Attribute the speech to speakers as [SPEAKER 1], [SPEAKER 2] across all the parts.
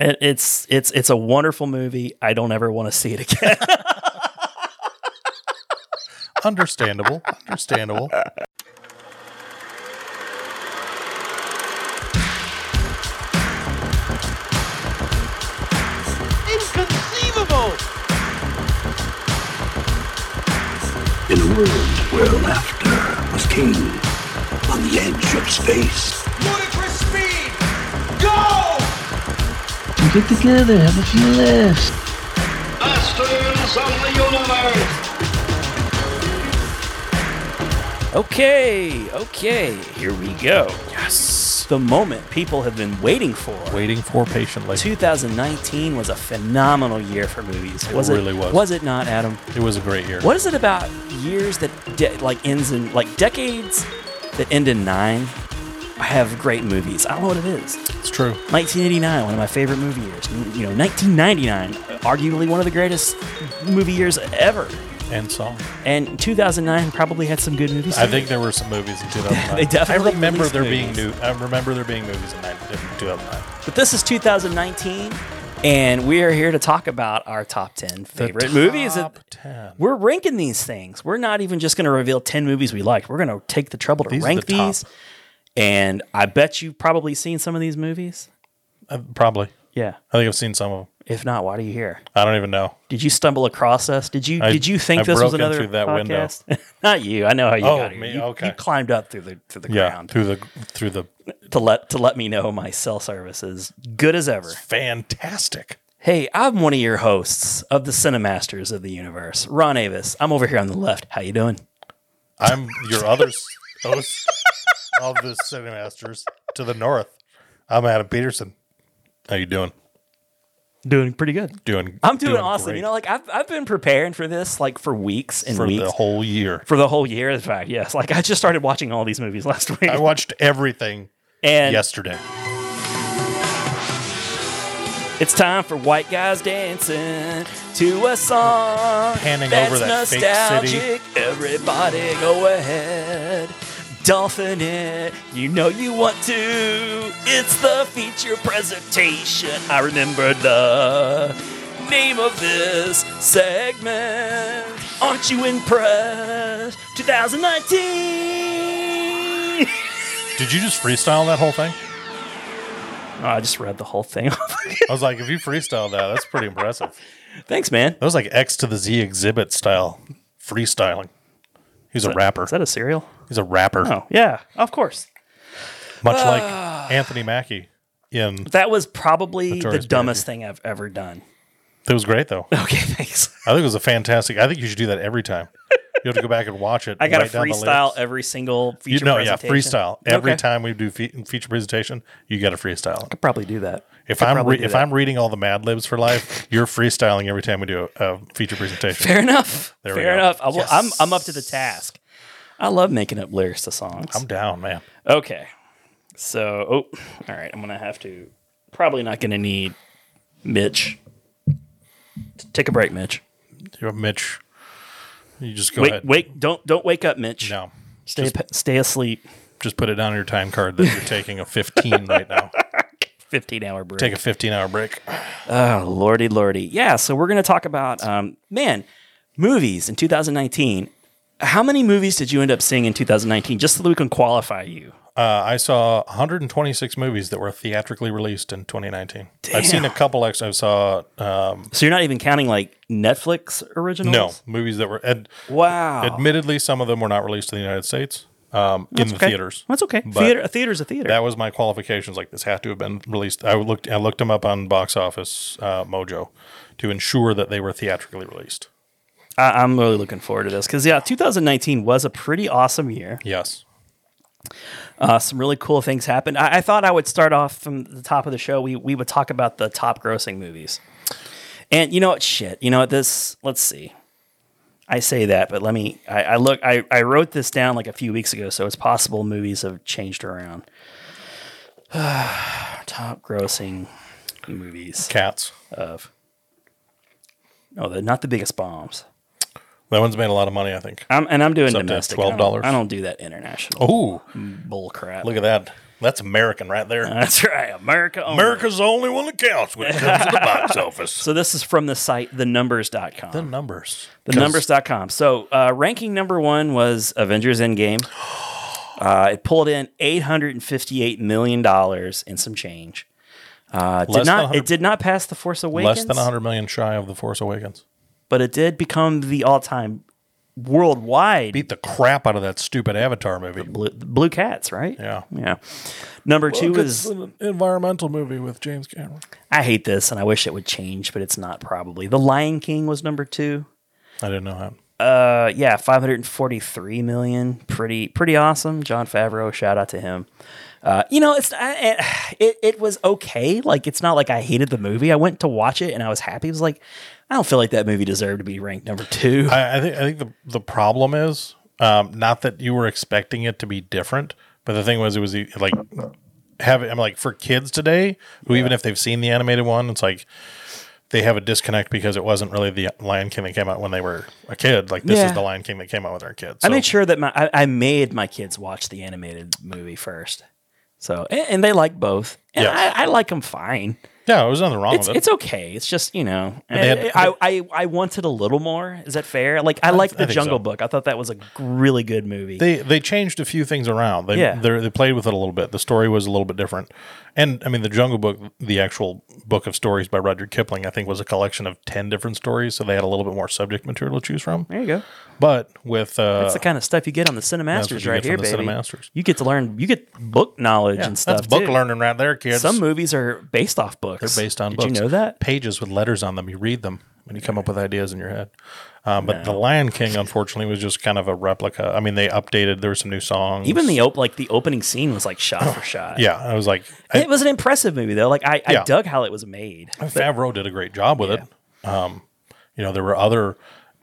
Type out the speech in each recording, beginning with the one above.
[SPEAKER 1] It, it's it's it's a wonderful movie. I don't ever want to see it again.
[SPEAKER 2] Understandable. Understandable.
[SPEAKER 3] Inconceivable!
[SPEAKER 4] In a world where laughter was king, on the edge of space,
[SPEAKER 3] Ludicrous speed! Go!
[SPEAKER 5] Get together, have a few laughs.
[SPEAKER 6] Masters of the Universe!
[SPEAKER 1] okay, okay, here we go. Yes, the moment people have been waiting for.
[SPEAKER 2] Waiting for patiently.
[SPEAKER 1] 2019 was a phenomenal year for movies.
[SPEAKER 2] It
[SPEAKER 1] Was
[SPEAKER 2] really was.
[SPEAKER 1] Was it not, Adam?
[SPEAKER 2] It was a great year.
[SPEAKER 1] What is it about years that de- like ends in like decades that end in nine have great movies? I don't know what it is.
[SPEAKER 2] It's true.
[SPEAKER 1] 1989, one of my favorite movie years. You know, 1999, arguably one of the greatest movie years ever.
[SPEAKER 2] And song.
[SPEAKER 1] And 2009 probably had some good movies.
[SPEAKER 2] I
[SPEAKER 1] too.
[SPEAKER 2] think there were some movies in 2009.
[SPEAKER 1] They definitely
[SPEAKER 2] I remember
[SPEAKER 1] released
[SPEAKER 2] there
[SPEAKER 1] movies.
[SPEAKER 2] being new. I remember there being movies in, nine, in 2009.
[SPEAKER 1] But this is 2019, and we are here to talk about our top 10
[SPEAKER 2] The
[SPEAKER 1] favorite movies.
[SPEAKER 2] Top ten.
[SPEAKER 1] We're ranking these things. We're not even just going to reveal 10 movies we liked. We're going to take the trouble to
[SPEAKER 2] These are
[SPEAKER 1] rank
[SPEAKER 2] the top.
[SPEAKER 1] these. And I bet you've probably seen some of these movies.
[SPEAKER 2] Uh, probably.
[SPEAKER 1] Yeah.
[SPEAKER 2] I think I've seen some of them.
[SPEAKER 1] If not, why do you here?
[SPEAKER 2] I don't even know.
[SPEAKER 1] Did you stumble across us? Did you
[SPEAKER 2] I-
[SPEAKER 1] did you think
[SPEAKER 2] I
[SPEAKER 1] this was
[SPEAKER 2] broke in
[SPEAKER 1] another
[SPEAKER 2] through that window.
[SPEAKER 1] podcast? Not you. I know how you
[SPEAKER 2] Oh,
[SPEAKER 1] got here.
[SPEAKER 2] me,
[SPEAKER 1] you,
[SPEAKER 2] okay.
[SPEAKER 1] you climbed up through the through the
[SPEAKER 2] Yeah,
[SPEAKER 1] ground
[SPEAKER 2] through the through the
[SPEAKER 1] to let to let me know my cell service is good as ever.
[SPEAKER 2] fantastic.
[SPEAKER 1] Hey, I'm one of your hosts of the Cinemasters of the Universe, Ron Avis. I'm over here on the left. How you doing?
[SPEAKER 2] I'm your other s- host of the Cinemasters to the north. I'm Adam Peterson. How you doing?
[SPEAKER 1] Doing pretty good.
[SPEAKER 2] Doing.
[SPEAKER 1] I'm doing, awesome.
[SPEAKER 2] great
[SPEAKER 1] You know, like I've I've been preparing for this like for weeks and
[SPEAKER 2] for
[SPEAKER 1] weeks.
[SPEAKER 2] the whole year,
[SPEAKER 1] for the whole year, in fact, yes. Like I just started watching all these movies last week,
[SPEAKER 2] I watched everything
[SPEAKER 1] and
[SPEAKER 2] yesterday.
[SPEAKER 1] It's time for white guys dancing to a song
[SPEAKER 2] Panning
[SPEAKER 1] that's
[SPEAKER 2] over that fake
[SPEAKER 1] nostalgic.
[SPEAKER 2] city.
[SPEAKER 1] Everybody go ahead, dolphin it. You know you want to. It's the feature presentation. I remember the name of this segment. Aren't you impressed? 2019.
[SPEAKER 2] Did you just freestyle that whole thing?
[SPEAKER 1] Oh, I just read the whole thing.
[SPEAKER 2] I was like, if you freestyle that, that's pretty impressive.
[SPEAKER 1] Thanks, man.
[SPEAKER 2] That was like X to the Z exhibit style freestyling. He's a rapper.
[SPEAKER 1] Is that a cereal?
[SPEAKER 2] He's a rapper,
[SPEAKER 1] Oh, yeah, of course.
[SPEAKER 2] much like Anthony Mackie. In
[SPEAKER 1] That was probably
[SPEAKER 2] Notorious
[SPEAKER 1] the dumbest thing I've ever done.
[SPEAKER 2] it was great though.
[SPEAKER 1] Okay, thanks.
[SPEAKER 2] I think it was a fantastic. I think you should do that every time. You have to go back and watch it.
[SPEAKER 1] I got
[SPEAKER 2] write
[SPEAKER 1] to
[SPEAKER 2] down the
[SPEAKER 1] freestyle
[SPEAKER 2] lyrics.
[SPEAKER 1] every single feature.
[SPEAKER 2] You know, yeah,
[SPEAKER 1] presentation.
[SPEAKER 2] freestyle. Every
[SPEAKER 1] Okay.
[SPEAKER 2] time we do fe- feature presentation, you got to freestyle.
[SPEAKER 1] Could probably do that.
[SPEAKER 2] If
[SPEAKER 1] Could
[SPEAKER 2] I'm
[SPEAKER 1] probably
[SPEAKER 2] re-
[SPEAKER 1] do
[SPEAKER 2] if
[SPEAKER 1] that.
[SPEAKER 2] I'm reading all the Mad Libs for life, you're freestyling every time we do a, a feature presentation.
[SPEAKER 1] fair enough,
[SPEAKER 2] There we
[SPEAKER 1] fair
[SPEAKER 2] go.
[SPEAKER 1] enough. I will,
[SPEAKER 2] Yes.
[SPEAKER 1] I'm I'm up to the task. I love making up lyrics to songs.
[SPEAKER 2] I'm down, man.
[SPEAKER 1] okay, so oh, all right. I'm gonna have to probably not gonna need Mitch. Take a break, Mitch.
[SPEAKER 2] You're Mitch. You just go
[SPEAKER 1] wake,
[SPEAKER 2] ahead.
[SPEAKER 1] wake, don't don't wake up, Mitch.
[SPEAKER 2] No,
[SPEAKER 1] stay pa- stay asleep.
[SPEAKER 2] just put it down on your time card that you're taking a 15 right now.
[SPEAKER 1] 15 hour break.
[SPEAKER 2] Take a 15 hour break. Uh,
[SPEAKER 1] Oh, lordy, lordy. Yeah, so we're going to talk about, um, man, movies in 2019. How many movies did you end up seeing in 2019 just so that we can qualify you?
[SPEAKER 2] Uh, I saw 126 movies that were theatrically released in 2019. I've seen a couple. Ex- I saw um,
[SPEAKER 1] So you're not even counting like Netflix originals?
[SPEAKER 2] no movies that were. Ed-
[SPEAKER 1] Wow.
[SPEAKER 2] Admittedly, some of them were not released in the United States um, in the
[SPEAKER 1] Okay.
[SPEAKER 2] theaters.
[SPEAKER 1] That's okay.
[SPEAKER 2] But
[SPEAKER 1] Theater, a theater's a theater.
[SPEAKER 2] That was my qualifications. Like this had to have been released. I looked. I looked them up on Box Office uh, Mojo to ensure that they were theatrically released.
[SPEAKER 1] I, I'm really looking forward to this because, yeah, 2019 was a pretty awesome year.
[SPEAKER 2] Yes.
[SPEAKER 1] Uh, some really cool things happened. I, I thought I would start off from the top of the show. We we would talk about the top grossing movies, and you know what? Shit, you know what? This let's see. I say that, but let me. I, I look. I, I wrote this down like a few weeks ago, so it's possible movies have changed around. top grossing movies
[SPEAKER 2] Cats.
[SPEAKER 1] of oh, they're not the biggest bombs.
[SPEAKER 2] That one's made a lot of money. I think.
[SPEAKER 1] I'm and I'm doing
[SPEAKER 2] up to
[SPEAKER 1] domestic. I don't-
[SPEAKER 2] $12.
[SPEAKER 1] I don't do that international
[SPEAKER 2] Oh,
[SPEAKER 1] bull crap.
[SPEAKER 2] look at that. That's American right there.
[SPEAKER 1] That's right, America. Only.
[SPEAKER 2] America's the only one that counts when it comes to the box office.
[SPEAKER 1] So this is from the site thenumbers.com.
[SPEAKER 2] The numbers.
[SPEAKER 1] Thenumbers.com. So uh, ranking number one was Avengers Endgame. Uh, it pulled in eight hundred and fifty-eight million dollars and some change. Uh, it
[SPEAKER 2] Less
[SPEAKER 1] did
[SPEAKER 2] than
[SPEAKER 1] not.
[SPEAKER 2] 100
[SPEAKER 1] It did not pass the Force Awakens,
[SPEAKER 2] Less than 100 million shy of The Force Awakens.
[SPEAKER 1] but it did become the all-time worldwide
[SPEAKER 2] Beat the crap out of that stupid Avatar movie.
[SPEAKER 1] blue, blue cats. Right?
[SPEAKER 2] Yeah.
[SPEAKER 1] Yeah. Number two is
[SPEAKER 2] an environmental movie with James Cameron.
[SPEAKER 1] I hate this, and I wish it would change, but it's not probably. The Lion King was number two.
[SPEAKER 2] I didn't know that.
[SPEAKER 1] Uh, yeah, five hundred and forty-three million. Pretty, pretty awesome. John Favreau, shout out to him. Uh, you know, it's I, it, it was okay. Like, it's not like I hated the movie. I went to watch it and I was happy. It was like, I don't feel like that movie deserved to be ranked number two.
[SPEAKER 2] I, I think I think the the problem is um, not that you were expecting it to be different, but the thing was it was e- like have I'm like for kids today who even if they've seen the animated one, it's like they have a disconnect because it wasn't really the Lion King that came out when they were a kid. Like this
[SPEAKER 1] Yeah.
[SPEAKER 2] is the Lion King that came out with our kids.
[SPEAKER 1] I made sure that my I, I made my kids watch the animated movie first. So, and, and they like both, and
[SPEAKER 2] Yeah.
[SPEAKER 1] I, I like them fine.
[SPEAKER 2] Yeah, there was nothing wrong
[SPEAKER 1] it's,
[SPEAKER 2] with it.
[SPEAKER 1] it's okay. It's just you know,
[SPEAKER 2] they had-
[SPEAKER 1] I, I I wanted a little more. Is that fair? Like I liked
[SPEAKER 2] I
[SPEAKER 1] the
[SPEAKER 2] think
[SPEAKER 1] Jungle
[SPEAKER 2] so.
[SPEAKER 1] Book. I thought that was a g- really good movie.
[SPEAKER 2] they they changed a few things around. They
[SPEAKER 1] Yeah.
[SPEAKER 2] they're- they played with it a little bit. The story was a little bit different, and I mean the Jungle Book, the actual book of stories by Rudyard Kipling, I think was a collection of ten different stories, so they had a little bit more subject material to choose from.
[SPEAKER 1] there you go.
[SPEAKER 2] But with uh,
[SPEAKER 1] That's the kind of stuff you get on the
[SPEAKER 2] that's what
[SPEAKER 1] Cinemasters
[SPEAKER 2] you
[SPEAKER 1] right
[SPEAKER 2] get
[SPEAKER 1] here,
[SPEAKER 2] from the
[SPEAKER 1] baby.
[SPEAKER 2] Cinemasters.
[SPEAKER 1] You get to learn. You get book knowledge
[SPEAKER 2] yeah,
[SPEAKER 1] and stuff.
[SPEAKER 2] that's book
[SPEAKER 1] too.
[SPEAKER 2] learning right there, kids.
[SPEAKER 1] Some movies are based off books.
[SPEAKER 2] They're based on
[SPEAKER 1] Did
[SPEAKER 2] books.
[SPEAKER 1] you know that?
[SPEAKER 2] pages with letters on them. You read them and you come up with ideas in your head. Um, but the Lion King, unfortunately, was just kind of a replica. I mean, they updated. There were some new songs.
[SPEAKER 1] Even the op- like the opening scene was like shot for shot.
[SPEAKER 2] yeah, I was like, I-
[SPEAKER 1] It was an impressive movie though. Like I,
[SPEAKER 2] Yeah.
[SPEAKER 1] I dug how it was made.
[SPEAKER 2] Favreau did a great job with it. Um, you know, there were other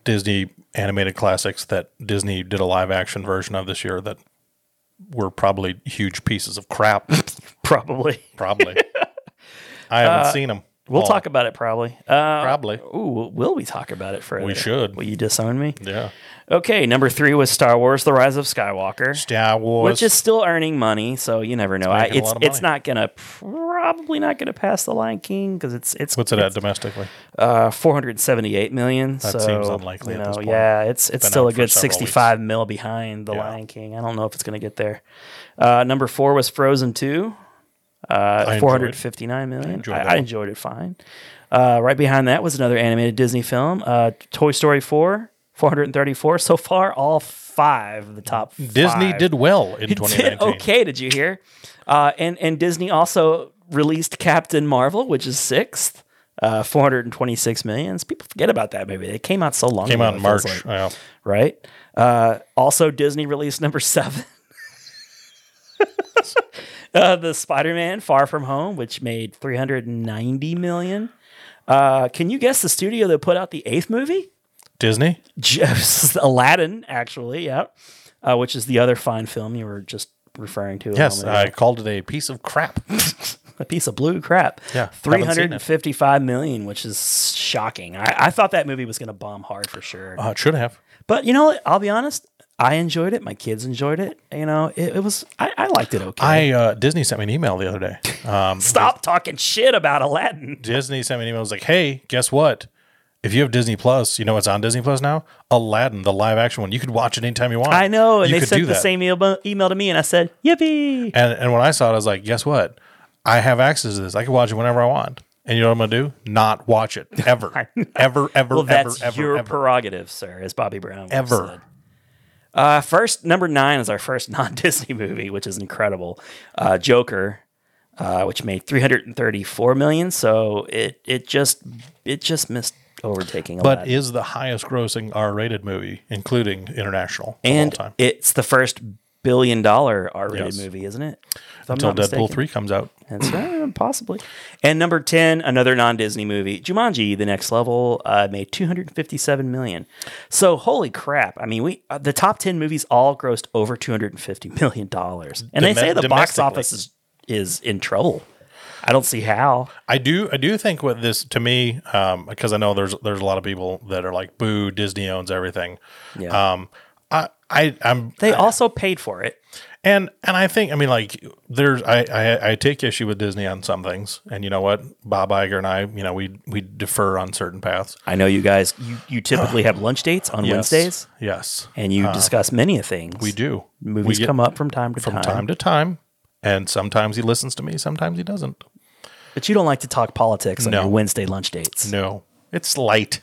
[SPEAKER 2] Disney animated classics that Disney did a live action version of this year that were probably huge pieces of crap.
[SPEAKER 1] Probably.
[SPEAKER 2] probably. I haven't seen them.
[SPEAKER 1] Uh, We'll talk about it probably. Uh,
[SPEAKER 2] Probably.
[SPEAKER 1] ooh, will we talk about it further?
[SPEAKER 2] should.
[SPEAKER 1] Will you disown me?
[SPEAKER 2] Yeah.
[SPEAKER 1] Okay, number three was Star Wars: The Rise of Skywalker,
[SPEAKER 2] Star Wars.
[SPEAKER 1] which is still earning money. So you never know. I,
[SPEAKER 2] making a
[SPEAKER 1] it's
[SPEAKER 2] lot of
[SPEAKER 1] it's
[SPEAKER 2] money.
[SPEAKER 1] not gonna probably not gonna pass the Lion King because it's it's
[SPEAKER 2] What's it at domestically?
[SPEAKER 1] uh, four hundred seventy eight million.
[SPEAKER 2] That
[SPEAKER 1] so,
[SPEAKER 2] seems unlikely
[SPEAKER 1] You
[SPEAKER 2] at
[SPEAKER 1] know,
[SPEAKER 2] this point.
[SPEAKER 1] yeah, it's it's
[SPEAKER 2] Been
[SPEAKER 1] still
[SPEAKER 2] out
[SPEAKER 1] a
[SPEAKER 2] for
[SPEAKER 1] good
[SPEAKER 2] several
[SPEAKER 1] sixty five mil behind the
[SPEAKER 2] Yeah.
[SPEAKER 1] Lion King. I don't know if it's gonna get there. Uh, number four was Frozen two. Uh,
[SPEAKER 2] enjoyed-
[SPEAKER 1] 459 million. I enjoyed,
[SPEAKER 2] enjoyed
[SPEAKER 1] I,
[SPEAKER 2] that one.
[SPEAKER 1] enjoyed it fine. Uh, right behind that was another animated Disney film, uh, Toy Story 4, 434. So far, all five of the top
[SPEAKER 2] Disney
[SPEAKER 1] five.
[SPEAKER 2] did well in
[SPEAKER 1] It did
[SPEAKER 2] 2019.
[SPEAKER 1] okay, did you hear? Uh, and, and Disney also released Captain Marvel, which is sixth. Uh, 426 millions. People forget about that movie. It came out so long
[SPEAKER 2] Came
[SPEAKER 1] ago,
[SPEAKER 2] out in
[SPEAKER 1] it feels
[SPEAKER 2] March.
[SPEAKER 1] like,
[SPEAKER 2] Yeah.
[SPEAKER 1] right? Uh, also, Disney released number seven. uh, the Spider-Man: Far From Home, which made 390 million. Uh, can you guess the studio that put out the eighth movie?
[SPEAKER 2] Disney?
[SPEAKER 1] Just Aladdin, actually. Yep. Uh, which is the other fine film you were just referring to. a
[SPEAKER 2] Yes.
[SPEAKER 1] moment ago.
[SPEAKER 2] I called it a piece of crap.
[SPEAKER 1] a piece of blue crap.
[SPEAKER 2] Yeah,
[SPEAKER 1] Three
[SPEAKER 2] haven't
[SPEAKER 1] hundred
[SPEAKER 2] seen
[SPEAKER 1] and
[SPEAKER 2] it.
[SPEAKER 1] fifty-five million, which is shocking. I, I thought that movie was going to bomb hard for sure.
[SPEAKER 2] Uh, it should have.
[SPEAKER 1] But you know, what? I'll be honest. I enjoyed it. My kids enjoyed it. You know, it, it was. I, I liked it okay.
[SPEAKER 2] I uh, Disney sent me an email the other day. Um,
[SPEAKER 1] Stop talking shit about Aladdin.
[SPEAKER 2] Disney sent me an email. It was like, hey, guess what? If you have Disney Plus, you know what's on Disney Plus now? Aladdin, the live action one. You could watch it anytime you want.
[SPEAKER 1] I know, and they
[SPEAKER 2] You could do
[SPEAKER 1] sent the
[SPEAKER 2] that.
[SPEAKER 1] same email, email to me, and I said, "Yippee!"
[SPEAKER 2] And, and when I saw it, I was like, guess what? I have access to this. I can watch it whenever I want. And you know what I'm going to do? Not watch it ever. ever, ever,
[SPEAKER 1] Well,
[SPEAKER 2] ever,
[SPEAKER 1] that's
[SPEAKER 2] ever,
[SPEAKER 1] your
[SPEAKER 2] ever.
[SPEAKER 1] prerogative, sir, as Bobby Brown once
[SPEAKER 2] Ever.
[SPEAKER 1] said. Uh, first number nine is our first non-Disney movie, which is incredible. Uh, Joker, uh, which made 334 million, so it it just it just missed overtaking.
[SPEAKER 2] but
[SPEAKER 1] Aladdin.
[SPEAKER 2] is the highest grossing R rated movie, including international of
[SPEAKER 1] and
[SPEAKER 2] all time.
[SPEAKER 1] it's the first billion dollar R-rated
[SPEAKER 2] Yes.
[SPEAKER 1] movie, isn't it? If I'm
[SPEAKER 2] Until
[SPEAKER 1] not
[SPEAKER 2] Deadpool
[SPEAKER 1] mistaken.
[SPEAKER 2] 3 comes out.
[SPEAKER 1] That's right, possibly. And number ten, another non-Disney movie, Jumanji: The Next Level, uh, made 257 million. So holy crap! I mean, we uh, the top ten movies all grossed over 250 million dollars, and they
[SPEAKER 2] Dome-
[SPEAKER 1] say the box
[SPEAKER 2] domestically.
[SPEAKER 1] office is is in trouble. I don't see how.
[SPEAKER 2] I do, I do think what this to me, um, because I know there's there's a lot of people that are like, "Boo, Disney owns everything."
[SPEAKER 1] Yeah.
[SPEAKER 2] Um, I, I, I'm
[SPEAKER 1] they also paid for it.
[SPEAKER 2] And and I think I mean like there's I, I I take issue with Disney on some things, and you know what Bob Iger and I you know we we defer on certain paths.
[SPEAKER 1] I know you guys. You, you typically have lunch dates on
[SPEAKER 2] Yes.
[SPEAKER 1] Wednesdays,
[SPEAKER 2] yes,
[SPEAKER 1] and you discuss many of things.
[SPEAKER 2] we do. we
[SPEAKER 1] Movies
[SPEAKER 2] get-
[SPEAKER 1] come up from time to
[SPEAKER 2] from
[SPEAKER 1] time.
[SPEAKER 2] time to time, and sometimes he listens to me, sometimes he doesn't.
[SPEAKER 1] but you don't like to talk politics on
[SPEAKER 2] No.
[SPEAKER 1] your Wednesday lunch dates.
[SPEAKER 2] No, it's light.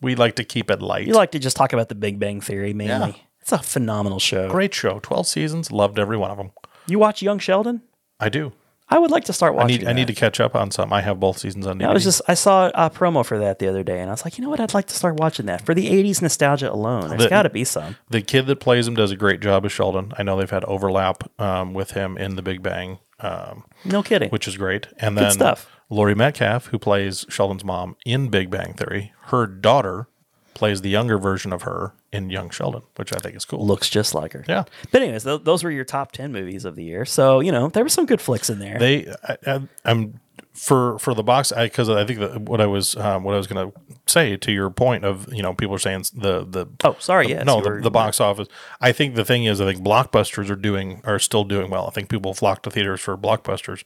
[SPEAKER 2] We like to keep it light.
[SPEAKER 1] You like to just talk about the Big Bang Theory mainly. It's a phenomenal show.
[SPEAKER 2] Great show, twelve seasons, loved every one of them.
[SPEAKER 1] You watch Young Sheldon?
[SPEAKER 2] I do.
[SPEAKER 1] I would like to start
[SPEAKER 2] I
[SPEAKER 1] watching.
[SPEAKER 2] need I need to catch up on some. I have both seasons on DVD.
[SPEAKER 1] I was just I saw a promo for that the other day, and I was like, you know what? I'd like to start watching that for the '80s nostalgia alone. There's
[SPEAKER 2] The-
[SPEAKER 1] got to be some.
[SPEAKER 2] the kid that plays him does a great job as Sheldon. I know they've had overlap um, with him in The Big Bang, um,
[SPEAKER 1] No kidding.
[SPEAKER 2] which is great. And then
[SPEAKER 1] stuff.
[SPEAKER 2] Lori Metcalf, who plays Sheldon's mom in Big Bang Theory, her daughter plays the younger version of her in Young Sheldon, which I think is cool.
[SPEAKER 1] looks just like her.
[SPEAKER 2] Yeah.
[SPEAKER 1] But anyways, th- those were your top ten movies of the year. So you know there were some good flicks in there.
[SPEAKER 2] They, I, I, I'm for for the box because I, think that what I was um, what I was going to say to your point of you know people are saying the the
[SPEAKER 1] oh, sorry. Yes.
[SPEAKER 2] no,
[SPEAKER 1] you
[SPEAKER 2] the,
[SPEAKER 1] were-
[SPEAKER 2] the box office. I think the thing is, I think blockbusters are doing are still doing well. I think people flock to theaters for blockbusters.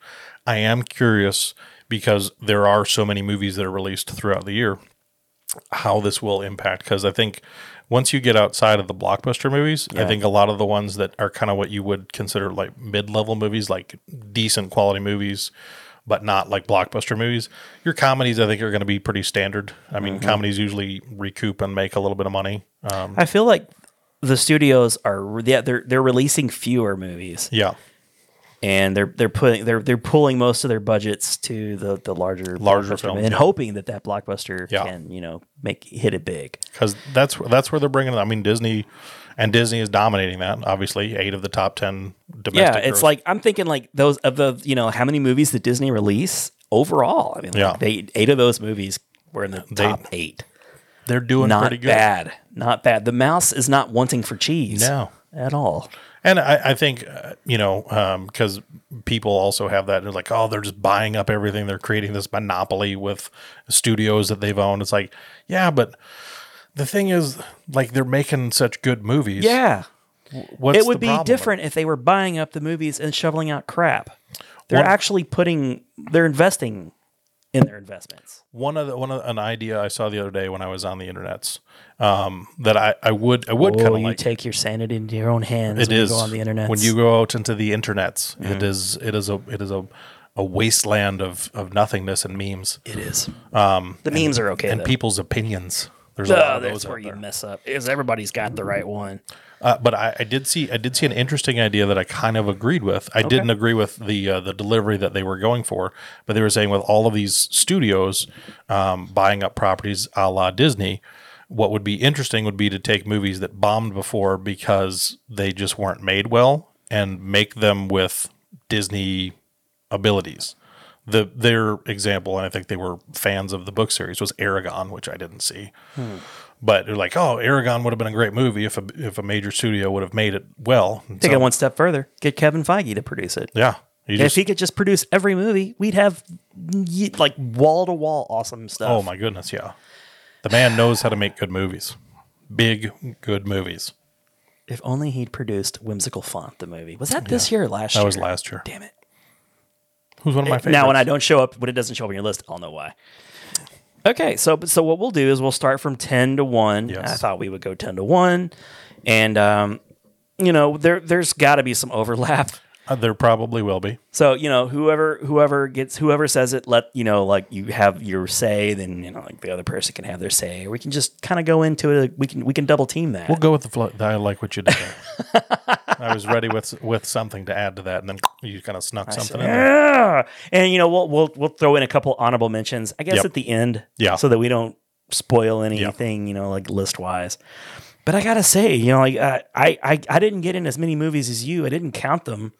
[SPEAKER 2] I am curious because there are so many movies that are released throughout the year. How this will impact? Because I think once you get outside of the blockbuster movies, I think a lot of the ones that are kind of what you would consider like mid-level movies, like decent quality movies, but not like blockbuster movies. Your comedies, I think, are going to be pretty standard. I mean,
[SPEAKER 1] Mm-hmm.
[SPEAKER 2] comedies usually recoup and make a little bit of money. Um,
[SPEAKER 1] I feel like the studios are yeah they're they're releasing fewer movies
[SPEAKER 2] Yeah,
[SPEAKER 1] and they're they're putting they're they're pulling most of their budgets to the the larger
[SPEAKER 2] Larger
[SPEAKER 1] blockbuster
[SPEAKER 2] films,
[SPEAKER 1] and
[SPEAKER 2] yeah.
[SPEAKER 1] hoping that that blockbuster
[SPEAKER 2] Yeah.
[SPEAKER 1] can you know make hit it big.
[SPEAKER 2] because that's that's where they're bringing. it. I mean, Disney and Disney is dominating that. Obviously, eight of the top ten domestic.
[SPEAKER 1] yeah, it's
[SPEAKER 2] gross-
[SPEAKER 1] like I'm thinking like those of the you know how many movies did Disney release overall? I mean,
[SPEAKER 2] Yeah.
[SPEAKER 1] like they eight of those movies were in the
[SPEAKER 2] They-
[SPEAKER 1] top eight.
[SPEAKER 2] they're doing
[SPEAKER 1] Not
[SPEAKER 2] pretty good.
[SPEAKER 1] bad, not bad. The mouse is not wanting for cheese,
[SPEAKER 2] No.
[SPEAKER 1] at all.
[SPEAKER 2] And I, I think uh, you know because people also have that. They're like, oh, they're just buying up everything. They're creating this monopoly with studios that they've owned. It's like, yeah, but the thing is, like, they're making such good movies.
[SPEAKER 1] Yeah,
[SPEAKER 2] What's
[SPEAKER 1] it would
[SPEAKER 2] the
[SPEAKER 1] be
[SPEAKER 2] problem?
[SPEAKER 1] different if they were buying up the movies and shoveling out crap. They're
[SPEAKER 2] One-
[SPEAKER 1] actually putting, they're investing in their investments.
[SPEAKER 2] One of the, one of an idea I saw the other day when I was on the internet's um, that I, I would I would kind
[SPEAKER 1] Oh,
[SPEAKER 2] of
[SPEAKER 1] you
[SPEAKER 2] like
[SPEAKER 1] take your sanity into your own hands.
[SPEAKER 2] It
[SPEAKER 1] when you
[SPEAKER 2] is
[SPEAKER 1] go on the Mm-hmm. internet.
[SPEAKER 2] when you go out into the internets. it is it is a it is a, a wasteland of of nothingness and memes
[SPEAKER 1] it is. the memes are okay.
[SPEAKER 2] Um, and
[SPEAKER 1] though.
[SPEAKER 2] people's opinions. There's a lot
[SPEAKER 1] Oh,
[SPEAKER 2] of those
[SPEAKER 1] that's
[SPEAKER 2] out
[SPEAKER 1] where you
[SPEAKER 2] there.
[SPEAKER 1] mess up. Is everybody's got the right one?
[SPEAKER 2] Uh, but I, I did see I did see an interesting idea that I kind of agreed with. I didn't agree with the uh, the delivery that they were going for, but they were saying with all of these studios um, buying up properties a la Disney, what would be interesting would be to take movies that bombed before because they just weren't made well and make them with Disney abilities. The their example, and I think they were fans of the book series, was Aragon, which I didn't see
[SPEAKER 1] Hmm.
[SPEAKER 2] but they're like, oh, Aragon would have been a great movie if a if a major studio would have made it well. And
[SPEAKER 1] Take
[SPEAKER 2] so-
[SPEAKER 1] it one step further. Get Kevin Feige to produce it.
[SPEAKER 2] yeah, you
[SPEAKER 1] if
[SPEAKER 2] just,
[SPEAKER 1] he could just produce every movie, we'd have ye- like wall to wall awesome stuff.
[SPEAKER 2] oh my goodness, yeah, the man knows how to make good movies, big good movies.
[SPEAKER 1] If only he'd produced Whimsical Font, the movie. Was that this year or last year?
[SPEAKER 2] That was last year.
[SPEAKER 1] Damn it.
[SPEAKER 2] Who's one of my favorites?
[SPEAKER 1] Eh, Now, when I don't show up, when it doesn't show up on your list, I'll know why. Okay, so so what we'll do is we'll start from ten to one.
[SPEAKER 2] Yes.
[SPEAKER 1] I thought we would go ten to one, and um, you know there there's got to be some overlap.
[SPEAKER 2] Uh, there probably will be.
[SPEAKER 1] So you know whoever whoever gets whoever says it, let you know like you have your say, then you know like the other person can have their say. Or we can just kind of go into it. We can we can double team that.
[SPEAKER 2] We'll go with the flow. I like what you did there. I was ready with with something to add to that, and then you kind of snuck something in there.
[SPEAKER 1] Yeah. And you know, we'll we'll we'll throw in a couple honorable mentions, I guess,
[SPEAKER 2] Yep.
[SPEAKER 1] at the end.
[SPEAKER 2] Yeah.
[SPEAKER 1] So that we don't spoil anything, you know, like list wise. But I gotta say, you know, like I, I I I didn't get in as many movies as you. I didn't count them,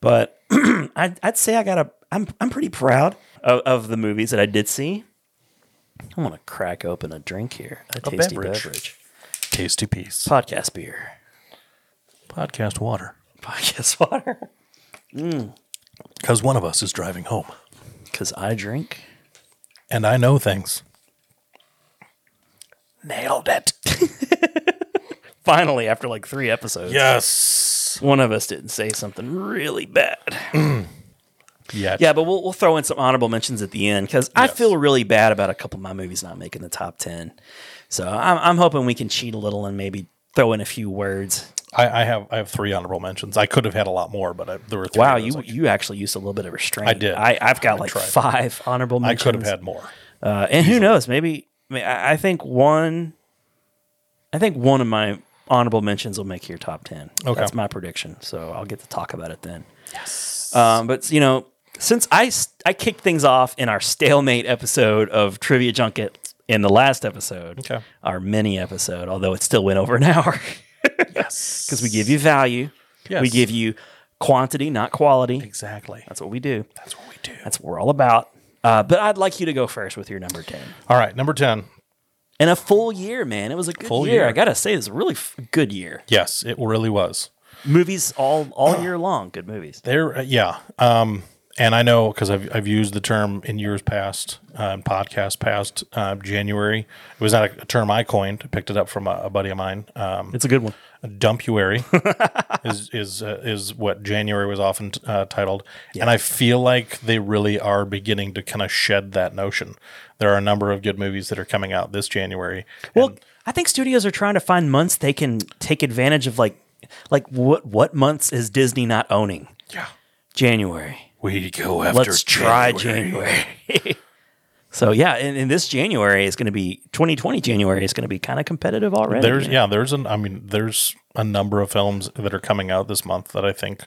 [SPEAKER 1] but I'd, I'd say I got a. I'm I'm pretty proud of, of the movies that I did see. I want to crack open a drink here, a, tasty
[SPEAKER 2] beverage.
[SPEAKER 1] beverage.
[SPEAKER 2] Tasty piece.
[SPEAKER 1] podcast beer,
[SPEAKER 2] Podcast water.
[SPEAKER 1] podcast water,
[SPEAKER 2] Because one of us is driving home,
[SPEAKER 1] because I drink.
[SPEAKER 2] and I know things.
[SPEAKER 1] Nailed it. Finally, after like three episodes.
[SPEAKER 2] Yes.
[SPEAKER 1] us one of us didn't say something really bad.
[SPEAKER 2] Yet.
[SPEAKER 1] Yeah, but we'll, we'll throw in some honorable mentions at the end because I
[SPEAKER 2] Yes.
[SPEAKER 1] feel really bad about a couple of my movies not making the top 10. So I'm, I'm hoping we can cheat a little and maybe throw in a few words.
[SPEAKER 2] I, I have I have three honorable mentions. I could have had a lot more, but I, there were three.
[SPEAKER 1] Wow,
[SPEAKER 2] that I was
[SPEAKER 1] you
[SPEAKER 2] like,
[SPEAKER 1] you actually used a little bit of restraint.
[SPEAKER 2] I did.
[SPEAKER 1] I, I've got
[SPEAKER 2] I
[SPEAKER 1] like
[SPEAKER 2] tried.
[SPEAKER 1] five honorable
[SPEAKER 2] I
[SPEAKER 1] mentions.
[SPEAKER 2] could have had more.
[SPEAKER 1] Uh, and who knows? Maybe I, mean, I I think one. I think one of my honorable mentions will make your top ten.
[SPEAKER 2] Okay.
[SPEAKER 1] that's my prediction. So I'll get to talk about it then. Yes. Um, but you know, since I s- I kicked things off in our stalemate episode of Trivia Junket in the last episode,
[SPEAKER 2] Okay.
[SPEAKER 1] our mini episode, although it still went over an hour. yes, because we give you value.
[SPEAKER 2] Yes.
[SPEAKER 1] We give you quantity, not quality.
[SPEAKER 2] Exactly.
[SPEAKER 1] That's what we do.
[SPEAKER 2] That's what we do.
[SPEAKER 1] That's what we're all about. Uh, but I'd like you to go first with your number ten.
[SPEAKER 2] All right, number ten.
[SPEAKER 1] And a full year, man. It was a good
[SPEAKER 2] Full
[SPEAKER 1] year.
[SPEAKER 2] year.
[SPEAKER 1] I gotta say, it was a really f- good year.
[SPEAKER 2] Yes, it really was.
[SPEAKER 1] Movies all all year long. Good movies.
[SPEAKER 2] There, uh, yeah. Um, and I know because I've, I've used the term in years past, uh, in podcast past uh, January. It was not a, a term I coined. I picked it up from a, a buddy of mine. Um,
[SPEAKER 1] It's a good one.
[SPEAKER 2] dumpuary is is uh, is what January was often uh, titled, and I feel like they really are beginning to kind of shed that notion. There are a number of good movies that are coming out this January.
[SPEAKER 1] Well, I think studios are trying to find months they can take advantage of. Like, like what what months is Disney not owning?
[SPEAKER 2] yeah,
[SPEAKER 1] January.
[SPEAKER 2] we go after.
[SPEAKER 1] Let's try January. so yeah, and, and this January is going to be 2020. January is going to be kind of competitive already.
[SPEAKER 2] There's yeah, there's an I mean, there's a number of films that are coming out this month that I think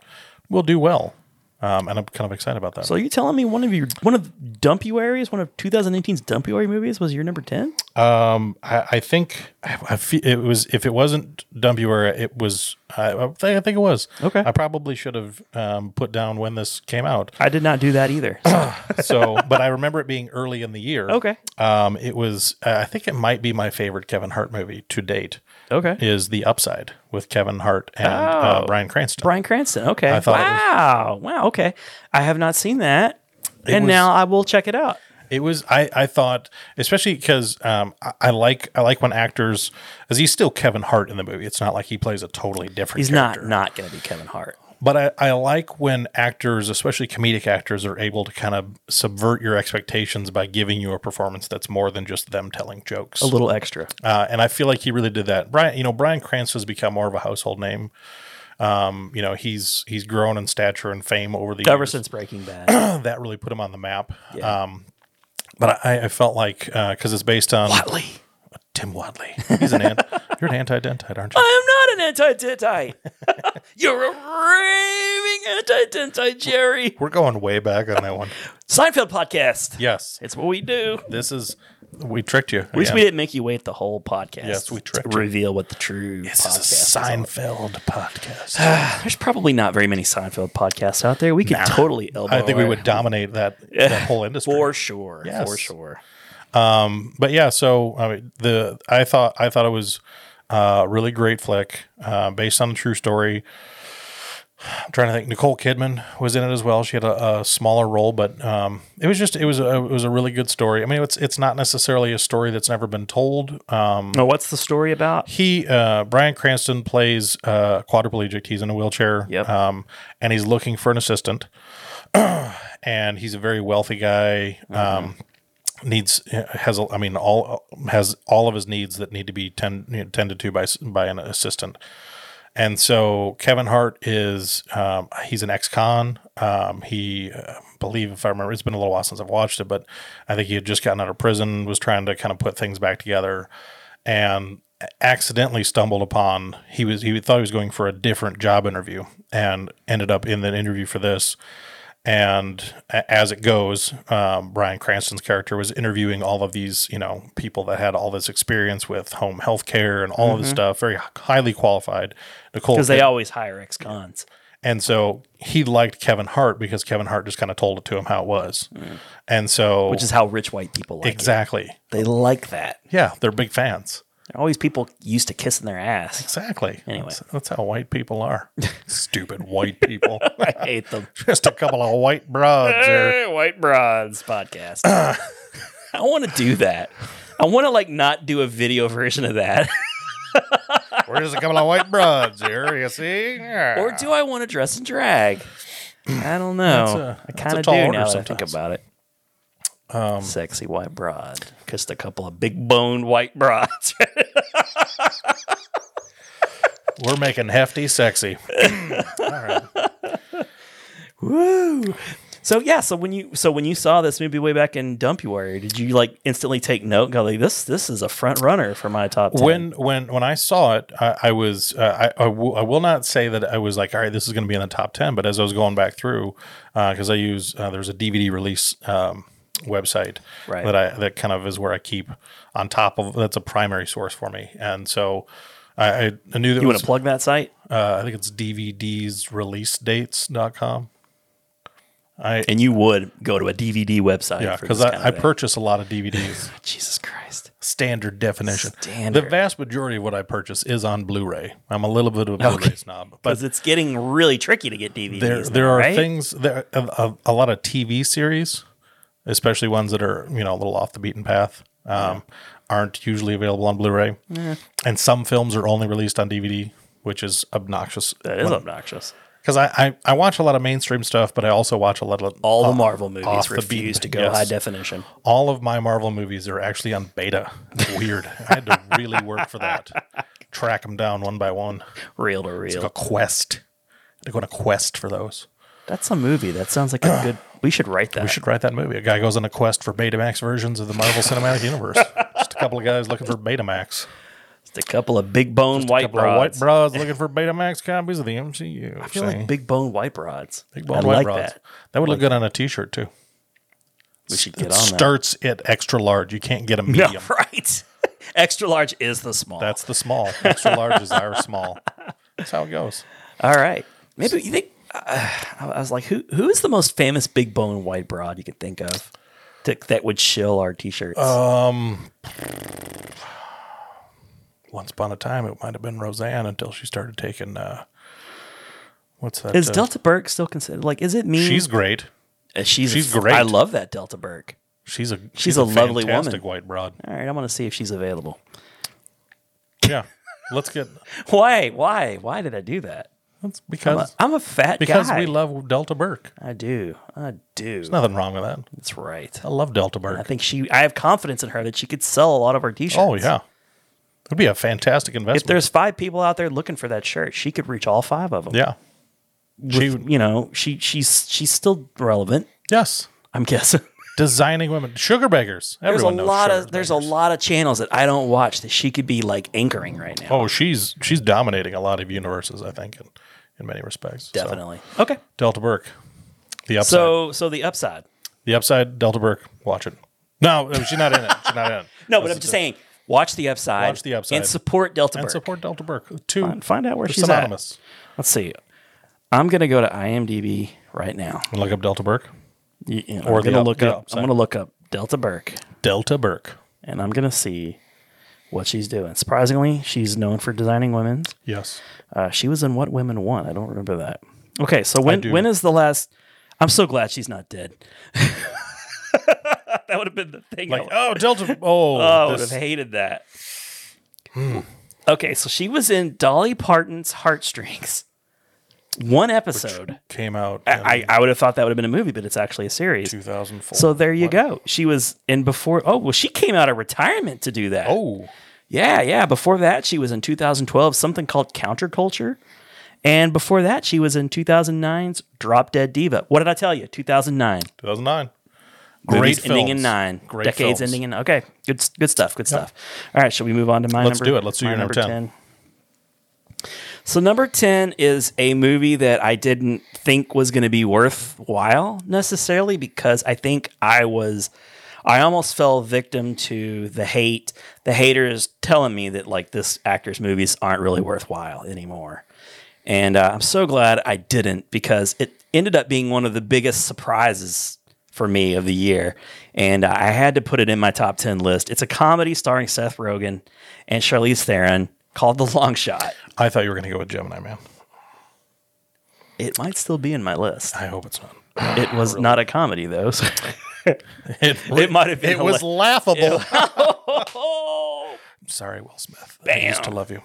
[SPEAKER 2] will do well, um, and I'm kind of excited about that.
[SPEAKER 1] So are you telling me one of your one of Dumpuary's one of 2018's Dumpuary movies was your number ten?
[SPEAKER 2] I, I think I, I fe- it was if it wasn't Dumbuer, it was I, I think I think it was.
[SPEAKER 1] Okay.
[SPEAKER 2] I probably should have um, put down when this came out.
[SPEAKER 1] I did not do that either.
[SPEAKER 2] So, but I remember it being early in the year.
[SPEAKER 1] Okay.
[SPEAKER 2] Um, it was. Uh, I think it might be my favorite Kevin Hart movie to date.
[SPEAKER 1] Okay.
[SPEAKER 2] Is the Upside with Kevin Hart and
[SPEAKER 1] Oh.
[SPEAKER 2] uh, Brian Cranston.
[SPEAKER 1] Brian Cranston. Okay.
[SPEAKER 2] I thought it was-
[SPEAKER 1] wow. wow. Okay. I have not seen that. And
[SPEAKER 2] was-
[SPEAKER 1] now I will check it out.
[SPEAKER 2] It was I, I thought especially because um, I, I like I like when actors as he's still Kevin Hart in the movie. It's not like he plays a totally different.
[SPEAKER 1] He's
[SPEAKER 2] character.
[SPEAKER 1] not not going to be Kevin Hart.
[SPEAKER 2] But I, I like when actors, especially comedic actors, are able to kind of subvert your expectations by giving you a performance that's more than just them telling jokes.
[SPEAKER 1] A little extra.
[SPEAKER 2] Uh, and I feel like he really did that. Brian, you know, Brian Cranston's become more of a household name. Um, you know, he's he's grown in stature and fame over the
[SPEAKER 1] Ever
[SPEAKER 2] years.
[SPEAKER 1] since Breaking Bad.
[SPEAKER 2] that really put him on the map.
[SPEAKER 1] Yeah.
[SPEAKER 2] Um, but I, I felt like because it's based on Tim Wadley. He's an ant. You're an anti-dentite, aren't
[SPEAKER 1] Uh.
[SPEAKER 2] you?
[SPEAKER 1] I am not an anti-Tentite. You're a raving anti-Tentite, Jerry.
[SPEAKER 2] We're going way back on that one.
[SPEAKER 1] Seinfeld podcast.
[SPEAKER 2] Yes,
[SPEAKER 1] It's what we do.
[SPEAKER 2] this is we tricked you.
[SPEAKER 1] At least
[SPEAKER 2] again.
[SPEAKER 1] we didn't make you wait the whole podcast.
[SPEAKER 2] Yes, we
[SPEAKER 1] to
[SPEAKER 2] tricked you.
[SPEAKER 1] reveal what the true
[SPEAKER 2] This
[SPEAKER 1] podcast
[SPEAKER 2] is
[SPEAKER 1] is
[SPEAKER 2] a
[SPEAKER 1] all about.
[SPEAKER 2] Seinfeld podcast.
[SPEAKER 1] There's probably not very many Seinfeld podcasts out there. We could totally elbow.
[SPEAKER 2] I think we
[SPEAKER 1] our-
[SPEAKER 2] would dominate that, that whole industry.
[SPEAKER 1] Oh, for sure. For
[SPEAKER 2] Yes.
[SPEAKER 1] sure.
[SPEAKER 2] But yeah, so I mean, the I thought I thought it was a really great flick uh, based on a true story. I'm trying to think. Nicole Kidman was in it as well. She had a, a smaller role, but um, it was just it was a, it was a really good story. I mean, it's it's not necessarily a story that's never been told. Um,
[SPEAKER 1] Now, what's the story about?
[SPEAKER 2] he uh, Brian Cranston plays uh, quadriplegic. He's in a wheelchair,
[SPEAKER 1] Yep.
[SPEAKER 2] um, and he's looking for an assistant. and he's a very wealthy guy. Um, needs has a- I mean all has all of his needs that need to be tend, you know, tended to by s- by an assistant. And so Kevin Hart is um, he's an ex-con. Um, he uh, believe if I remember, it's been a little while since I've watched it, but I think he had just gotten out of prison, was trying to kind of put things back together, and accidentally stumbled upon he was he thought he was going for a different job interview and ended up in the interview for this. And a- as it goes, um, Brian Cranston's character was interviewing all of these, you know, people that had all this experience with home health care and all of this stuff, very h- highly qualified. Nicole
[SPEAKER 1] Because Mm-hmm. they
[SPEAKER 2] Kid-
[SPEAKER 1] always hire ex cons.
[SPEAKER 2] and so he liked Kevin Hart because Kevin Hart just kind of told it to him how it was. And so
[SPEAKER 1] Mm. Which is how rich white people like it.
[SPEAKER 2] exactly.
[SPEAKER 1] They like that.
[SPEAKER 2] Yeah, they're big fans.
[SPEAKER 1] Always people used to kissing their ass.
[SPEAKER 2] Exactly.
[SPEAKER 1] Anyway.
[SPEAKER 2] That's, that's how white people are. Stupid white people.
[SPEAKER 1] I hate them.
[SPEAKER 2] just a couple of white broads there.
[SPEAKER 1] Hey, white Bronze podcast. I want to do that. I want to like not do a video version of that.
[SPEAKER 2] We're just a couple of white broads here, you see? Yeah.
[SPEAKER 1] Or do I want to dress in drag? I don't know.
[SPEAKER 2] a-
[SPEAKER 1] I
[SPEAKER 2] that's a
[SPEAKER 1] kind of do
[SPEAKER 2] tall
[SPEAKER 1] now
[SPEAKER 2] order
[SPEAKER 1] that I think
[SPEAKER 2] sometimes. Um,
[SPEAKER 1] about it. Sexy white broad, just a couple of big boned white broads.
[SPEAKER 2] We're making hefty sexy.
[SPEAKER 1] Woo! So yeah, so when you so when you saw this movie way back in Dumpuary, did you like instantly take note? and Go like this this is a front runner for my top ten.
[SPEAKER 2] when when when I saw it, I, I was uh, I I, w- I will not say that I was like, all right, this is going to be in the top ten. But as I was going back through, because I use uh, there's a DVD release um, website
[SPEAKER 1] Right.
[SPEAKER 2] that I that kind of is where I keep on top of. That's a primary source for me, and so I, I- I knew that
[SPEAKER 1] you
[SPEAKER 2] it
[SPEAKER 1] want
[SPEAKER 2] was,
[SPEAKER 1] to plug that site,
[SPEAKER 2] uh, I think it's DVDsReleaseDates.com. I
[SPEAKER 1] and you would go to a DVD website.
[SPEAKER 2] yeah,
[SPEAKER 1] for
[SPEAKER 2] because
[SPEAKER 1] this kind
[SPEAKER 2] I, I
[SPEAKER 1] of thing.
[SPEAKER 2] purchase a lot of DVDs.
[SPEAKER 1] Jesus Christ.
[SPEAKER 2] standard definition.
[SPEAKER 1] Standard.
[SPEAKER 2] The vast majority of what I purchase is on Blu-ray. I'm a little bit of a Blu-ray snob,
[SPEAKER 1] Because
[SPEAKER 2] but
[SPEAKER 1] it's getting really tricky to get DVDs.
[SPEAKER 2] there
[SPEAKER 1] now,
[SPEAKER 2] there are
[SPEAKER 1] right?
[SPEAKER 2] things there a, a, a lot of TV series, especially ones that are you know a little off the beaten path, um, aren't usually available on Blu-ray, and some films are only released on DVD, which is obnoxious.
[SPEAKER 1] that is obnoxious.
[SPEAKER 2] Because I, I I watch a lot of mainstream stuff, but I also watch a lot of
[SPEAKER 1] All the Marvel
[SPEAKER 2] off
[SPEAKER 1] movies
[SPEAKER 2] the
[SPEAKER 1] refuse
[SPEAKER 2] beaten-
[SPEAKER 1] to go
[SPEAKER 2] yes.
[SPEAKER 1] high definition.
[SPEAKER 2] all of my Marvel movies are actually on beta. It's weird. I had to really work for that. Track them down one by one.
[SPEAKER 1] Real to
[SPEAKER 2] It's like
[SPEAKER 1] real.
[SPEAKER 2] a quest. They're going to quest for those.
[SPEAKER 1] That's a movie. That sounds like a good we should write that.
[SPEAKER 2] We should write that movie. A guy goes on a quest for Betamax versions of the Marvel Cinematic Universe. Just a couple of guys looking for Betamax.
[SPEAKER 1] Just a couple of big bone
[SPEAKER 2] a
[SPEAKER 1] white
[SPEAKER 2] couple of white
[SPEAKER 1] broads.
[SPEAKER 2] broads looking for Betamax copies of the MCU.
[SPEAKER 1] I feel like big bone white broads.
[SPEAKER 2] Big bald
[SPEAKER 1] I
[SPEAKER 2] white
[SPEAKER 1] like
[SPEAKER 2] broads.
[SPEAKER 1] that.
[SPEAKER 2] That. would look good on a T-shirt too.
[SPEAKER 1] We should
[SPEAKER 2] It
[SPEAKER 1] get on that.
[SPEAKER 2] starts at extra large. You can't get a medium.
[SPEAKER 1] No, right. Extra large is the small.
[SPEAKER 2] That's the small. Extra large is our small. That's how it goes.
[SPEAKER 1] all right. Maybe you think uh, I was like, who who is the most famous big bone white broad you could think of that, that would shill our t-shirts?
[SPEAKER 2] once upon a time it might have been Roseanne until she started taking uh what's that?
[SPEAKER 1] is
[SPEAKER 2] uh,
[SPEAKER 1] Delta Burke still considered like? Is it me? Uh,
[SPEAKER 2] She's great.
[SPEAKER 1] she's
[SPEAKER 2] she's
[SPEAKER 1] a-
[SPEAKER 2] great.
[SPEAKER 1] I love that Delta Burke.
[SPEAKER 2] She's a she's,
[SPEAKER 1] a lovely woman.
[SPEAKER 2] fantastic white broad.
[SPEAKER 1] All right, I'm gonna see if she's available.
[SPEAKER 2] Yeah. Let's get
[SPEAKER 1] Why? Why? Why did I do that?
[SPEAKER 2] that's
[SPEAKER 1] I'm a-
[SPEAKER 2] because
[SPEAKER 1] I'm a fat
[SPEAKER 2] because
[SPEAKER 1] guy.
[SPEAKER 2] we love Delta Burke.
[SPEAKER 1] I do. I do.
[SPEAKER 2] Nothing wrong with that.
[SPEAKER 1] That's right.
[SPEAKER 2] I love Delta
[SPEAKER 1] I
[SPEAKER 2] Burke.
[SPEAKER 1] think she. I have confidence in her that she could sell a lot of our t-shirts.
[SPEAKER 2] Oh yeah. It'd be a fantastic investment.
[SPEAKER 1] If there's five people out there looking for that shirt, she could reach all five of them.
[SPEAKER 2] yeah. She
[SPEAKER 1] you know, she she's she's still relevant.
[SPEAKER 2] yes.
[SPEAKER 1] I'm guessing.
[SPEAKER 2] Designing women. Sugar beggars.
[SPEAKER 1] There's
[SPEAKER 2] Everyone
[SPEAKER 1] a
[SPEAKER 2] knows
[SPEAKER 1] lot
[SPEAKER 2] sugar
[SPEAKER 1] of there's a
[SPEAKER 2] beggars.
[SPEAKER 1] lot of channels that I don't watch that she could be like anchoring right now.
[SPEAKER 2] Oh, she's she's dominating a lot of universes, I think, in, in many respects. So,
[SPEAKER 1] Definitely. Okay.
[SPEAKER 2] Delta Burke. The upside.
[SPEAKER 1] So so the upside.
[SPEAKER 2] The Upside, Delta Burke, watch it. No, no, she's not in it. She's not in it.
[SPEAKER 1] No, but I'm just saying, watch the upside.
[SPEAKER 2] Watch The Upside.
[SPEAKER 1] and support Delta
[SPEAKER 2] And
[SPEAKER 1] Burke.
[SPEAKER 2] support Delta Burke. Two.
[SPEAKER 1] Find- find out where
[SPEAKER 2] they're
[SPEAKER 1] she's at.
[SPEAKER 2] synonymous.
[SPEAKER 1] Let's see. I'm gonna go to IMDb right now.
[SPEAKER 2] And look up Delta Burke.
[SPEAKER 1] You- you know,
[SPEAKER 2] Or
[SPEAKER 1] I'm
[SPEAKER 2] the
[SPEAKER 1] gonna
[SPEAKER 2] up-
[SPEAKER 1] look
[SPEAKER 2] the
[SPEAKER 1] up.
[SPEAKER 2] upside.
[SPEAKER 1] I'm gonna look up Delta Burke,
[SPEAKER 2] Delta Burke.
[SPEAKER 1] and I'm gonna see what she's doing. Surprisingly, she's known for designing women's.
[SPEAKER 2] Yes.
[SPEAKER 1] Uh, she was in What Women Want. I don't remember that. Okay, so when
[SPEAKER 2] do.
[SPEAKER 1] when is the last? I'm so glad she's not dead. that would have been the thing.
[SPEAKER 2] Like,
[SPEAKER 1] I,
[SPEAKER 2] oh, Delta.
[SPEAKER 1] oh,
[SPEAKER 2] Oh,
[SPEAKER 1] I would have
[SPEAKER 2] this- Hmm.
[SPEAKER 1] hated that. Okay, so she was in Dolly Parton's Heartstrings. One episode.
[SPEAKER 2] came out in
[SPEAKER 1] I, I would have thought that would have been a movie, but it's actually a series.
[SPEAKER 2] 2004.
[SPEAKER 1] So there you
[SPEAKER 2] What?
[SPEAKER 1] go. She was in before. Oh well, she came out of retirement to do that.
[SPEAKER 2] Oh,
[SPEAKER 1] Yeah, yeah. Before that, she was in 2012, something called Counterculture. And before that, she was in 2009's Drop Dead Diva. What did I tell you? 2009.
[SPEAKER 2] 2009.
[SPEAKER 1] Movies
[SPEAKER 2] Great
[SPEAKER 1] ending
[SPEAKER 2] films.
[SPEAKER 1] in nine.
[SPEAKER 2] Great
[SPEAKER 1] Decades
[SPEAKER 2] films.
[SPEAKER 1] ending in Okay, good good stuff. Good stuff. All right, shall we move on to my
[SPEAKER 2] Let's
[SPEAKER 1] number?
[SPEAKER 2] do it. Let's do
[SPEAKER 1] my
[SPEAKER 2] your number 10.
[SPEAKER 1] So number 10 is a movie that I didn't think was going to be worthwhile necessarily because I think I was I almost fell victim to the hate, the haters telling me that like this actor's movies aren't really worthwhile anymore. And uh, I'm so glad I didn't because it ended up being one of the biggest surprises for me of the year. And uh, I had to put it in my top 10 list. It's a comedy starring Seth Rogen and Charlize Theron called The Long Shot.
[SPEAKER 2] I thought you were going to go with Gemini Man.
[SPEAKER 1] It might still be in my list.
[SPEAKER 2] I hope it's not.
[SPEAKER 1] It was not a comedy though. so-
[SPEAKER 2] It,
[SPEAKER 1] It might have been
[SPEAKER 2] It was laughable.
[SPEAKER 1] oh,
[SPEAKER 2] Sorry, Will Smith. I
[SPEAKER 1] Bam.
[SPEAKER 2] used to love you.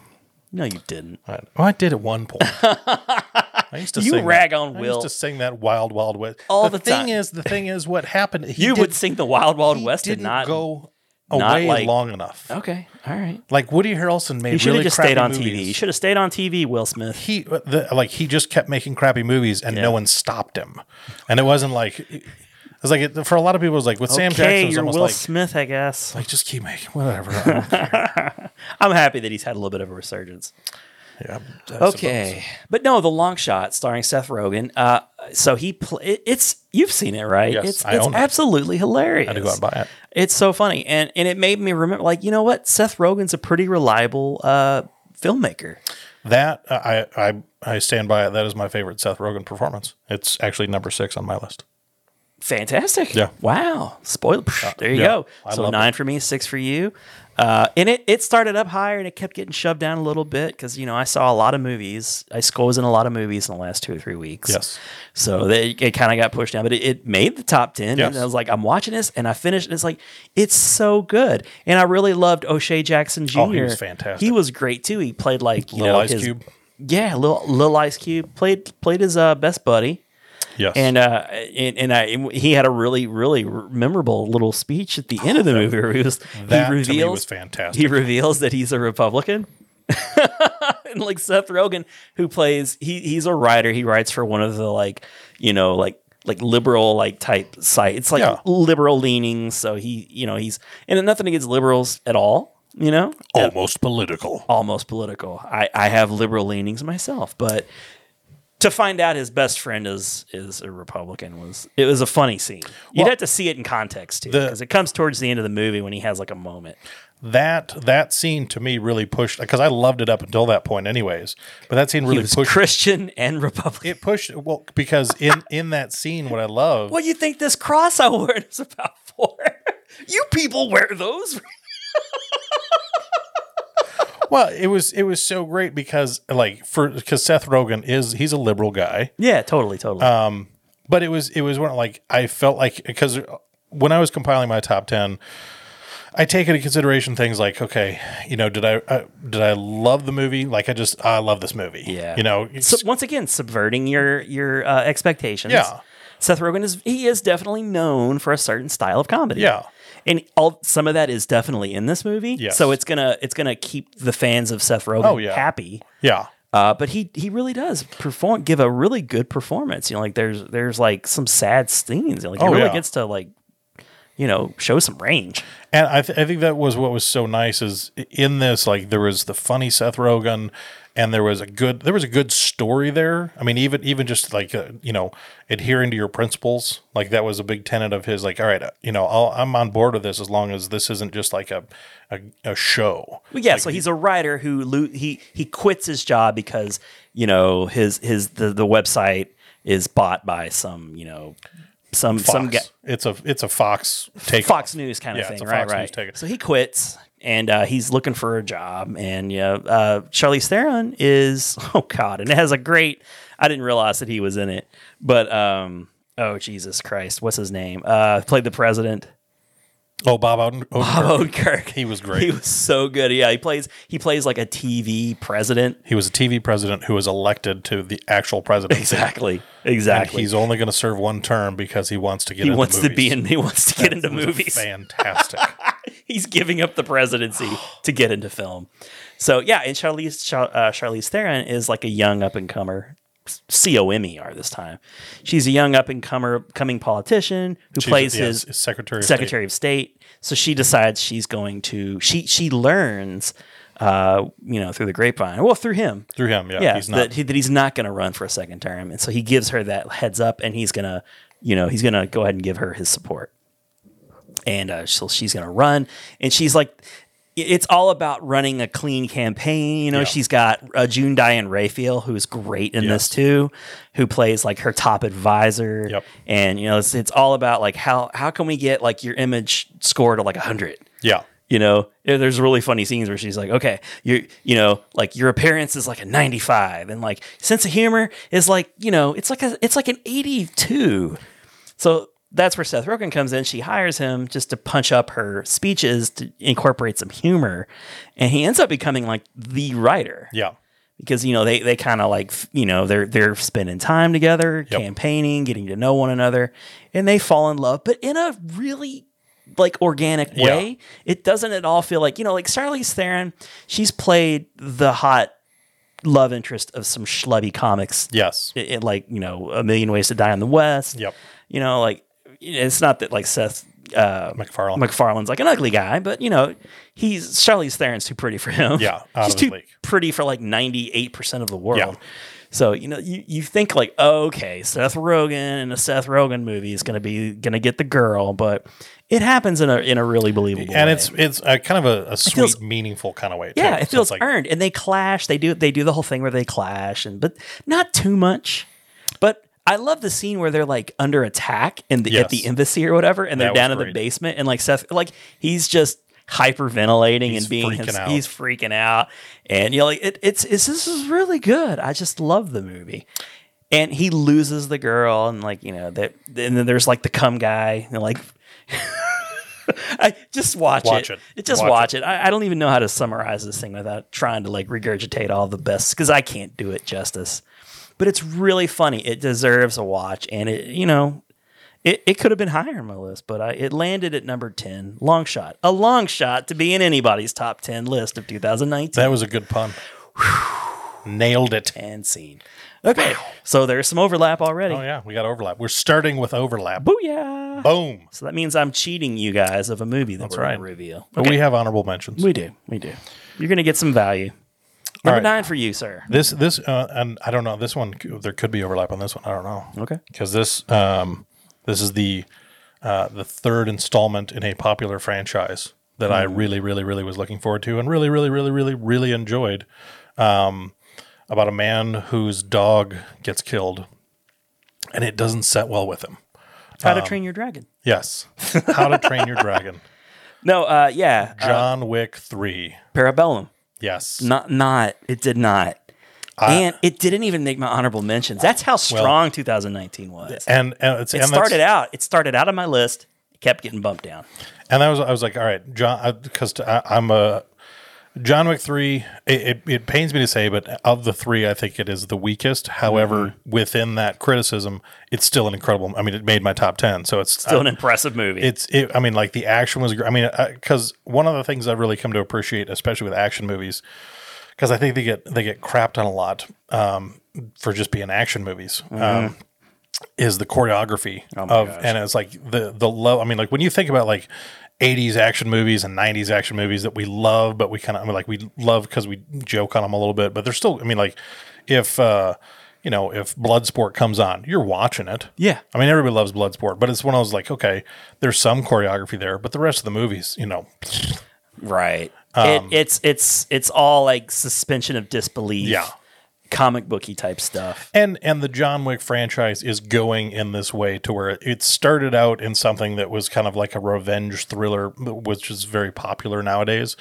[SPEAKER 1] No, you didn't.
[SPEAKER 2] I, well, I did at one point. I used to
[SPEAKER 1] You
[SPEAKER 2] sing
[SPEAKER 1] rag
[SPEAKER 2] that-
[SPEAKER 1] on
[SPEAKER 2] I
[SPEAKER 1] Will.
[SPEAKER 2] used to sing that Wild Wild West.
[SPEAKER 1] All the
[SPEAKER 2] thing
[SPEAKER 1] time.
[SPEAKER 2] is, the thing is, what happened? he
[SPEAKER 1] You
[SPEAKER 2] did-
[SPEAKER 1] would sing the Wild Wild
[SPEAKER 2] he
[SPEAKER 1] West and
[SPEAKER 2] didn't
[SPEAKER 1] not
[SPEAKER 2] go
[SPEAKER 1] not
[SPEAKER 2] away
[SPEAKER 1] like-
[SPEAKER 2] long enough.
[SPEAKER 1] Okay, all right.
[SPEAKER 2] Like Woody Harrelson made
[SPEAKER 1] He should have
[SPEAKER 2] really
[SPEAKER 1] just
[SPEAKER 2] crappy
[SPEAKER 1] stayed on TV.
[SPEAKER 2] movies.
[SPEAKER 1] He should have stayed on TV. Will Smith.
[SPEAKER 2] he uh, the, like he just kept making crappy movies and
[SPEAKER 1] Yeah.
[SPEAKER 2] no one stopped him. And it wasn't like it was like it, for a lot of people it was like with Sam Jackson
[SPEAKER 1] okay,
[SPEAKER 2] it was
[SPEAKER 1] you're
[SPEAKER 2] almost
[SPEAKER 1] Will
[SPEAKER 2] like
[SPEAKER 1] Smith, I guess.
[SPEAKER 2] like just keep making whatever. I don't care.
[SPEAKER 1] I'm happy that he's had a little bit of a resurgence.
[SPEAKER 2] yeah, I
[SPEAKER 1] Okay, but no, the long shot starring Seth Rogen. Uh, so he pl- it- it's you've seen it right?
[SPEAKER 2] Yes,
[SPEAKER 1] it's
[SPEAKER 2] I
[SPEAKER 1] it's
[SPEAKER 2] own it.
[SPEAKER 1] absolutely hilarious.
[SPEAKER 2] I had to go out and buy it.
[SPEAKER 1] It's so funny, and and it made me remember, like you know what, Seth Rogen's a pretty reliable uh, filmmaker.
[SPEAKER 2] That I I I stand by it. That is my favorite Seth Rogen performance. It's actually number six on my list.
[SPEAKER 1] Fantastic!
[SPEAKER 2] Yeah. Uh,
[SPEAKER 1] Wow. Spoiler. there you
[SPEAKER 2] yeah.
[SPEAKER 1] go.
[SPEAKER 2] I
[SPEAKER 1] so
[SPEAKER 2] love
[SPEAKER 1] nine for me, six for you. Uh, and it it started up higher, and it kept getting shoved down a little bit because you know I saw a lot of movies. I sc- was in a lot of movies in the last two or three weeks.
[SPEAKER 2] Yes.
[SPEAKER 1] So they, it kind of got pushed down, but it, it made the top 10.
[SPEAKER 2] Yes.
[SPEAKER 1] And I was like, I'm watching this and I finished. And it's like, it's so good. And I really loved O'Shea Jackson Jr.
[SPEAKER 2] Oh, he was fantastic.
[SPEAKER 1] He was great too. He played like, you
[SPEAKER 2] Little
[SPEAKER 1] know,
[SPEAKER 2] Ice
[SPEAKER 1] his-
[SPEAKER 2] Cube.
[SPEAKER 1] Yeah, little, little Ice Cube played, played his uh, best buddy.
[SPEAKER 2] Yes,
[SPEAKER 1] And, uh, and and I and he had a really really memorable little speech at the end of the movie where he was
[SPEAKER 2] That to
[SPEAKER 1] he
[SPEAKER 2] me
[SPEAKER 1] reveals
[SPEAKER 2] was fantastic.
[SPEAKER 1] He reveals that he's a Republican. and like Seth Rogen, who plays he he's a writer. He writes for one of the like you know like like liberal like type site. It's like
[SPEAKER 2] Yeah.
[SPEAKER 1] liberal leaning. So he you know he's and nothing against liberals at all. You know,
[SPEAKER 2] almost political.
[SPEAKER 1] almost political. I, I have liberal leanings myself, but to find out his best friend is is a Republican was it was a funny scene. You'd
[SPEAKER 2] Well,
[SPEAKER 1] have to see it in context too,
[SPEAKER 2] the-
[SPEAKER 1] because it comes towards the end of the movie when he has like a moment.
[SPEAKER 2] That that scene to me really pushed because I loved it up until that point, anyways. But that scene
[SPEAKER 1] He
[SPEAKER 2] really
[SPEAKER 1] was
[SPEAKER 2] pushed.
[SPEAKER 1] Christian and Republican.
[SPEAKER 2] it pushed well because in in that scene, what I love.
[SPEAKER 1] what do you think this cross I wear is about for? you people wear those.
[SPEAKER 2] Well, it was it was so great because like for because Seth Rogen is he's a liberal guy,
[SPEAKER 1] yeah, totally, totally.
[SPEAKER 2] but it was it was one of, like I felt like because when I was compiling my top ten, I take into consideration things like okay, you know, did I uh, did I love the movie? Like I just I love this movie.
[SPEAKER 1] yeah,
[SPEAKER 2] you know,
[SPEAKER 1] So, once again, subverting your your uh, expectations.
[SPEAKER 2] Yeah.
[SPEAKER 1] Seth Rogen is he is definitely known for a certain style of comedy.
[SPEAKER 2] Yeah.
[SPEAKER 1] And all some of that is definitely in this movie.
[SPEAKER 2] Yes.
[SPEAKER 1] So it's gonna it's gonna keep the fans of Seth Rogen
[SPEAKER 2] Oh, yeah.
[SPEAKER 1] happy.
[SPEAKER 2] yeah.
[SPEAKER 1] Uh, but he he really does perform give a really good performance. You know, like there's there's like some sad scenes. Like he
[SPEAKER 2] Oh,
[SPEAKER 1] really
[SPEAKER 2] yeah.
[SPEAKER 1] gets to like you know show some range.
[SPEAKER 2] And I, th- I think that was what was so nice is in this like there was the funny Seth Rogen, and there was a good there was a good story there. I mean, even even just like uh, you know adhering to your principles, like that was a big tenet of his. Like, all right, uh, you know, I'll, I'm on board with this as long as this isn't just like a a, a show.
[SPEAKER 1] Well, yeah, so he's a writer who lo- he he quits his job because you know his his the, the website is bought by some you know some
[SPEAKER 2] Fox.
[SPEAKER 1] some guy
[SPEAKER 2] it's a it's a Fox take
[SPEAKER 1] Fox News kind of
[SPEAKER 2] Yeah,
[SPEAKER 1] thing,
[SPEAKER 2] it's a
[SPEAKER 1] right?
[SPEAKER 2] Fox
[SPEAKER 1] right.
[SPEAKER 2] News ticket.
[SPEAKER 1] So he quits and uh, he's looking for a job. And yeah, uh, Charlize Theron is oh god, and it has a great. I didn't realize that he was in it, but um, oh Jesus Christ, what's his name? Uh, played the president.
[SPEAKER 2] Oh, Bob Oden. Odenkirk.
[SPEAKER 1] Bob Odenkirk.
[SPEAKER 2] He was great.
[SPEAKER 1] He was so good. Yeah, he plays. He plays like a TV president.
[SPEAKER 2] He was a TV president who was elected to the actual presidency.
[SPEAKER 1] Exactly.
[SPEAKER 2] And
[SPEAKER 1] Exactly.
[SPEAKER 2] he's only going to serve one term because he wants to get.
[SPEAKER 1] he
[SPEAKER 2] into
[SPEAKER 1] wants to be
[SPEAKER 2] movies.
[SPEAKER 1] in. He wants to get into
[SPEAKER 2] It was
[SPEAKER 1] movies.
[SPEAKER 2] Fantastic.
[SPEAKER 1] He's giving up the presidency to get into film. So yeah, and Charlize Char- uh, Charlize Theron is like a young up and comer. C O M E R this time. She's a young up and comer coming politician who
[SPEAKER 2] She's-
[SPEAKER 1] plays
[SPEAKER 2] yeah,
[SPEAKER 1] his
[SPEAKER 2] uh, s- secretary. of State.
[SPEAKER 1] Secretary of State. So she decides she's going to. She she learns, uh, you know, through the grapevine. Well, through him.
[SPEAKER 2] through him. Yeah,
[SPEAKER 1] yeah,
[SPEAKER 2] he's not.
[SPEAKER 1] that, he, that he's not going to run for a second term, and so he gives her that heads up, and he's going to, you know, he's going to go ahead and give her his support, and uh, so she's going to run, and she's like, i- it's all about running a clean campaign. You know,
[SPEAKER 2] Yeah.
[SPEAKER 1] she's got uh, June Diane Raphael, who's great in this
[SPEAKER 2] Yes.
[SPEAKER 1] too, who plays like her top advisor,
[SPEAKER 2] Yep.
[SPEAKER 1] and you know, it's, it's all about like how how can we get like your image score to like hundred
[SPEAKER 2] yeah,
[SPEAKER 1] you know There- there's really funny scenes where she's like okay you you know like your appearance is like a 95 and like sense of humor is like you know it's like a it's like an 82 so that's where Seth Rogen comes in. She hires him just to punch up her speeches to incorporate some humor, and he ends up becoming like the writer
[SPEAKER 2] Yeah.
[SPEAKER 1] because you know they they kind of like f- you know they're they're spending time together,
[SPEAKER 2] Yep.
[SPEAKER 1] campaigning, getting to know one another, and they fall in love, but in a really like organic way. It doesn't at all feel like you know like Charlize Theron. She's played the hot love interest of some schlubby comics
[SPEAKER 2] Yes.
[SPEAKER 1] it, it, like you know a million ways to die in the west
[SPEAKER 2] Yep.
[SPEAKER 1] you know like it's not that like seth uh
[SPEAKER 2] McFarlane.
[SPEAKER 1] McFarlane's like an ugly guy, but you know he's Charlize Theron's too pretty for him.
[SPEAKER 2] Yeah,
[SPEAKER 1] she's
[SPEAKER 2] out of his
[SPEAKER 1] too
[SPEAKER 2] league.
[SPEAKER 1] pretty for like ninety eight percent of the world.
[SPEAKER 2] Yeah.
[SPEAKER 1] So you know you, you think like okay, Seth Rogen in a Seth Rogen movie is gonna be gonna get the girl, but it happens in a in a really believable
[SPEAKER 2] and
[SPEAKER 1] way.
[SPEAKER 2] it's it's a kind of a, a sweet,
[SPEAKER 1] feels-
[SPEAKER 2] meaningful kind of way. too.
[SPEAKER 1] yeah,
[SPEAKER 2] So
[SPEAKER 1] it
[SPEAKER 2] it's
[SPEAKER 1] feels
[SPEAKER 2] like,
[SPEAKER 1] earned, and they clash. They do they do the whole thing where they clash, and but not too much. But I love the scene where they're like under attack in the at the
[SPEAKER 2] Yes.
[SPEAKER 1] embassy or whatever, and they're
[SPEAKER 2] That was
[SPEAKER 1] down in the
[SPEAKER 2] great.
[SPEAKER 1] basement, and like Seth, like he's just hyperventilating
[SPEAKER 2] He's
[SPEAKER 1] and being
[SPEAKER 2] freaking
[SPEAKER 1] himself-
[SPEAKER 2] out.
[SPEAKER 1] he's freaking out, and you know, like it, it's it's this is really good. I just love the movie. And he loses the girl, and like you know that, and then there's like the cum guy, and like, I just watch,
[SPEAKER 2] Watch
[SPEAKER 1] it.
[SPEAKER 2] it.
[SPEAKER 1] Just
[SPEAKER 2] Watch
[SPEAKER 1] watch,
[SPEAKER 2] it.
[SPEAKER 1] it. I, I don't even know how to summarize this thing without trying to like regurgitate all the best because I can't do it justice. But it's really funny. It deserves a watch, and it you know, it, it could have been higher on my list, but I, it landed at number ten. Long shot, a long shot to be in anybody's top ten list of 2019
[SPEAKER 2] that was a good pun. Nailed it.
[SPEAKER 1] and scene. Okay, so there's some overlap already.
[SPEAKER 2] Oh yeah, we got overlap. We're starting with overlap.
[SPEAKER 1] Booyah!
[SPEAKER 2] Boom.
[SPEAKER 1] So that means I'm cheating you guys of a movie that we're going
[SPEAKER 2] right.
[SPEAKER 1] to reveal.
[SPEAKER 2] But we have honorable mentions.
[SPEAKER 1] We do, we do. You're going to get some value.
[SPEAKER 2] All
[SPEAKER 1] Number
[SPEAKER 2] right.
[SPEAKER 1] nine for you, sir.
[SPEAKER 2] This this uh, and I don't know. This one c- there could be overlap on this one. I don't know.
[SPEAKER 1] Okay.
[SPEAKER 2] Because this um this is the uh, the third installment in a popular franchise that I
[SPEAKER 1] Mm-hmm.
[SPEAKER 2] really really really was looking forward to and really really really really really enjoyed. Um, about a man whose dog gets killed, and it doesn't set well with him.
[SPEAKER 1] How to Train Your Dragon.
[SPEAKER 2] Yes. How to Train Your Dragon.
[SPEAKER 1] No, uh, yeah, uh,
[SPEAKER 2] John Wick Three.
[SPEAKER 1] Parabellum.
[SPEAKER 2] Yes.
[SPEAKER 1] Not, not. It did not. and it didn't even make my honorable mentions. That's how strong 2019 was.
[SPEAKER 2] and, and it's
[SPEAKER 1] it
[SPEAKER 2] and that's-
[SPEAKER 1] started out. It started out on my list. It kept getting bumped down.
[SPEAKER 2] And I was, I was like, all right, John, because I'm a John Wick three. It, it, it pains me to say, but of the three, I think it is the weakest. However,
[SPEAKER 1] Mm-hmm.
[SPEAKER 2] within that criticism, it's still an incredible. I mean, it made my top ten, so it's
[SPEAKER 1] Still
[SPEAKER 2] I-
[SPEAKER 1] an impressive movie.
[SPEAKER 2] it's Um, it, i mean like the action was gr- i mean because one of the things i've really come to appreciate especially with action movies because i think they get they get crapped on a lot um, for just being action movies um, is the choreography of and it's like the the low i mean like when you think about like 80s action movies and 90s action movies that we love but we kind of I mean, like we love because we joke on them a little bit but they're still i mean like if uh you know if bloodsport comes on you're watching it
[SPEAKER 1] Yeah.
[SPEAKER 2] I mean, everybody loves Bloodsport, but it's one of those like, okay, there's some choreography there, but the rest of the movies, you know,
[SPEAKER 1] Right.
[SPEAKER 2] um,
[SPEAKER 1] it, it's it's it's all like suspension of disbelief.
[SPEAKER 2] Yeah.
[SPEAKER 1] Comic booky type stuff.
[SPEAKER 2] and and the John Wick franchise is going in this way to where it started out in something that was kind of like a revenge thriller, which is very popular nowadays,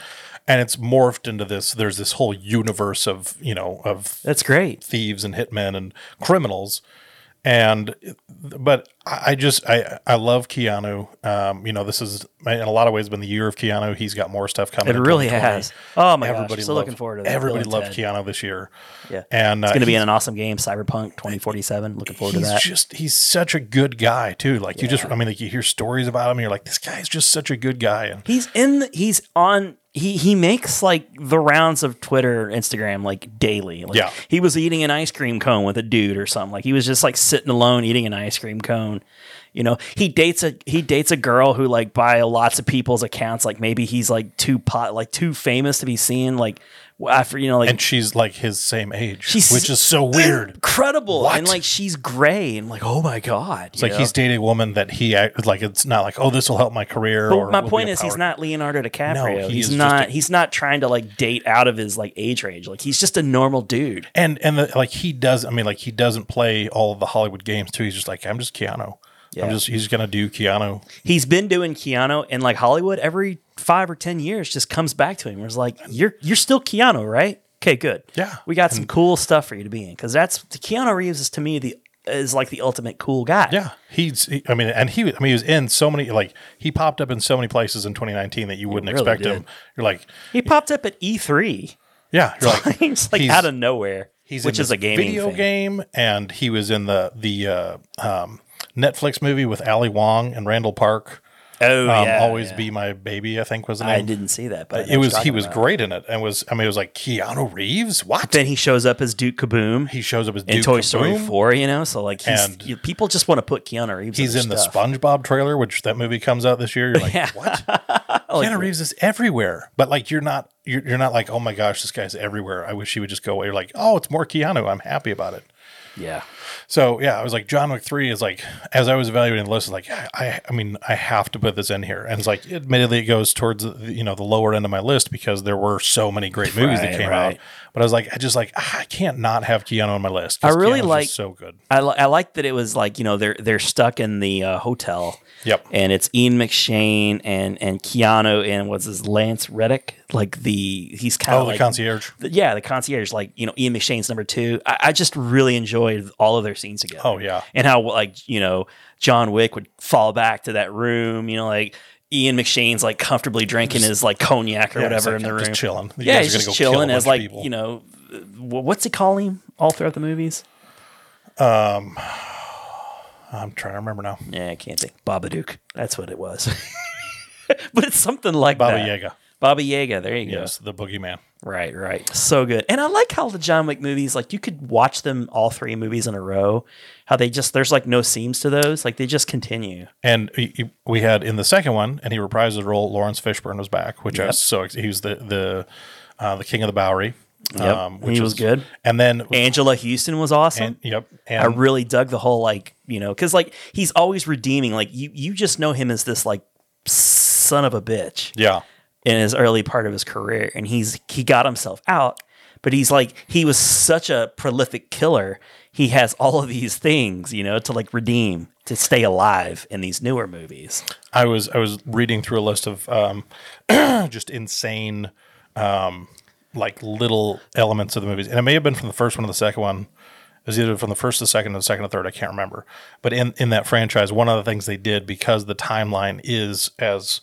[SPEAKER 2] and it's morphed into this. There's this whole universe of you know of
[SPEAKER 1] That's great.
[SPEAKER 2] thieves and hitmen and criminals. And but I I just I I love Keanu. Um, you know, this is in a lot of ways been the year of Keanu. He's got more stuff coming.
[SPEAKER 1] It
[SPEAKER 2] in
[SPEAKER 1] really
[SPEAKER 2] 2020.
[SPEAKER 1] has. Oh my
[SPEAKER 2] Everybody
[SPEAKER 1] gosh. I'm Still
[SPEAKER 2] loved-
[SPEAKER 1] looking forward to that.
[SPEAKER 2] Everybody
[SPEAKER 1] Bill and
[SPEAKER 2] loved
[SPEAKER 1] Ted.
[SPEAKER 2] Keanu this year.
[SPEAKER 1] Yeah.
[SPEAKER 2] and uh,
[SPEAKER 1] It's going to be
[SPEAKER 2] he's-
[SPEAKER 1] in an awesome game, Cyberpunk 2047. Looking forward to
[SPEAKER 2] He's
[SPEAKER 1] that.
[SPEAKER 2] just he's such a good guy too. Like you just I mean like you hear stories about him, and you're like this guy's just such a good guy. And
[SPEAKER 1] He's in. The, he's on. He he makes like the rounds of Twitter, Instagram, like daily. Like,
[SPEAKER 2] Yeah.
[SPEAKER 1] he was eating an ice cream cone with a dude or something. Like he was just like sitting alone eating an ice cream cone. You know, he dates a he dates a girl who like by lots of people's accounts, like maybe he's like too pot, like too famous to be seen. Like after you know, like
[SPEAKER 2] and she's like his same age,
[SPEAKER 1] She's-
[SPEAKER 2] which is so weird.
[SPEAKER 1] incredible,
[SPEAKER 2] What?
[SPEAKER 1] and like she's gray, and like oh my god,
[SPEAKER 2] It's like he's dating a woman that he act, like it's not like oh this will help my career.
[SPEAKER 1] But
[SPEAKER 2] or
[SPEAKER 1] my
[SPEAKER 2] will be
[SPEAKER 1] point
[SPEAKER 2] a
[SPEAKER 1] is, he's
[SPEAKER 2] power-
[SPEAKER 1] not Leonardo DiCaprio.
[SPEAKER 2] No, he
[SPEAKER 1] he's
[SPEAKER 2] is just
[SPEAKER 1] not.
[SPEAKER 2] a-
[SPEAKER 1] he's not trying to like date out of his like age range. Like he's just a normal dude.
[SPEAKER 2] and and the, like he does i mean like he doesn't play all of the hollywood games too he's just like i'm just keanu
[SPEAKER 1] Yeah.
[SPEAKER 2] i'm just he's gonna do keanu
[SPEAKER 1] He's been doing Keanu in like Hollywood every five or ten years. Just comes back to him. Where it's like you're you're still Keanu, right? Okay, good.
[SPEAKER 2] Yeah.
[SPEAKER 1] we got some cool stuff for you to be in because that's Keanu Reeves is to me the is like the ultimate cool guy.
[SPEAKER 2] Yeah, he's. He, I mean, and he. I mean, he was in so many. Like he popped up in so many places in 2019 that you wouldn't
[SPEAKER 1] really
[SPEAKER 2] expect
[SPEAKER 1] did.
[SPEAKER 2] him. You're like,
[SPEAKER 1] He popped up at E3.
[SPEAKER 2] yeah, you're like,
[SPEAKER 1] He's like
[SPEAKER 2] he's-
[SPEAKER 1] out of nowhere.
[SPEAKER 2] he's
[SPEAKER 1] which
[SPEAKER 2] in
[SPEAKER 1] is
[SPEAKER 2] this
[SPEAKER 1] a gaming
[SPEAKER 2] video
[SPEAKER 1] thing.
[SPEAKER 2] game, and he was in the the uh, um, Netflix movie with Ali Wong and Randall Park.
[SPEAKER 1] Oh,
[SPEAKER 2] Um,
[SPEAKER 1] yeah,
[SPEAKER 2] Always
[SPEAKER 1] yeah.
[SPEAKER 2] be my baby, I think was the name.
[SPEAKER 1] I didn't see that, but I know what
[SPEAKER 2] It was
[SPEAKER 1] you're
[SPEAKER 2] he
[SPEAKER 1] talking
[SPEAKER 2] was
[SPEAKER 1] about.
[SPEAKER 2] great in it, and was I mean, it was like Keanu Reeves. What?
[SPEAKER 1] Then he shows up as Duke Kaboom
[SPEAKER 2] he shows up as
[SPEAKER 1] in
[SPEAKER 2] Duke
[SPEAKER 1] Toy Story
[SPEAKER 2] Kaboom.
[SPEAKER 1] Four. You know, so like he's,
[SPEAKER 2] And-
[SPEAKER 1] you- people just want to put Keanu Reeves.
[SPEAKER 2] He's
[SPEAKER 1] their
[SPEAKER 2] in the
[SPEAKER 1] stuff.
[SPEAKER 2] SpongeBob trailer, which that movie comes out this year. You're like,
[SPEAKER 1] Yeah.
[SPEAKER 2] what?
[SPEAKER 1] like
[SPEAKER 2] Keanu Reeves is everywhere, but like you're not you're, you're not like oh my gosh this guy's everywhere. I wish he would just go away. You're like oh it's more Keanu. I'm happy about it.
[SPEAKER 1] Yeah,
[SPEAKER 2] So yeah, I was like John Wick three is like as I was evaluating the list, I was like I I mean I have to put this in here, and it's like admittedly it goes towards the, you know the lower end of my list because there were so many great movies
[SPEAKER 1] Right,
[SPEAKER 2] that came
[SPEAKER 1] right.
[SPEAKER 2] out, but I was like I just like ah, I can't not have Keanu on my list.
[SPEAKER 1] I
[SPEAKER 2] 'cause
[SPEAKER 1] really
[SPEAKER 2] Keanu's just
[SPEAKER 1] like-
[SPEAKER 2] so good.
[SPEAKER 1] I, li- I like that it was like you know they're they're stuck in the uh, hotel.
[SPEAKER 2] Yep.
[SPEAKER 1] And it's Ian McShane and and Keanu and what's his Lance Reddick like the he's kind
[SPEAKER 2] Oh,
[SPEAKER 1] of like,
[SPEAKER 2] the concierge.
[SPEAKER 1] th- yeah the concierge like you know Ian McShane's number two. I, I just really enjoyed all of their scenes together.
[SPEAKER 2] Oh, yeah.
[SPEAKER 1] And how like you know John Wick would fall back to that room. You know like Ian McShane's like comfortably drinking his like cognac or
[SPEAKER 2] Yeah, it's
[SPEAKER 1] whatever
[SPEAKER 2] like,
[SPEAKER 1] in the
[SPEAKER 2] I'm
[SPEAKER 1] room.
[SPEAKER 2] just chilling. You
[SPEAKER 1] yeah,
[SPEAKER 2] guys
[SPEAKER 1] he's
[SPEAKER 2] are gonna
[SPEAKER 1] just
[SPEAKER 2] go kill a
[SPEAKER 1] chilling
[SPEAKER 2] bunch
[SPEAKER 1] as
[SPEAKER 2] of
[SPEAKER 1] like
[SPEAKER 2] people.
[SPEAKER 1] you know uh, wh- what's he call him all throughout the movies?
[SPEAKER 2] I'm trying to remember now.
[SPEAKER 1] Yeah, I can't think. Babadook. That's what it was. but it's something like
[SPEAKER 2] Baba
[SPEAKER 1] that.
[SPEAKER 2] Yaga.
[SPEAKER 1] Baba Yaga. There you
[SPEAKER 2] Yes, the boogeyman.
[SPEAKER 1] go. Right, right. So good. And I like how the John Wick movies, like you could watch them all three movies in a row. How they just there's like no seams to those. Like they just continue.
[SPEAKER 2] And he, he- we had in the second one, and he reprised his role. Lawrence Fishburne was back, which I was so ex- he was the the uh, the king of the Bowery. um,
[SPEAKER 1] Yep. He was good.
[SPEAKER 2] And then
[SPEAKER 1] Angela Houston was awesome.
[SPEAKER 2] and- yep,
[SPEAKER 1] I
[SPEAKER 2] and
[SPEAKER 1] really dug the whole like you know because like he's always redeeming. Like you you just know him as this like son of a bitch.
[SPEAKER 2] yeah,
[SPEAKER 1] in his early part of his career and he's he got himself out but he's like he was such a prolific killer he has all of these things you know to like redeem to stay alive in these newer movies
[SPEAKER 2] I was I was reading through a list of um, just insane um, like little elements of the movies, and it may have been from the first one or the second one. It was either from the first to second or the second to third. I can't remember. But in in that franchise, one of the things they did because the timeline is as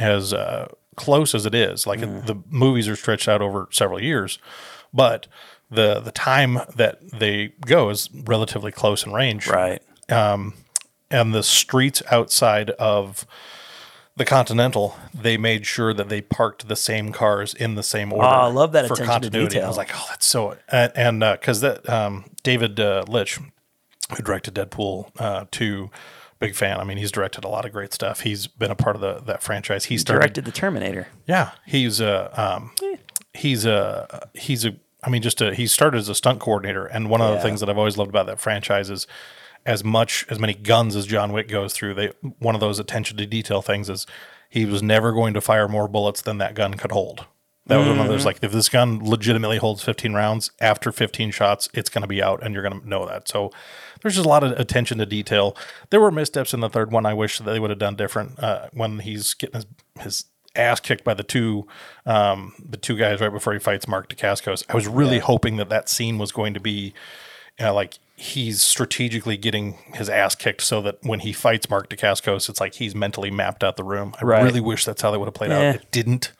[SPEAKER 2] as uh, close as it is, like the movies are stretched out over several years, but the the time that they go is relatively close in range, and the streets outside of the Continental, they made sure that they parked the same cars in the same order.
[SPEAKER 1] Ah, I love that attention to detail.
[SPEAKER 2] I was like, oh, that's so. And because that um, David uh, Litch, who directed Deadpool uh, two, big fan. I mean, he's directed a lot of great stuff. He's been a part of the that franchise. He started
[SPEAKER 1] directed the terminator
[SPEAKER 2] yeah, he's a um, he's a he's a. I mean, just a, he started as a stunt coordinator, and one of the
[SPEAKER 1] Yeah.
[SPEAKER 2] things that I've always loved about that franchise is as much as many guns as John Wick goes through. They one of those attention to detail things is he was never going to fire more bullets than that gun could hold. That was one of those like if this gun legitimately holds 15 rounds after 15 shots, it's going to be out, and you're going to know that. So there's just a lot of attention to detail. There were missteps in the third one. I wish that they would have done different uh, when he's getting his his ass kicked by the two um, the two guys right before he fights Mark DeCascos. I was really hoping that that scene was going to be you know, like he's strategically getting his ass kicked so that when he fights Mark DeCascos, it's like he's mentally mapped out the room. I
[SPEAKER 1] Right.
[SPEAKER 2] really wish that's how they would have played
[SPEAKER 1] Yeah.
[SPEAKER 2] out. It didn't.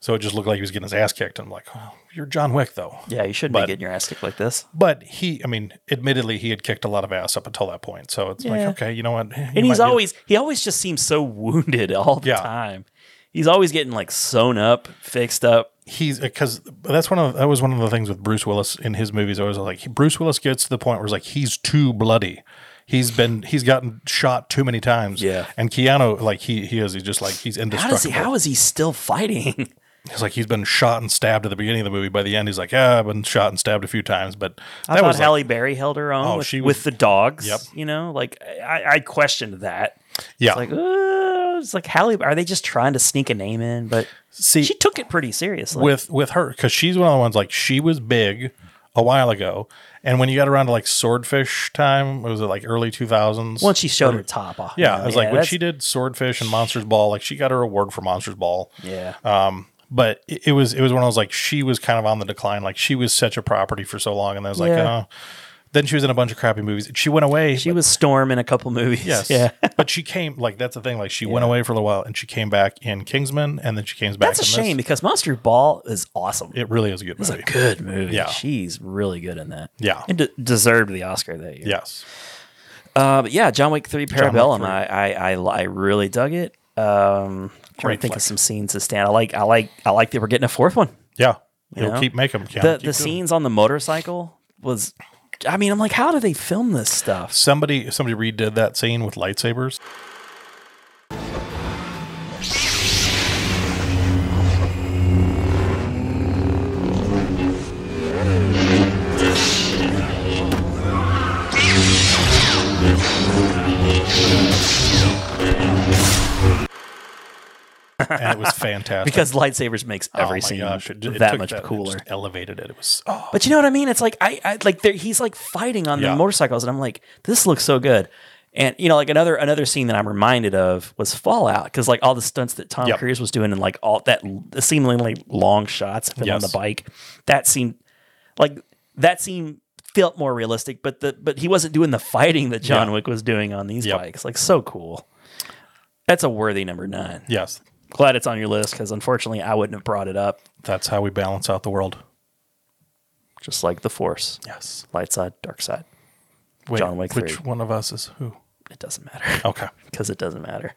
[SPEAKER 2] So it just looked like he was getting his ass kicked. And I'm like, oh, you're John Wick though.
[SPEAKER 1] yeah you shouldn't be
[SPEAKER 2] But-
[SPEAKER 1] getting your ass kicked like this
[SPEAKER 2] But he, I mean, admittedly, he had kicked a lot of ass up until that point. So it's
[SPEAKER 1] Yeah.
[SPEAKER 2] like, okay, you know what? You
[SPEAKER 1] and he's
[SPEAKER 2] might be-
[SPEAKER 1] always he always just seems so wounded all the
[SPEAKER 2] Yeah.
[SPEAKER 1] time he's always getting like sewn up fixed up
[SPEAKER 2] he's because that's one of that was one of the things with Bruce Willis in his movies. Always like Bruce Willis gets to the point where it's like he's too bloody. He's been he's gotten shot too many times.
[SPEAKER 1] Yeah.
[SPEAKER 2] and Keanu like he he is he's just like he's
[SPEAKER 1] how
[SPEAKER 2] indestructible.
[SPEAKER 1] does he how is he still fighting
[SPEAKER 2] It's like he's been shot and stabbed at the beginning of the movie. By the end, he's like, yeah, I've been shot and stabbed a few times. But
[SPEAKER 1] I
[SPEAKER 2] that
[SPEAKER 1] thought
[SPEAKER 2] was like-
[SPEAKER 1] Halle Berry held her own
[SPEAKER 2] Oh,
[SPEAKER 1] with,
[SPEAKER 2] she
[SPEAKER 1] with
[SPEAKER 2] was-
[SPEAKER 1] the dogs.
[SPEAKER 2] Yep.
[SPEAKER 1] You know, like I, I questioned that.
[SPEAKER 2] yeah.
[SPEAKER 1] Like, uh, it's like Halle, are they just trying to sneak a name in? But
[SPEAKER 2] See,
[SPEAKER 1] she took it pretty seriously.
[SPEAKER 2] with with her because she's one of the ones like she was big a while ago, and when you got around to like Swordfish time, was it like early two thousands?
[SPEAKER 1] once she showed her top off.
[SPEAKER 2] Yeah, I was like when
[SPEAKER 1] that's-
[SPEAKER 2] she did Swordfish and Monsters Ball, like she got her award for Monsters Ball.
[SPEAKER 1] Yeah.
[SPEAKER 2] Um, but it, it was it was when I was like she was kind of on the decline. Like she was such a property for so long, and I was like,
[SPEAKER 1] Yeah.
[SPEAKER 2] oh, Then she was in a bunch of crappy movies. She went away.
[SPEAKER 1] She was Storm in a couple movies.
[SPEAKER 2] yes,
[SPEAKER 1] Yeah.
[SPEAKER 2] but she came like that's the thing. Like she went away for a little while, and she came back in Kingsman, and then she came back.
[SPEAKER 1] That's a
[SPEAKER 2] in
[SPEAKER 1] shame
[SPEAKER 2] This.
[SPEAKER 1] because Monster Ball is awesome.
[SPEAKER 2] It really is a good
[SPEAKER 1] It's a
[SPEAKER 2] movie.
[SPEAKER 1] good movie.
[SPEAKER 2] Yeah.
[SPEAKER 1] She's really good in that.
[SPEAKER 2] Yeah.
[SPEAKER 1] And de- deserved the Oscar that year.
[SPEAKER 2] Yes,
[SPEAKER 1] Uh, but yeah, John Wick 3
[SPEAKER 2] Wick
[SPEAKER 1] Parabellum.
[SPEAKER 2] 3.
[SPEAKER 1] I, I, I, li- I really dug it. Um, trying
[SPEAKER 2] Great
[SPEAKER 1] to think
[SPEAKER 2] flick.
[SPEAKER 1] of some scenes to stand. I like, I like, I like that we're getting a fourth one.
[SPEAKER 2] yeah.
[SPEAKER 1] You
[SPEAKER 2] You'll
[SPEAKER 1] know?
[SPEAKER 2] keep making them.
[SPEAKER 1] the
[SPEAKER 2] Keanu. Keep
[SPEAKER 1] the
[SPEAKER 2] doing it.
[SPEAKER 1] scenes on the motorcycle was, I mean, I'm like, how do they film this stuff?
[SPEAKER 2] Somebody somebody redid that scene with lightsabers. and it was fantastic.
[SPEAKER 1] Because lightsabers makes
[SPEAKER 2] Oh
[SPEAKER 1] every
[SPEAKER 2] my
[SPEAKER 1] scene
[SPEAKER 2] gosh, it- it
[SPEAKER 1] that
[SPEAKER 2] took
[SPEAKER 1] much
[SPEAKER 2] it
[SPEAKER 1] cooler.
[SPEAKER 2] just elevated it. It was oh,
[SPEAKER 1] But you know what I mean? It's like I, I like there, he's like fighting on
[SPEAKER 2] Yeah.
[SPEAKER 1] the motorcycles, and I'm like, this looks so good. And you know, like another another scene that I'm reminded of was Fallout because like all the stunts that Tom
[SPEAKER 2] Yep.
[SPEAKER 1] Cruise was doing and like all that l- seemingly long shots of him on
[SPEAKER 2] Yes.
[SPEAKER 1] the bike, that scene, like that scene felt more realistic. But the but he wasn't doing the fighting that John
[SPEAKER 2] Yeah.
[SPEAKER 1] Wick was doing on these
[SPEAKER 2] Yep.
[SPEAKER 1] bikes. Like so cool. That's a worthy number nine.
[SPEAKER 2] yes.
[SPEAKER 1] Glad it's on your list because unfortunately I wouldn't have brought it up.
[SPEAKER 2] That's how we balance out the world.
[SPEAKER 1] Just like the Force,
[SPEAKER 2] Yes.
[SPEAKER 1] light side, dark side.
[SPEAKER 2] Wait,
[SPEAKER 1] John Wick
[SPEAKER 2] Which
[SPEAKER 1] three.
[SPEAKER 2] one of us is who?
[SPEAKER 1] It doesn't matter.
[SPEAKER 2] Okay.
[SPEAKER 1] because it doesn't matter.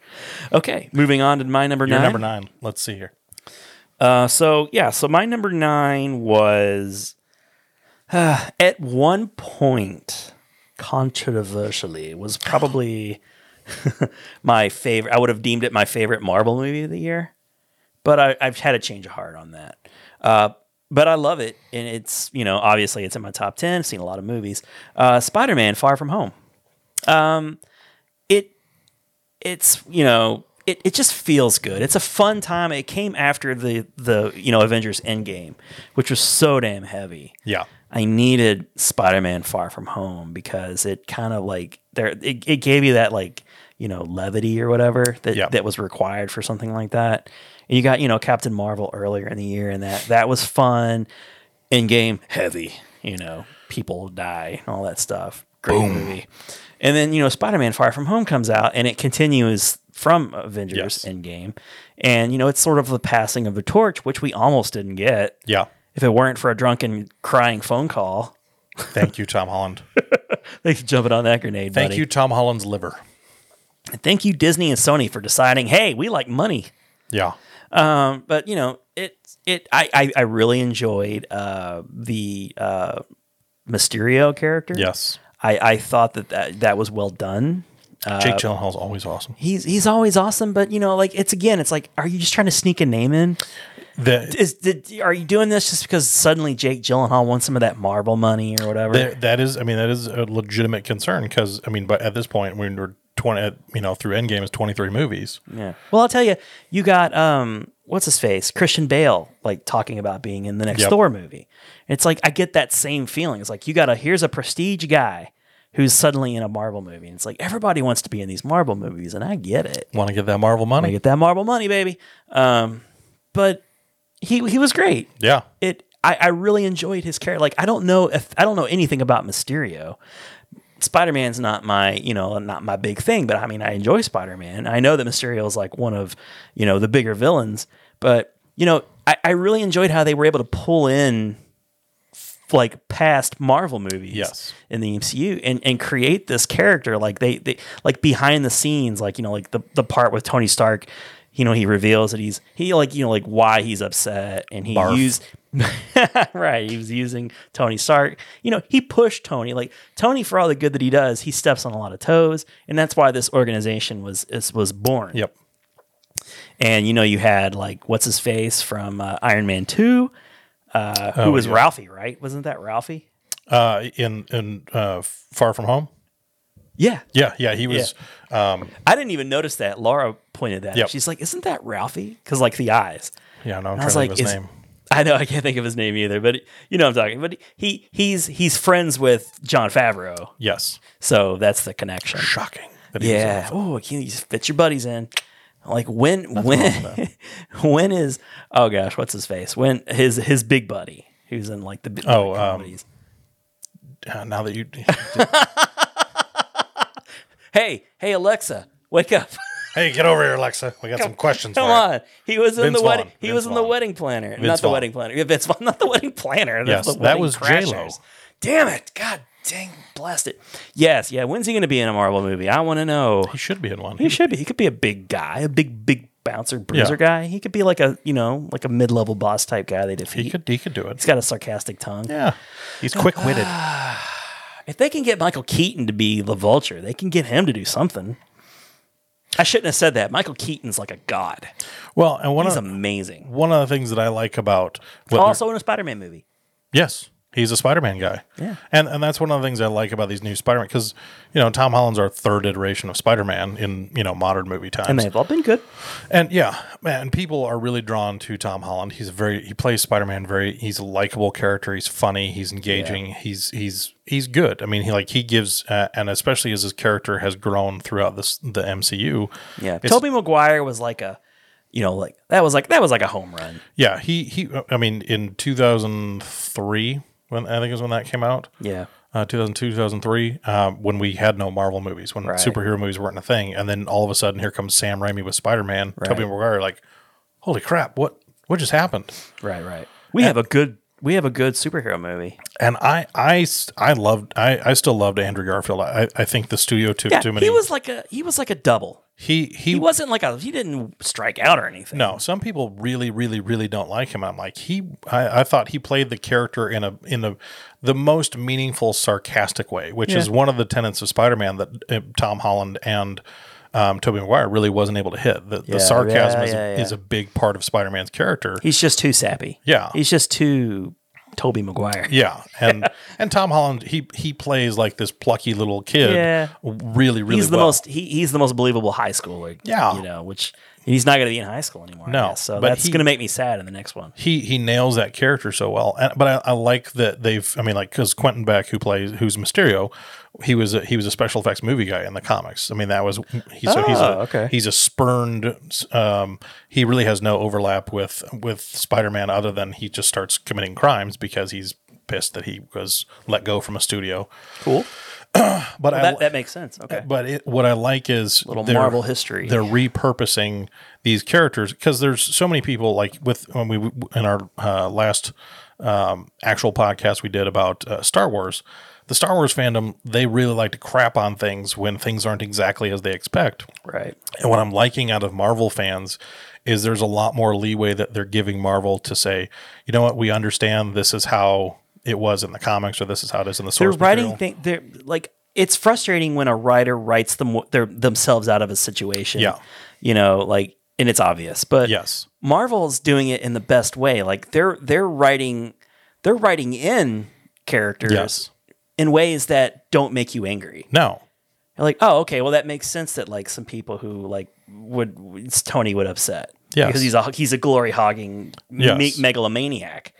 [SPEAKER 1] Okay, moving on to my number
[SPEAKER 2] You're
[SPEAKER 1] nine.
[SPEAKER 2] number nine. Let's see here.
[SPEAKER 1] Uh, so yeah, so my number nine was uh, at one point, controversially, was probably my favorite. I would have deemed it my favorite Marvel movie of the year, but I, I've had a change of heart on that. Uh, but I love it, and it's you know obviously it's in my top ten. I've seen a lot of movies. Uh, Spider Man: Far From Home. Um, it it's you know it, it just feels good. It's a fun time. It came after the the you know Avengers Endgame, which was so damn heavy.
[SPEAKER 2] Yeah.
[SPEAKER 1] I needed Spider Man Far From Home because it kind of like there it, it gave you that like you know levity or whatever that
[SPEAKER 2] Yeah.
[SPEAKER 1] that was required for something like that. And you got you know Captain Marvel earlier in the year, and that that was fun. Endgame heavy, you know, people die, all that stuff. Great movie. And then you know Spider Man Far From Home comes out, and it continues from Avengers
[SPEAKER 2] Yes.
[SPEAKER 1] Endgame, and you know it's sort of the passing of the torch, which we almost didn't get
[SPEAKER 2] Yeah.
[SPEAKER 1] if it weren't for a drunken crying phone call,
[SPEAKER 2] Thank you, Tom Holland.
[SPEAKER 1] thanks for jumping on that grenade,
[SPEAKER 2] Thank
[SPEAKER 1] buddy.
[SPEAKER 2] you, Tom Holland's liver.
[SPEAKER 1] And Thank you, Disney and Sony, for deciding. Hey, we like money.
[SPEAKER 2] Yeah.
[SPEAKER 1] Um, but you know, it it I I, I really enjoyed uh, the uh, Mysterio character.
[SPEAKER 2] Yes.
[SPEAKER 1] I I thought that that, that was well done. Uh,
[SPEAKER 2] Jake Gyllenhaal's always awesome.
[SPEAKER 1] He's he's always awesome, but you know, like it's again, it's like, are you just trying to sneak a name in?
[SPEAKER 2] The,
[SPEAKER 1] Is did, are you doing this just because suddenly Jake Gyllenhaal wants some of that Marvel money or whatever?
[SPEAKER 2] the- that is, I mean, that is a legitimate concern because, I mean, but at this point, when we're 20, at, you know, through Endgame is 23 movies.
[SPEAKER 1] Yeah. Well, I'll tell you, you got um, what's his face, Christian Bale, like talking about being in the next
[SPEAKER 2] Yep.
[SPEAKER 1] Thor movie. And it's like I get that same feeling. It's like you got a here's a prestige guy who's suddenly in a Marvel movie, and it's like everybody wants to be in these Marvel movies, and I get it.
[SPEAKER 2] Want to get that Marvel
[SPEAKER 1] I
[SPEAKER 2] money?
[SPEAKER 1] get that Marvel money, baby. Um, but he he was great
[SPEAKER 2] yeah.
[SPEAKER 1] it I, I really enjoyed his character. Like I don't know if I don't know anything about Mysterio. Spider Man's not my you know not my big thing, but I mean I enjoy Spider Man. I know that Mysterio is like one of you know the bigger villains, but you know I, I really enjoyed how they were able to pull in like past Marvel movies
[SPEAKER 2] Yes.
[SPEAKER 1] in the MCU and, and create this character like they, they like behind the scenes like you know like the, the part with Tony Stark you know he reveals that he's he like you know like why he's upset and he
[SPEAKER 2] Barf.
[SPEAKER 1] used right he was using Tony Stark you know he pushed Tony like Tony for all the good that he does he steps on a lot of toes and that's why this organization was is, was born
[SPEAKER 2] Yep.
[SPEAKER 1] and you know you had like what's his face from uh, Iron Man 2 uh,
[SPEAKER 2] Oh,
[SPEAKER 1] who was Ralphie right wasn't that Ralphie
[SPEAKER 2] Uh, in, in, uh, Far From Home.
[SPEAKER 1] yeah
[SPEAKER 2] Yeah. Yeah. He was, um,
[SPEAKER 1] I didn't even notice that. Laura pointed that. out.
[SPEAKER 2] Yep.
[SPEAKER 1] She's like, "Isn't that Ralphie?" Because like the eyes.
[SPEAKER 2] yeah, no, I'm
[SPEAKER 1] And I
[SPEAKER 2] trying
[SPEAKER 1] was like,
[SPEAKER 2] to think of his
[SPEAKER 1] is-
[SPEAKER 2] name.
[SPEAKER 1] I know I can't think of his name either, but you know what I'm talking. But he he's he's friends with John Favreau,
[SPEAKER 2] Yes.
[SPEAKER 1] so that's the connection.
[SPEAKER 2] Shocking. that he was on
[SPEAKER 1] Yeah. Oh, you you fit your buddies in. Like when when when is oh gosh what's his face when his his big buddy who's in like the big
[SPEAKER 2] Oh, um,
[SPEAKER 1] comedies
[SPEAKER 2] uh, now that you
[SPEAKER 1] Hey, hey Alexa, wake up.
[SPEAKER 2] hey get over here alexa we got some questions
[SPEAKER 1] Come
[SPEAKER 2] for you.
[SPEAKER 1] on. He was in
[SPEAKER 2] Vince
[SPEAKER 1] the wedding.
[SPEAKER 2] Vaughn.
[SPEAKER 1] He
[SPEAKER 2] Vince
[SPEAKER 1] was in the
[SPEAKER 2] Vaughn.
[SPEAKER 1] wedding planner. not
[SPEAKER 2] Vince
[SPEAKER 1] the
[SPEAKER 2] Vaughn.
[SPEAKER 1] wedding planner. Yeah, Vince Vaughn, not the wedding planner. That's
[SPEAKER 2] Yes,
[SPEAKER 1] the
[SPEAKER 2] that
[SPEAKER 1] wedding
[SPEAKER 2] was
[SPEAKER 1] crashers.
[SPEAKER 2] J-Lo.
[SPEAKER 1] Damn it. God dang, blast it. Yes, yeah. When's he going to be in a Marvel movie? I want to know.
[SPEAKER 2] he should be in one
[SPEAKER 1] He should be. He could be a big guy, a big big bouncer bruiser
[SPEAKER 2] Yeah.
[SPEAKER 1] guy. He could be like a you know like a mid level boss type guy they defeat.
[SPEAKER 2] he could he could do it
[SPEAKER 1] He's got a sarcastic tongue.
[SPEAKER 2] yeah he's quick-witted
[SPEAKER 1] If they can get Michael Keaton to be the Vulture, they can get him to do something. I shouldn't have said that. Michael Keaton's like a god.
[SPEAKER 2] well and one
[SPEAKER 1] He's
[SPEAKER 2] of
[SPEAKER 1] amazing.
[SPEAKER 2] one of the things that i like about what they're-
[SPEAKER 1] also in a Spider-Man movie.
[SPEAKER 2] Yes, he's a Spider-Man guy.
[SPEAKER 1] Yeah.
[SPEAKER 2] and and that's one of the things I like about these new Spider-Man because you know Tom Holland's our third iteration of Spider-Man in you know modern movie times.
[SPEAKER 1] And they've all been good.
[SPEAKER 2] And yeah, man, people are really drawn to Tom Holland. He's very he plays Spider-Man very he's a likable character. He's funny, he's engaging, he's he's he's good. I mean, he like he gives uh, and especially as his character has grown throughout this the MCU.
[SPEAKER 1] Yeah.
[SPEAKER 2] It's-
[SPEAKER 1] Toby Maguire was like a you know, like that was like that was like a home run.
[SPEAKER 2] Yeah, he he I mean in 2003 when I think is when that came out.
[SPEAKER 1] Yeah.
[SPEAKER 2] uh, 2002, 2003, um, when we had no Marvel movies, when
[SPEAKER 1] Right.
[SPEAKER 2] superhero movies weren't a thing. And then all of a sudden, here comes Sam Raimi with Spider Man, Tobey Maguire, like, holy crap, what what just happened?
[SPEAKER 1] Right, right. We have a good we have a good superhero movie.
[SPEAKER 2] And I I, s- I loved, I, I still loved Andrew Garfield. I, I think the studio took
[SPEAKER 1] Yeah,
[SPEAKER 2] too many.
[SPEAKER 1] he was like a he was like a double.
[SPEAKER 2] he, he,
[SPEAKER 1] He wasn't like a he didn't strike out or anything.
[SPEAKER 2] No, some people really, really, really don't like him. I'm like he. I, I thought he played the character in a in a the most meaningful, sarcastic way, which is one of the tenets of Spider-Man that uh, Tom Holland and um, Tobey Maguire really wasn't able to hit. The,
[SPEAKER 1] Yeah,
[SPEAKER 2] the sarcasm
[SPEAKER 1] yeah,
[SPEAKER 2] is,
[SPEAKER 1] yeah, yeah.
[SPEAKER 2] is a big part of Spider-Man's character.
[SPEAKER 1] He's just too sappy.
[SPEAKER 2] Yeah.
[SPEAKER 1] He's just too Toby Maguire.
[SPEAKER 2] yeah, and and Tom Holland he he plays like this plucky little kid.
[SPEAKER 1] Yeah.
[SPEAKER 2] really, really.
[SPEAKER 1] he's the
[SPEAKER 2] well.
[SPEAKER 1] most he, he's the most believable high schooler.
[SPEAKER 2] Yeah.
[SPEAKER 1] You know, which he's not gonna be in high school anymore. I
[SPEAKER 2] No,
[SPEAKER 1] guess. So
[SPEAKER 2] but
[SPEAKER 1] that's
[SPEAKER 2] he-
[SPEAKER 1] gonna make me sad in the next one.
[SPEAKER 2] he he nails that character so well. And, but I, I like that they've. I mean, like because Quentin Beck, who plays who's Mysterio, he was a, he was a special effects movie guy in the comics. I mean, that was he, so he's a
[SPEAKER 1] Oh, okay.
[SPEAKER 2] he's a spurned. Um, he really has no overlap with with Spider Man other than he just starts committing crimes because he's pissed that he was let go from a studio.
[SPEAKER 1] Cool.
[SPEAKER 2] But I,
[SPEAKER 1] That, that makes sense. Okay.
[SPEAKER 2] but it, what I like is
[SPEAKER 1] Little
[SPEAKER 2] they're-
[SPEAKER 1] Marvel history.
[SPEAKER 2] They're repurposing these characters because there's so many people like with when we in our uh, last um, actual podcast we did about uh, Star Wars. The Star Wars fandom they really like to crap on things when things aren't exactly as they expect.
[SPEAKER 1] Right.
[SPEAKER 2] And what I'm liking out of Marvel fans is there's a lot more leeway that they're giving Marvel to say, you know what, we understand this is how it was in the comics or this is how it is in the
[SPEAKER 1] they're
[SPEAKER 2] source
[SPEAKER 1] writing
[SPEAKER 2] material.
[SPEAKER 1] things. They're like it's frustrating when a writer writes them their themselves out of a situation.
[SPEAKER 2] Yeah.
[SPEAKER 1] you know, like and it's obvious, but
[SPEAKER 2] Yes.
[SPEAKER 1] Marvel's doing it in the best way. Like they're they're writing they're writing in characters
[SPEAKER 2] Yes.
[SPEAKER 1] in ways that don't make you angry.
[SPEAKER 2] No.
[SPEAKER 1] You're like, oh, okay, well that makes sense that like some people who like would it's Tony would upset.
[SPEAKER 2] Yes.
[SPEAKER 1] because he's a he's a glory hogging me-
[SPEAKER 2] Yes.
[SPEAKER 1] megalomaniac.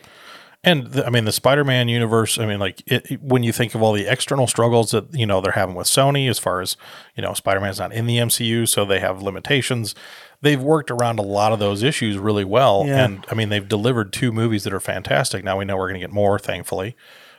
[SPEAKER 2] And the, I mean, the Spider-Man universe. I mean, like it, it- when you think of all the external struggles that you know they're having with Sony, as far as you know, Spider-Man's not in the MCU, so they have limitations. They've worked around a lot of those issues really well,
[SPEAKER 1] Yeah.
[SPEAKER 2] and I mean, they've delivered two movies that are fantastic. Now we know we're going to get more, thankfully.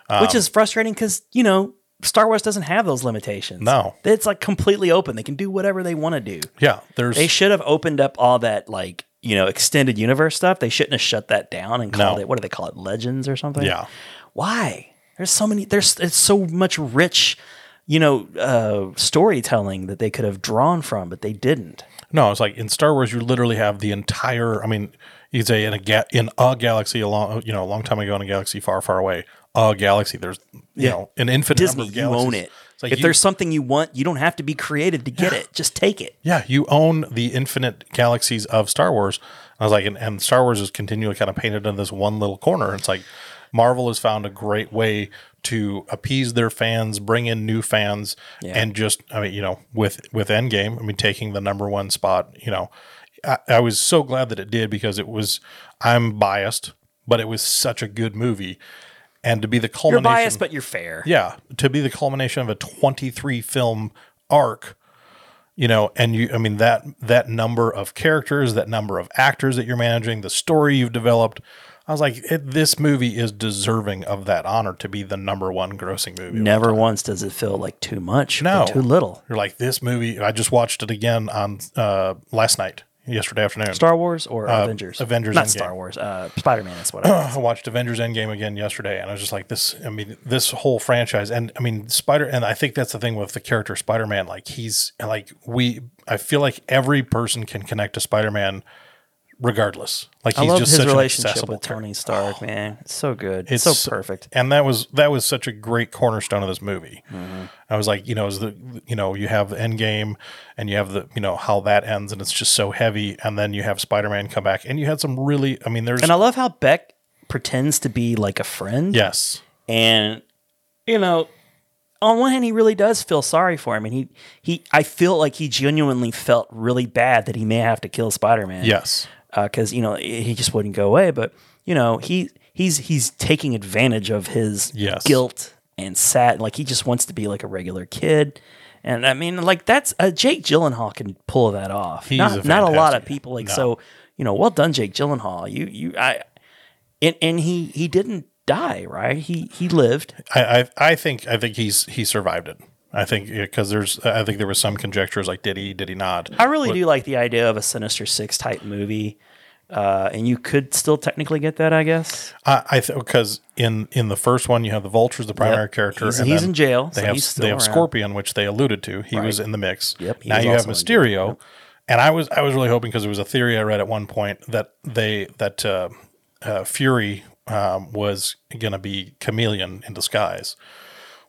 [SPEAKER 2] Um,
[SPEAKER 1] which is frustrating because you know Star Wars doesn't have those limitations.
[SPEAKER 2] No.
[SPEAKER 1] it's like completely open. They can do whatever they want to do.
[SPEAKER 2] Yeah, there's
[SPEAKER 1] They should have opened up all that like you know extended universe stuff. They shouldn't have shut that down and called
[SPEAKER 2] No.
[SPEAKER 1] it what do they call it Legends or something.
[SPEAKER 2] Yeah.
[SPEAKER 1] why? There's so many. There's it's so much rich. You know, uh, storytelling that they could have drawn from, but they didn't.
[SPEAKER 2] No, it's like in Star Wars, you literally have the entire. I mean, you could say in a ga- in a galaxy a long you know a long time ago in a galaxy far far away a galaxy. There's you know an infinite
[SPEAKER 1] Disney,
[SPEAKER 2] number of
[SPEAKER 1] you
[SPEAKER 2] galaxies.
[SPEAKER 1] own it.
[SPEAKER 2] It's like
[SPEAKER 1] if
[SPEAKER 2] you-
[SPEAKER 1] there's something you want, you don't have to be creative to get it. Just take it.
[SPEAKER 2] yeah, you own the infinite galaxies of Star Wars. I was like, and, and Star Wars is continually kind of painted in this one little corner. It's like Marvel has found a great way to appease their fans, bring in new fans, and just I mean, you know, with with Endgame, I mean, taking the number one spot. You know, I, I was so glad that it did because it was. I'm biased, but it was such a good movie, and to be the
[SPEAKER 1] You're
[SPEAKER 2] culmination.
[SPEAKER 1] biased, but you're fair.
[SPEAKER 2] Yeah, to be the culmination of a 23 film arc, you know, and you I mean that that number of characters, that number of actors that you're managing, the story you've developed, I was like, it, this movie is deserving of that honor to be the number one grossing movie. of all
[SPEAKER 1] Never once does it feel like too much
[SPEAKER 2] No.
[SPEAKER 1] or too little.
[SPEAKER 2] You're like this movie. I just watched it again on uh, last night, yesterday afternoon.
[SPEAKER 1] Star Wars or Avengers?
[SPEAKER 2] Uh, Avengers
[SPEAKER 1] Not
[SPEAKER 2] Endgame.
[SPEAKER 1] Star Wars. Uh, Spider Man is what I
[SPEAKER 2] I watched Avengers Endgame again yesterday, and I was just like, this. I mean, this whole franchise, and I mean, Spider, and I think that's the thing with the character Spider Man. Like he's like we. I feel like every person can connect to Spider Man, regardless. Like
[SPEAKER 1] I
[SPEAKER 2] he's
[SPEAKER 1] love
[SPEAKER 2] just
[SPEAKER 1] his
[SPEAKER 2] such
[SPEAKER 1] relationship
[SPEAKER 2] an
[SPEAKER 1] with
[SPEAKER 2] accessible
[SPEAKER 1] Tony Stark, man. It's so good. It's
[SPEAKER 2] It's
[SPEAKER 1] so perfect.
[SPEAKER 2] And that was that was such a great cornerstone of this movie.
[SPEAKER 1] Mm-hmm.
[SPEAKER 2] I was like, you know, is the you know, you have the end game and you have the you know how that ends and it's just so heavy and then you have Spider-Man come back and you had some really I mean there's
[SPEAKER 1] And I love how Beck pretends to be like a friend.
[SPEAKER 2] yes.
[SPEAKER 1] And you know, on one hand he really does feel sorry for him and he he I feel like he genuinely felt really bad that he may have to kill Spider-Man.
[SPEAKER 2] Yes.
[SPEAKER 1] Because, uh, you know, he just wouldn't go away, but you know, he he's he's taking advantage of his
[SPEAKER 2] Yes.
[SPEAKER 1] guilt and sad like he just wants to be like a regular kid. And I mean, like that's uh, Jake Gyllenhaal can pull that off.
[SPEAKER 2] He's
[SPEAKER 1] not
[SPEAKER 2] a
[SPEAKER 1] not a lot of
[SPEAKER 2] fantastic-
[SPEAKER 1] people like
[SPEAKER 2] no.
[SPEAKER 1] so. You know, well done, Jake Gyllenhaal. You you I, and and he he didn't die, right? He he lived.
[SPEAKER 2] I, I I think I think he's he survived it. I think because there's I think there was some conjectures like did he did he not?
[SPEAKER 1] I really do like the idea of a Sinister Six type movie, uh, and you could still technically get that, I guess.
[SPEAKER 2] I I because in in the first one you have the vultures the primary
[SPEAKER 1] Yep.
[SPEAKER 2] character
[SPEAKER 1] He's- he's
[SPEAKER 2] then
[SPEAKER 1] in jail,
[SPEAKER 2] They
[SPEAKER 1] so
[SPEAKER 2] have
[SPEAKER 1] he's still
[SPEAKER 2] they have
[SPEAKER 1] around.
[SPEAKER 2] Scorpion which they alluded to. He was in the mix.
[SPEAKER 1] Yep, he
[SPEAKER 2] Now
[SPEAKER 1] was
[SPEAKER 2] you have
[SPEAKER 1] also in jail.
[SPEAKER 2] Mysterio. And I was I was really hoping because there was a theory I read at one point that they that uh, uh, Fury um, was going to be Chameleon in disguise,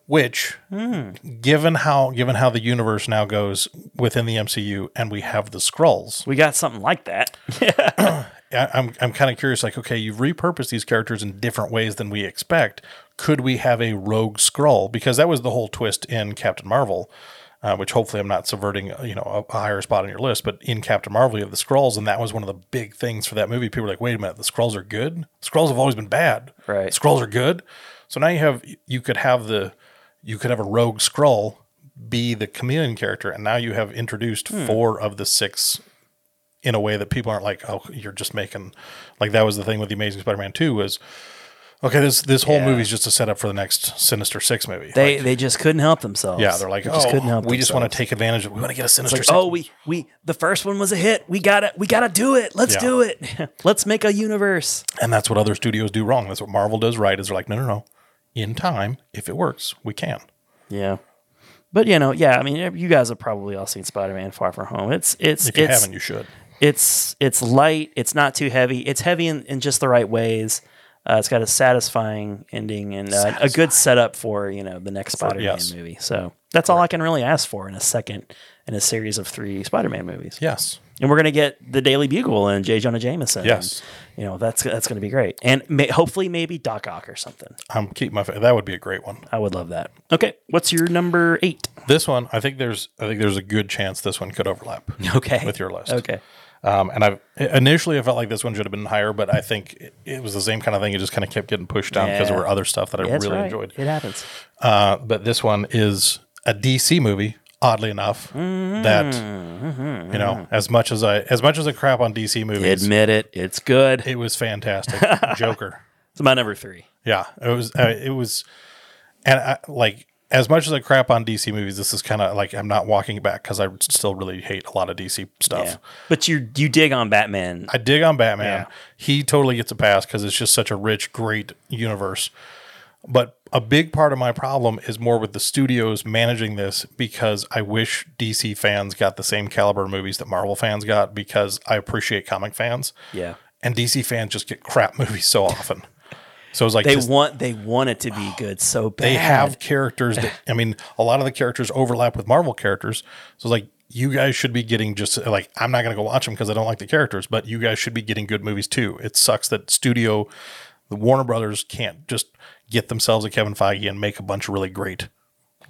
[SPEAKER 2] which
[SPEAKER 1] Hmm.
[SPEAKER 2] given how given how the universe now goes within the MCU and we have the Skrulls,
[SPEAKER 1] We got something like that.
[SPEAKER 2] I- I'm I'm kind of curious. Like, okay, you've repurposed these characters in different ways than we expect. Could we have a rogue Skrull? Because that was the whole twist in Captain Marvel, uh, which hopefully I'm not subverting. uh, You know, a, a higher spot on your list, but in Captain Marvel you have the Skrulls, and that was one of the big things for that movie. People were like, wait a minute, the Skrulls are good. Skrulls have always been bad.
[SPEAKER 1] Right.
[SPEAKER 2] Skrulls are good. So now you have you could have the you could have a rogue Skrull be the chameleon character, and now you have introduced four of the six in a way that people aren't like, oh, you're just making like that was the thing with the Amazing Spider-Man Two was okay. This this whole movie is just a setup for the next Sinister Six movie.
[SPEAKER 1] They
[SPEAKER 2] Like,
[SPEAKER 1] they just couldn't help themselves.
[SPEAKER 2] yeah, they're like,
[SPEAKER 1] They
[SPEAKER 2] oh, we just want
[SPEAKER 1] themselves.
[SPEAKER 2] to take advantage of. We want to get a Sinister
[SPEAKER 1] Like,
[SPEAKER 2] Six.
[SPEAKER 1] oh, we we the first one was a hit. We gotta we gotta do it. Let's
[SPEAKER 2] Yeah.
[SPEAKER 1] do it. Let's make a universe.
[SPEAKER 2] and that's what other studios do wrong. That's what Marvel does right. Is they're like, no, no, no. In time, if it works, we can.
[SPEAKER 1] Yeah. But you know, yeah, I mean, you guys have probably all seen Spider-Man: Far From Home. It's it's
[SPEAKER 2] If you
[SPEAKER 1] it's
[SPEAKER 2] haven't, you should.
[SPEAKER 1] it's it's light. It's not too heavy. It's heavy in, in just the right ways. Uh, it's got a satisfying ending and uh, a good setup for you know the next Spider-Man
[SPEAKER 2] yes.
[SPEAKER 1] movie. So that's all I can really ask for in a second in a series of three Spider-Man movies.
[SPEAKER 2] Yes.
[SPEAKER 1] And we're gonna get the Daily Bugle and J. Jonah Jameson.
[SPEAKER 2] Yes.
[SPEAKER 1] And, you know that's that's gonna be great. And may, hopefully maybe Doc Ock or something.
[SPEAKER 2] I'm keep my. fa- That would be a great one.
[SPEAKER 1] I would love that. Okay, what's your number eight?
[SPEAKER 2] This one, I think there's, I think there's a good chance this one could overlap.
[SPEAKER 1] Okay,
[SPEAKER 2] with your list.
[SPEAKER 1] Okay.
[SPEAKER 2] Um, and I've initially I felt like this one should have been higher, but I think it, it was the same kind of thing. It just kind of kept getting pushed down because
[SPEAKER 1] Yeah.
[SPEAKER 2] there were other stuff that I
[SPEAKER 1] That's
[SPEAKER 2] really
[SPEAKER 1] right.
[SPEAKER 2] enjoyed.
[SPEAKER 1] It happens.
[SPEAKER 2] Uh, but this one is a DC movie, oddly enough.
[SPEAKER 1] Mm-hmm.
[SPEAKER 2] That you know, as much as I as much as I crap on DC movies,
[SPEAKER 1] Admit it. It's good.
[SPEAKER 2] it was fantastic. Joker.
[SPEAKER 1] It's my number three.
[SPEAKER 2] Yeah, it was. Uh, it was, and I, like as much as I crap on DC movies, this is kind of like I'm not walking it back because I still really hate a lot of DC stuff.
[SPEAKER 1] Yeah. But you you dig on Batman.
[SPEAKER 2] I dig on Batman. He totally gets a pass because it's just such a rich, great universe. But a big part of my problem is more with the studios managing this because I wish DC fans got the same caliber of movies that Marvel fans got because I appreciate comic fans.
[SPEAKER 1] yeah.
[SPEAKER 2] And DC fans just get crap movies so often. So it's like
[SPEAKER 1] They
[SPEAKER 2] this-
[SPEAKER 1] want they want it to be good so bad.
[SPEAKER 2] they have characters that I mean, a lot of the characters overlap with Marvel characters. So it's like you guys should be getting just like I'm not gonna go watch them because I don't like the characters, but you guys should be getting good movies too. It sucks that studio the Warner Brothers can't just get themselves a Kevin Feige and make a bunch of really great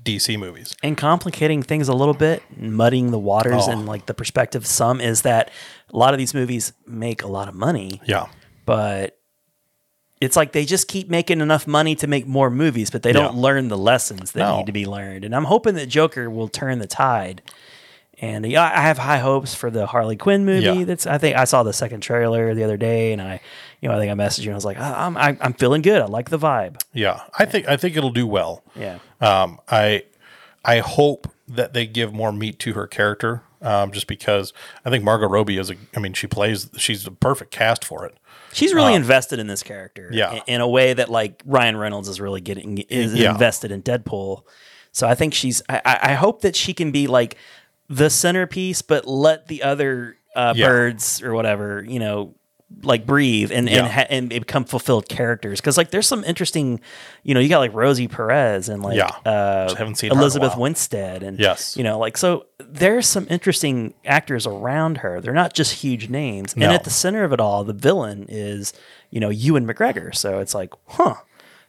[SPEAKER 2] DC movies.
[SPEAKER 1] and complicating things a little bit, muddying the waters
[SPEAKER 2] Oh.
[SPEAKER 1] and like the perspective of some is that a lot of these movies make a lot of money,
[SPEAKER 2] Yeah.
[SPEAKER 1] but it's like they just keep making enough money to make more movies, but they don't
[SPEAKER 2] Yeah.
[SPEAKER 1] learn the lessons that
[SPEAKER 2] No.
[SPEAKER 1] need to be learned. And I'm hoping that Joker will turn the tide And yeah, I have high hopes for the Harley Quinn movie.
[SPEAKER 2] Yeah.
[SPEAKER 1] That's I think I saw the second trailer the other day, and I, you know, I think I messaged you and I was like, "Ah, I'm I'm, I'm feeling good. I like the vibe.
[SPEAKER 2] Yeah, I think I think it'll do well.
[SPEAKER 1] Yeah.
[SPEAKER 2] Um, I I hope that they give more meat to her character, um, just because I think Margot Robbie is. A, I mean, she plays. She's the perfect cast for it.
[SPEAKER 1] She's really invested in this character,
[SPEAKER 2] Uh, yeah.
[SPEAKER 1] in, in a way that like Ryan Reynolds is really getting is
[SPEAKER 2] Yeah.
[SPEAKER 1] invested in Deadpool. So I think she's. I, I I hope that she can be like the centerpiece, but let the other uh,
[SPEAKER 2] Yeah.
[SPEAKER 1] birds or whatever you know like breathe and and,
[SPEAKER 2] Yeah.
[SPEAKER 1] ha- and become fulfilled characters because like there's some interesting you know you got like Rosie Perez and like
[SPEAKER 2] Yeah.
[SPEAKER 1] uh,
[SPEAKER 2] Just haven't seen her in a
[SPEAKER 1] Elizabeth
[SPEAKER 2] while.
[SPEAKER 1] Winstead and
[SPEAKER 2] Yes.
[SPEAKER 1] you know like so there's some interesting actors around her they're not just huge names
[SPEAKER 2] No.
[SPEAKER 1] and at the center of it all the villain is you know Ewan McGregor so it's like huh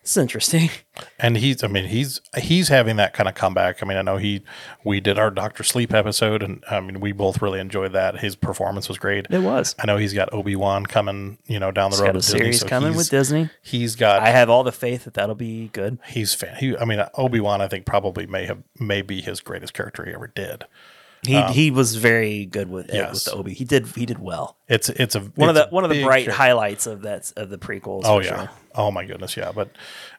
[SPEAKER 1] it's interesting
[SPEAKER 2] And he's. I mean, he's he's having that kind of comeback. I mean, I know he. We did our Doctor Sleep episode, and I mean, we both really enjoyed that. His performance was great.
[SPEAKER 1] it was
[SPEAKER 2] I know he's got Obi Wan coming, you know, down the
[SPEAKER 1] He's
[SPEAKER 2] road.
[SPEAKER 1] got a
[SPEAKER 2] with Disney,
[SPEAKER 1] series
[SPEAKER 2] so
[SPEAKER 1] coming
[SPEAKER 2] he's-
[SPEAKER 1] with Disney.
[SPEAKER 2] He's got.
[SPEAKER 1] I have all the faith that that'll be good
[SPEAKER 2] he's fan. He, I mean, Obi Wan. I think probably may have may be his greatest character he ever did.
[SPEAKER 1] he he was very good with, it
[SPEAKER 2] Yes.
[SPEAKER 1] with the Obi he did he did well
[SPEAKER 2] It's it's a
[SPEAKER 1] one of
[SPEAKER 2] it's
[SPEAKER 1] the
[SPEAKER 2] a
[SPEAKER 1] one of the
[SPEAKER 2] big
[SPEAKER 1] bright
[SPEAKER 2] character.
[SPEAKER 1] highlights of that of the prequels
[SPEAKER 2] Oh
[SPEAKER 1] for
[SPEAKER 2] yeah.
[SPEAKER 1] sure.
[SPEAKER 2] Oh my goodness, yeah. But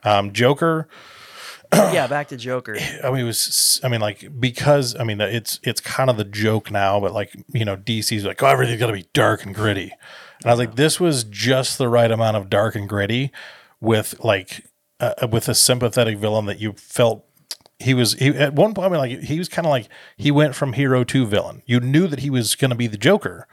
[SPEAKER 2] um, Joker,
[SPEAKER 1] yeah back to Joker
[SPEAKER 2] I mean, it was. I mean, like because I mean, it's it's kind of the joke now, but like you know, DC's like, oh, everything's got to be dark and gritty, and I was like, this was just the right amount of dark and gritty, with like uh, with a sympathetic villain that you felt. He was he, at one point. I mean, like he was kind of like he went from hero to villain. You knew that he was going to be the Joker,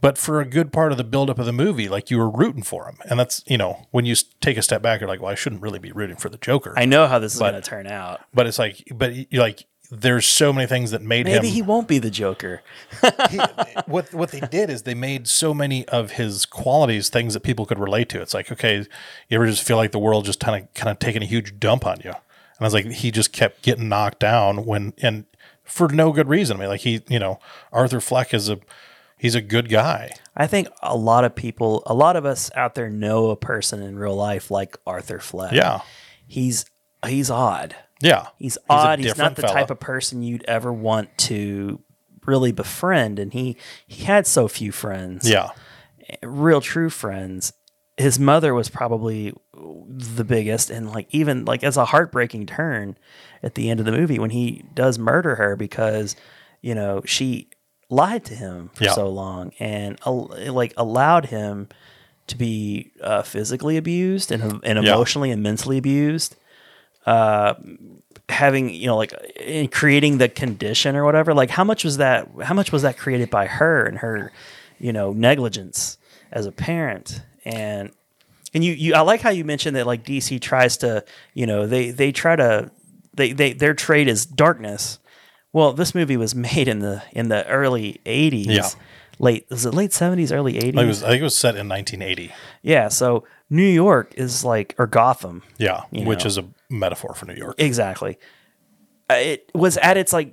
[SPEAKER 2] but for a good part of the buildup of the movie, like you were rooting for him, and that's you know when you s- take a step back, you're like, well, I shouldn't really be rooting for the Joker
[SPEAKER 1] I know how this is going to turn out
[SPEAKER 2] but it's like but you like there's so many things that made
[SPEAKER 1] maybe he
[SPEAKER 2] him
[SPEAKER 1] won't be the Joker
[SPEAKER 2] what what they did is they made so many of his qualities things that people could relate to it's like okay you ever just feel like the world just kind of kind of taking a huge dump on you and i was like he just kept getting knocked down when and for no good reason i mean like he you know arthur fleck is a he's a good guy
[SPEAKER 1] I think a lot of people, a lot of us out there know a person in real life like Arthur Fleck.
[SPEAKER 2] yeah
[SPEAKER 1] He's he's odd.
[SPEAKER 2] yeah
[SPEAKER 1] He's
[SPEAKER 2] a
[SPEAKER 1] odd. He's,
[SPEAKER 2] different
[SPEAKER 1] not the
[SPEAKER 2] fella.
[SPEAKER 1] type of person you'd ever want to really befriend and he he had so few friends.
[SPEAKER 2] yeah
[SPEAKER 1] Real true friends. His mother was probably the biggest and like even like as a heartbreaking turn at the end of the movie when he does murder her because you know she lied to him for
[SPEAKER 2] Yeah.
[SPEAKER 1] so long and al- like allowed him to be uh, physically abused and, and
[SPEAKER 2] Mm-hmm. Yeah.
[SPEAKER 1] emotionally and mentally abused uh, having you know like in creating the condition or whatever like how much was that how much was that created by her and her you know negligence as a parent and and you, you I like how you mentioned that like DC tries to, you know, they they try to they, they their trade is darkness. Well, this movie was made in the in the early eighties.
[SPEAKER 2] Yeah.
[SPEAKER 1] Late was it late seventies, early
[SPEAKER 2] Like, it
[SPEAKER 1] eighties?
[SPEAKER 2] was, I think it was set in 1980
[SPEAKER 1] Yeah. So New York is like or Gotham.
[SPEAKER 2] yeah
[SPEAKER 1] You
[SPEAKER 2] which
[SPEAKER 1] know.
[SPEAKER 2] is a metaphor for new york
[SPEAKER 1] Exactly. Uh, It was at its like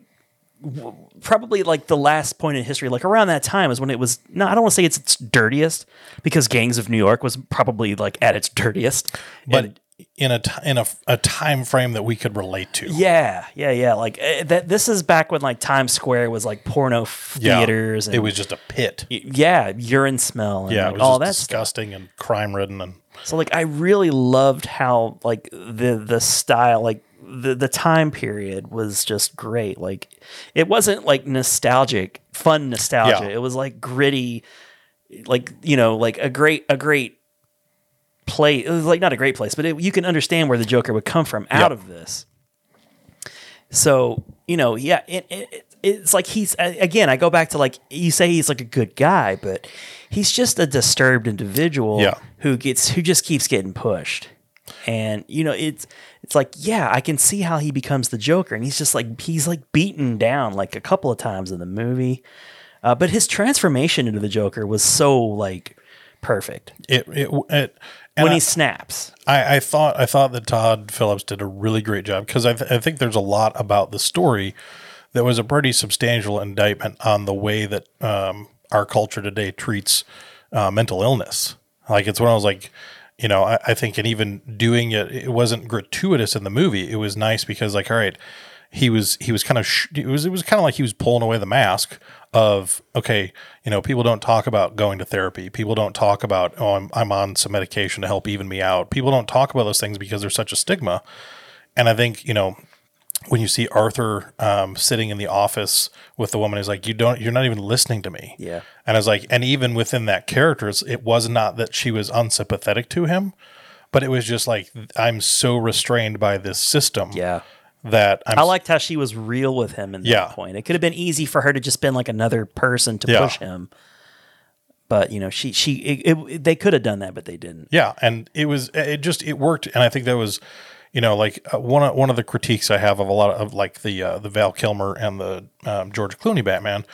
[SPEAKER 1] w- probably like the last point in history, like around that time is when it was. No, I don't want to say it's its dirtiest because Gangs of New York was probably like at its dirtiest.
[SPEAKER 2] but
[SPEAKER 1] And-
[SPEAKER 2] in a t- in a, f- a time frame that we could relate to.
[SPEAKER 1] yeah, yeah, yeah. Like eh, that. This is back when like Times Square was like porno f-
[SPEAKER 2] Yeah.
[SPEAKER 1] theaters. And,
[SPEAKER 2] It was just a pit.
[SPEAKER 1] yeah, urine smell. And,
[SPEAKER 2] Yeah,
[SPEAKER 1] like,
[SPEAKER 2] it was
[SPEAKER 1] all
[SPEAKER 2] all
[SPEAKER 1] that stuff.
[SPEAKER 2] disgusting and crime ridden and
[SPEAKER 1] So like I really loved how like the the style like the the time period was just great. Like it wasn't like nostalgic, fun nostalgia.
[SPEAKER 2] Yeah.
[SPEAKER 1] It was like gritty like you know, like a great a great place. It was like not a great place, but it, you can understand where the Joker would come from out
[SPEAKER 2] Yep.
[SPEAKER 1] of this. So, you know, yeah, it, it, it- it's like he's a- again, I go back to like you say he's like a good guy, but he's just a disturbed individual
[SPEAKER 2] Yeah.
[SPEAKER 1] who gets who just keeps getting pushed. And you know, it's it's like, yeah, I can see how he becomes the Joker and he's just like he's like beaten down like a couple of times in the movie. Uh, but his transformation into the Joker was so like perfect
[SPEAKER 2] it it, it and
[SPEAKER 1] when
[SPEAKER 2] I-
[SPEAKER 1] he snaps.
[SPEAKER 2] I, I thought I thought that Todd Phillips did a really great job because I, th- I think there's a lot about the story that was a pretty substantial indictment on the way that um, our culture today treats uh, mental illness. Like it's when I was like, you know, I, I think and even doing it, it wasn't gratuitous in the movie. It was nice because like, all right, he was he was kind of sh- it was it was kind of like he was pulling away the mask of okay you know people don't talk about going to therapy people don't talk about oh I'm I'm on some medication to help even me out people don't talk about those things because there's such a stigma and I think you know when you see Arthur um, sitting in the office with the woman, he's like, "You don't, you're not even listening to me."
[SPEAKER 1] Yeah.
[SPEAKER 2] and I was like, and even within that character, it's- it was not that she was unsympathetic to him, but it was just like I'm so restrained by this system.
[SPEAKER 1] Yeah.
[SPEAKER 2] that I'm
[SPEAKER 1] I liked how she was real with him at
[SPEAKER 2] Yeah.
[SPEAKER 1] that point. It could have been easy for her to just been like another person to
[SPEAKER 2] Yeah.
[SPEAKER 1] push him, but you know, she she it, it, they could have done that, but they didn't.
[SPEAKER 2] Yeah, and it was it just it worked, and I think that was, you know, like uh, one of, one of the critiques I have of a lot of like the uh, the Val Kilmer and the um, George Clooney Batman.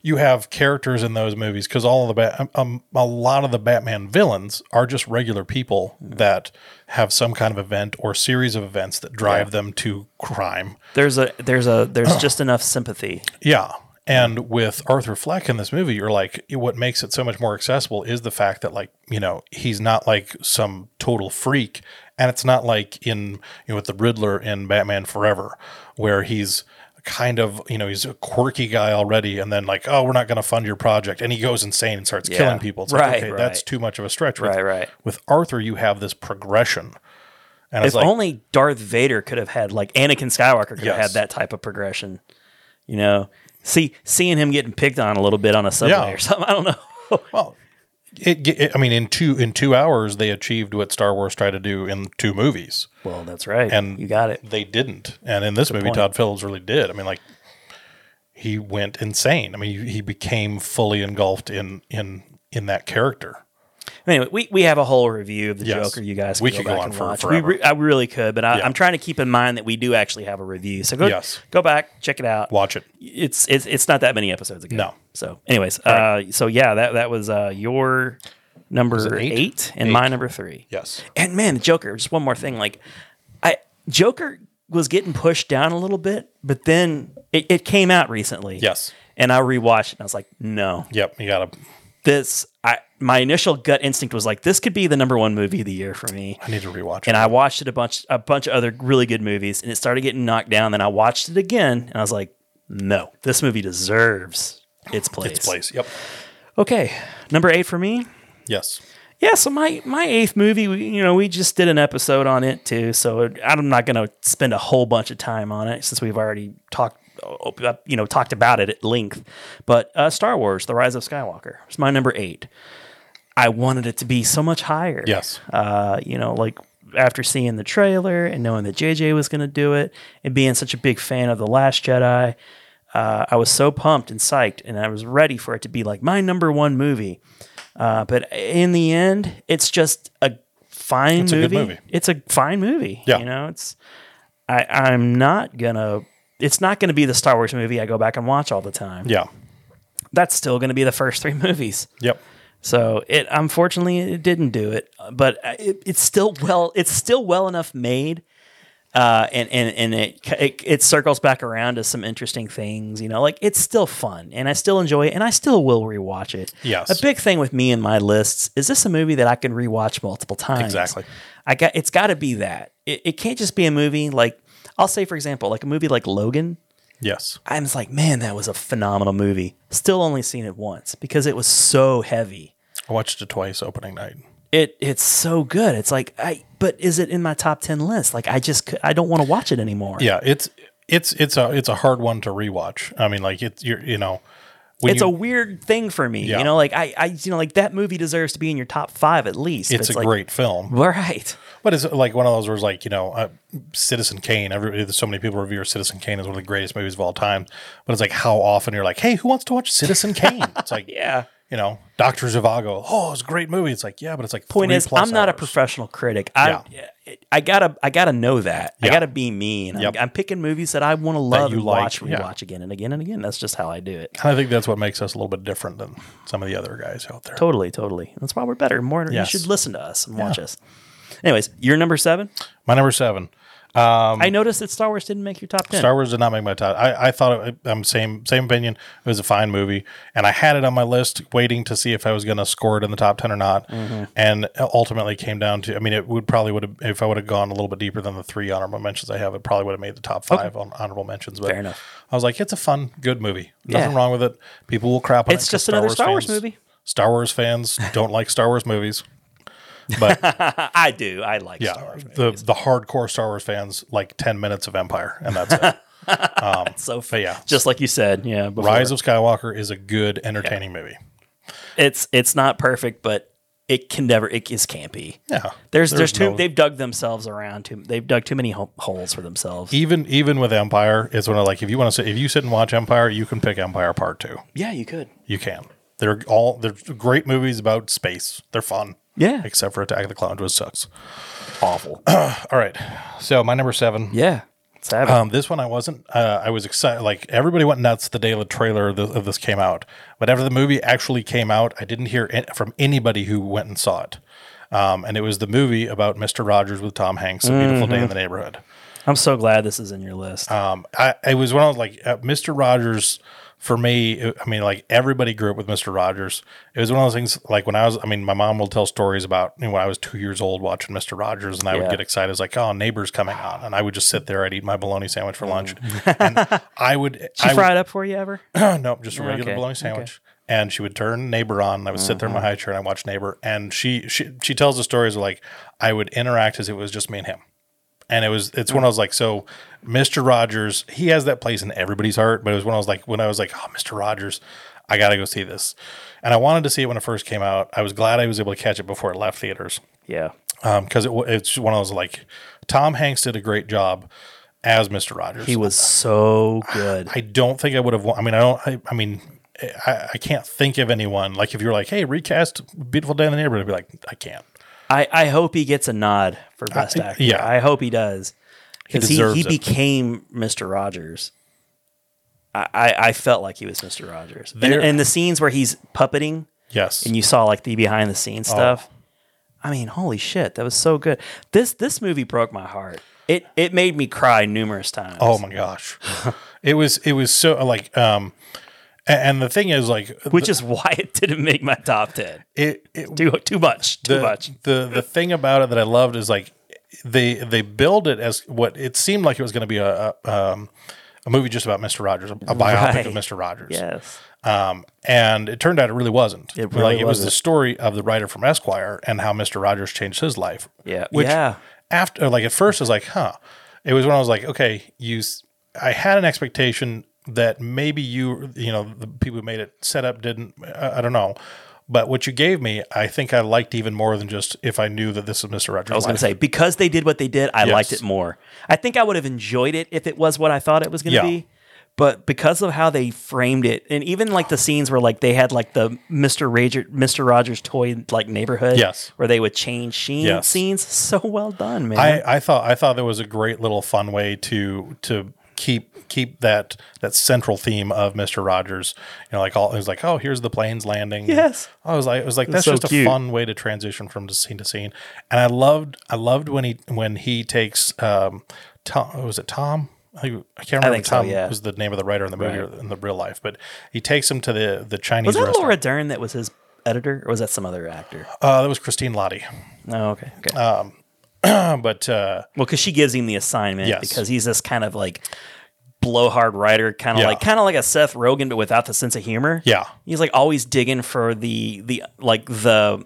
[SPEAKER 2] You have characters in those movies because all of the bat, um, a lot of the Batman villains are just regular people that have some kind of event or series of events that drive them to crime.
[SPEAKER 1] There's a there's a there's just enough sympathy.
[SPEAKER 2] Yeah. And with Arthur Fleck in this movie, you're like, what makes it so much more accessible is the fact that, like, you know, he's not like some total freak. And it's not like in, you know, with the Riddler in Batman Forever, where he's kind of, you know, he's a quirky guy already. And then, like, oh, we're not going to fund your project. And he goes insane and starts killing people. It's
[SPEAKER 1] Right,
[SPEAKER 2] like, okay,
[SPEAKER 1] right.
[SPEAKER 2] that's too much of a stretch. With,
[SPEAKER 1] Right, right.
[SPEAKER 2] With Arthur, you have this progression. And
[SPEAKER 1] If
[SPEAKER 2] it's like,
[SPEAKER 1] only Darth Vader could have had like Anakin Skywalker could have had
[SPEAKER 2] Yes.
[SPEAKER 1] that type of progression. You know, see seeing him getting picked on a little bit on a subway
[SPEAKER 2] Yeah.
[SPEAKER 1] or something. I don't know.
[SPEAKER 2] Well, it, ge- it. I mean, in two in two hours, they achieved what Star Wars tried to do in two movies.
[SPEAKER 1] well, that's right.
[SPEAKER 2] And
[SPEAKER 1] you got it.
[SPEAKER 2] They didn't. And in this movie,
[SPEAKER 1] point.
[SPEAKER 2] Todd Phillips really did. I mean, like he went insane. I mean, he became fully engulfed in in in that character.
[SPEAKER 1] Anyway, we, we have a whole review of the
[SPEAKER 2] Yes.
[SPEAKER 1] Joker. You guys,
[SPEAKER 2] We
[SPEAKER 1] can
[SPEAKER 2] could
[SPEAKER 1] go
[SPEAKER 2] go
[SPEAKER 1] back
[SPEAKER 2] on
[SPEAKER 1] and
[SPEAKER 2] for
[SPEAKER 1] watch.
[SPEAKER 2] forever.
[SPEAKER 1] We re- I really could, but I,
[SPEAKER 2] Yeah.
[SPEAKER 1] I'm trying to keep in mind that we do actually have a review. So go,
[SPEAKER 2] Yes.
[SPEAKER 1] go back, check it out.
[SPEAKER 2] Watch it.
[SPEAKER 1] It's it's it's not that many episodes ago.
[SPEAKER 2] No.
[SPEAKER 1] So, anyways, uh, so yeah, that that was uh, your number
[SPEAKER 2] eight?
[SPEAKER 1] eight? and my number three.
[SPEAKER 2] Yes.
[SPEAKER 1] And man, Joker. Just one more thing. Like, I Joker was getting pushed down a little bit, but then it, it came out recently.
[SPEAKER 2] Yes.
[SPEAKER 1] And I rewatched it, and I was like, no,
[SPEAKER 2] Yep. You got to.
[SPEAKER 1] this I my initial gut instinct was like this could be the number one movie of the year for me.
[SPEAKER 2] I need to rewatch
[SPEAKER 1] And
[SPEAKER 2] it.
[SPEAKER 1] I watched it a bunch a bunch of other really good movies and it started getting knocked down. Then I watched it again and I was like, no, this movie deserves its place.
[SPEAKER 2] Its place. Yep.
[SPEAKER 1] Okay. Number eight for me.
[SPEAKER 2] Yes.
[SPEAKER 1] Yeah, so my my eighth movie, we, you know, we just did an episode on it too, so I'm not going to spend a whole bunch of time on it since we've already talked, uh, you know, talked about it at length. But uh, Star Wars: The Rise of Skywalker is my number eight. I wanted it to be so much higher.
[SPEAKER 2] Yes.
[SPEAKER 1] uh, you know, like after seeing the trailer and knowing that JJ was going to do it, and being such a big fan of the Last Jedi, uh, I was so pumped and psyched, and I was ready for it to be like my number one movie. Uh, but in the end, it's just a fine
[SPEAKER 2] It's a
[SPEAKER 1] movie.
[SPEAKER 2] good movie.
[SPEAKER 1] It's a fine movie.
[SPEAKER 2] Yeah.
[SPEAKER 1] You know, it's I, I'm not gonna it's not gonna be the Star Wars movie I go back and watch all the time.
[SPEAKER 2] Yeah.
[SPEAKER 1] That's still gonna be the first three movies.
[SPEAKER 2] Yep.
[SPEAKER 1] So it unfortunately it didn't do it, but uh, it, it's still well it's still well enough made, uh, and and and it, it it circles back around to some interesting things. You know, like it's still fun, and I still enjoy it, and I still will rewatch it.
[SPEAKER 2] Yes.
[SPEAKER 1] a big thing with me and my lists is this a movie that I can rewatch multiple times?
[SPEAKER 2] Exactly.
[SPEAKER 1] I got it's got to be that. It, it can't just be a movie like I'll say for example like a movie like Logan.
[SPEAKER 2] Yes.
[SPEAKER 1] I was like, man, that was a phenomenal movie. Still only seen it once because it was so heavy
[SPEAKER 2] I watched it twice opening night.
[SPEAKER 1] it it's so good. It's like I but is it in my top 10 list? Like I just cou- I don't want to watch it anymore.
[SPEAKER 2] Yeah. It's it's it's a it's a hard one to rewatch. I mean, like it's you're you know. When
[SPEAKER 1] It's
[SPEAKER 2] you-
[SPEAKER 1] a weird thing for me.
[SPEAKER 2] Yeah.
[SPEAKER 1] You know, like I I you know like that movie deserves to be in your top 5 at least. but
[SPEAKER 2] it's a
[SPEAKER 1] like,
[SPEAKER 2] great film.
[SPEAKER 1] Right.
[SPEAKER 2] But it's like one of those where it's like, you know, uh, Citizen Kane, everybody, there's so many people review Citizen Kane as one of the greatest movies of all time. But it's like, how often you're like, hey, who wants to watch Citizen Kane? It's like,
[SPEAKER 1] Yeah.
[SPEAKER 2] you know, Dr. Zhivago, oh, it's a great movie. It's like, yeah, but it's like,
[SPEAKER 1] Point
[SPEAKER 2] three
[SPEAKER 1] is
[SPEAKER 2] plus
[SPEAKER 1] I'm not a
[SPEAKER 2] hours.
[SPEAKER 1] professional critic. I I got to I got to know that. I
[SPEAKER 2] Yeah.
[SPEAKER 1] got to be mean. I'm-
[SPEAKER 2] Yep.
[SPEAKER 1] I'm, picking movies that I want to love
[SPEAKER 2] you
[SPEAKER 1] and
[SPEAKER 2] like,
[SPEAKER 1] watch
[SPEAKER 2] yeah.
[SPEAKER 1] rewatch again and again and again. That's just how I do it.
[SPEAKER 2] And I think that's what makes us a little bit different than some of the other guys out there.
[SPEAKER 1] Totally, totally. That's why we're better. More
[SPEAKER 2] Yes.
[SPEAKER 1] you should listen to us and watch us. Anyways, you're number 7?
[SPEAKER 2] My number seven.
[SPEAKER 1] I noticed that Star Wars didn't make your top ten.
[SPEAKER 2] Um, Star Wars did not make my top. I, I thought it, I'm same same opinion. It was a fine movie, and I had it on my list, waiting to see if I was going to score it in the top ten or not.
[SPEAKER 1] Mm-hmm.
[SPEAKER 2] And ultimately came down to. I mean, it would probably would have if I would have gone a little bit deeper than the three honorable mentions I have. It probably would have made the top five on honorable mentions. But
[SPEAKER 1] Fair enough.
[SPEAKER 2] I was like, it's a fun, good movie. Nothing
[SPEAKER 1] Yeah.
[SPEAKER 2] wrong with it. People will crap on
[SPEAKER 1] It's
[SPEAKER 2] it 'cause
[SPEAKER 1] just another Star Wars
[SPEAKER 2] fans-
[SPEAKER 1] movie.
[SPEAKER 2] Star Wars fans don't like Star Wars movies, but
[SPEAKER 1] I do. I like
[SPEAKER 2] yeah,
[SPEAKER 1] Star Wars. man.
[SPEAKER 2] the the hardcore Star Wars fans like ten minutes of Empire, and that's it.
[SPEAKER 1] It's so f-
[SPEAKER 2] but yeah.
[SPEAKER 1] just like you said. Yeah, before.
[SPEAKER 2] Rise of Skywalker is a good, entertaining movie.
[SPEAKER 1] it's it's not perfect, but it can never. It is campy.
[SPEAKER 2] Yeah,
[SPEAKER 1] There's there's, too.
[SPEAKER 2] no-
[SPEAKER 1] They've dug themselves around too. They've dug too many ho- holes for themselves.
[SPEAKER 2] even even with Empire, it's one of like if you want to sit, if you sit and watch Empire, you can pick Empire Part Two.
[SPEAKER 1] yeah, you could.
[SPEAKER 2] You can. They're all they're great movies about space. They're fun.
[SPEAKER 1] Yeah.
[SPEAKER 2] except for Attack of the Clones, which sucks.
[SPEAKER 1] Awful.
[SPEAKER 2] All right, so my number seven.
[SPEAKER 1] yeah. Let's have it.
[SPEAKER 2] Um, this one I wasn't. Uh, I was excited. Like everybody went nuts the day the trailer of this, of this came out. But after the movie actually came out, I didn't hear it from anybody who went and saw it. Um, and it was the movie about Mister Rogers with Tom Hanks, A Beautiful Day
[SPEAKER 1] Mm-hmm.
[SPEAKER 2] in the Neighborhood.
[SPEAKER 1] I'm so glad this is in your list.
[SPEAKER 2] Um, I it was when I was like uh, Mister Rogers. For me, it- I mean, like everybody grew up with Mister Rogers. It was one of those things. Like when I was, I mean, my mom will tell stories about you know, when I was two years old watching Mister Rogers, and I would
[SPEAKER 1] Yeah.
[SPEAKER 2] get excited. It's like, oh, neighbors coming on, and I would just sit there. I'd eat my bologna sandwich for lunch, and I would.
[SPEAKER 1] Mm. She
[SPEAKER 2] I
[SPEAKER 1] fried up for you ever?
[SPEAKER 2] would, no, just a regular
[SPEAKER 1] Oh, okay, Mm-hmm.
[SPEAKER 2] bologna sandwich. And she would turn neighbor on. And I would sit there in my high chair and I watch neighbor. And she she she tells the stories of like I would interact as it was just me and him and it was it's when I was like, so Mr. Rogers, he has that place in everybody's heart, but it was when I was like, when I was like, oh, Mr. Rogers, I gotta go see this, and I wanted to see it when it first came out. I was glad I was able to catch it before it left theaters
[SPEAKER 1] Yeah.
[SPEAKER 2] because it it, it's one of those like Tom Hanks did a great job as Mr. Rogers.
[SPEAKER 1] He was so good.
[SPEAKER 2] I don't think I would have. wa- I mean, I don't. I, I mean, I, I can't think of anyone like if you were like, hey, recast Beautiful Day in the Neighborhood, I'd be like, I can't.
[SPEAKER 1] I, I hope he gets a nod for best actor.
[SPEAKER 2] yeah.
[SPEAKER 1] I hope he does. Because he,
[SPEAKER 2] deserves
[SPEAKER 1] he,
[SPEAKER 2] it.
[SPEAKER 1] became Mr. Rogers. I, I, I felt like he was Mr. Rogers. And,
[SPEAKER 2] There-
[SPEAKER 1] and the scenes where he's puppeting
[SPEAKER 2] Yes,
[SPEAKER 1] and you saw like the behind the
[SPEAKER 2] Oh.
[SPEAKER 1] scenes stuff. I mean, holy shit, that was so good. This this movie broke my heart. It it made me cry numerous times.
[SPEAKER 2] Oh my gosh. it was it was so like um a- and the thing is like
[SPEAKER 1] which is why it didn't make my top ten.
[SPEAKER 2] it, it
[SPEAKER 1] Too too much. Too
[SPEAKER 2] the,
[SPEAKER 1] much.
[SPEAKER 2] the the thing about it that I loved is like they they build it as what it seemed like it was going to be a, a um a movie just about Mr. Rogers, a biopic of
[SPEAKER 1] Right.
[SPEAKER 2] Mr. Rogers.
[SPEAKER 1] Yes.
[SPEAKER 2] Um, and it turned out it really wasn't.
[SPEAKER 1] It really
[SPEAKER 2] like it was the
[SPEAKER 1] wasn't.
[SPEAKER 2] story of the writer from Esquire and how Mr. Rogers changed his life.
[SPEAKER 1] Yeah.
[SPEAKER 2] Which
[SPEAKER 1] Yeah.
[SPEAKER 2] after like at first I was like, huh. It was when I was like, okay, you s- I had an expectation that maybe you you know, the people who made it set up didn't I, I don't know. But what you gave me, I think I liked even more than just if I knew that this was Mr. Rogers.
[SPEAKER 1] I was going to say because they did what they did, I liked
[SPEAKER 2] Yes.
[SPEAKER 1] it more. I think I would have enjoyed it if it was what I thought it was going
[SPEAKER 2] Yeah.
[SPEAKER 1] to be. But because of how they framed it, and even like the scenes where like they had like the Mister Rager, Mister Rogers toy like neighborhood,
[SPEAKER 2] Yes.
[SPEAKER 1] where they would change scene,
[SPEAKER 2] Yes.
[SPEAKER 1] scenes, so well done, man.
[SPEAKER 2] I, I thought I thought that was a great little fun way to to keep keep that that central theme of Mister Rogers. You know, like all it was like, oh, here's the planes landing.
[SPEAKER 1] Yes.
[SPEAKER 2] I was like, it was like that's
[SPEAKER 1] so
[SPEAKER 2] just
[SPEAKER 1] cute.
[SPEAKER 2] a fun way to transition from scene to scene. And I loved I loved when he when he takes um Tom was it Tom. I think- I can't remember.
[SPEAKER 1] think so,
[SPEAKER 2] Tom
[SPEAKER 1] yeah.
[SPEAKER 2] was the name of the writer in the movie or in the real life, but he takes him to the the Chinese
[SPEAKER 1] was that
[SPEAKER 2] restaurant.
[SPEAKER 1] Laura Dern that was his editor, or was that some other actor?
[SPEAKER 2] Uh, that was Christine Lottie.
[SPEAKER 1] No, okay, okay.
[SPEAKER 2] But uh,
[SPEAKER 1] Well, because she gives him the assignment
[SPEAKER 2] Yes.
[SPEAKER 1] because he's this kind of like blowhard writer, kind of
[SPEAKER 2] Yeah.
[SPEAKER 1] like kind of like a Seth Rogen, but without the sense of humor.
[SPEAKER 2] Yeah.
[SPEAKER 1] he's like always digging for the the like the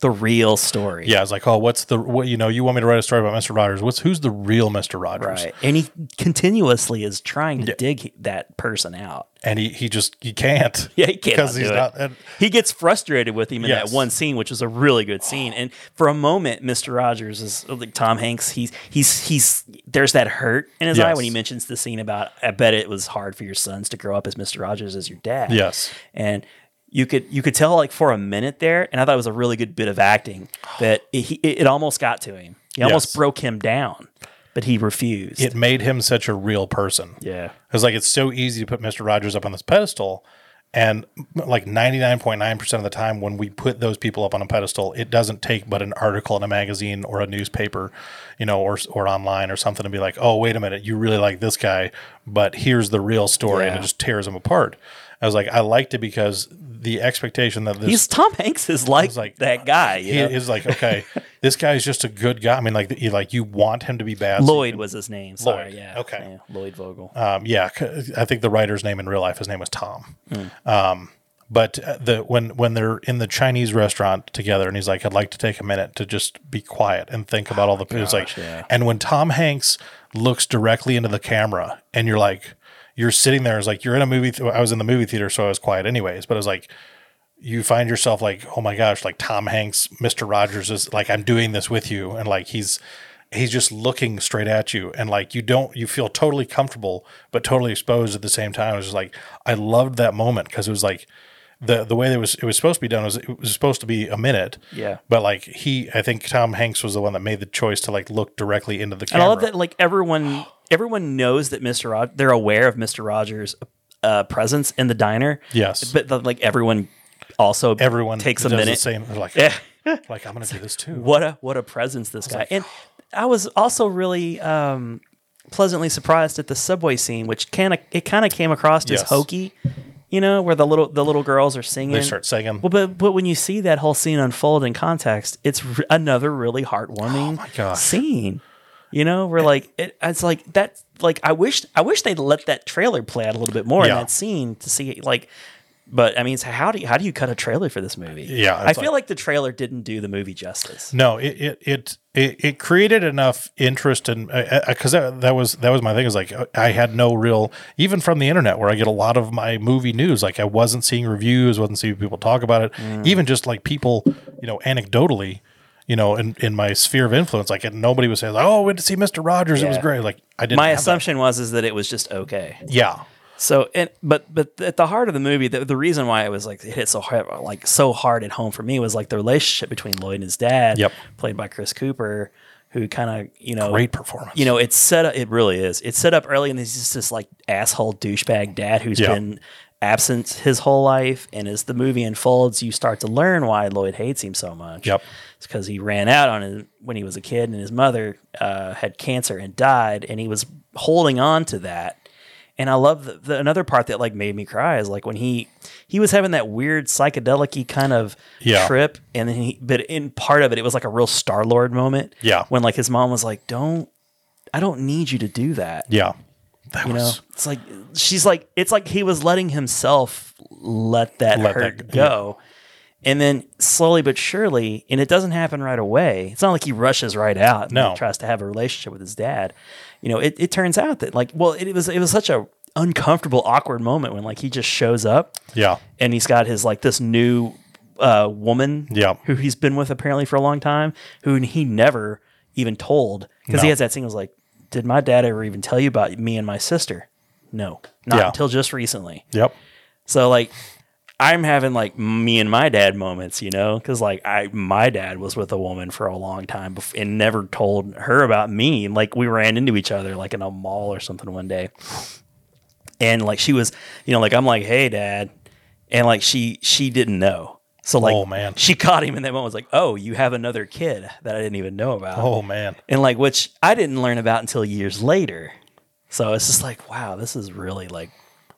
[SPEAKER 1] the real story.
[SPEAKER 2] yeah, I was like, oh, what's the what? You know, you want me to write a story about Mister Rogers? What's who's the real Mister Rogers?
[SPEAKER 1] right. And he continuously is trying to dig that person out.
[SPEAKER 2] and he, he just he can't.
[SPEAKER 1] Yeah, he can't
[SPEAKER 2] because
[SPEAKER 1] do
[SPEAKER 2] he's
[SPEAKER 1] it.
[SPEAKER 2] not. And,
[SPEAKER 1] he gets frustrated with him in
[SPEAKER 2] Yes. Oh.
[SPEAKER 1] that one scene, which is a really good scene. And for a moment, Mister Rogers is uh, like Tom Hanks. He's he's he's there's that hurt in his eye
[SPEAKER 2] Yes.
[SPEAKER 1] when he mentions the scene about. I bet it was hard for your sons to grow up as Mister Rogers as your dad.
[SPEAKER 2] Yes.
[SPEAKER 1] and you could you could tell like for a minute there, and I thought it was a really good bit of acting that it, he, it almost got to him. It
[SPEAKER 2] Yes.
[SPEAKER 1] almost broke him down, but he refused.
[SPEAKER 2] it made him such a real person.
[SPEAKER 1] yeah,
[SPEAKER 2] It's like it's so easy to put Mister Rogers up on this pedestal, And like 99.9% of the time, when we put those people up on a pedestal, it doesn't take but an article in a magazine or a newspaper, you know, or, or online or something to be like, oh, wait a minute, you really like this guy, but here's the real story. And
[SPEAKER 1] Yeah.
[SPEAKER 2] it just tears them apart. I was like, I liked it because the expectation that this
[SPEAKER 1] He's Tom Hanks is like,
[SPEAKER 2] like,
[SPEAKER 1] that guy. You
[SPEAKER 2] he
[SPEAKER 1] know?
[SPEAKER 2] is like, okay, this guy's just a good guy. I mean, like, you like you want him to be bad. so you
[SPEAKER 1] Lloyd
[SPEAKER 2] can-
[SPEAKER 1] was his name. Sorry,
[SPEAKER 2] Lloyd,
[SPEAKER 1] yeah.
[SPEAKER 2] okay.
[SPEAKER 1] yeah, Lloyd Vogel.
[SPEAKER 2] um, yeah, c- I think the writer's name in real life, his name was Tom. Um, but uh, the when when they're in the Chinese restaurant together, and he's like, "I'd like to take a minute to just be quiet and think about all the." food." it's like,
[SPEAKER 1] yeah.
[SPEAKER 2] and when Tom Hanks looks directly into the camera, and you're like, you're sitting there, it's like you're in a movie. Th- I was in the movie theater, so I was quiet anyways. But it was like, you find yourself like, oh my gosh, like Tom Hanks, Mr. Rogers is like, I'm doing this with you. And like, he's, he's just looking straight at you. And like, you don't, you feel totally comfortable, but totally exposed at the same time. It was just like, I loved that moment because it was like, the, the way that it was it was supposed to be done was it was supposed to be a minute
[SPEAKER 1] Yeah.
[SPEAKER 2] but like he I think Tom Hanks was the one that made the choice to like look directly into the
[SPEAKER 1] and
[SPEAKER 2] camera
[SPEAKER 1] I love that like everyone everyone knows that Mr. Rod- they're aware of Mr. Rogers' uh, presence in the diner.
[SPEAKER 2] Yes.
[SPEAKER 1] but the, like everyone also
[SPEAKER 2] everyone
[SPEAKER 1] takes a
[SPEAKER 2] does the
[SPEAKER 1] minute.
[SPEAKER 2] same they're like
[SPEAKER 1] Yeah.
[SPEAKER 2] like I'm gonna do this too
[SPEAKER 1] what a what a presence this guy and i was also really um pleasantly surprised at the subway scene which kind of it kind of came across
[SPEAKER 2] Yes.
[SPEAKER 1] as hokey you know where the little the little girls are singing
[SPEAKER 2] they start singing
[SPEAKER 1] well, but but when you see that whole scene unfold in context, it's r- another really heartwarming
[SPEAKER 2] Oh gosh.
[SPEAKER 1] scene. You know, we're like it, it's like that. Like I wish I wish they'd let that trailer play out a little bit more in
[SPEAKER 2] Yeah.
[SPEAKER 1] that scene to see like. But I mean, so how do you, how do you cut a trailer for this movie?
[SPEAKER 2] Yeah,
[SPEAKER 1] I
[SPEAKER 2] it's
[SPEAKER 1] feel like the trailer didn't do the movie justice.
[SPEAKER 2] No, it it it it, it created enough interest and because that, that was that was my thing is like uh, I had no real even from the internet where I get a lot of my movie news like I wasn't seeing reviews, wasn't seeing people talk about it,
[SPEAKER 1] Mm.
[SPEAKER 2] even just like people you know anecdotally. You know, in, in my sphere of influence, like and nobody was saying, like, "Oh, I went to see Mister Rogers. It was
[SPEAKER 1] Yeah.
[SPEAKER 2] great." Like I didn't.
[SPEAKER 1] My
[SPEAKER 2] have that.
[SPEAKER 1] assumption was is that it was just okay.
[SPEAKER 2] yeah,
[SPEAKER 1] So, and but but at the heart of the movie, the, the reason why it was like it hit so hard, like so hard at home for me was like the relationship between Lloyd and his dad,
[SPEAKER 2] Yep.
[SPEAKER 1] played by Chris Cooper, who kind of you know
[SPEAKER 2] great performance.
[SPEAKER 1] You know, it's set up. It really is. It's set up early, and he's just this like asshole douchebag dad who's
[SPEAKER 2] Yeah.
[SPEAKER 1] been absent his whole life. And as the movie unfolds, you start to learn why Lloyd hates him so much.
[SPEAKER 2] Yep.
[SPEAKER 1] It's because he ran out on him when he was a kid, and his mother uh, had cancer and died, and he was holding on to that. And I love the, the another part that like made me cry is like when he he was having that weird psychedelic kind of
[SPEAKER 2] Yeah.
[SPEAKER 1] trip, and then he but in part of it it was like a real Star Lord moment.
[SPEAKER 2] Yeah.
[SPEAKER 1] when like his mom was like, "Don't, I don't need you to do that."
[SPEAKER 2] yeah, that
[SPEAKER 1] You know,
[SPEAKER 2] was
[SPEAKER 1] it's like she's like it's like he was letting himself let that
[SPEAKER 2] Let
[SPEAKER 1] hurt
[SPEAKER 2] that-
[SPEAKER 1] go. And then slowly but surely, and it doesn't happen right away. It's not like he rushes right out and
[SPEAKER 2] No.
[SPEAKER 1] like, tries to have a relationship with his dad. You know, it, it turns out that like, well, it, was it was such a uncomfortable, awkward moment when like he just shows up
[SPEAKER 2] yeah,
[SPEAKER 1] and he's got his like this new uh, woman
[SPEAKER 2] Yeah.
[SPEAKER 1] who he's been with apparently for a long time who he never even told because he
[SPEAKER 2] No.
[SPEAKER 1] has that thing was like did my dad ever even tell you about me and my sister no not
[SPEAKER 2] Yeah.
[SPEAKER 1] until just recently
[SPEAKER 2] yep,
[SPEAKER 1] so like i'm having like me and my dad moments you know because like i my dad was with a woman for a long time bef- and never told her about me like we ran into each other like in a mall or something one day and like she was you know like i'm like hey dad and like she she didn't know so like
[SPEAKER 2] Oh, man.
[SPEAKER 1] she caught him in that moment was like oh you have another kid that i didn't even know about
[SPEAKER 2] oh man,
[SPEAKER 1] and like which i didn't learn about until years later so it's just like wow this is really like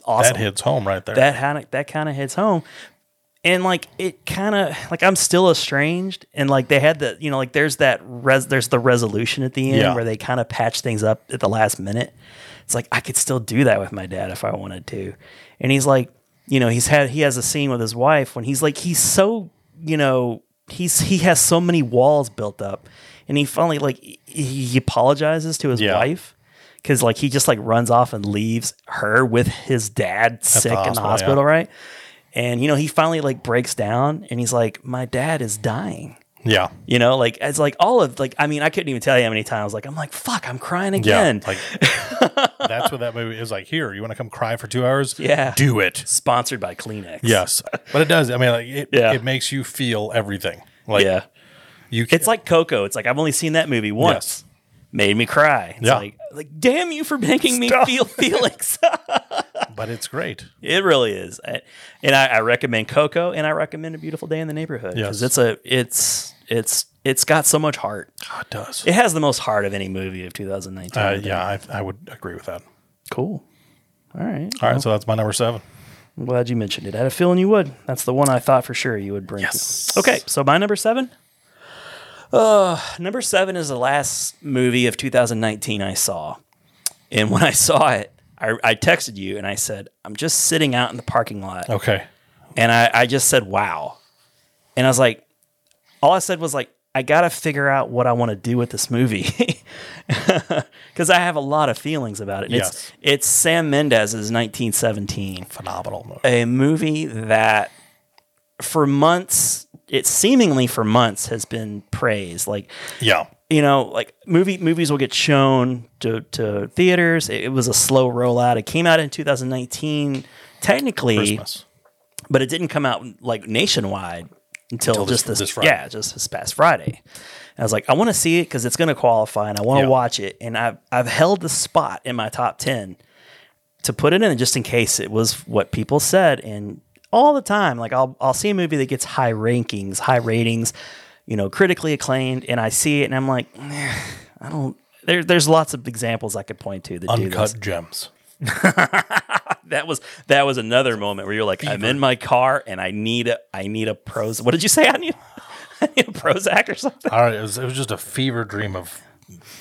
[SPEAKER 1] awesome
[SPEAKER 2] that hits home right there.
[SPEAKER 1] that kind of that kind of hits home and like it kind of like i'm still estranged and like they had the you know like there's that res there's the resolution at the end
[SPEAKER 2] Yeah.
[SPEAKER 1] where they kind of patch things up at the last minute it's like i could still do that with my dad if i wanted to and he's like you know he's had he has a scene with his wife when he's like he's so you know he's he has so many walls built up and he finally like he, he apologizes to his
[SPEAKER 2] Yeah.
[SPEAKER 1] wife because like he just like runs off and leaves her with his dad sick in the
[SPEAKER 2] hospital,
[SPEAKER 1] hospital
[SPEAKER 2] yeah.
[SPEAKER 1] right and you know he finally like breaks down and he's like my dad is dying
[SPEAKER 2] yeah,
[SPEAKER 1] you know like it's like all of like i mean i couldn't even tell you how many times like i'm like fuck i'm crying again
[SPEAKER 2] Yeah, like that's what that movie is like. Here, you want to come cry for two hours?
[SPEAKER 1] Yeah.
[SPEAKER 2] do it.
[SPEAKER 1] sponsored by kleenex
[SPEAKER 2] Yes, but it does. I mean, like it,
[SPEAKER 1] Yeah.
[SPEAKER 2] it makes you feel everything. Like
[SPEAKER 1] yeah
[SPEAKER 2] you, can,
[SPEAKER 1] it's like coco it's like i've only seen that movie once made me cry it's
[SPEAKER 2] Yeah.
[SPEAKER 1] like like damn you for making me
[SPEAKER 2] Stop.
[SPEAKER 1] feel feelings
[SPEAKER 2] but it's great.
[SPEAKER 1] It really is, I, and I, I recommend Coco, and I recommend A Beautiful Day in the Neighborhood because it's
[SPEAKER 2] Yes.
[SPEAKER 1] a it's it's it's got so much heart.
[SPEAKER 2] Oh, it does.
[SPEAKER 1] It has the most heart of any movie of 2019. I
[SPEAKER 2] Uh,
[SPEAKER 1] think.
[SPEAKER 2] yeah, I, I would agree with that.
[SPEAKER 1] cool. All right,
[SPEAKER 2] All right, so that's my number seven.
[SPEAKER 1] I'm glad you mentioned it. I had a feeling you would. That's the one I thought for sure you would bring.
[SPEAKER 2] Yes.
[SPEAKER 1] Okay, so my number seven. Uh, number seven is the last movie of 2019 I saw, and when I saw it, I, I texted you and I said, "I'm just sitting out in the parking lot."
[SPEAKER 2] Okay.
[SPEAKER 1] And I, I just said, wow. And I was like, all I said was like, I gotta figure out what I want to do with this movie. Cause I have a lot of feelings about it. And
[SPEAKER 2] Yes.
[SPEAKER 1] It's it's Sam Mendes's 1917
[SPEAKER 2] Phenomenal movie.
[SPEAKER 1] a movie that for months it seemingly for months has been praised like
[SPEAKER 2] Yeah.
[SPEAKER 1] you know like movie movies will get shown to, to theaters it, it was a slow rollout it came out in 2019 technically
[SPEAKER 2] Christmas.
[SPEAKER 1] but it didn't come out like nationwide until,
[SPEAKER 2] this-
[SPEAKER 1] just this,
[SPEAKER 2] this Friday.
[SPEAKER 1] yeah, just this past Friday. And I was like, I want to see it because it's going to qualify, and I want to
[SPEAKER 2] Yeah.
[SPEAKER 1] watch it. And I've I've held the spot in my top ten to put it in just in case it was what people said. And all the time, like I'll I'll see a movie that gets high rankings, high ratings, you know, critically acclaimed, and I see it, and I'm like, "Eh, I don't. There, there's lots of examples I could point to that do this
[SPEAKER 2] Uncut gems.
[SPEAKER 1] that was that was another moment where you're like, I'm in my car and I need a I need a pros. What did you say? I need, I need a Prozac or something.
[SPEAKER 2] All right, it was, it was just a fever dream of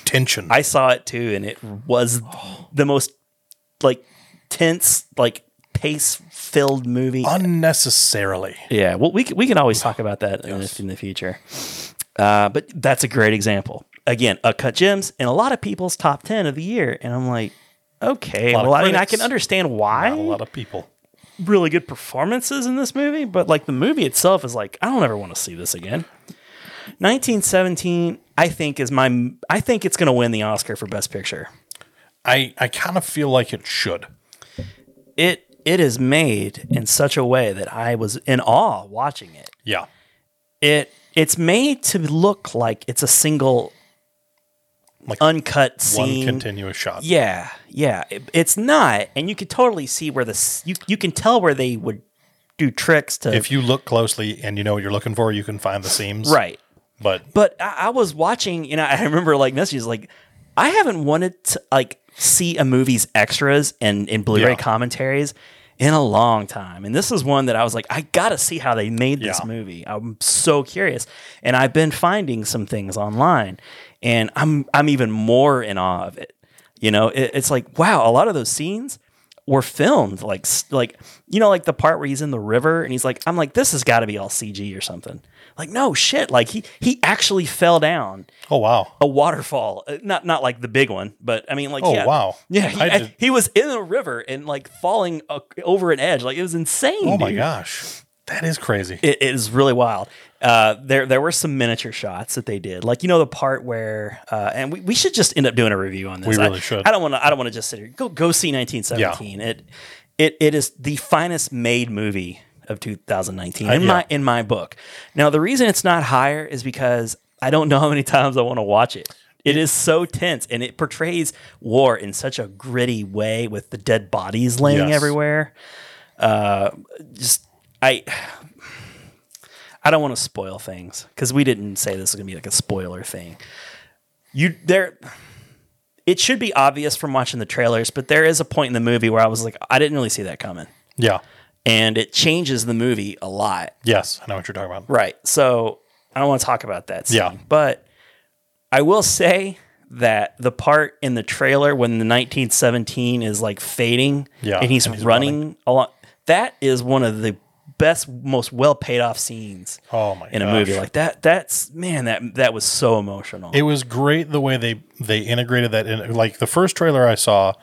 [SPEAKER 2] tension.
[SPEAKER 1] I saw it too, and it was the most like tense, like pace filled movie.
[SPEAKER 2] Unnecessarily.
[SPEAKER 1] yeah, well, we c- we can always talk about that in, the, in the future. Uh, but that's a great example. Again, a cut gems in a lot of people's top ten of the year, and I'm like, okay,
[SPEAKER 2] lot of
[SPEAKER 1] well, I mean, I
[SPEAKER 2] critics.
[SPEAKER 1] can understand why.
[SPEAKER 2] Not a lot of people.
[SPEAKER 1] really good performances in this movie, but like the movie itself is like I don't ever want to see this again. 1917, I think is my I think it's going to win the Oscar for Best Picture.
[SPEAKER 2] I, I kind of feel like it should.
[SPEAKER 1] It it is made in such a way that I was in awe watching it.
[SPEAKER 2] Yeah.
[SPEAKER 1] It it's made to look like it's a single
[SPEAKER 2] Like
[SPEAKER 1] uncut
[SPEAKER 2] One
[SPEAKER 1] scene.
[SPEAKER 2] continuous shot.
[SPEAKER 1] Yeah, yeah, It- it's not, and you can totally see where this you you can tell where they would do tricks to
[SPEAKER 2] If you look closely and you know what you're looking for, you can find the seams.
[SPEAKER 1] right.
[SPEAKER 2] But
[SPEAKER 1] But I, I was watching, and I remember like messages like, I haven't wanted to like see a movie's extras and and Blu-ray
[SPEAKER 2] Yeah.
[SPEAKER 1] commentaries in a long time, and this is one that I was like, I gotta see how they made this
[SPEAKER 2] Yeah.
[SPEAKER 1] movie. I'm so curious, and I've been finding some things online, and I'm I'm even more in awe of it. You know, it, it's like wow, a lot of those scenes were filmed like s- like you know like the part where he's in the river and he's like I'm like this has got to be all CG or something. Like no shit, like he he actually fell down
[SPEAKER 2] oh wow.
[SPEAKER 1] a waterfall, Uh, not not like the big one, but I mean like
[SPEAKER 2] Oh,
[SPEAKER 1] yeah.
[SPEAKER 2] wow.
[SPEAKER 1] Yeah, he,
[SPEAKER 2] I
[SPEAKER 1] I-
[SPEAKER 2] did-
[SPEAKER 1] he was in a river and like falling uh, over an edge. Like it was insane.
[SPEAKER 2] Oh my
[SPEAKER 1] dude.
[SPEAKER 2] gosh. That is crazy.
[SPEAKER 1] It, it is really wild. Uh, there there were some miniature shots that they did, like you know the part where, uh, and we, we should just end up doing a review on this.
[SPEAKER 2] We really
[SPEAKER 1] I,
[SPEAKER 2] should.
[SPEAKER 1] I don't want to. I don't want to just sit here. Go go see 1917. It it it is the finest made movie of 2019 in
[SPEAKER 2] Uh, yeah.
[SPEAKER 1] my in my book. Now the reason it's not higher is because I don't know how many times I want to watch it. It is so tense, and it portrays war in such a gritty way with the dead bodies laying
[SPEAKER 2] Yes.
[SPEAKER 1] everywhere. Uh, just I. I don't want to spoil things because we didn't say this is going to be like a spoiler thing. You there, it should be obvious from watching the trailers, but there is a point in the movie where I was like, I didn't really see that coming,
[SPEAKER 2] yeah.
[SPEAKER 1] and it changes the movie a lot.
[SPEAKER 2] Yes. I know what you're talking about.
[SPEAKER 1] Right. So I don't want to talk about that. Scene,
[SPEAKER 2] Yeah.
[SPEAKER 1] But I will say that the part in the trailer when the 1917 is like fading
[SPEAKER 2] Yeah,
[SPEAKER 1] and he's,
[SPEAKER 2] and he's
[SPEAKER 1] running, along, that is one of the best, most well paid off scenes
[SPEAKER 2] Oh my
[SPEAKER 1] in a
[SPEAKER 2] gosh.
[SPEAKER 1] movie like that. That's man, that that was so emotional.
[SPEAKER 2] It was great the way they they integrated that in. Like the first trailer I saw,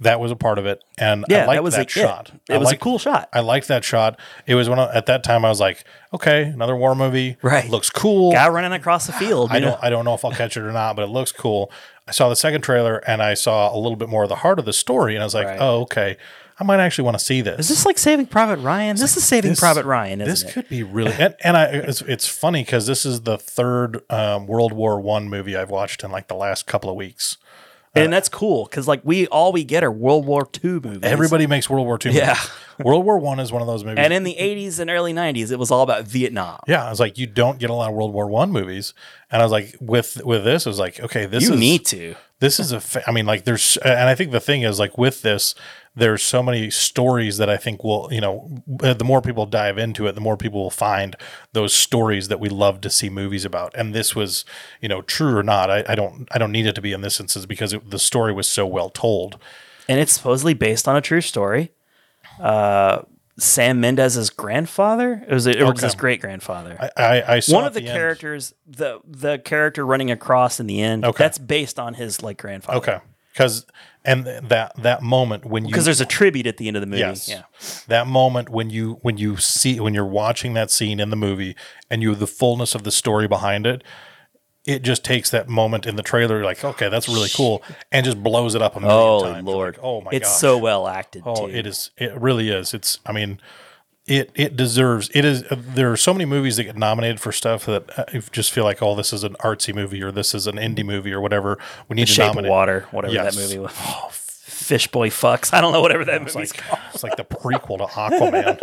[SPEAKER 2] that was a part of it, and
[SPEAKER 1] Yeah,
[SPEAKER 2] I liked
[SPEAKER 1] that
[SPEAKER 2] that,
[SPEAKER 1] was like it.
[SPEAKER 2] shot.
[SPEAKER 1] It was a
[SPEAKER 2] liked-
[SPEAKER 1] cool shot.
[SPEAKER 2] I liked that shot. It was when I, at that time I was like, okay, another war movie,
[SPEAKER 1] Right.
[SPEAKER 2] Looks cool.
[SPEAKER 1] Guy running across the field.
[SPEAKER 2] I
[SPEAKER 1] you know?
[SPEAKER 2] don't I don't know if I'll catch it or not, but it looks cool. I saw the second trailer and I saw a little bit more of the heart of the story, and I was like,
[SPEAKER 1] Right.
[SPEAKER 2] oh okay, I might actually want to see this.
[SPEAKER 1] Is this like Saving Private Ryan? This is Saving
[SPEAKER 2] This-
[SPEAKER 1] Private Ryan, isn't
[SPEAKER 2] this
[SPEAKER 1] it?
[SPEAKER 2] could be really and, and I it's, it's funny because this is the third um, World War One movie I've watched in like the last couple of weeks.
[SPEAKER 1] and that's cool because like we all we get are World War II movies.
[SPEAKER 2] Everybody makes World War II.
[SPEAKER 1] Yeah.
[SPEAKER 2] movies. World War One is one of those movies.
[SPEAKER 1] and in the '80s and early '90s, it was all about Vietnam.
[SPEAKER 2] yeah, I was like, you don't get a lot of World War One movies, and I was like, with with this, I was like, okay, this
[SPEAKER 1] you
[SPEAKER 2] is
[SPEAKER 1] need to.
[SPEAKER 2] this is a fa- i mean like there's and i think the thing is like with this there's so many stories that i think will you know uh, the more people dive into it the more people will find those stories that we love to see movies about and this was you know true or not i, I don't i don't need it to be in this instance because it, the story was so well told
[SPEAKER 1] and it's supposedly based on a true story. Uh, Sam Mendes's grandfather, it was it was
[SPEAKER 2] Okay.
[SPEAKER 1] his great grandfather.
[SPEAKER 2] i i, I saw
[SPEAKER 1] One
[SPEAKER 2] at
[SPEAKER 1] of the,
[SPEAKER 2] end-
[SPEAKER 1] characters, the the character running across in the end,
[SPEAKER 2] Okay.
[SPEAKER 1] that's based on his like grandfather.
[SPEAKER 2] okay because and th- that that moment when you
[SPEAKER 1] because there's a tribute at the end of the movie.
[SPEAKER 2] Yes.
[SPEAKER 1] Yeah,
[SPEAKER 2] That moment when you when you see when you're watching that scene in the movie and you have the fullness of the story behind it, it just takes that moment in the trailer, like, okay, that's really cool, and just blows it up a million
[SPEAKER 1] Holy
[SPEAKER 2] times.
[SPEAKER 1] lord!
[SPEAKER 2] Like, oh my
[SPEAKER 1] it's
[SPEAKER 2] gosh.
[SPEAKER 1] so well acted.
[SPEAKER 2] Oh,
[SPEAKER 1] too.
[SPEAKER 2] it is. It really is. It's. I mean, it it deserves. It is. There are so many movies that get nominated for stuff that I just feel like, oh, this is an artsy movie or this is an indie movie or whatever. We need to
[SPEAKER 1] Shape
[SPEAKER 2] nominate.
[SPEAKER 1] of Water, whatever
[SPEAKER 2] Yes.
[SPEAKER 1] that movie was. Oh, Fish Boy fucks. I don't know whatever that
[SPEAKER 2] It's
[SPEAKER 1] movie's
[SPEAKER 2] like
[SPEAKER 1] called.
[SPEAKER 2] it's like the prequel to Aquaman.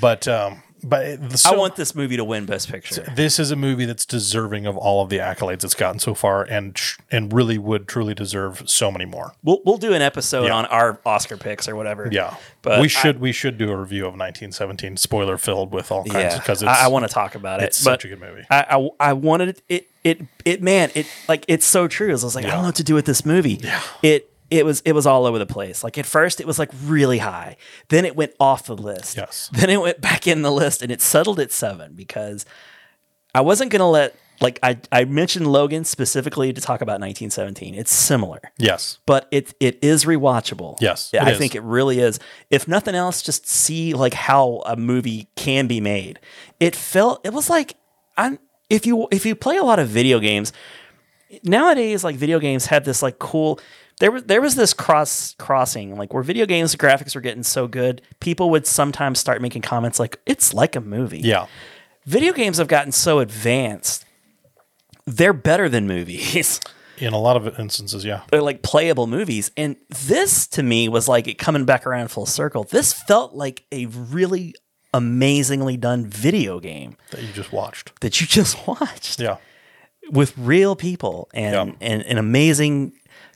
[SPEAKER 2] but um, but it- so
[SPEAKER 1] I want this movie to win Best Picture.
[SPEAKER 2] this is a movie that's deserving of all of the accolades it's gotten so far, and tr- and really would truly deserve so many more.
[SPEAKER 1] We'll we'll do an episode
[SPEAKER 2] Yeah.
[SPEAKER 1] on our Oscar picks or whatever.
[SPEAKER 2] Yeah,
[SPEAKER 1] But
[SPEAKER 2] we
[SPEAKER 1] I-
[SPEAKER 2] should we should do a review of 1917, spoiler filled with all kinds
[SPEAKER 1] yeah,
[SPEAKER 2] because it's
[SPEAKER 1] I, I want to talk about it.
[SPEAKER 2] it's
[SPEAKER 1] but
[SPEAKER 2] such a good movie.
[SPEAKER 1] I, I I wanted it it it man it like it's so true. I was like I don't know what to do with this movie. It it was it was all over the place. Like at first it was like really high, then it went off the list.
[SPEAKER 2] Yes.
[SPEAKER 1] Then it went back in the list and it settled at seven because I wasn't gonna let like I I mentioned Logan specifically to talk about 1917. It's similar.
[SPEAKER 2] yes.
[SPEAKER 1] But it it is rewatchable.
[SPEAKER 2] Yes,
[SPEAKER 1] Yeah,
[SPEAKER 2] it
[SPEAKER 1] I
[SPEAKER 2] is.
[SPEAKER 1] think it really is. If nothing else, just see like how a movie can be made. It felt it was like I'm if you if you play a lot of video games nowadays, like video games have this like cool. There was there was this cross crossing like where video games graphics were getting so good, people would sometimes start making comments like it's like a movie.
[SPEAKER 2] Yeah.
[SPEAKER 1] Video games have gotten so advanced. They're better than movies.
[SPEAKER 2] In a lot of instances, yeah.
[SPEAKER 1] they're like playable movies. And this to me was like it coming back around full circle. This felt like a really amazingly done video game
[SPEAKER 2] That you just watched.
[SPEAKER 1] that you just watched
[SPEAKER 2] Yeah.
[SPEAKER 1] with real people and,
[SPEAKER 2] Yeah.
[SPEAKER 1] and and amazing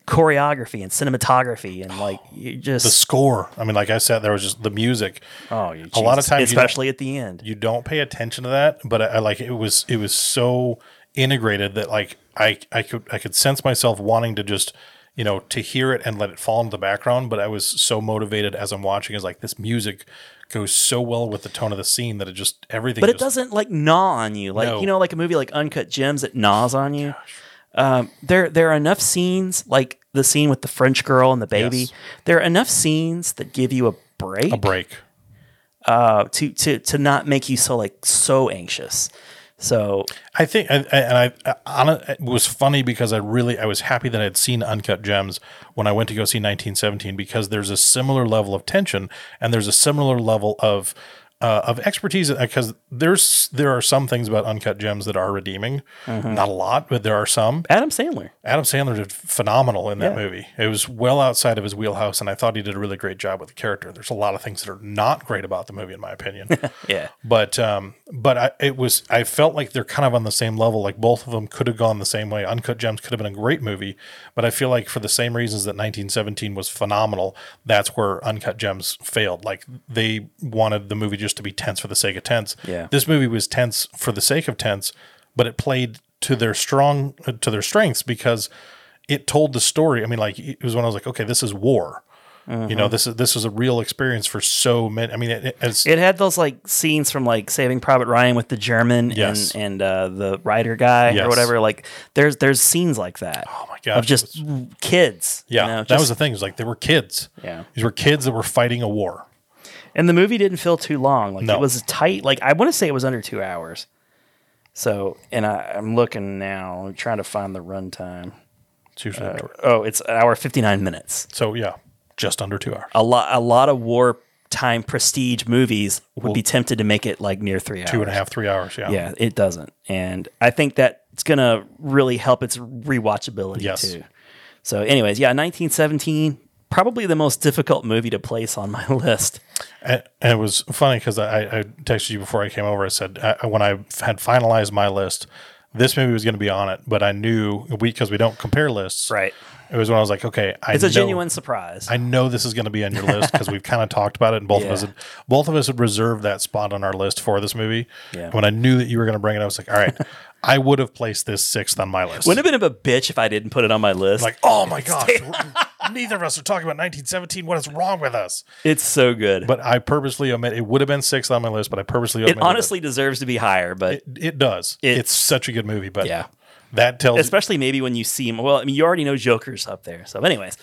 [SPEAKER 1] choreography and cinematography and like you
[SPEAKER 2] The
[SPEAKER 1] just
[SPEAKER 2] score. I mean, like I said, there was just the music.
[SPEAKER 1] oh you
[SPEAKER 2] a lot of
[SPEAKER 1] Jesus.
[SPEAKER 2] times you don't-
[SPEAKER 1] especially at the end
[SPEAKER 2] you don't pay attention to that but I, I like it was it was so integrated that like i i could i could sense myself wanting to just you know to hear it and let it fall into the background but i was so motivated as i'm watching is like this music goes so well with the tone of the scene that it just everything
[SPEAKER 1] but it
[SPEAKER 2] just-
[SPEAKER 1] doesn't like gnaw on you like
[SPEAKER 2] No.
[SPEAKER 1] you know like a movie like uncut gems it gnaws on you um, there there are enough scenes like the scene with the french girl and the baby
[SPEAKER 2] Yes.
[SPEAKER 1] there are enough scenes that give you a break,
[SPEAKER 2] a break
[SPEAKER 1] Uh, to to to not make you so like so anxious so
[SPEAKER 2] I think, and I, and I, I hon- it was funny because I really, I was happy that I had seen Uncut Gems when I went to go see 1917 because there's a similar level of tension and there's a similar level of uh, of expertise because there's there are some things about Uncut Gems that are redeeming, not a lot, but there are some.
[SPEAKER 1] adam sandler
[SPEAKER 2] Adam Sandler did phenomenal in that
[SPEAKER 1] Yeah.
[SPEAKER 2] movie. It was well outside of his wheelhouse, and I thought he did a really great job with the character. There's a lot of things that are not great about the movie, in my opinion.
[SPEAKER 1] yeah
[SPEAKER 2] but um but I, it was i felt like they're kind of on the same level like both of them could have gone the same way uncut gems could have been a great movie but i feel like for the same reasons that 1917 was phenomenal that's where uncut gems failed like they wanted the movie just to be tense for the sake of tense
[SPEAKER 1] Yeah.
[SPEAKER 2] this movie was tense for the sake of tense but it played to their strong to their strengths because it told the story i mean like it was when i was like okay this is war You
[SPEAKER 1] Mm-hmm.
[SPEAKER 2] know, this is this was a real experience for so many. I mean, it, it- as
[SPEAKER 1] it had those like scenes from like Saving Private Ryan with the German
[SPEAKER 2] Yes.
[SPEAKER 1] and and uh, the writer guy
[SPEAKER 2] Yes.
[SPEAKER 1] or whatever. Like there's there's scenes like that. Oh
[SPEAKER 2] my gosh,
[SPEAKER 1] Of just kids. you
[SPEAKER 2] Yeah,
[SPEAKER 1] know,
[SPEAKER 2] that
[SPEAKER 1] just-
[SPEAKER 2] was the thing. It was like they were kids.
[SPEAKER 1] Yeah.
[SPEAKER 2] these were kids that were fighting a war.
[SPEAKER 1] and the movie didn't feel too long. Like
[SPEAKER 2] No.
[SPEAKER 1] it was tight. Like I want to say it was under two hours. So and I, I'm looking now. I'm trying to find the runtime.
[SPEAKER 2] It's usually
[SPEAKER 1] Oh, it's an hour fifty nine minutes.
[SPEAKER 2] so yeah, just under two hours,
[SPEAKER 1] A lot a lot of war time prestige movies would be tempted to make it like near three hours.
[SPEAKER 2] two and a half, three hours. Yeah,
[SPEAKER 1] Yeah, it doesn't. And I think that it's going to really help its rewatchability
[SPEAKER 2] Yes.
[SPEAKER 1] too. So, anyways, yeah, 1917, probably the most difficult movie to place on my list.
[SPEAKER 2] And and it was funny because I, I texted you before I came over. I said I, when I had finalized my list, this movie was going to be on it, but I knew we because we don't compare lists. It was when I was like, okay, I
[SPEAKER 1] It's a
[SPEAKER 2] know-
[SPEAKER 1] genuine surprise.
[SPEAKER 2] I know this is going to be on your list because we've kind of talked about it, and both of us,
[SPEAKER 1] Yeah.
[SPEAKER 2] had, both of us had reserved that spot on our list for this movie.
[SPEAKER 1] Yeah.
[SPEAKER 2] When I knew that you were going to bring it, I was like, all right, I would have placed this sixth on my list.
[SPEAKER 1] Wouldn't have been a bitch if I didn't put it on my list.
[SPEAKER 2] like, oh my gosh, we're- neither of us are talking about 1917. What is wrong with us?
[SPEAKER 1] it's so good.
[SPEAKER 2] But I purposely omit. It would have been sixth on my list, but I purposely
[SPEAKER 1] it
[SPEAKER 2] omitted
[SPEAKER 1] honestly deserves to be higher, but
[SPEAKER 2] It, it does.
[SPEAKER 1] It's-
[SPEAKER 2] It's, such a good movie, but
[SPEAKER 1] Yeah.
[SPEAKER 2] that tells
[SPEAKER 1] especially maybe when you see him. Well, I mean, you already know Joker's up there. So, anyways,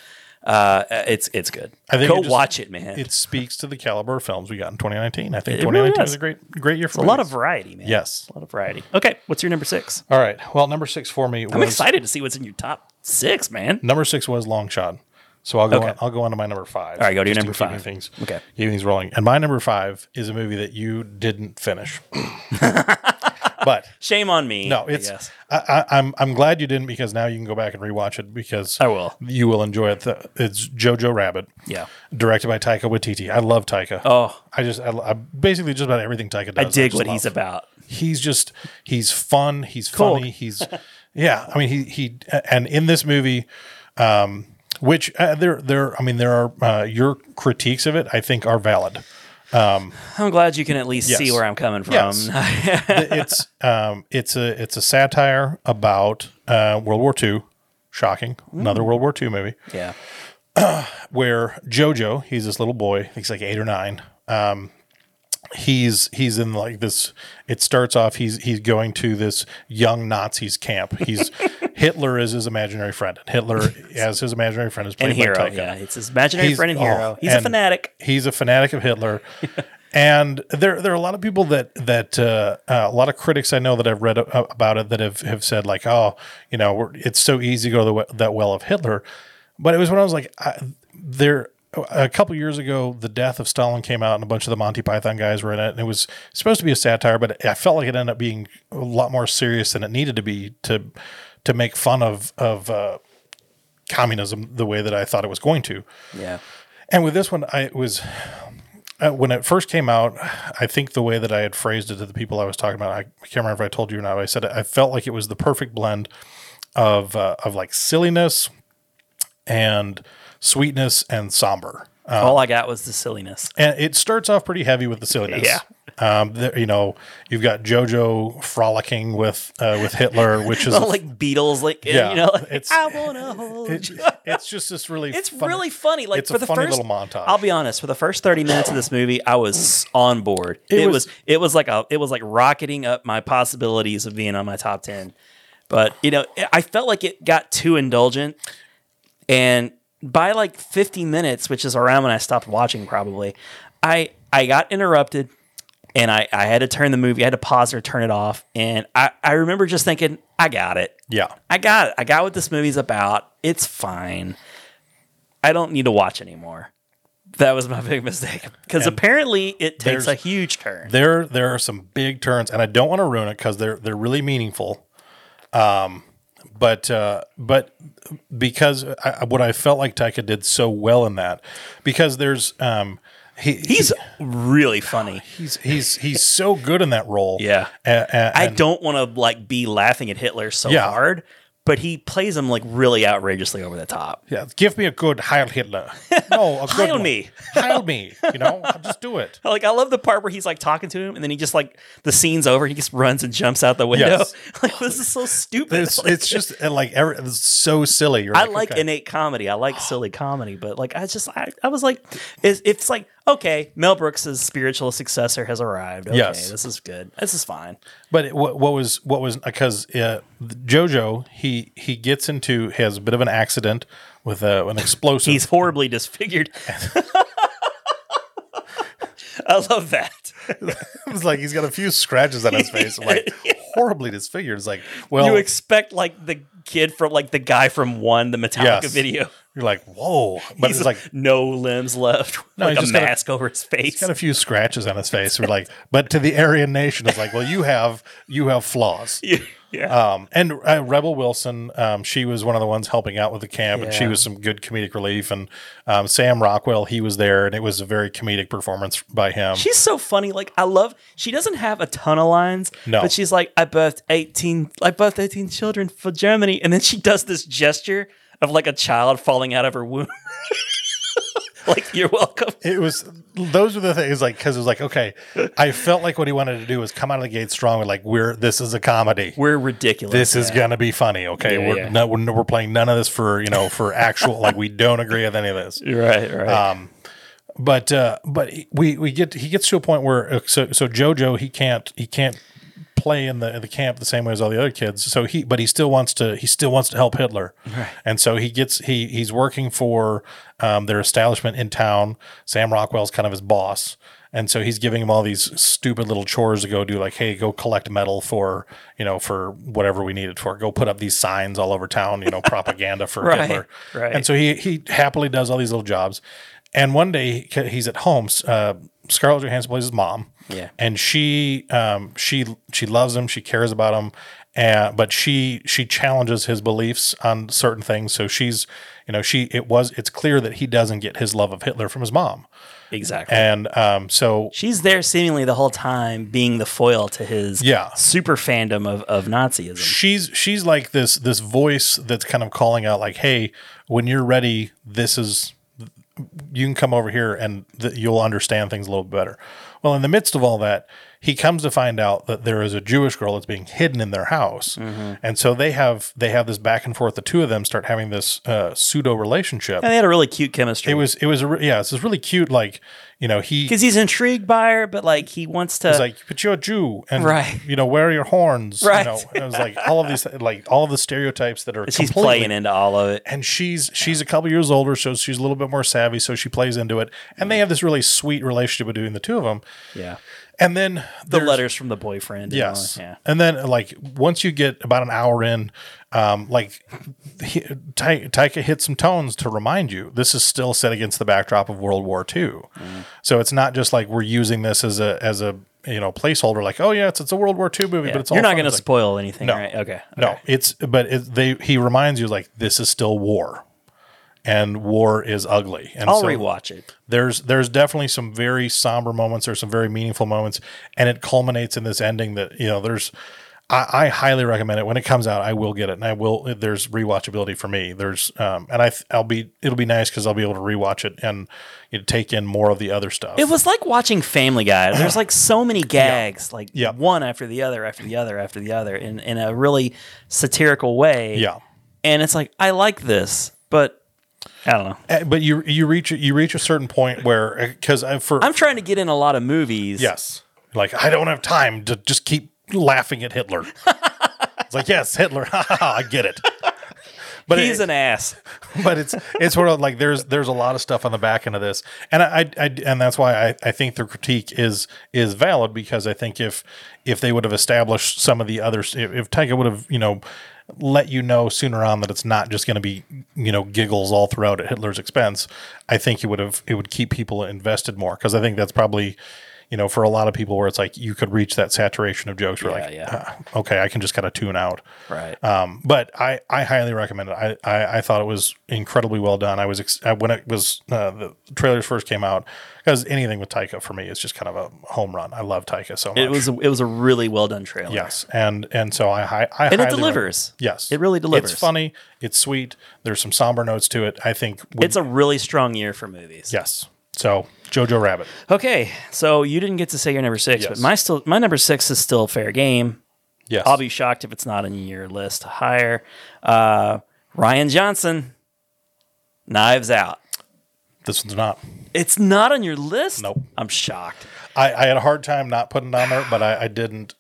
[SPEAKER 1] uh, it's it's good.
[SPEAKER 2] I think
[SPEAKER 1] Go
[SPEAKER 2] it just-
[SPEAKER 1] watch it, man.
[SPEAKER 2] it speaks to the caliber of films we got in 2019. I think
[SPEAKER 1] It really
[SPEAKER 2] 2019
[SPEAKER 1] does.
[SPEAKER 2] is a great great year for
[SPEAKER 1] a lot of
[SPEAKER 2] movies.
[SPEAKER 1] variety, man.
[SPEAKER 2] Yes.
[SPEAKER 1] a lot of variety. Okay, what's your number six?
[SPEAKER 2] All right. Well, number six for me.
[SPEAKER 1] I'm
[SPEAKER 2] was,
[SPEAKER 1] excited to see what's in your top six, man.
[SPEAKER 2] Number six was Long Shot. So I'll go.
[SPEAKER 1] Okay.
[SPEAKER 2] On, I'll go on to my number five.
[SPEAKER 1] All right, go to your
[SPEAKER 2] just
[SPEAKER 1] number
[SPEAKER 2] keep
[SPEAKER 1] five.
[SPEAKER 2] Things,
[SPEAKER 1] Okay.
[SPEAKER 2] Keep things rolling. And my number five is a movie that you didn't finish. but
[SPEAKER 1] Shame on me.
[SPEAKER 2] no,
[SPEAKER 1] I
[SPEAKER 2] it's. I
[SPEAKER 1] guess.
[SPEAKER 2] I, I'm I'm glad you didn't because now you can go back and rewatch it because
[SPEAKER 1] I will.
[SPEAKER 2] You will enjoy it. The- It's Jojo Rabbit.
[SPEAKER 1] Yeah.
[SPEAKER 2] Directed by Taika Waititi. I love Taika.
[SPEAKER 1] Oh.
[SPEAKER 2] I just I, lo- I basically just about everything Taika
[SPEAKER 1] I
[SPEAKER 2] does.
[SPEAKER 1] dig
[SPEAKER 2] just
[SPEAKER 1] what
[SPEAKER 2] love
[SPEAKER 1] he's about.
[SPEAKER 2] he's just he's fun he's
[SPEAKER 1] Cool.
[SPEAKER 2] funny he's yeah i mean he he and in this movie um which uh, there there i mean there are uh, your critiques of it i think are valid
[SPEAKER 1] I'm glad you can at least see
[SPEAKER 2] Yes.
[SPEAKER 1] where I'm coming from.
[SPEAKER 2] Yes. it's um it's a it's a satire about uh world war ii shocking another world war ii movie
[SPEAKER 1] yeah.
[SPEAKER 2] where Jojo, he's this little boy, he's like eight or nine. Um, he's he's in like this. It starts off he's he's going to this young Nazis camp. He's Hitler is his imaginary friend. Hitler as his imaginary friend is played
[SPEAKER 1] And hero.
[SPEAKER 2] by Taika.
[SPEAKER 1] Yeah. It's his imaginary
[SPEAKER 2] He's-
[SPEAKER 1] friend and
[SPEAKER 2] oh,
[SPEAKER 1] hero. He's a
[SPEAKER 2] and
[SPEAKER 1] fanatic.
[SPEAKER 2] He's a fanatic of Hitler. and there there are a lot of people that that uh, uh, a lot of critics I know that I've read a- about it that have have said like, oh, you know, we're, it's so easy to go the way, that well of Hitler. But it was when I was like, I, there. A couple years ago, the death of Stalin came out, and a bunch of the Monty Python guys were in it. And it was supposed to be a satire, but I felt like it ended up being a lot more serious than it needed to be to to make fun of of uh, communism the way that I thought it was going to.
[SPEAKER 1] Yeah.
[SPEAKER 2] And with this one, I it was uh, when it first came out. I think the way that I had phrased it to the people I was talking about, I can't remember if I told you or not. But I said I felt like it was the perfect blend of uh, of like silliness and sweetness and somber.
[SPEAKER 1] All I got was the silliness.
[SPEAKER 2] And it starts off pretty heavy with the silliness.
[SPEAKER 1] Yeah.
[SPEAKER 2] Um, there, you know, you've got JoJo frolicking with uh, with Hitler, which is
[SPEAKER 1] like Beatles, like
[SPEAKER 2] Yeah,
[SPEAKER 1] you know, like,
[SPEAKER 2] it's-
[SPEAKER 1] I wanna hold.
[SPEAKER 2] it-
[SPEAKER 1] you.
[SPEAKER 2] it's just this really
[SPEAKER 1] It's really funny. Like
[SPEAKER 2] it's
[SPEAKER 1] for
[SPEAKER 2] a
[SPEAKER 1] the
[SPEAKER 2] funny
[SPEAKER 1] first,
[SPEAKER 2] little montage.
[SPEAKER 1] I'll be honest. For the first thirty minutes of this movie, I was on board. It, was,
[SPEAKER 2] was-
[SPEAKER 1] it was like a it was like rocketing up my possibilities of being on my top ten. But you know, I- I felt like it got too indulgent, and by like fifty minutes, which is around when I stopped watching, probably, I I got interrupted. And I, I had to turn the movie. I had to pause or turn it off. And I, I remember just thinking, I got it.
[SPEAKER 2] yeah.
[SPEAKER 1] I got it. I got what this movie's about. It's fine. I don't need to watch anymore. That was my big mistake because
[SPEAKER 2] And
[SPEAKER 1] apparently it takes
[SPEAKER 2] there's-
[SPEAKER 1] a huge turn.
[SPEAKER 2] There, there are some big turns, and I don't want to ruin it because they're they're really meaningful. Um, but uh, but because I, what I felt like Taika did so well in that, because there's um, he,
[SPEAKER 1] He's really funny.
[SPEAKER 2] he's he's he's so good in that role.
[SPEAKER 1] Yeah.
[SPEAKER 2] A- a-
[SPEAKER 1] I
[SPEAKER 2] and-
[SPEAKER 1] don't want to like be laughing at Hitler so
[SPEAKER 2] Yeah.
[SPEAKER 1] hard, but he plays him like really outrageously over the top.
[SPEAKER 2] Yeah, give me a good Heil Hitler. No, a good
[SPEAKER 1] Heil
[SPEAKER 2] one.
[SPEAKER 1] me.
[SPEAKER 2] Heil me. You know, I'll just do it.
[SPEAKER 1] Like I love the part where he's like talking to him, and then he just like the scene's over, and he just runs and jumps out the window.
[SPEAKER 2] Yes.
[SPEAKER 1] Like this is so stupid.
[SPEAKER 2] It's it's just uh, like every, it's so silly. You're
[SPEAKER 1] I like
[SPEAKER 2] okay.
[SPEAKER 1] innate comedy. I like silly comedy, but like I just I, I was like, it's, it's like okay, Mel Brooks' spiritual successor has arrived. Okay,
[SPEAKER 2] Yes.
[SPEAKER 1] this is good. This is fine.
[SPEAKER 2] But it, what, what was what was because uh, JoJo he he gets into he has a bit of an accident with uh, an explosive.
[SPEAKER 1] He's horribly disfigured. I love that.
[SPEAKER 2] it's like he's got a few scratches on his face, like horribly disfigured. It's like well,
[SPEAKER 1] you expect like the kid from like the guy from one the Metallica
[SPEAKER 2] Yes.
[SPEAKER 1] video.
[SPEAKER 2] you're like whoa, but
[SPEAKER 1] He's
[SPEAKER 2] it's like
[SPEAKER 1] no limbs left,
[SPEAKER 2] No,
[SPEAKER 1] like
[SPEAKER 2] he's
[SPEAKER 1] a
[SPEAKER 2] just got a-
[SPEAKER 1] mask over his face.
[SPEAKER 2] he's got a few scratches on his face. We're like, but to the Aryan nation, it's like well, you have you have flaws.
[SPEAKER 1] You- Yeah.
[SPEAKER 2] Um, and uh, Rebel Wilson, um, she was one of the ones helping out with the camp, and she
[SPEAKER 1] Yeah.
[SPEAKER 2] was some good comedic relief. And um, Sam Rockwell, he was there, and it was a very comedic performance by him.
[SPEAKER 1] She's so funny. Like I love. She doesn't have a ton of lines.
[SPEAKER 2] No.
[SPEAKER 1] But she's like, I birthed eighteen. I birthed eighteen children for Germany, and then she does this gesture of like a child falling out of her womb. like you're welcome.
[SPEAKER 2] it was those were the things like because it was like okay, I felt like what he wanted to do was come out of the gate strong with like we're this is a comedy.
[SPEAKER 1] We're ridiculous.
[SPEAKER 2] this is gonna be funny, okay?
[SPEAKER 1] Yeah,
[SPEAKER 2] we're,
[SPEAKER 1] yeah.
[SPEAKER 2] No, we're we're playing none of this for you know for actual like we don't agree with any of this.
[SPEAKER 1] right. Right.
[SPEAKER 2] Um, but uh, but we we get he gets to a point where uh, so so Jojo he can't he can't play in the in the camp the same way as all the other kids. So he but he still wants to he still wants to help Hitler, and so he gets he he's working for um, their establishment in town. Sam Rockwell's kind of his boss. And so he's giving him all these stupid little chores to go do, like, hey, go collect metal for, you know, for whatever we need it for. Go put up these signs all over town, you know, propaganda for
[SPEAKER 1] Right,
[SPEAKER 2] Hitler.
[SPEAKER 1] right.
[SPEAKER 2] And so he he happily does all these little jobs. And one day he- he's at home. Uh, Scarlett Johansson plays his mom.
[SPEAKER 1] Yeah.
[SPEAKER 2] And she um she she loves him. She cares about him. And but she she challenges his beliefs on certain things. So she's you know she it was it's clear that he doesn't get his love of Hitler from his mom.
[SPEAKER 1] exactly.
[SPEAKER 2] And um so
[SPEAKER 1] She's there seemingly the whole time being the foil to his
[SPEAKER 2] Yeah.
[SPEAKER 1] super fandom of, of Nazism.
[SPEAKER 2] she's she's like this this voice that's kind of calling out like hey when you're ready this is you can come over here and th- you'll understand things a little bit better well in the midst of all that he comes to find out that there is a jewish girl that's being hidden in their house and so they have they have this back and forth the two of them start having this uh, pseudo relationship
[SPEAKER 1] And they had a really cute chemistry.
[SPEAKER 2] it was it was a re- yeah it's this really cute like you know he
[SPEAKER 1] because he's intrigued by her, but like he wants to.
[SPEAKER 2] it's like, but you're a Jew, and
[SPEAKER 1] Uh, Right.
[SPEAKER 2] you know, where are your horns?
[SPEAKER 1] Right.
[SPEAKER 2] You know, and it was like all of these, like all of the stereotypes that are.
[SPEAKER 1] she's
[SPEAKER 2] completely-
[SPEAKER 1] playing into all of it.
[SPEAKER 2] and she's she's a couple years older, so she's a little bit more savvy, so she plays into it, and they have this really sweet relationship between the two of them.
[SPEAKER 1] Yeah.
[SPEAKER 2] And then
[SPEAKER 1] The
[SPEAKER 2] there's-
[SPEAKER 1] letters from the boyfriend. and all
[SPEAKER 2] Yes.
[SPEAKER 1] that, Yeah.
[SPEAKER 2] And then like once you get about an hour in, um, like he, Ty- Taika hit some tones to remind you this is still set against the backdrop of World War II.
[SPEAKER 1] Mm-hmm.
[SPEAKER 2] So it's not just like we're using this as a as a you know placeholder. Like oh yeah, it's it's a World War II movie, but it's all
[SPEAKER 1] You're not
[SPEAKER 2] fun.
[SPEAKER 1] going to
[SPEAKER 2] It's like,
[SPEAKER 1] spoil anything,
[SPEAKER 2] No.
[SPEAKER 1] right? Okay.
[SPEAKER 2] no, it's but it, they he reminds you like this is still war, and war is ugly. And
[SPEAKER 1] I'll
[SPEAKER 2] so-
[SPEAKER 1] rewatch it.
[SPEAKER 2] there's there's definitely some very somber moments or some very meaningful moments and it culminates in this ending that you know there's I, I highly recommend it when it comes out i will get it and i will there's rewatchability for me there's um and i th- i'll be it'll be nice because i'll be able to rewatch it and you know, take in more of the other stuff
[SPEAKER 1] It was like watching Family Guy. There's like so many gags, like
[SPEAKER 2] Yeah.
[SPEAKER 1] one after the other, after the other, after the other, in, in a really satirical way.
[SPEAKER 2] yeah
[SPEAKER 1] And it's like, I like this, but I don't know.
[SPEAKER 2] Uh, but you you reach you reach a certain point where because for
[SPEAKER 1] I'm trying to get in a lot of movies.
[SPEAKER 2] yes like i don't have time to just keep laughing at hitler it's like yes hitler i get it but
[SPEAKER 1] He's
[SPEAKER 2] it-
[SPEAKER 1] an ass.
[SPEAKER 2] but it's it's sort of like there's there's a lot of stuff on the back end of this, and I, I, I- and that's why I, I think their critique is is valid because I think if if they would have established some of the others, if, if Taika would have you know let you know sooner on that it's not just going to be you know giggles all throughout at Hitler's expense, I think it would have it would keep people invested more because I think that's probably. You know, for a lot of people, where it's like you could reach that saturation of jokes, where
[SPEAKER 1] Yeah,
[SPEAKER 2] like,
[SPEAKER 1] yeah.
[SPEAKER 2] "Ah, okay, I can just kind of tune out.
[SPEAKER 1] Right.
[SPEAKER 2] Um, but I, I highly recommend it. I, I, I thought it was incredibly well done. I was ex- I, when it was uh, the trailers first came out because anything with Taika for me is just kind of a home run. I love Taika so much.
[SPEAKER 1] It was a, it was a really well done trailer.
[SPEAKER 2] yes, and and so I hi- I
[SPEAKER 1] And it
[SPEAKER 2] highly
[SPEAKER 1] delivers.
[SPEAKER 2] rec- yes,
[SPEAKER 1] It really delivers.
[SPEAKER 2] It's funny. It's sweet. There's some somber notes to it. I think would-
[SPEAKER 1] It's a really strong year for movies.
[SPEAKER 2] yes. So Jojo Rabbit.
[SPEAKER 1] Okay, so you didn't get to say your number six, but
[SPEAKER 2] Yes.
[SPEAKER 1] my still my number six is still fair game.
[SPEAKER 2] Yes,
[SPEAKER 1] I'll be shocked if it's not in your list higher. Uh, Ryan Johnson, Knives Out.
[SPEAKER 2] this one's not.
[SPEAKER 1] It's not on your list.
[SPEAKER 2] Nope.
[SPEAKER 1] I'm shocked.
[SPEAKER 2] I, I had a hard time not putting it on there, but I, I didn't.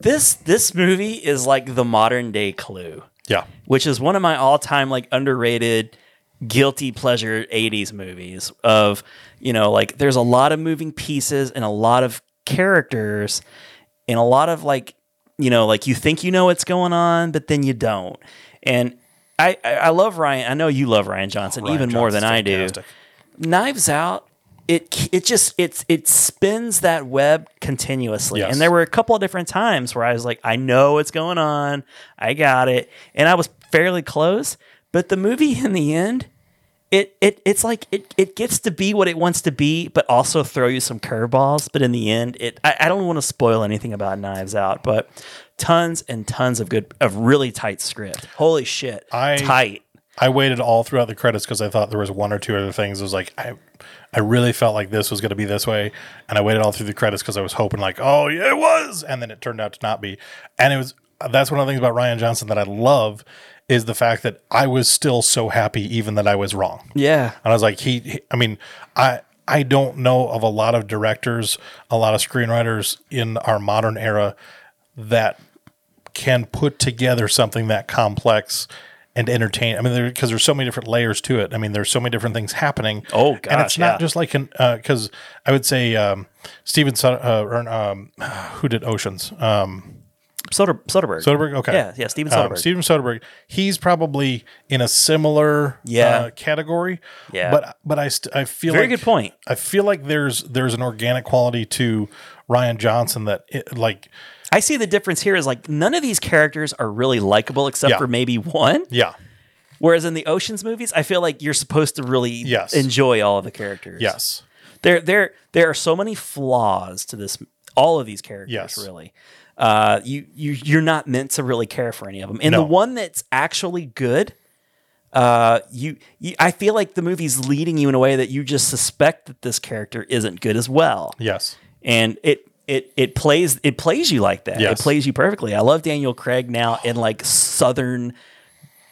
[SPEAKER 1] This this movie is like the modern day Clue.
[SPEAKER 2] Yeah,
[SPEAKER 1] which is one of my all-time like underrated guilty pleasure 80s movies of you know like there's a lot of moving pieces and a lot of characters and a lot of like you know like you think you know what's going on but then you don't and I, I I love Ryan. I know you love Ryan Johnson
[SPEAKER 2] Ryan
[SPEAKER 1] even more than
[SPEAKER 2] Johnson's
[SPEAKER 1] I do.
[SPEAKER 2] fantastic.
[SPEAKER 1] Knives Out it it just it's it spins that web continuously
[SPEAKER 2] Yes.
[SPEAKER 1] and there were a couple of different times where i was like i know what's going on i got it and i was fairly close but the movie in the end it, it it's like it, it gets to be what it wants to be but also throw you some curveballs but in the end it I, I don't want to spoil anything about knives out but tons and tons of good of really tight script holy shit
[SPEAKER 2] I-
[SPEAKER 1] tight
[SPEAKER 2] I waited all throughout the credits because I thought there was one or two other things. It was like I, I really felt like this was going to be this way, and I waited all through the credits because I was hoping like, oh yeah, it was, and then it turned out to not be. And it was that's one of the things about Ryan Johnson that I love is the fact that I was still so happy even that I was wrong.
[SPEAKER 1] yeah
[SPEAKER 2] And I was like, he, he- I mean, I, I don't know of a lot of directors, a lot of screenwriters in our modern era that can put together something that complex and entertain. I mean, because there's so many different layers to it. I mean, there's so many different things happening.
[SPEAKER 1] Oh,
[SPEAKER 2] and
[SPEAKER 1] gosh,
[SPEAKER 2] it's not
[SPEAKER 1] yeah.
[SPEAKER 2] just like an because I would say um, Steven Son- uh, or, um, who did Oceans. Um,
[SPEAKER 1] Soder- soderbergh
[SPEAKER 2] Soderbergh. Okay.
[SPEAKER 1] Yeah, yeah, Steven
[SPEAKER 2] Um,
[SPEAKER 1] Soderbergh.
[SPEAKER 2] Steven Soderbergh. He's probably in a similar
[SPEAKER 1] Yeah.
[SPEAKER 2] uh, category.
[SPEAKER 1] Yeah.
[SPEAKER 2] But but I st- I feel
[SPEAKER 1] Very
[SPEAKER 2] like-
[SPEAKER 1] good point.
[SPEAKER 2] I feel like there's there's an organic quality to Ryan Johnson that it, like
[SPEAKER 1] I see the difference here is like none of these characters are really likable except
[SPEAKER 2] Yeah.
[SPEAKER 1] for maybe one.
[SPEAKER 2] yeah
[SPEAKER 1] Whereas in the Ocean's movies, I feel like you're supposed to really
[SPEAKER 2] Yes.
[SPEAKER 1] enjoy all of the characters.
[SPEAKER 2] yes
[SPEAKER 1] There there there are so many flaws to this all of these characters
[SPEAKER 2] Yes.
[SPEAKER 1] really. Uh you you you're not meant to really care for any of them. And
[SPEAKER 2] No.
[SPEAKER 1] the one that's actually good uh, you, you, I feel like the movie's leading you in a way that you just suspect that this character isn't good as well
[SPEAKER 2] yes
[SPEAKER 1] and it it it plays it plays you like that.
[SPEAKER 2] Yes.
[SPEAKER 1] It plays you perfectly. I love Daniel Craig now in like southern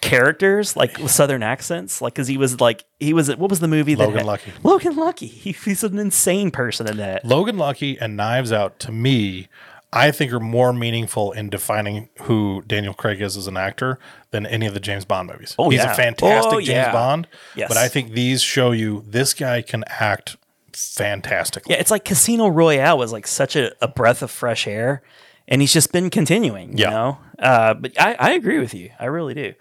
[SPEAKER 1] characters, like with southern accents, like because he was like he was what was the movie?
[SPEAKER 2] Logan
[SPEAKER 1] that had-
[SPEAKER 2] Lucky.
[SPEAKER 1] Logan Lucky. He, he's an insane person in that.
[SPEAKER 2] Logan Lucky and Knives Out to me. I think are more meaningful in defining who Daniel Craig is as an actor than any of the James Bond movies.
[SPEAKER 1] Oh,
[SPEAKER 2] He's
[SPEAKER 1] yeah.
[SPEAKER 2] a fantastic
[SPEAKER 1] Oh,
[SPEAKER 2] James
[SPEAKER 1] yeah.
[SPEAKER 2] Bond,
[SPEAKER 1] Yes.
[SPEAKER 2] but I think these show you this guy can act fantastically.
[SPEAKER 1] Yeah, it's like Casino Royale was like such a, a breath of fresh air, and he's just been continuing. You
[SPEAKER 2] Yeah.
[SPEAKER 1] know, uh, but I, I agree with you. I really do.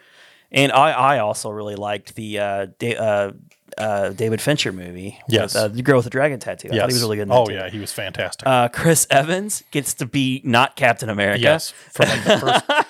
[SPEAKER 1] And I, I also really liked the uh, da- uh, uh, David Fincher movie.
[SPEAKER 2] Yes.
[SPEAKER 1] with, uh, the girl with the dragon tattoo. I thought he was really good. In that
[SPEAKER 2] oh
[SPEAKER 1] too.
[SPEAKER 2] yeah, he was fantastic.
[SPEAKER 1] uh, Chris Evans gets to be not Captain America.
[SPEAKER 2] yes, from like the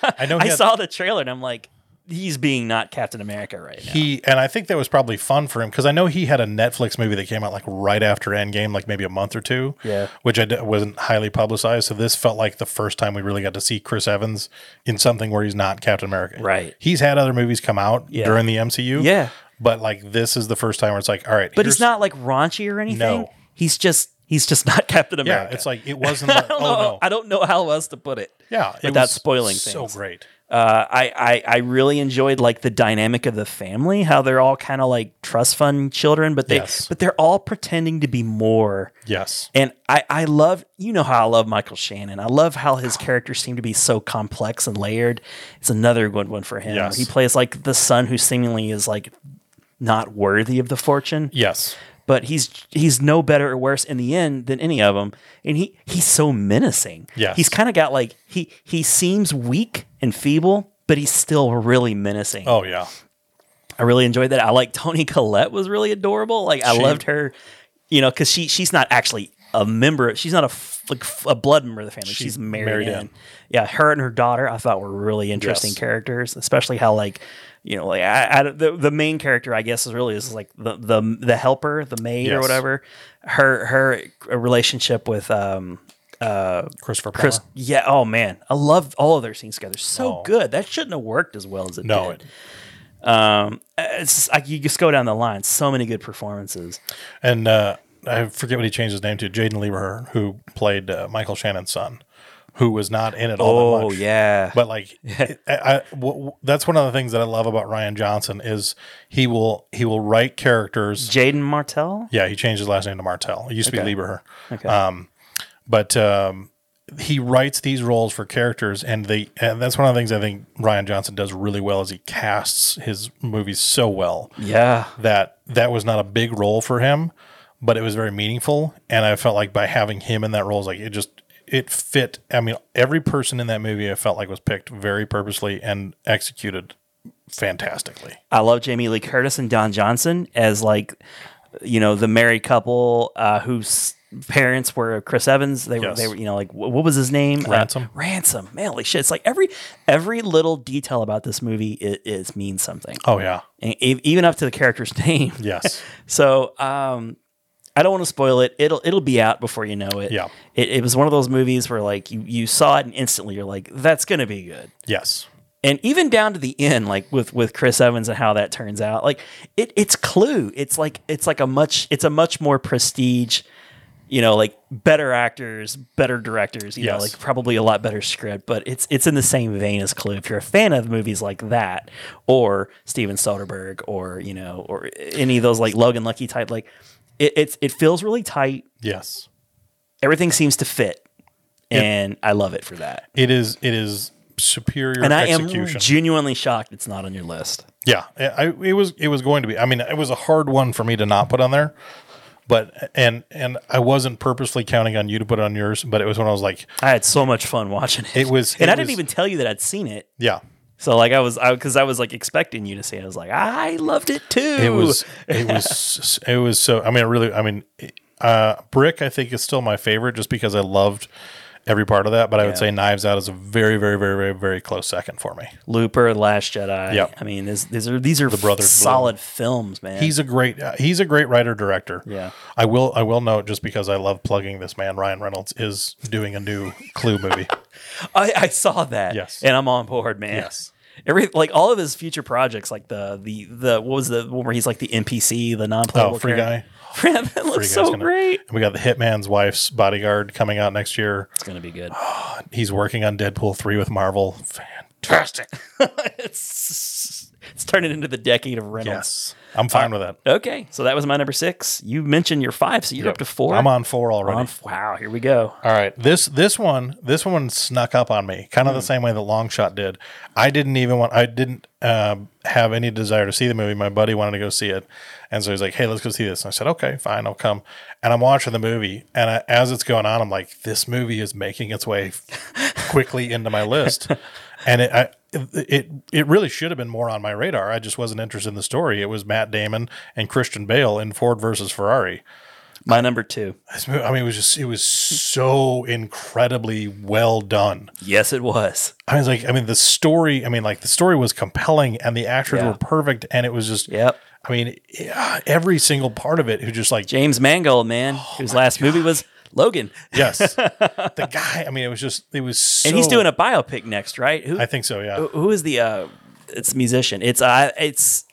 [SPEAKER 2] first. I know he
[SPEAKER 1] I
[SPEAKER 2] had-
[SPEAKER 1] saw the trailer and I'm like, he's being not Captain America right now.
[SPEAKER 2] he, and I think that was probably fun for him because I know he had a Netflix movie that came out like right after Endgame, like maybe a month or two.
[SPEAKER 1] Yeah.
[SPEAKER 2] which I d- wasn't highly publicized. So this felt like the first time we really got to see Chris Evans in something where he's not Captain America.
[SPEAKER 1] Right.
[SPEAKER 2] He's had other movies come out
[SPEAKER 1] Yeah.
[SPEAKER 2] during the MCU.
[SPEAKER 1] Yeah.
[SPEAKER 2] But like this is the first time where it's like, all right,
[SPEAKER 1] But he's
[SPEAKER 2] here's-
[SPEAKER 1] not like raunchy or anything.
[SPEAKER 2] No.
[SPEAKER 1] He's just he's just not Captain
[SPEAKER 2] Yeah,
[SPEAKER 1] America.
[SPEAKER 2] it's like it wasn't. Like,
[SPEAKER 1] I
[SPEAKER 2] oh
[SPEAKER 1] don't know.
[SPEAKER 2] no.
[SPEAKER 1] I don't know how else to put it.
[SPEAKER 2] yeah, it
[SPEAKER 1] without
[SPEAKER 2] was
[SPEAKER 1] spoiling
[SPEAKER 2] So
[SPEAKER 1] things.
[SPEAKER 2] great.
[SPEAKER 1] Uh, I, I I really enjoyed like the dynamic of the family, how they're all kind of like trust fund children, but they
[SPEAKER 2] Yes.
[SPEAKER 1] but they're all pretending to be more.
[SPEAKER 2] Yes.
[SPEAKER 1] And I, I love, you know how I love Michael Shannon. I love how his characters seem to be so complex and layered. It's another good one for him.
[SPEAKER 2] Yes.
[SPEAKER 1] He plays like the son who seemingly is like not worthy of the fortune,
[SPEAKER 2] Yes.
[SPEAKER 1] but he's he's no better or worse in the end than any of them. And he he's so menacing.
[SPEAKER 2] Yes.
[SPEAKER 1] he's kind of got like he he seems weak and feeble, but he's still really menacing.
[SPEAKER 2] Oh yeah.
[SPEAKER 1] I really enjoyed that. I like Tony Collette was really adorable. Like I
[SPEAKER 2] She-
[SPEAKER 1] loved her, you know, because she she's not actually a member. She's not a f- like f- a blood member of the family. She's, married,
[SPEAKER 2] married
[SPEAKER 1] in.
[SPEAKER 2] in.
[SPEAKER 1] Yeah, her and her daughter I thought were really interesting
[SPEAKER 2] Yes.
[SPEAKER 1] characters, especially how like you know like I, I- the the main character I guess is really is like the the the helper, the maid or
[SPEAKER 2] Yes.
[SPEAKER 1] whatever. Her her relationship with um uh
[SPEAKER 2] Christopher Plummer.
[SPEAKER 1] Chris, yeah, oh man, I love all of their scenes together. So
[SPEAKER 2] Oh.
[SPEAKER 1] good. That shouldn't have worked as well as it
[SPEAKER 2] No,
[SPEAKER 1] did. Um, it's just, like you just go down the line. So many good performances.
[SPEAKER 2] and uh, I forget what he changed his name to. Jaden Lieberher, who played uh, Michael Shannon's son, who was not in it all that much.
[SPEAKER 1] Oh, yeah,
[SPEAKER 2] Oh, But like, I, I, w- w- that's one of the things that I love about Ryan Johnson is he will he will write characters.
[SPEAKER 1] Jaden Martell.
[SPEAKER 2] yeah, he changed his last name to Martell. It used to
[SPEAKER 1] Okay.
[SPEAKER 2] be Lieberher.
[SPEAKER 1] Okay.
[SPEAKER 2] Um, but um, he writes these roles for characters, and they and that's one of the things I think Ryan Johnson does really well is he casts his movies so well
[SPEAKER 1] Yeah,
[SPEAKER 2] that that was not a big role for him, but it was very meaningful. And I felt like by having him in that role, it's like it just it fit. I mean, every person in that movie I felt like was picked very purposely and executed fantastically.
[SPEAKER 1] I love Jamie Lee Curtis and Don Johnson as like you know, the married couple uh, whose parents were Chris Evans. They were,
[SPEAKER 2] Yes.
[SPEAKER 1] they were, you know, like wh- what was his name? Uh,
[SPEAKER 2] Ransom.
[SPEAKER 1] ransom. Man, holy shit! It's like every every little detail about this movie is, is means something,
[SPEAKER 2] Oh yeah.
[SPEAKER 1] and e- even up to the character's name.
[SPEAKER 2] Yes.
[SPEAKER 1] So um, I don't want to spoil it. It'll it'll be out before you know it.
[SPEAKER 2] Yeah.
[SPEAKER 1] It, it was one of those movies where like you you saw it and instantly you're like that's gonna be good.
[SPEAKER 2] yes.
[SPEAKER 1] And even down to the end, like with with Chris Evans and how that turns out, like it it's Clue. It's like it's like a much it's a much more prestige. You know, like better actors, better directors. You know,
[SPEAKER 2] Yes.
[SPEAKER 1] like probably a lot better script, but it's it's in the same vein as Clue. If you're a fan of movies like that, or Steven Soderbergh, or you know, or any of those like Logan Lucky type, like it it's, it feels really tight.
[SPEAKER 2] Yes.
[SPEAKER 1] Everything seems to fit, and I love it for that.
[SPEAKER 2] It is. It is superior
[SPEAKER 1] And I am
[SPEAKER 2] execution.
[SPEAKER 1] genuinely shocked it's not on your list.
[SPEAKER 2] yeah. I, I- it was. It was going to be. I mean, it was a hard one for me to not put on there. But and and I wasn't purposely counting on you to put it on yours. But it was when I was like,
[SPEAKER 1] I had so much fun watching it.
[SPEAKER 2] It was-
[SPEAKER 1] and
[SPEAKER 2] it
[SPEAKER 1] I didn't
[SPEAKER 2] was-
[SPEAKER 1] even tell you that I'd seen it.
[SPEAKER 2] yeah,
[SPEAKER 1] So like I was, I because I was like expecting you to see it. I was like, I loved it too.
[SPEAKER 2] it was. It was. it was so. I mean, I really. I mean, uh, Brick. I think is still my favorite, just because I loved every part of that. But I would say Knives Out is a very, very, very, very, very close second for me.
[SPEAKER 1] Looper, Last Jedi.
[SPEAKER 2] Yep.
[SPEAKER 1] I mean, this, these are these are the
[SPEAKER 2] Brothers
[SPEAKER 1] solid films, man.
[SPEAKER 2] He's a great uh, he's a great writer director.
[SPEAKER 1] Yeah.
[SPEAKER 2] I will I will note just because I love plugging this man Ryan Reynolds is doing a new Clue movie.
[SPEAKER 1] I, I saw that.
[SPEAKER 2] Yes.
[SPEAKER 1] and I'm on board, man.
[SPEAKER 2] Yes.
[SPEAKER 1] Every like all of his future projects, like the the the what was the one where he's like the NPC, the non playable
[SPEAKER 2] Oh, Free Guy.
[SPEAKER 1] that
[SPEAKER 2] Free
[SPEAKER 1] looks
[SPEAKER 2] Guy's
[SPEAKER 1] so
[SPEAKER 2] gonna-
[SPEAKER 1] great.
[SPEAKER 2] And we got the Hitman's Wife's Bodyguard coming out next year.
[SPEAKER 1] It's gonna be good.
[SPEAKER 2] He's working on Deadpool 3 with Marvel. Fantastic.
[SPEAKER 1] it's it's turning into the decade of Reynolds.
[SPEAKER 2] Yes. I'm
[SPEAKER 1] Uh,
[SPEAKER 2] fine with that.
[SPEAKER 1] Okay, so that was my number six. You mentioned your five, so you're up to four.
[SPEAKER 2] I'm on 4 already.
[SPEAKER 1] On- wow, here we go.
[SPEAKER 2] All right. This this one this one snuck up on me, kind of the same way that Long Shot did. I didn't even want. I didn't um, have any desire to see the movie. My buddy wanted to go see it, and so he's like, "Hey, let's go see this." And I said, "Okay, fine, I'll come." And I'm watching the movie, and I, as it's going on, I'm like, "This movie is making its way quickly into my list," and it. I, it it really should have been more on my radar. I just wasn't interested in the story. It was Matt Damon and Christian Bale in Ford versus Ferrari.
[SPEAKER 1] My number two.
[SPEAKER 2] This movie, I mean, it was just, it was so incredibly well done.
[SPEAKER 1] Yes, it was.
[SPEAKER 2] I was like, I mean, the story, I mean, like the story was compelling and the actors
[SPEAKER 1] Yeah.
[SPEAKER 2] were perfect. And it was just,
[SPEAKER 1] Yep.
[SPEAKER 2] I mean, yeah, every single part of it who just like,
[SPEAKER 1] James Mangold, man,
[SPEAKER 2] Oh
[SPEAKER 1] whose last movie was Logan,
[SPEAKER 2] yes, the guy, I mean, it was just, it was so,
[SPEAKER 1] and he's doing a biopic next, right? Who
[SPEAKER 2] I think so. Yeah.
[SPEAKER 1] who is the uh it's a musician. It's uh it's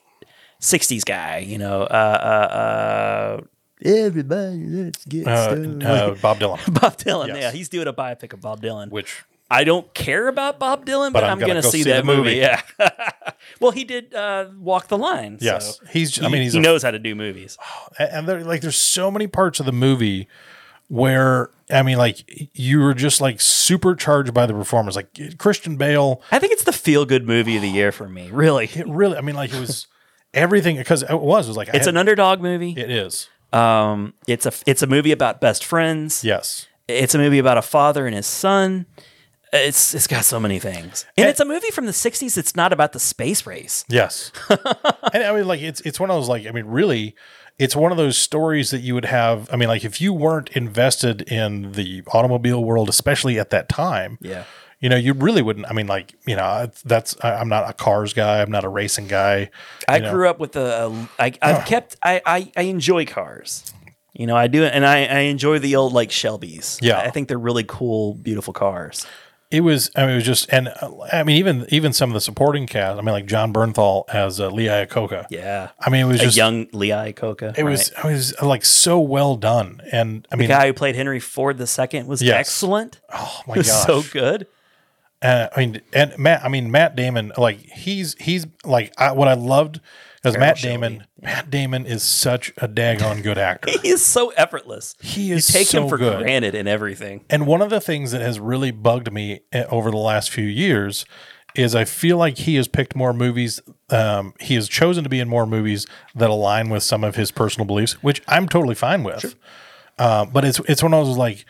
[SPEAKER 1] 60s guy, you know. Uh uh uh everybody let's get
[SPEAKER 2] Uh,
[SPEAKER 1] stoned.
[SPEAKER 2] uh, Bob Dylan,
[SPEAKER 1] Bob Dylan.
[SPEAKER 2] yes.
[SPEAKER 1] Yeah, he's doing a biopic of Bob Dylan.
[SPEAKER 2] which
[SPEAKER 1] I don't care about Bob Dylan, but, I'm, gonna,
[SPEAKER 2] go
[SPEAKER 1] see,
[SPEAKER 2] see
[SPEAKER 1] that
[SPEAKER 2] the
[SPEAKER 1] movie.
[SPEAKER 2] movie.
[SPEAKER 1] Yeah. well, he did uh, Walk the Line. so
[SPEAKER 2] Yes. He's- I
[SPEAKER 1] he-
[SPEAKER 2] mean, he's
[SPEAKER 1] he
[SPEAKER 2] a-
[SPEAKER 1] knows how to do movies.
[SPEAKER 2] and- and there, like there's so many parts of the movie where I mean, like you were just like supercharged by the performers, like Christian Bale.
[SPEAKER 1] I think it's the feel good movie of the year for me. Really,
[SPEAKER 2] It really, I mean, like it was everything because it was it was like I
[SPEAKER 1] it's
[SPEAKER 2] had-
[SPEAKER 1] an underdog movie.
[SPEAKER 2] It is
[SPEAKER 1] Um, it's a it's a movie about best friends.
[SPEAKER 2] yes.
[SPEAKER 1] It's a movie about a father and his son. It's it's got so many things, and
[SPEAKER 2] Eh.
[SPEAKER 1] it's a movie from the '60s. It's not about the space race.
[SPEAKER 2] Yes. and I mean, like, it's it's one of those, like, I mean, really, it's one of those stories that you would have. I mean, like, if you weren't invested in the automobile world, especially at that time,
[SPEAKER 1] Yeah.
[SPEAKER 2] you know, you really wouldn't. I mean, like, you know, it's- that's, I, I'm not a cars guy, I'm not a racing guy.
[SPEAKER 1] I grew up with a. I, I've kept. I, I I enjoy cars. You know, I do, and I I enjoy the old like Shelbys.
[SPEAKER 2] Yeah.
[SPEAKER 1] I think they're really cool, beautiful cars.
[SPEAKER 2] It was, I mean, it was just, and uh, I mean, even even some of the supporting cast, I mean, like John Bernthal as uh, Lee Iacocca.
[SPEAKER 1] Yeah,
[SPEAKER 2] I mean, it was
[SPEAKER 1] a
[SPEAKER 2] just,
[SPEAKER 1] young Lee Iacocca.
[SPEAKER 2] it was, it was like so well done. And I mean,
[SPEAKER 1] guy who played Henry Ford II was
[SPEAKER 2] Yes.
[SPEAKER 1] excellent.
[SPEAKER 2] oh my
[SPEAKER 1] He was
[SPEAKER 2] gosh.
[SPEAKER 1] so good.
[SPEAKER 2] Uh, I mean, and Matt. I mean, Matt Damon. Like he's he's like I, what I loved because Matt Damon. Matt Damon is such a daggone good actor.
[SPEAKER 1] He is so effortless.
[SPEAKER 2] He
[SPEAKER 1] You
[SPEAKER 2] is
[SPEAKER 1] take him
[SPEAKER 2] so
[SPEAKER 1] for
[SPEAKER 2] good.
[SPEAKER 1] granted in everything.
[SPEAKER 2] and one of the things that has really bugged me eh, over the last few years is I feel like he has picked more movies. Um, he has chosen to be in more movies that align with some of his personal beliefs, which I'm totally fine with. Uh, but it's it's one of those like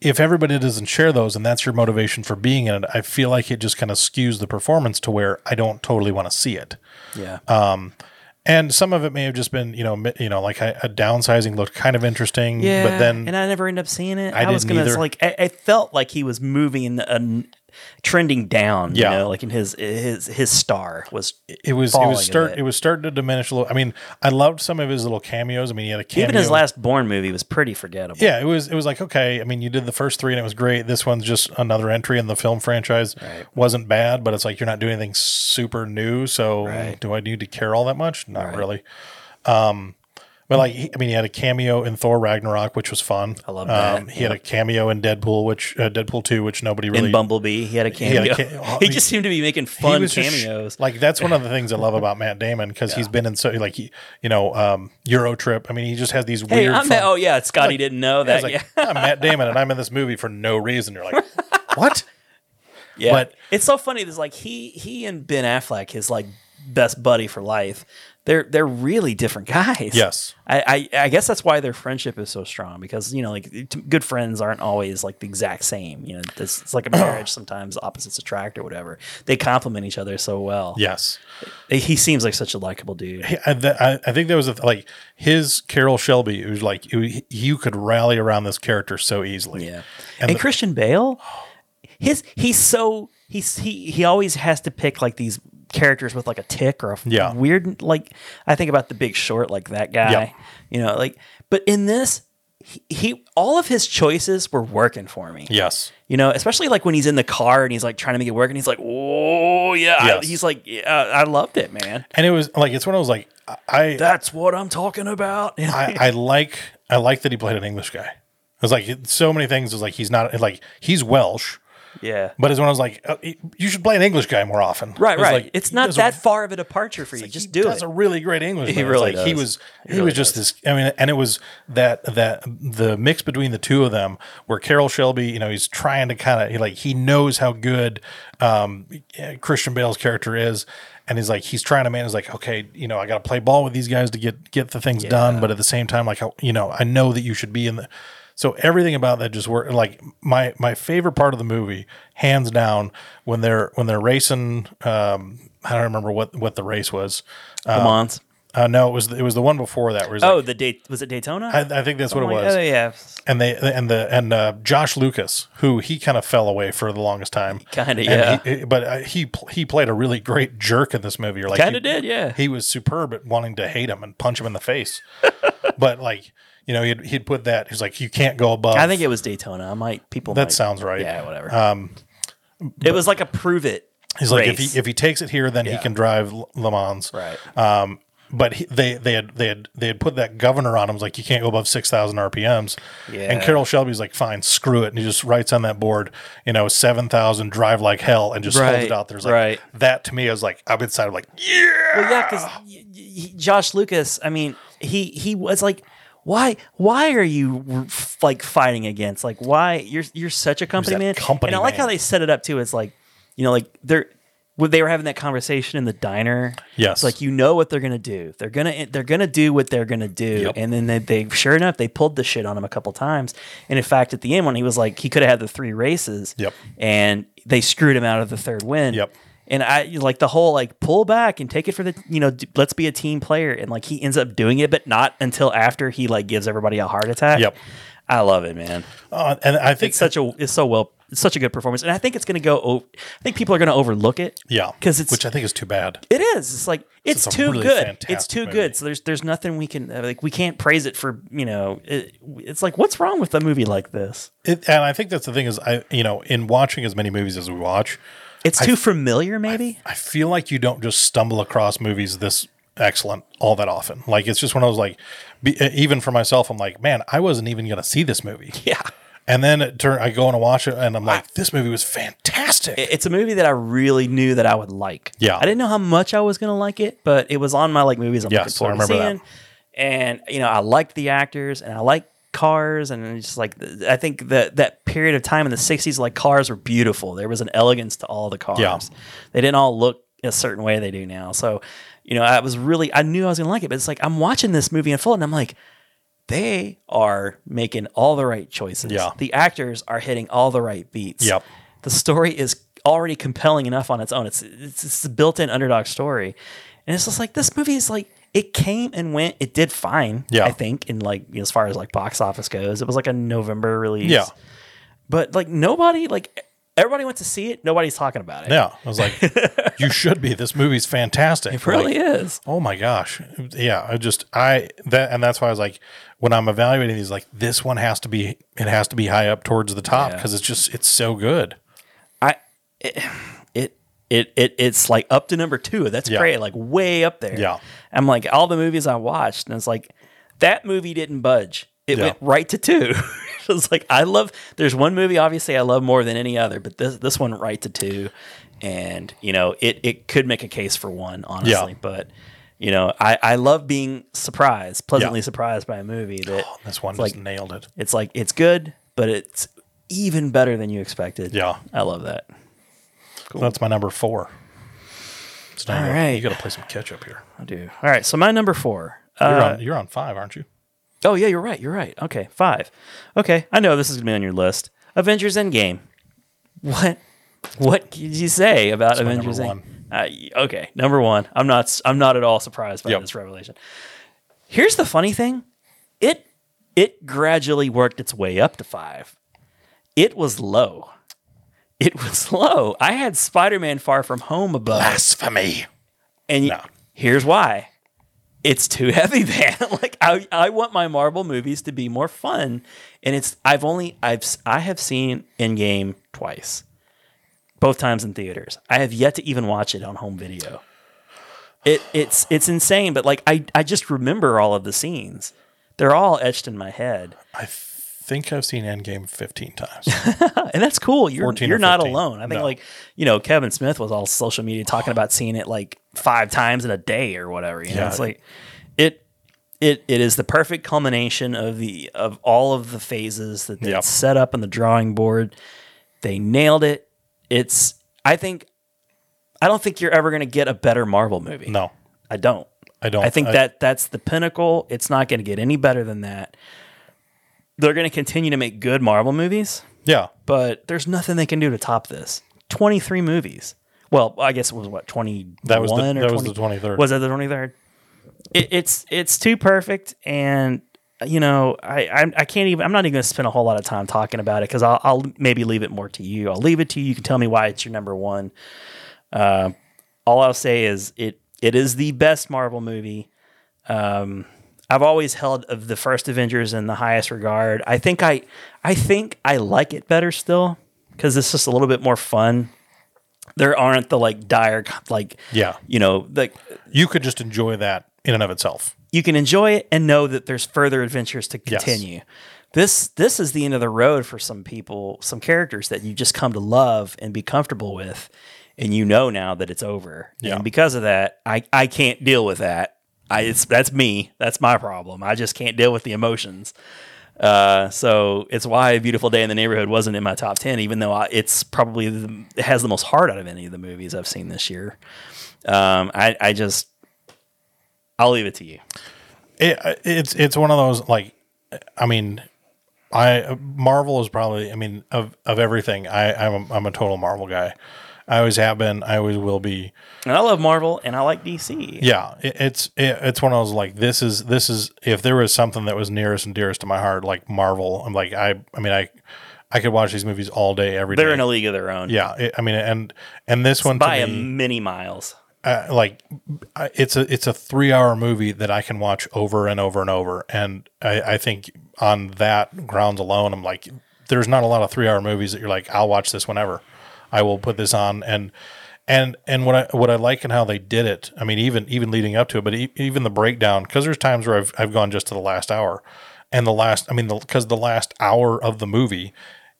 [SPEAKER 2] if everybody doesn't share those and that's your motivation for being in it, I feel like it just kind of skews the performance to where I don't totally want to see it.
[SPEAKER 1] Yeah.
[SPEAKER 2] And some of it may have just been, you know, mi- you know, like a, a downsizing looked kind of interesting, but then
[SPEAKER 1] and I never end up seeing it.
[SPEAKER 2] I
[SPEAKER 1] I, was
[SPEAKER 2] didn't
[SPEAKER 1] gonna it's
[SPEAKER 2] either.
[SPEAKER 1] like I, I felt like he was moving and trending down.
[SPEAKER 2] Yeah.
[SPEAKER 1] you know, like in his his his star was
[SPEAKER 2] it was it
[SPEAKER 1] falling a
[SPEAKER 2] was start
[SPEAKER 1] bit.
[SPEAKER 2] it was starting to diminish a little. I mean, I loved some of his little cameos. I mean, he had a cameo.
[SPEAKER 1] even his last Born movie was pretty forgettable.
[SPEAKER 2] yeah, it was it was like okay. I mean, you did the first three and it was great. This one's just another entry in the film franchise. Wasn't bad, but it's like you're not doing anything super new. So
[SPEAKER 1] Right.
[SPEAKER 2] do I need to care all that much? Not really. Um, but like, he, I mean, he had a cameo in Thor Ragnarok, which was fun. I
[SPEAKER 1] love that,
[SPEAKER 2] Um, he had a cameo in Deadpool, which uh, Deadpool two, which nobody really
[SPEAKER 1] In Bumblebee, he had a
[SPEAKER 2] had a
[SPEAKER 1] cameo. He,
[SPEAKER 2] ca-
[SPEAKER 1] just seemed to be making
[SPEAKER 2] He
[SPEAKER 1] fun
[SPEAKER 2] was just-
[SPEAKER 1] cameos.
[SPEAKER 2] like that's one of the things I love about Matt Damon because he's been in so like he, you know um, Euro Trip. I mean, he just has these
[SPEAKER 1] hey,
[SPEAKER 2] weird.
[SPEAKER 1] I'm
[SPEAKER 2] fun-
[SPEAKER 1] oh yeah, Scotty didn't know
[SPEAKER 2] Yeah,
[SPEAKER 1] that.
[SPEAKER 2] it's like,
[SPEAKER 1] yeah,
[SPEAKER 2] I'm Matt Damon and I'm in this movie for no reason. You're like, what?
[SPEAKER 1] yeah.
[SPEAKER 2] but-
[SPEAKER 1] it's so funny. There's like he he and Ben Affleck, his like best buddy for life. They're they're really different guys.
[SPEAKER 2] Yes.
[SPEAKER 1] I, I, I guess that's why their friendship is so strong because you know like t- good friends aren't always like the exact same you know this, it's like a marriage sometimes opposites attract or whatever they complement each other so well
[SPEAKER 2] Yes.
[SPEAKER 1] he seems like such a likable dude
[SPEAKER 2] I, I, I think that was a, like his Carol Shelby. It was like it- you could rally around this character so easily.
[SPEAKER 1] yeah and,
[SPEAKER 2] And the-
[SPEAKER 1] Christian Bale his he's so he's he he always has to pick like these characters with like a tick or a f-
[SPEAKER 2] Yeah.
[SPEAKER 1] weird like I think about the Big Short like that guy
[SPEAKER 2] Yeah.
[SPEAKER 1] you know like but in this he, he all of his choices were working for me
[SPEAKER 2] Yes.
[SPEAKER 1] You know, especially like when he's in the car and he's like trying to make it work, and he's like, "Oh yeah," I-
[SPEAKER 2] Yes.
[SPEAKER 1] he's like, yeah, "I loved it, man.
[SPEAKER 2] And it was like it's one of those like I
[SPEAKER 1] That's what I'm talking about."
[SPEAKER 2] I, I like I like that he played an English guy. It was like so many things. It was like he's not like he's Welsh.
[SPEAKER 1] yeah,
[SPEAKER 2] But it's when I was like, oh, you should play an English guy more often.
[SPEAKER 1] right,
[SPEAKER 2] It was
[SPEAKER 1] right.
[SPEAKER 2] like,
[SPEAKER 1] it's
[SPEAKER 2] he
[SPEAKER 1] not
[SPEAKER 2] does
[SPEAKER 1] that
[SPEAKER 2] a-
[SPEAKER 1] far of a departure for you.
[SPEAKER 2] he
[SPEAKER 1] Just do
[SPEAKER 2] does
[SPEAKER 1] it.
[SPEAKER 2] a really great English.
[SPEAKER 1] He
[SPEAKER 2] man. It's
[SPEAKER 1] really
[SPEAKER 2] like, He
[SPEAKER 1] does.
[SPEAKER 2] was he,
[SPEAKER 1] really
[SPEAKER 2] was just this. I mean, and it was that that the mix between the two of them, where Carol Shelby, you know, he's trying to kind of he, like he knows how good um, eh, Christian Bale's character is. And he's like, he's trying to manage, like, okay, you know, I got to play ball with these guys to get get the things done, but at the same time, like, I- you know, I know that you should be in the. So everything about that just worked. Like my my favorite part of the movie, hands down, when they're when they're racing. Um, I don't remember what what the race was.
[SPEAKER 1] Come on.
[SPEAKER 2] Uh, no, it was it was the one before that. Where he's
[SPEAKER 1] Oh,
[SPEAKER 2] like-
[SPEAKER 1] the date was it Daytona?
[SPEAKER 2] I, I think that's what
[SPEAKER 1] I'm
[SPEAKER 2] it
[SPEAKER 1] like,
[SPEAKER 2] was.
[SPEAKER 1] Oh yeah,
[SPEAKER 2] And they and the and uh, Josh Lucas, who he kind of fell away for the longest time,
[SPEAKER 1] Kinda,
[SPEAKER 2] And
[SPEAKER 1] yeah.
[SPEAKER 2] he- but uh, he pl- he played a really great jerk in this movie. Or like
[SPEAKER 1] Kinda
[SPEAKER 2] he-
[SPEAKER 1] did, yeah.
[SPEAKER 2] He was superb at wanting to hate him and punch him in the face, but like you know he'd he'd put that he's like you can't go above.
[SPEAKER 1] I think it was Daytona. I might people.
[SPEAKER 2] that
[SPEAKER 1] might-
[SPEAKER 2] sounds right.
[SPEAKER 1] Yeah, whatever. Um, it was like a prove it.
[SPEAKER 2] He's like if
[SPEAKER 1] race.
[SPEAKER 2] he if he takes it here, then he
[SPEAKER 1] Yeah.
[SPEAKER 2] can drive L- Le Mans.
[SPEAKER 1] Right.
[SPEAKER 2] Um, but he, they they had they had they had put that governor on him. It was like you can't go above six thousand RPMs. And
[SPEAKER 1] Yeah.
[SPEAKER 2] Carol Shelby's like, fine, screw it, and he just writes on that board, you know, seven thousand, drive like hell, and just holds
[SPEAKER 1] Right,
[SPEAKER 2] it out there. It's Like,
[SPEAKER 1] right.
[SPEAKER 2] That to me I was like, I'm inside. I'm like, yeah,
[SPEAKER 1] Well, yeah, because Josh Lucas. I mean, he he was like, why why are you like fighting against? Like, why you're you're such a company
[SPEAKER 2] that
[SPEAKER 1] man?
[SPEAKER 2] company
[SPEAKER 1] and I like how
[SPEAKER 2] man.
[SPEAKER 1] they set it up too. It's like, you know, like they're. When they were having that conversation in the diner,
[SPEAKER 2] Yes.
[SPEAKER 1] it's like you know what they're gonna do. They're gonna they're gonna do what they're gonna do, and then they, they sure enough they pulled the shit on him a couple times. And in fact, at the end when he was like he could have had the three races,
[SPEAKER 2] Yep.
[SPEAKER 1] and they screwed him out of the third win,
[SPEAKER 2] Yep.
[SPEAKER 1] and I like the whole like pull back and take it for the you know d- let's be a team player and like he ends up doing it but not until after he like gives everybody a heart attack.
[SPEAKER 2] Yep.
[SPEAKER 1] I love it, man.
[SPEAKER 2] Uh, and I think
[SPEAKER 1] It's such a it's so well it's such a good performance and I think it's going to go o- I think people are going to overlook it.
[SPEAKER 2] yeah,
[SPEAKER 1] Cuz it's
[SPEAKER 2] which I think is too bad.
[SPEAKER 1] it is. It's like it's,
[SPEAKER 2] it's a
[SPEAKER 1] too
[SPEAKER 2] really
[SPEAKER 1] good.
[SPEAKER 2] fantastic
[SPEAKER 1] It's too
[SPEAKER 2] movie.
[SPEAKER 1] good. So there's there's nothing we can uh, like we can't praise it for, you know, it, it's like what's wrong with a movie like this?
[SPEAKER 2] It, and I think that's the thing is I you know in watching as many movies as we watch,
[SPEAKER 1] It's too familiar maybe?
[SPEAKER 2] I feel like you don't just stumble across movies this excellent all that often. Like it's just when I was like, be, e, even for myself, I'm like, man, I wasn't even gonna see this movie.
[SPEAKER 1] yeah.
[SPEAKER 2] And then it turn, I go and watch it, and I'm like, this movie was fantastic.
[SPEAKER 1] it- it's a movie that I really knew that I would like.
[SPEAKER 2] Yeah.
[SPEAKER 1] I didn't know how much I was gonna like it, but it was on my like movies I'm
[SPEAKER 2] Yes, I
[SPEAKER 1] looking forward to seeing.
[SPEAKER 2] remember
[SPEAKER 1] And you know, I liked the actors and I liked cars and it's just like th- I think that that period of time in the '60s, like cars were beautiful. There was an elegance to all the cars.
[SPEAKER 2] Yeah.
[SPEAKER 1] They didn't all look a certain way they do now. So, you know, I was really I knew I was gonna like it, but it's like I'm watching this movie unfold and I'm like. They are making all the right choices.
[SPEAKER 2] Yeah.
[SPEAKER 1] The actors are hitting all the right beats
[SPEAKER 2] Yep.
[SPEAKER 1] the story is already compelling enough on its own. It's it's, it's a built-in underdog story, and it's just like this movie is like It came and went. It did fine.
[SPEAKER 2] Yeah.
[SPEAKER 1] I think in like as far as like box office goes, it was like a November release.
[SPEAKER 2] Yeah.
[SPEAKER 1] but like nobody like everybody went to see it. Nobody's talking about it.
[SPEAKER 2] Yeah. I was like, you should be. This movie's fantastic.
[SPEAKER 1] it really
[SPEAKER 2] Like,
[SPEAKER 1] is.
[SPEAKER 2] Oh my gosh. Yeah. I just, I, that, and that's why I was like, when I'm evaluating these, like, this one has to be, it has to be high up towards the top
[SPEAKER 1] Yeah.
[SPEAKER 2] because it's just, it's so good.
[SPEAKER 1] I it it it it's like up to number two. That's
[SPEAKER 2] Yeah.
[SPEAKER 1] great, like way up there.
[SPEAKER 2] Yeah.
[SPEAKER 1] I'm like all the movies I watched, and it's like that movie didn't budge. It
[SPEAKER 2] Yeah.
[SPEAKER 1] went right to two. it was like I love. There's one movie obviously I love more than any other, but this this one right to two, and you know it it could make a case for one honestly,
[SPEAKER 2] Yeah.
[SPEAKER 1] but. You know, I, I love being surprised, pleasantly
[SPEAKER 2] Yeah. Oh,
[SPEAKER 1] surprised by a movie that
[SPEAKER 2] This one
[SPEAKER 1] it's like
[SPEAKER 2] just nailed it.
[SPEAKER 1] it's like it's good, but it's even better than you expected.
[SPEAKER 2] Yeah.
[SPEAKER 1] I love that.
[SPEAKER 2] That's my number four. It's not
[SPEAKER 1] All
[SPEAKER 2] All right.
[SPEAKER 1] right.
[SPEAKER 2] You got to play some catch up here.
[SPEAKER 1] I do. All right. So my number four.
[SPEAKER 2] You're,
[SPEAKER 1] Uh,
[SPEAKER 2] on, you're on five, aren't you?
[SPEAKER 1] oh yeah, you're right. You're right. Okay, five. Okay, I know this is gonna be on your list. Avengers Endgame. What? What could you say about
[SPEAKER 2] my
[SPEAKER 1] Avengers?
[SPEAKER 2] number
[SPEAKER 1] Endgame? Uh, okay, number one. I'm not. s- I'm not at all surprised by
[SPEAKER 2] Yep.
[SPEAKER 1] this revelation. Here's the funny thing. It it gradually worked its way up to five. It was low. It was low. I had Spider-Man Far From Home above.
[SPEAKER 2] Blasphemy.
[SPEAKER 1] And
[SPEAKER 2] No.
[SPEAKER 1] here's why. It's too heavy, man. like I, I want my Marvel movies to be more fun, and it's I've only I've s- I have seen Endgame twice, both times in theaters. I have yet to even watch it on home video. It it's it's insane, but like I I just remember all of the scenes. They're all etched in my head,
[SPEAKER 2] I think I've seen Endgame 15 times.
[SPEAKER 1] and that's cool. You're
[SPEAKER 2] 14 or
[SPEAKER 1] you're not
[SPEAKER 2] 15.
[SPEAKER 1] alone. I think
[SPEAKER 2] No.
[SPEAKER 1] like you know Kevin Smith was all social media talking about seeing it like five times in a day or whatever. You know,
[SPEAKER 2] Yeah.
[SPEAKER 1] it's like it it it is the perfect culmination of the of all of the phases that they
[SPEAKER 2] Yep.
[SPEAKER 1] set up on the drawing board. They nailed it. It's I think I don't think you're ever going to get a better Marvel movie.
[SPEAKER 2] No,
[SPEAKER 1] I don't.
[SPEAKER 2] I don't.
[SPEAKER 1] I think
[SPEAKER 2] I-
[SPEAKER 1] that that's the pinnacle. It's not going to get any better than that. They're going to continue to make good Marvel movies
[SPEAKER 2] Yeah.
[SPEAKER 1] but there's nothing they can do to top this. 23 movies. Well, I guess it was what 21
[SPEAKER 2] That was the-
[SPEAKER 1] or
[SPEAKER 2] that was
[SPEAKER 1] 20
[SPEAKER 2] the 23rd.
[SPEAKER 1] Was that the 23rd? It, it's it's too perfect and you know, I I, I can't even I'm not even going to spend a whole lot of time talking about it cuz I'll, I'll maybe leave it more to you. I'll leave it to you. You can tell me why it's your number 1. Uh, all I'll say is it it is the best Marvel movie. Um, I've always held of the first Avengers in the highest regard. I think I I think I like it better still because it's just a little bit more fun. There aren't the like dire like
[SPEAKER 2] Yeah.
[SPEAKER 1] you know like
[SPEAKER 2] You could just enjoy that in and of itself.
[SPEAKER 1] you can enjoy it and know that there's further adventures to
[SPEAKER 2] Yes.
[SPEAKER 1] continue. This this is the end of the road for some people, some characters that you just come to love and be comfortable with, and you know now that it's over.
[SPEAKER 2] Yeah.
[SPEAKER 1] And because of that, I I can't deal with that. I it's that's me. That's my problem. I just can't deal with the emotions. Uh, so it's why a beautiful day in the neighborhood wasn't in my top ten, even though I, it's probably the, it has the most heart out of any of the movies I've seen this year. Um, I I just I'll leave it to you.
[SPEAKER 2] It, uh, it's it's one of those like, I mean, I Marvel is probably I mean of of everything. I I'm a, I'm a total Marvel guy. I always have been. I always will be.
[SPEAKER 1] And I love Marvel and I like DC.
[SPEAKER 2] Yeah, it, it's it, it's one of those like this is this is if there was something that was nearest and dearest to my heart, like Marvel. I'm like I I mean I I could watch these movies all day every day.
[SPEAKER 1] They're in a league of their own.
[SPEAKER 2] yeah, it, I mean, and and this one to
[SPEAKER 1] By a
[SPEAKER 2] me-
[SPEAKER 1] many miles.
[SPEAKER 2] uh, like I- it's a it's a three hour movie that I can watch over and over and over, and I, I think on that grounds alone, I'm like, there's not a lot of three hour movies that you're like, I'll watch this whenever, I will put this on, and and and what I what I like and how they did it, I mean, even even leading up to it, but e- even the breakdown, because there's times where I've I've gone just to the last hour, and the last, I mean, because the last hour of the movie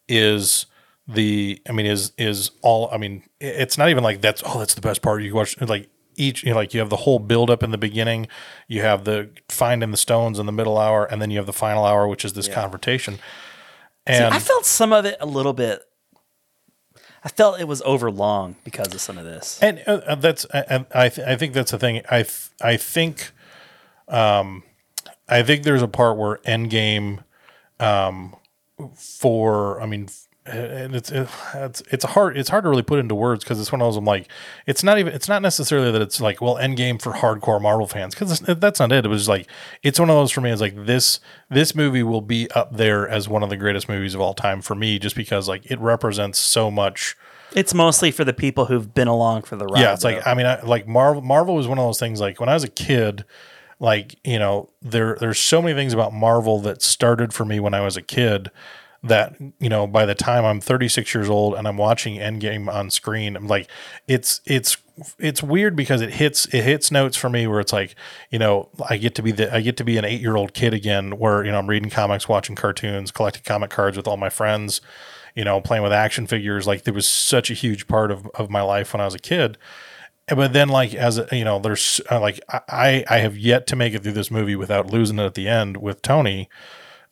[SPEAKER 2] is the i mean is is all i mean i- it's not even like that's oh that's the best part you watch like each you know, like you have the whole build up in the beginning you have the finding the stones in the middle hour and then you have the final hour which is this confrontation and
[SPEAKER 1] I felt some of it a little bit. I felt it was overlong because of some of this.
[SPEAKER 2] and uh, uh, that's and I th- I think that's the thing. I th- I think, um, I think there's a part where Endgame, um, for I mean, f- and it's it's it's hard it's hard to really put into words because it's one of those I'm like it's not even it's not necessarily that it's like well Endgame for hardcore Marvel fans because that's not it it was just like it's one of those for me it's like this this movie will be up there as one of the greatest movies of all time for me just because like it represents so much
[SPEAKER 1] It's mostly for the people who've been along for the ride.
[SPEAKER 2] yeah, it's
[SPEAKER 1] though.
[SPEAKER 2] like I mean, I, like Marvel. Marvel was one of those things. Like when I was a kid, like you know, there there's so many things about Marvel that started for me when I was a kid. That you know, by the time I'm 36 years old and I'm watching Endgame on screen, I'm like, it's it's it's weird because it hits it hits notes for me where it's like, you know, I get to be the I get to be an eight year old kid again, where you know I'm reading comics, watching cartoons, collecting comic cards with all my friends you know, playing with action figures. Like there was such a huge part of, of my life when I was a kid. And- But then, like as a- you know, there's uh, like I I have yet to make it through this movie without losing it at the end with Tony,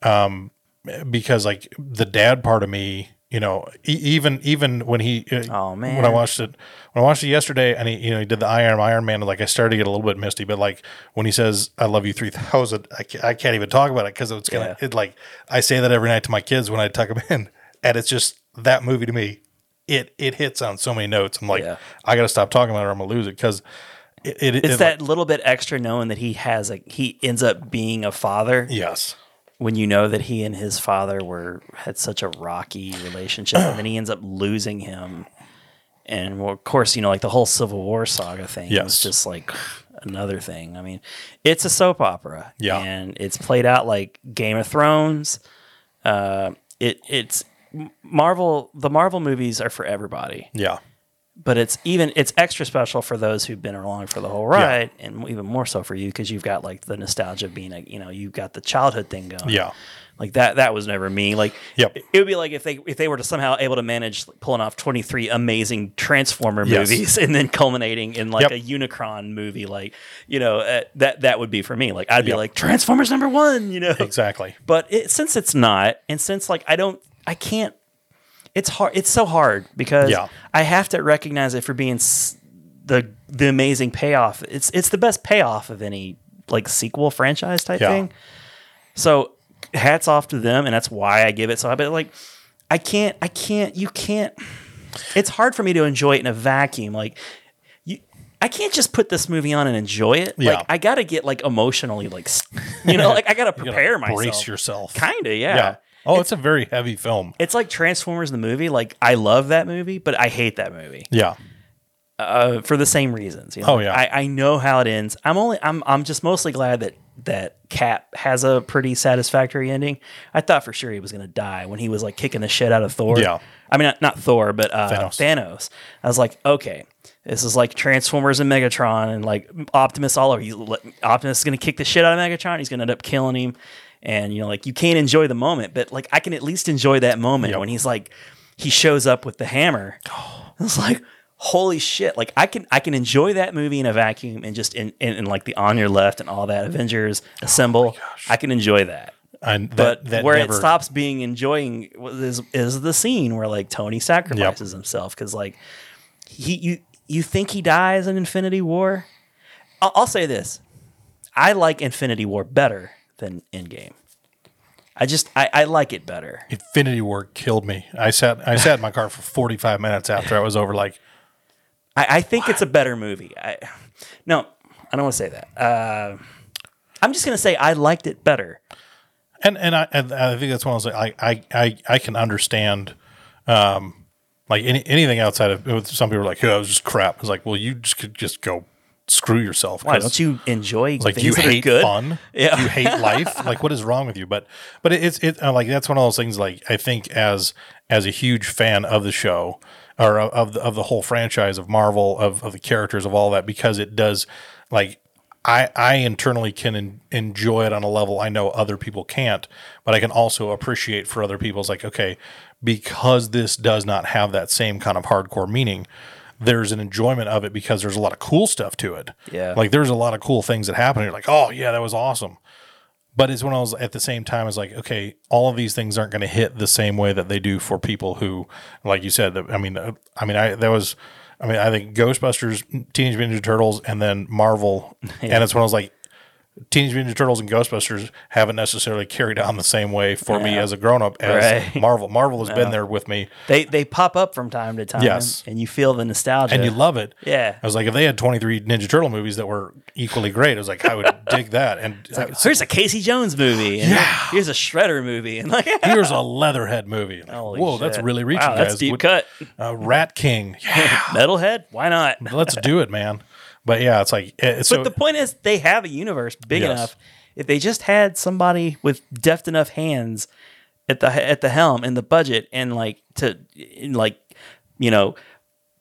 [SPEAKER 2] um, because like the dad part of me, you know, e- even even when he uh,
[SPEAKER 1] Oh,
[SPEAKER 2] when I
[SPEAKER 1] man.
[SPEAKER 2] watched it when I watched it yesterday and he you know he did the Iron Iron Man like I started to get a little bit misty, but like when he says I love you three thousand, I can't, I can't even talk about it because it's gonna
[SPEAKER 1] Yeah.
[SPEAKER 2] it like I say that every night to my kids when I tuck them in, and it's just that movie to me. It it hits on so many notes. I'm like,
[SPEAKER 1] Yeah.
[SPEAKER 2] I gotta stop talking about it. or I'm gonna lose it because it, it,
[SPEAKER 1] it's
[SPEAKER 2] it-
[SPEAKER 1] that little bit extra knowing that he has like he ends up being a father
[SPEAKER 2] yes.
[SPEAKER 1] when you know that he and his father were had such a rocky relationship and then he ends up losing him and well, of course you know like the whole civil war saga thing
[SPEAKER 2] Yes.
[SPEAKER 1] was just like another thing i mean it's a soap opera
[SPEAKER 2] Yeah.
[SPEAKER 1] and it's played out like game of thrones uh, it it's marvel the marvel movies are for everybody
[SPEAKER 2] Yeah.
[SPEAKER 1] but it's even it's extra special for those who've been along for the whole ride and even more so for you because you've got like the nostalgia of being a you know you've got the childhood thing going
[SPEAKER 2] Yeah.
[SPEAKER 1] like that that was never me like
[SPEAKER 2] Yep.
[SPEAKER 1] it would be like if they if they were to somehow able to manage pulling off 23 amazing transformer
[SPEAKER 2] Yes.
[SPEAKER 1] movies and then culminating in like
[SPEAKER 2] Yep.
[SPEAKER 1] a unicron movie like you know uh, that that would be for me like i'd be
[SPEAKER 2] Yep.
[SPEAKER 1] like transformers number one you know
[SPEAKER 2] Exactly.
[SPEAKER 1] but it, since it's not and since like i don't i can't it's hard it's so hard because
[SPEAKER 2] Yeah.
[SPEAKER 1] i have to recognize it for being s- the the amazing payoff it's it's the best payoff of any like sequel franchise type
[SPEAKER 2] Yeah.
[SPEAKER 1] thing so hats off to them and that's why i give it so i but like i can't i can't you can't it's hard for me to enjoy it in a vacuum like you I can't just put this movie on and enjoy it.
[SPEAKER 2] Yeah.
[SPEAKER 1] Like I gotta get like emotionally, like s- you know, like I gotta
[SPEAKER 2] You gotta
[SPEAKER 1] prepare myself.
[SPEAKER 2] Brace yourself.
[SPEAKER 1] Kind of, yeah.
[SPEAKER 2] Yeah. Oh, it's, a very heavy film.
[SPEAKER 1] It's like Transformers the movie. Like I love that movie, but I hate that movie
[SPEAKER 2] Yeah.
[SPEAKER 1] uh, for the same reasons. you know?
[SPEAKER 2] Oh, yeah.
[SPEAKER 1] I, I know how it ends. I'm only I'm I'm just mostly glad that that Cap has a pretty satisfactory ending. I thought for sure he was gonna die when he was like kicking the shit out of Thor.
[SPEAKER 2] Yeah.
[SPEAKER 1] I mean not, not Thor, but uh,
[SPEAKER 2] Thanos.
[SPEAKER 1] Thanos. I was like, okay. This is like Transformers and Megatron, and like Optimus all over. He's, let- Optimus is going to kick the shit out of Megatron. He's going to end up killing him, and you know, like you can't enjoy the moment, but like I can at least enjoy that moment
[SPEAKER 2] Yep.
[SPEAKER 1] when he's like, he shows up with the hammer. I was like, holy shit! Like I can I can enjoy that movie in a vacuum and just in in, in like the on your left and all that Avengers Assemble. I can enjoy that.
[SPEAKER 2] And that,
[SPEAKER 1] But
[SPEAKER 2] that
[SPEAKER 1] where
[SPEAKER 2] never-
[SPEAKER 1] it stops being enjoying is is the scene where like Tony sacrifices himself because like he you you think he dies in Infinity War. I'll, I'll say this: I like Infinity War better than Endgame. I just I, I like it better.
[SPEAKER 2] Infinity War killed me. I sat I sat in my car for 45 minutes after I was over. Like,
[SPEAKER 1] I, I think it's a better movie. I no, I don't want to say that. Uh, I'm just gonna say I liked it better.
[SPEAKER 2] and and I and I think that's one of those I I I, I can understand, um, like any, anything outside of it was- some people are like, yeah, it was just crap. It's like, well, you just could just go screw yourself.
[SPEAKER 1] Why
[SPEAKER 2] 'cause-
[SPEAKER 1] don't you enjoy
[SPEAKER 2] like
[SPEAKER 1] things
[SPEAKER 2] you
[SPEAKER 1] that are
[SPEAKER 2] hate
[SPEAKER 1] good?
[SPEAKER 2] fun
[SPEAKER 1] Yeah.
[SPEAKER 2] you hate life like what is wrong with you but but it's it uh, like that's one of those things like i think as as a huge fan of the show or of- of the, of the whole franchise of marvel of, of the characters of all that because it does like I, I internally can en- enjoy it on a level I know other people can't, but I can also appreciate for other people. It's like, okay, because this does not have that same kind of hardcore meaning, there's an enjoyment of it because there's a lot of cool stuff to it.
[SPEAKER 1] Yeah.
[SPEAKER 2] Like there's a lot of cool things that happen. You're like, oh yeah, that was awesome. But it's when I was at the same time, it's like, okay, all of these things aren't going to hit the same way that they do for people who, like you said, that- I mean, uh, I mean, I that was, I mean, I think Ghostbusters, Teenage Mutant Ninja Turtles, and then Marvel, and it's when I was like, Teenage Mutant Ninja Turtles and Ghostbusters haven't necessarily carried on the same way for me as a grown up as
[SPEAKER 1] Right.
[SPEAKER 2] Marvel. Marvel has been there with me,
[SPEAKER 1] They they pop up from time to time.
[SPEAKER 2] Yes.
[SPEAKER 1] and you feel the nostalgia.
[SPEAKER 2] and you love it.
[SPEAKER 1] Yeah.
[SPEAKER 2] I was like, if they had twenty three Ninja Turtle movies that were equally great, I was like, I would dig that. And uh,
[SPEAKER 1] Here's a Casey Jones movie. And yeah. Here's a Shredder movie. And like,
[SPEAKER 2] here's a Leatherhead movie. Like,
[SPEAKER 1] holy
[SPEAKER 2] Whoa, that's
[SPEAKER 1] shit.
[SPEAKER 2] really reaching,
[SPEAKER 1] Wow, that's
[SPEAKER 2] guys.
[SPEAKER 1] deep
[SPEAKER 2] Would-
[SPEAKER 1] cut.
[SPEAKER 2] Uh, Rat King. Yeah,
[SPEAKER 1] Metalhead. Why not?
[SPEAKER 2] let's do it, man. But yeah, it's like it, so.
[SPEAKER 1] but the point is, they have a universe big
[SPEAKER 2] Yes.
[SPEAKER 1] enough. If they just had somebody with deft enough hands at the at the helm and the budget, and like to and, like you know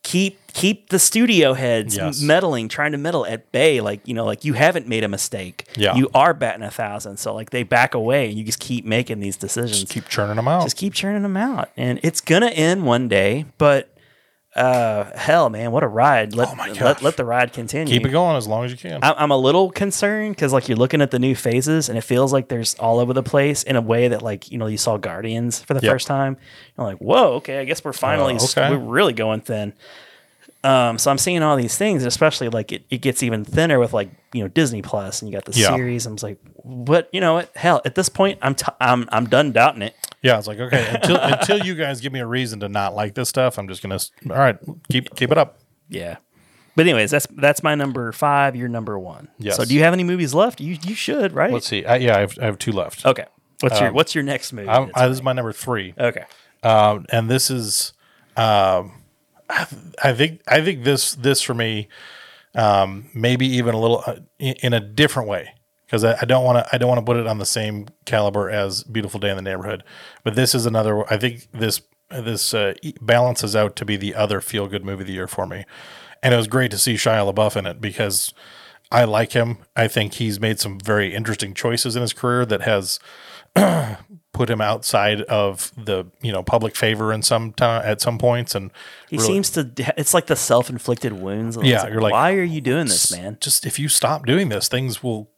[SPEAKER 1] keep keep the studio heads
[SPEAKER 2] Yes.
[SPEAKER 1] meddling, trying to meddle at bay. Like you know, like you haven't made a mistake.
[SPEAKER 2] Yeah.
[SPEAKER 1] you are batting a thousand. So like they back away, and you just keep making these decisions.
[SPEAKER 2] keep churning them out.
[SPEAKER 1] just keep churning them out, and it's gonna end one day. But uh, hell, man, what a ride! Let let,
[SPEAKER 2] Oh gosh.
[SPEAKER 1] let the ride continue.
[SPEAKER 2] keep it going as long as you can.
[SPEAKER 1] I- I'm a little concerned because like you're looking at the new phases and it feels like there's all over the place in a way that like you know you saw Guardians for the
[SPEAKER 2] Yep.
[SPEAKER 1] first time. You're like, whoa, okay, I guess we're finally
[SPEAKER 2] Uh, okay.
[SPEAKER 1] we're really going thin. Um, so I'm seeing all these things, especially like it, it gets even thinner with like you know Disney Plus and you got the
[SPEAKER 2] Yeah.
[SPEAKER 1] series. I'm like, what you know what? Hell, at this point, I'm t- I'm I'm done doubting it.
[SPEAKER 2] Yeah, it's like okay, until until you guys give me a reason to not like this stuff, I'm just gonna s- all right, keep keep it up.
[SPEAKER 1] Yeah. But anyways, that's that's my number five. Your number one.
[SPEAKER 2] Yes.
[SPEAKER 1] So do you have any movies left? You you should right.
[SPEAKER 2] Let's see. I, yeah, I have, I have two left.
[SPEAKER 1] okay. What's your what's your next movie?
[SPEAKER 2] um, I'm,
[SPEAKER 1] that's-
[SPEAKER 2] I, this is my number three,
[SPEAKER 1] okay. Oh.
[SPEAKER 2] um, and this is, um, I, I think I think this this for me, um, maybe even a little uh, in, in a different way because I, I don't want to I don't want to put it on the same caliber as Beautiful Day in the Neighborhood, but this is another. I think this this uh, e- balances out to be the other feel good movie of the year for me, and it was great to see Shia LaBeouf in it because. I like him. I think he's made some very interesting choices in his career that has put him outside of the you know public favor in some time at some points and
[SPEAKER 1] He
[SPEAKER 2] really-
[SPEAKER 1] seems to. It's like the self-inflicted wounds. It's
[SPEAKER 2] Yeah, you're like,
[SPEAKER 1] why are you doing this, man?
[SPEAKER 2] just if you stop doing this things will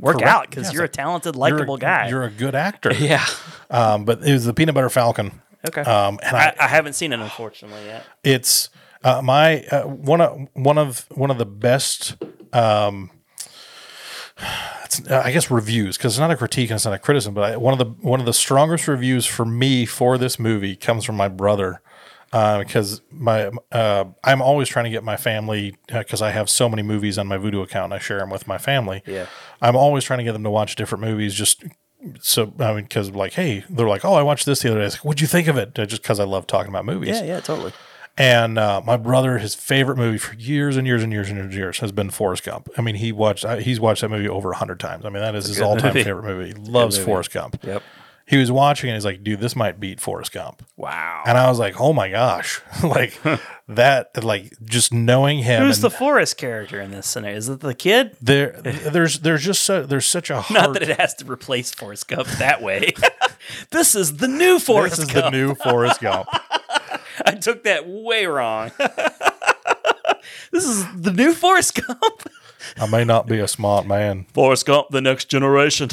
[SPEAKER 1] Work
[SPEAKER 2] correct-
[SPEAKER 1] out because
[SPEAKER 2] yeah,
[SPEAKER 1] you're a
[SPEAKER 2] it's
[SPEAKER 1] talented,
[SPEAKER 2] like,
[SPEAKER 1] likable
[SPEAKER 2] you're a-
[SPEAKER 1] guy.
[SPEAKER 2] you're a good actor
[SPEAKER 1] yeah.
[SPEAKER 2] um but it was the peanut butter falcon
[SPEAKER 1] Okay.
[SPEAKER 2] um and
[SPEAKER 1] I,
[SPEAKER 2] i,
[SPEAKER 1] I haven't seen it unfortunately yet.
[SPEAKER 2] it's uh, my uh, one of one of one of the best um it's, uh, I guess reviews because it's not a critique and it's not a criticism, but I, one of the one of the strongest reviews for me for this movie comes from my brother because my uh, I'm always trying to get my family because I have so many movies on my Voodoo account and I share them with my family.
[SPEAKER 1] Yeah.
[SPEAKER 2] I'm always trying to get them to watch different movies just so I mean because like hey they're like oh I watched this the other day I was like, what'd you think of it Uh, just because I love talking about movies
[SPEAKER 1] yeah, totally.
[SPEAKER 2] and uh, my brother, his favorite movie for years and years and years and years, and years has been Forrest Gump. I mean, he watched uh, he's watched that movie over hundred times. I mean, that is his all time
[SPEAKER 1] movie.
[SPEAKER 2] favorite movie. He loves Forrest Gump. Yep. He was watching it. He's like, dude, this might beat Forrest Gump.
[SPEAKER 1] Wow.
[SPEAKER 2] And I was like, oh my gosh, like that, like just knowing him.
[SPEAKER 1] Who's
[SPEAKER 2] and
[SPEAKER 1] the Forrest character in this scenario? Is it the kid?
[SPEAKER 2] there, there's there's just so, there's such a heart.
[SPEAKER 1] Not that it has to replace Forrest Gump that way. this is the new Forrest
[SPEAKER 2] this is
[SPEAKER 1] Gump.
[SPEAKER 2] the new Forrest Gump.
[SPEAKER 1] I took that way wrong. this is the new Forrest Gump.
[SPEAKER 2] I may not be a smart man,
[SPEAKER 1] Forrest Gump, the next generation.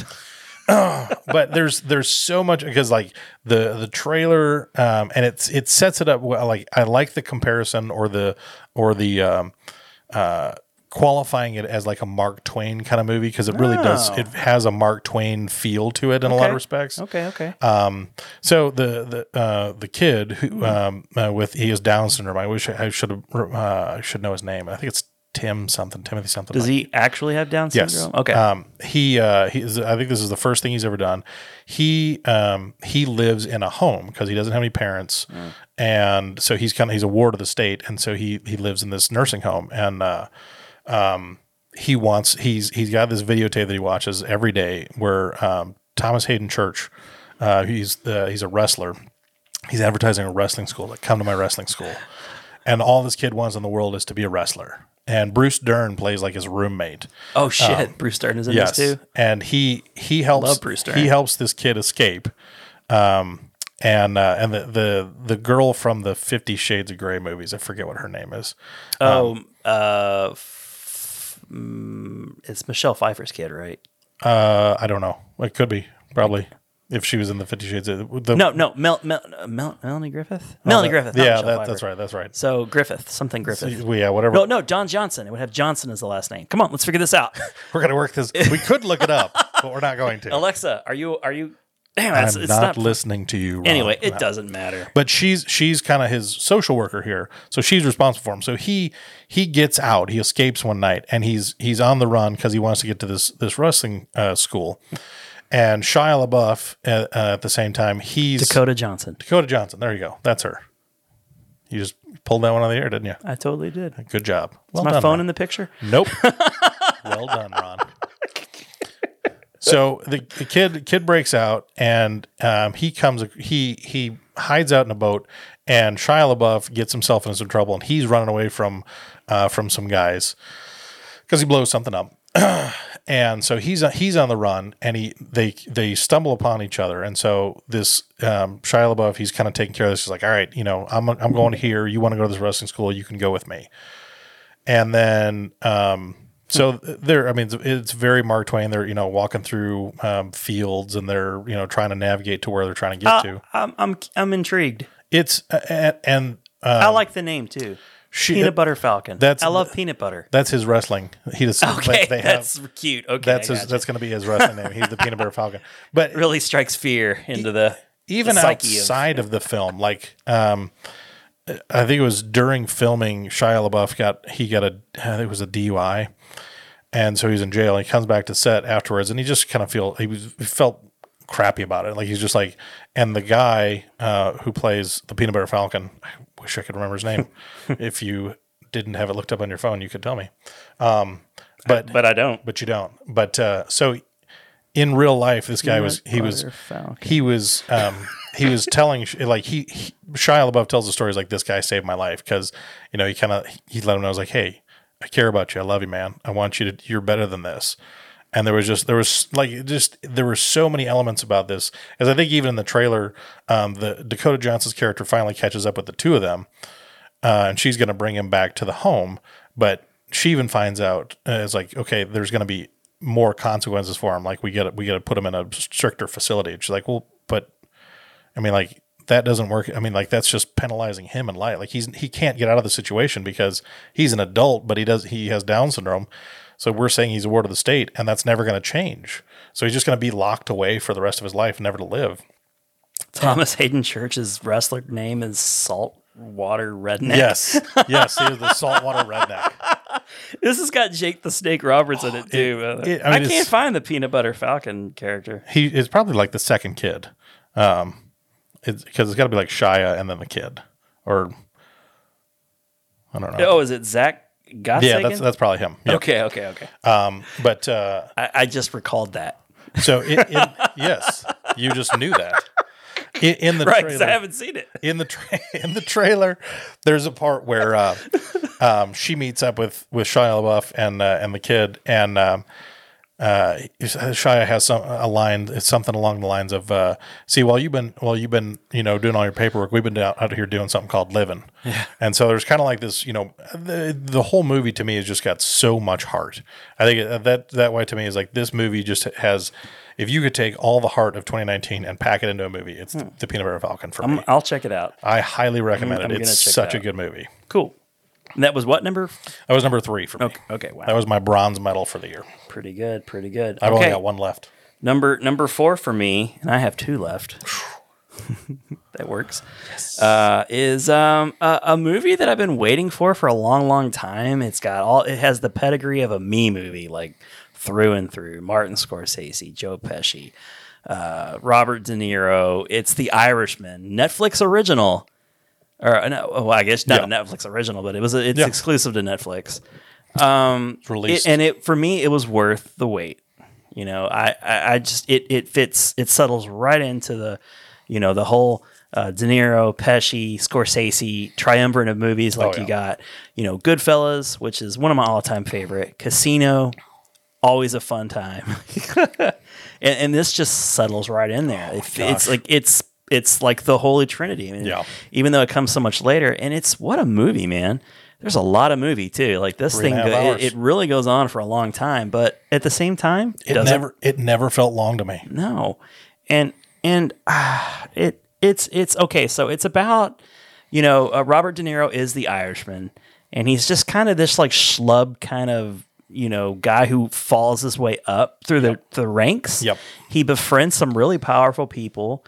[SPEAKER 2] but there's there's so much because like the the trailer um and it's it sets it up well like i like the comparison or the or the um uh qualifying it as like a mark twain kind of movie because it really does it has a mark twain feel to it in a lot
[SPEAKER 1] Oh. Okay.
[SPEAKER 2] of respects
[SPEAKER 1] Okay, okay.
[SPEAKER 2] um, so the the uh, the kid
[SPEAKER 1] Mm-hmm.
[SPEAKER 2] who um, uh, with he has Down syndrome. I wish I should have uh, I should know his name. I think it's Tim something, Timothy something.
[SPEAKER 1] Does
[SPEAKER 2] like
[SPEAKER 1] he actually have Down
[SPEAKER 2] Yes.
[SPEAKER 1] syndrome? Okay.
[SPEAKER 2] Um, he uh, he is, I think this is the first thing he's ever done. He um, he lives in a home because he doesn't have any parents,
[SPEAKER 1] Mm.
[SPEAKER 2] and so he's kind of he's a ward of the state, and so he he lives in this nursing home, and uh, um, he wants he's he's got this videotape that he watches every day where um, Thomas Hayden Church, uh, he's uh, he's a wrestler, he's advertising a wrestling school like come to my wrestling school and all this kid wants in the world is to be a wrestler and bruce dern plays like his roommate
[SPEAKER 1] Oh shit, Bruce Dern is in
[SPEAKER 2] uh, yes
[SPEAKER 1] this too.
[SPEAKER 2] and he he helps
[SPEAKER 1] Love Bruce Dern.
[SPEAKER 2] he helps this kid escape um and uh, and the, the the girl from the 50 shades of gray movies i forget what her name is
[SPEAKER 1] Oh, uh, f- mm, it's Michelle Pfeiffer's kid, right?
[SPEAKER 2] uh i don't know it could be probably if she was in the Fifty Shades. Of, the,
[SPEAKER 1] No, no, Mel, Mel, uh, Mel, Melanie Griffith. Melanie Griffith. not
[SPEAKER 2] Yeah,
[SPEAKER 1] Michelle
[SPEAKER 2] Oh, that,
[SPEAKER 1] Pfeiffer.
[SPEAKER 2] that's right. That's right.
[SPEAKER 1] So Griffith, something Griffith.
[SPEAKER 2] So, yeah, whatever.
[SPEAKER 1] No, no, Don Johnson. It would have Johnson as the last name. Come on, let's figure this out.
[SPEAKER 2] We're gonna work this. We could look it up, but we're not going to.
[SPEAKER 1] Alexa, are you? Are you? Damn,
[SPEAKER 2] I'm
[SPEAKER 1] it's, it's
[SPEAKER 2] not,
[SPEAKER 1] not.
[SPEAKER 2] listening Oh, to you. Rob.
[SPEAKER 1] anyway, it
[SPEAKER 2] No.
[SPEAKER 1] doesn't matter.
[SPEAKER 2] But she's she's kind of his social worker here, so she's responsible for him. So he he gets out, he escapes one night, and he's he's on the run because he wants to get to this this wrestling uh, school. And Shia LaBeouf uh, uh, at the same time, he's
[SPEAKER 1] Dakota Johnson.
[SPEAKER 2] Dakota Johnson. There you go. That's her. You just pulled that one out of the air, didn't you?
[SPEAKER 1] I totally did. Is
[SPEAKER 2] Good job. Well
[SPEAKER 1] my
[SPEAKER 2] done,
[SPEAKER 1] phone
[SPEAKER 2] Ron.
[SPEAKER 1] in the picture?
[SPEAKER 2] Nope. well done, Ron. So the, the kid kid breaks out and um, he comes he he hides out in a boat and Shia LaBeouf gets himself into some trouble and he's running away from uh, from some guys because he blows something up and so he's he's on the run and he they they stumble upon each other and so this um, Shia LaBeouf he's kind of taking care of this he's like all right you know I'm I'm going here you want to go to this wrestling school you can go with me and then um so they're i mean it's, it's very mark twain they're you know walking through um, fields and they're you know trying to navigate to where they're trying to
[SPEAKER 1] Uh,
[SPEAKER 2] get to
[SPEAKER 1] I'm, I'm, I'm intrigued.
[SPEAKER 2] it's uh, and, and uh,
[SPEAKER 1] I like the name too.
[SPEAKER 2] she,
[SPEAKER 1] peanut butter falcon.
[SPEAKER 2] that's-
[SPEAKER 1] I love peanut butter.
[SPEAKER 2] that's his wrestling he just
[SPEAKER 1] Okay,
[SPEAKER 2] they
[SPEAKER 1] that's
[SPEAKER 2] have,
[SPEAKER 1] cute. Okay,
[SPEAKER 2] that's
[SPEAKER 1] I
[SPEAKER 2] his,
[SPEAKER 1] gotcha.
[SPEAKER 2] that's going to be his wrestling name he's the peanut butter falcon but
[SPEAKER 1] really strikes fear into the
[SPEAKER 2] E- even
[SPEAKER 1] the psyche of-
[SPEAKER 2] outside of, the film, like um, I think it was during filming, Shia LaBeouf got he got a I think it was a DUI, and so he's in jail. And he comes back to set afterwards, and he just kind of feel he was he felt crappy about it. Like he's just like, and the guy uh, who plays the Peanut Butter Falcon, I wish I could remember his name. if you didn't have it looked up on your phone, you could tell me. Um, but
[SPEAKER 1] but I don't.
[SPEAKER 2] but you don't. But uh, so in real life, this guy was he was
[SPEAKER 1] Butter Falcon.
[SPEAKER 2] he was um, he was telling Sh- like he, he Shia LaBeouf tells the stories like this guy saved my life because you know he kind of he let him know I was like hey I care about you I love you man I want you to you're better than this and there was just there was like just there were so many elements about this as I think even in the trailer um, the Dakota Johnson's character finally catches up with the two of them uh, and she's going to bring him back to the home. But she even finds out uh, is like, okay, there's going to be more consequences for him. Like we got to we got to put him in a stricter facility. And she's like, well, but I mean, like that doesn't work. I mean, like that's just penalizing him and light. Like he's he can't get out of the situation because he's an adult, but he does he has Down syndrome. So we're saying he's a ward of the state, and that's never going to change. So he's just going to be locked away for the rest of his life, never to live.
[SPEAKER 1] Thomas Hayden Church's wrestler name is Saltwater Redneck.
[SPEAKER 2] Yes, yes, he was the saltwater redneck.
[SPEAKER 1] This has got Jake the Snake Roberts in it too.
[SPEAKER 2] it-
[SPEAKER 1] by the way.
[SPEAKER 2] it- I
[SPEAKER 1] I,
[SPEAKER 2] mean,
[SPEAKER 1] can't
[SPEAKER 2] it's-
[SPEAKER 1] find the peanut butter falcon character.
[SPEAKER 2] he is probably like the second kid. Um, it's because it's got to be like Shia and then the kid, or I don't know.
[SPEAKER 1] Oh, is it Zach Gottsagen?
[SPEAKER 2] yeah, that's that's probably him. Yeah.
[SPEAKER 1] okay, okay, okay.
[SPEAKER 2] Um, but uh,
[SPEAKER 1] I, I just recalled that.
[SPEAKER 2] so it, it, yes, you just knew that. In, in the
[SPEAKER 1] Right, 'cause
[SPEAKER 2] trailer,
[SPEAKER 1] I haven't seen it.
[SPEAKER 2] in the tra- in the trailer, there's a part where uh, um, she meets up with with Shia LaBeouf and uh, and the kid, and um, uh, Shia has some a line, it's something along the lines of, uh, "See, while you've been while you've been you know doing all your paperwork, we've been out, out here doing something called living." Yeah. And so there's kind of like this, you know, the, the whole movie to me has just got so much heart. I think that that way to me is like this movie just has. If you could take all the heart of 2019 and pack it into a movie, it's the Peanut Butter Falcon for me.
[SPEAKER 1] I'm, Mm, I'll check it out.
[SPEAKER 2] I highly recommend
[SPEAKER 1] I'm
[SPEAKER 2] it. It's
[SPEAKER 1] gonna check
[SPEAKER 2] such
[SPEAKER 1] that
[SPEAKER 2] a
[SPEAKER 1] out.
[SPEAKER 2] good movie.
[SPEAKER 1] Cool. And that was what number?
[SPEAKER 2] That was number three for me.
[SPEAKER 1] Okay, okay, wow.
[SPEAKER 2] That was my bronze medal for the year.
[SPEAKER 1] Pretty good, pretty good.
[SPEAKER 2] I've
[SPEAKER 1] okay.
[SPEAKER 2] only got one left.
[SPEAKER 1] Number number four for me, and I have two left. that works. Uh, is um, a, a movie that I've been waiting for for a long, long time. It's got all. It has the pedigree of a me movie, like through and through. Martin Scorsese, Joe Pesci, uh, Robert De Niro. It's The Irishman, Netflix original. Or uh, no, well, I guess not
[SPEAKER 2] Yeah.
[SPEAKER 1] a Netflix original, but it was. a- It's
[SPEAKER 2] Yeah.
[SPEAKER 1] exclusive to Netflix.
[SPEAKER 2] It's released.
[SPEAKER 1] It- and it for me, it was worth the wait. You know, I, I, I just it it fits it settles right into the, you know, the whole uh, De Niro, Pesci, Scorsese triumvirate of movies. Like
[SPEAKER 2] Oh, yeah.
[SPEAKER 1] you got, you know, Goodfellas, which is one of my all time favorite. Casino, always a fun time. and, and this just settles right in
[SPEAKER 2] Oh,
[SPEAKER 1] there. It- it's like it's it's like the holy trinity. I mean,
[SPEAKER 2] Yeah.
[SPEAKER 1] Even though it comes so much later, and it's what a movie, man. There's a lot of movie too. Like this
[SPEAKER 2] Three
[SPEAKER 1] thing,
[SPEAKER 2] and a half
[SPEAKER 1] go-
[SPEAKER 2] hours.
[SPEAKER 1] it, it really goes on for a long time. But at the same time,
[SPEAKER 2] it
[SPEAKER 1] doesn't-
[SPEAKER 2] never it never felt long to me.
[SPEAKER 1] No, and and ah, it it's it's okay. So it's about you know uh, Robert De Niro is the Irishman, and he's just kind of this like schlub kind of you know guy who falls his way up through the the ranks.
[SPEAKER 2] Yep.
[SPEAKER 1] he befriends some really powerful people.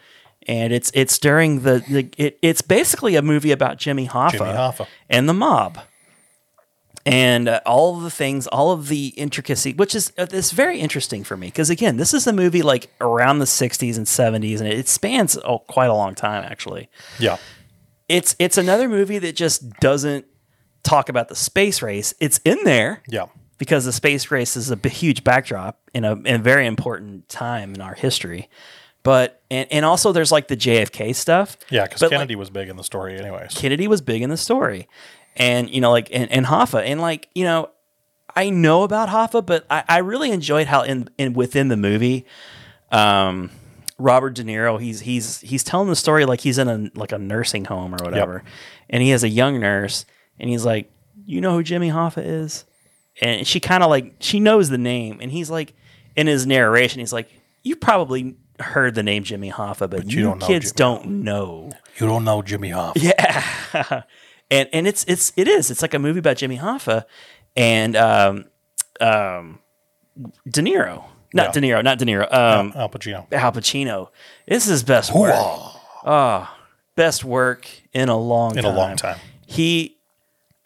[SPEAKER 1] And it's it's during the, the it, it's basically a movie about Jimmy Hoffa,
[SPEAKER 2] Jimmy Hoffa.
[SPEAKER 1] and the mob and uh, all of the things, all of the intricacy, which is uh, it's very interesting for me because again, this is a movie like around the '60s and '70s, and it, it spans oh, quite a long time actually.
[SPEAKER 2] Yeah.
[SPEAKER 1] It's it's another movie that just doesn't talk about the space race. It's in there,
[SPEAKER 2] Yeah.
[SPEAKER 1] because the space race is a b- huge backdrop in a, in a very important time in our history. But and, and also there's like the JFK stuff.
[SPEAKER 2] Yeah, because
[SPEAKER 1] But, like,
[SPEAKER 2] Kennedy was big in the story, anyways.
[SPEAKER 1] Kennedy was big in the story, and you know, like and, and Hoffa, and like you know, I know about Hoffa, but I, I really enjoyed how in in within the movie, um, Robert De Niro he's he's he's telling the story like he's in a like a nursing home or whatever, and he has a young nurse, and he's like, you know who Jimmy Hoffa is, and she kind of like she knows the name, and he's like, in his narration, he's like, you probably. Heard the name Jimmy Hoffa, but, you,
[SPEAKER 2] you don't know
[SPEAKER 1] kids
[SPEAKER 2] Jimmy
[SPEAKER 1] don't know
[SPEAKER 2] You don't know Jimmy Hoffa.
[SPEAKER 1] yeah, and and it's it's it is. It's like a movie about Jimmy Hoffa and um, um, De Niro. Not
[SPEAKER 2] Yeah.
[SPEAKER 1] De Niro. Not De Niro. Um,
[SPEAKER 2] Al Pacino.
[SPEAKER 1] Al Pacino. This is his best work. Oh, best work in a long
[SPEAKER 2] In a
[SPEAKER 1] time.
[SPEAKER 2] long time.
[SPEAKER 1] He.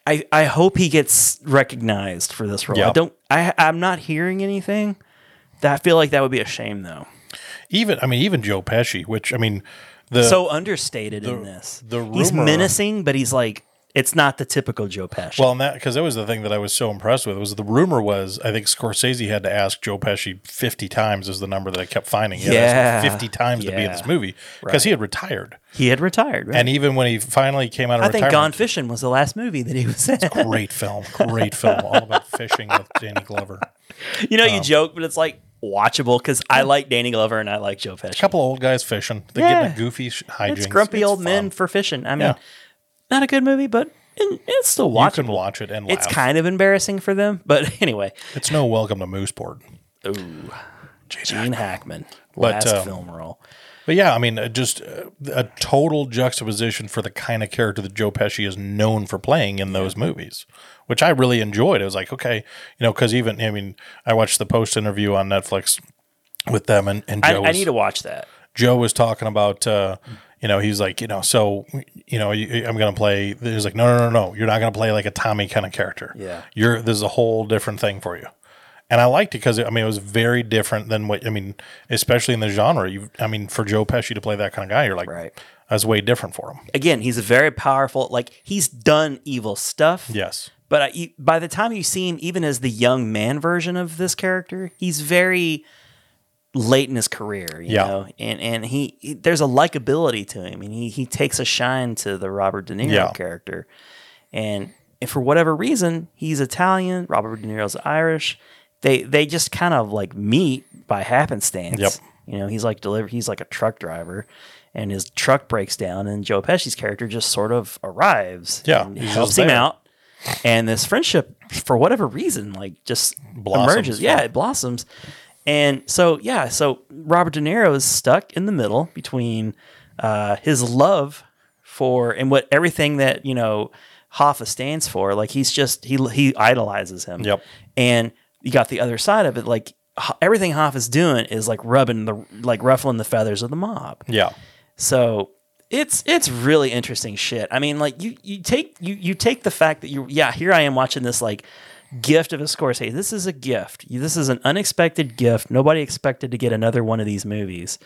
[SPEAKER 1] I, I hope he gets recognized for this role. I
[SPEAKER 2] Yeah.
[SPEAKER 1] don't. I I'm not hearing anything. That I feel like that would be a shame though.
[SPEAKER 2] Even I mean, even Joe Pesci, which I mean, the
[SPEAKER 1] so understated in this.
[SPEAKER 2] the
[SPEAKER 1] he's
[SPEAKER 2] rumor-
[SPEAKER 1] menacing, but he's like it's not the typical Joe Pesci.
[SPEAKER 2] well, and that because that was the thing that I was so impressed with was the rumor was I think Scorsese had to ask Joe Pesci fifty times is the number that I kept finding. He had asked
[SPEAKER 1] Yeah.
[SPEAKER 2] him fifty times to be in this
[SPEAKER 1] Yeah.
[SPEAKER 2] movie because he had retired,
[SPEAKER 1] he had retired, right?
[SPEAKER 2] and even when he finally came out of
[SPEAKER 1] I think
[SPEAKER 2] retirement,
[SPEAKER 1] Gone Fishing was the last movie that he was in.
[SPEAKER 2] great film, great film, all about fishing with Danny Glover.
[SPEAKER 1] you
[SPEAKER 2] Um,
[SPEAKER 1] know, you joke, but it's like watchable because I like Danny Glover and I like Joe Pesci.
[SPEAKER 2] A couple old guys fishing, they get
[SPEAKER 1] Yeah.
[SPEAKER 2] getting a goofy sh- hijinks.
[SPEAKER 1] it's grumpy old
[SPEAKER 2] fun.
[SPEAKER 1] men for fishing. I mean,
[SPEAKER 2] Yeah.
[SPEAKER 1] not a good movie, but it- it's still
[SPEAKER 2] You
[SPEAKER 1] watchable.
[SPEAKER 2] can watch it and laugh.
[SPEAKER 1] It's kind of embarrassing for them, but anyway.
[SPEAKER 2] It's no welcome to Mooseport.
[SPEAKER 1] Ooh, Gene Hackman,
[SPEAKER 2] But,
[SPEAKER 1] last
[SPEAKER 2] um,
[SPEAKER 1] film role.
[SPEAKER 2] But yeah, I mean, uh, just uh, a total juxtaposition for the kind of character that Joe Pesci is known for playing in those movies, which I really enjoyed. It was like, okay, you know, because even I mean, I watched the post interview on Netflix with them, and, and
[SPEAKER 1] I,
[SPEAKER 2] Joe
[SPEAKER 1] I
[SPEAKER 2] was,
[SPEAKER 1] need to watch that.
[SPEAKER 2] Joe was talking about, uh, you know, he's like, you know, so you know, you, I'm gonna play. He's like, no, no, no, no, you're not gonna play like a Tommy kind of character.
[SPEAKER 1] Yeah.
[SPEAKER 2] you're there's a whole different thing for you. And I liked it because I mean it was very different than what I mean, especially in the genre. You, I mean, for Joe Pesci to play that kind of guy, you're like,
[SPEAKER 1] Right.
[SPEAKER 2] that's way different for him.
[SPEAKER 1] Again, he's a very powerful. Like he's done evil stuff.
[SPEAKER 2] Yes,
[SPEAKER 1] But I, you- by the time you see him, even as the young man version of this character, he's very late in his career, you
[SPEAKER 2] Yeah.
[SPEAKER 1] know, and and he, he- there's a likability to him, and he he takes a shine to the Robert De Niro
[SPEAKER 2] Yeah.
[SPEAKER 1] character, and if for whatever reason he's Italian, Robert De Niro's Irish, they they just kind of like meet by happenstance.
[SPEAKER 2] Yep.
[SPEAKER 1] You know, he's like deliver, he's like a truck driver. And his truck breaks down, and Joe Pesci's character just sort of arrives.
[SPEAKER 2] Yeah,
[SPEAKER 1] and
[SPEAKER 2] he's just
[SPEAKER 1] helps him
[SPEAKER 2] there.
[SPEAKER 1] out, and this friendship for whatever reason like just
[SPEAKER 2] Blossoms,
[SPEAKER 1] emerges yeah
[SPEAKER 2] yeah.
[SPEAKER 1] it blossoms and so yeah so robert de niro is stuck in the middle between uh, his love for and what everything that you know hoffa stands for like he's just he he idolizes him
[SPEAKER 2] Yep.
[SPEAKER 1] and you got the other side of it like Ho- everything hoffa's doing is like rubbing the like ruffling the feathers of the mob
[SPEAKER 2] yeah,
[SPEAKER 1] so it's it's really interesting shit. I mean, like you you take you you take the fact that you yeah here I am watching this like gift of a Scorsese. This is a gift. This is an unexpected gift. Nobody expected to get another one of these movies,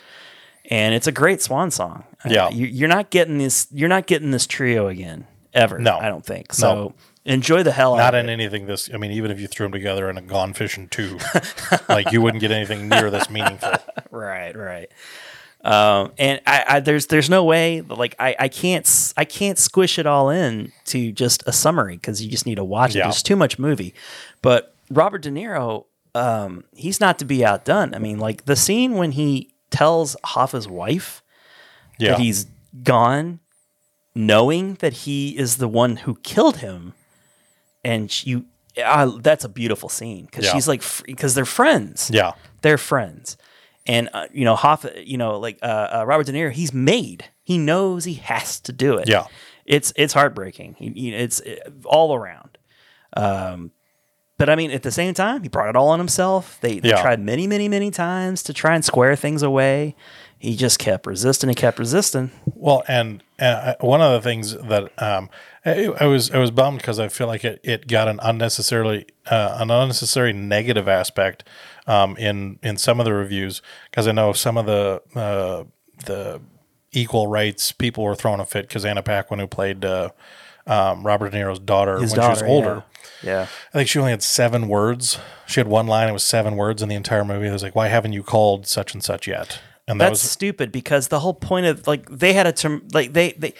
[SPEAKER 1] and it's a great swan song. Uh,
[SPEAKER 2] Yeah.
[SPEAKER 1] you, you're not getting this. You're not getting this trio again ever.
[SPEAKER 2] No.
[SPEAKER 1] I don't think so. Enjoy the hell
[SPEAKER 2] not
[SPEAKER 1] out of
[SPEAKER 2] in anything. This, I mean, even if you threw them together in a Gone Fishing two, like you wouldn't get anything near this meaningful.
[SPEAKER 1] Right, right. Um, and I, I there's there's no way that, like I, I can't s- I can't squish it all in to just a summary because you just need to watch it.
[SPEAKER 2] Yeah.
[SPEAKER 1] There's too much movie. But Robert De Niro, um, he's not to be outdone. I mean, like the scene when he tells Hoffa's wife
[SPEAKER 2] Yeah,
[SPEAKER 1] that he's gone, knowing that he is the one who killed him, and she- you. Uh, that's a beautiful scene because
[SPEAKER 2] Yeah.
[SPEAKER 1] she's like because they're friends
[SPEAKER 2] yeah,
[SPEAKER 1] they're friends. And uh, you know, Hoff, you know, like uh, uh, Robert De Niro, he's made. He knows he has to do it.
[SPEAKER 2] Yeah.
[SPEAKER 1] it's it's heartbreaking. You- you- It's uh, all around. Um, but I mean, at the same time, he brought it all on himself. They, they
[SPEAKER 2] Yeah.
[SPEAKER 1] tried many, many, many times to try and square things away. He just kept resisting and kept resisting.
[SPEAKER 2] Well, and, and I- one of the things that um, I, I was I was bummed because I feel like it, it got an unnecessarily uh, an unnecessary negative aspect um, in in some of the reviews because I know some of the uh, the equal rights people were throwing a fit because Anna Paquin who played uh, um, Robert De Niro's daughter
[SPEAKER 1] His
[SPEAKER 2] when she
[SPEAKER 1] daughter,
[SPEAKER 2] was older.
[SPEAKER 1] Yeah.
[SPEAKER 2] I think she only had seven words. She had one line. It was seven words in the entire movie. It was like, "Why haven't you called such and such yet?" And that
[SPEAKER 1] That's stupid because the whole point of like they had a term like they they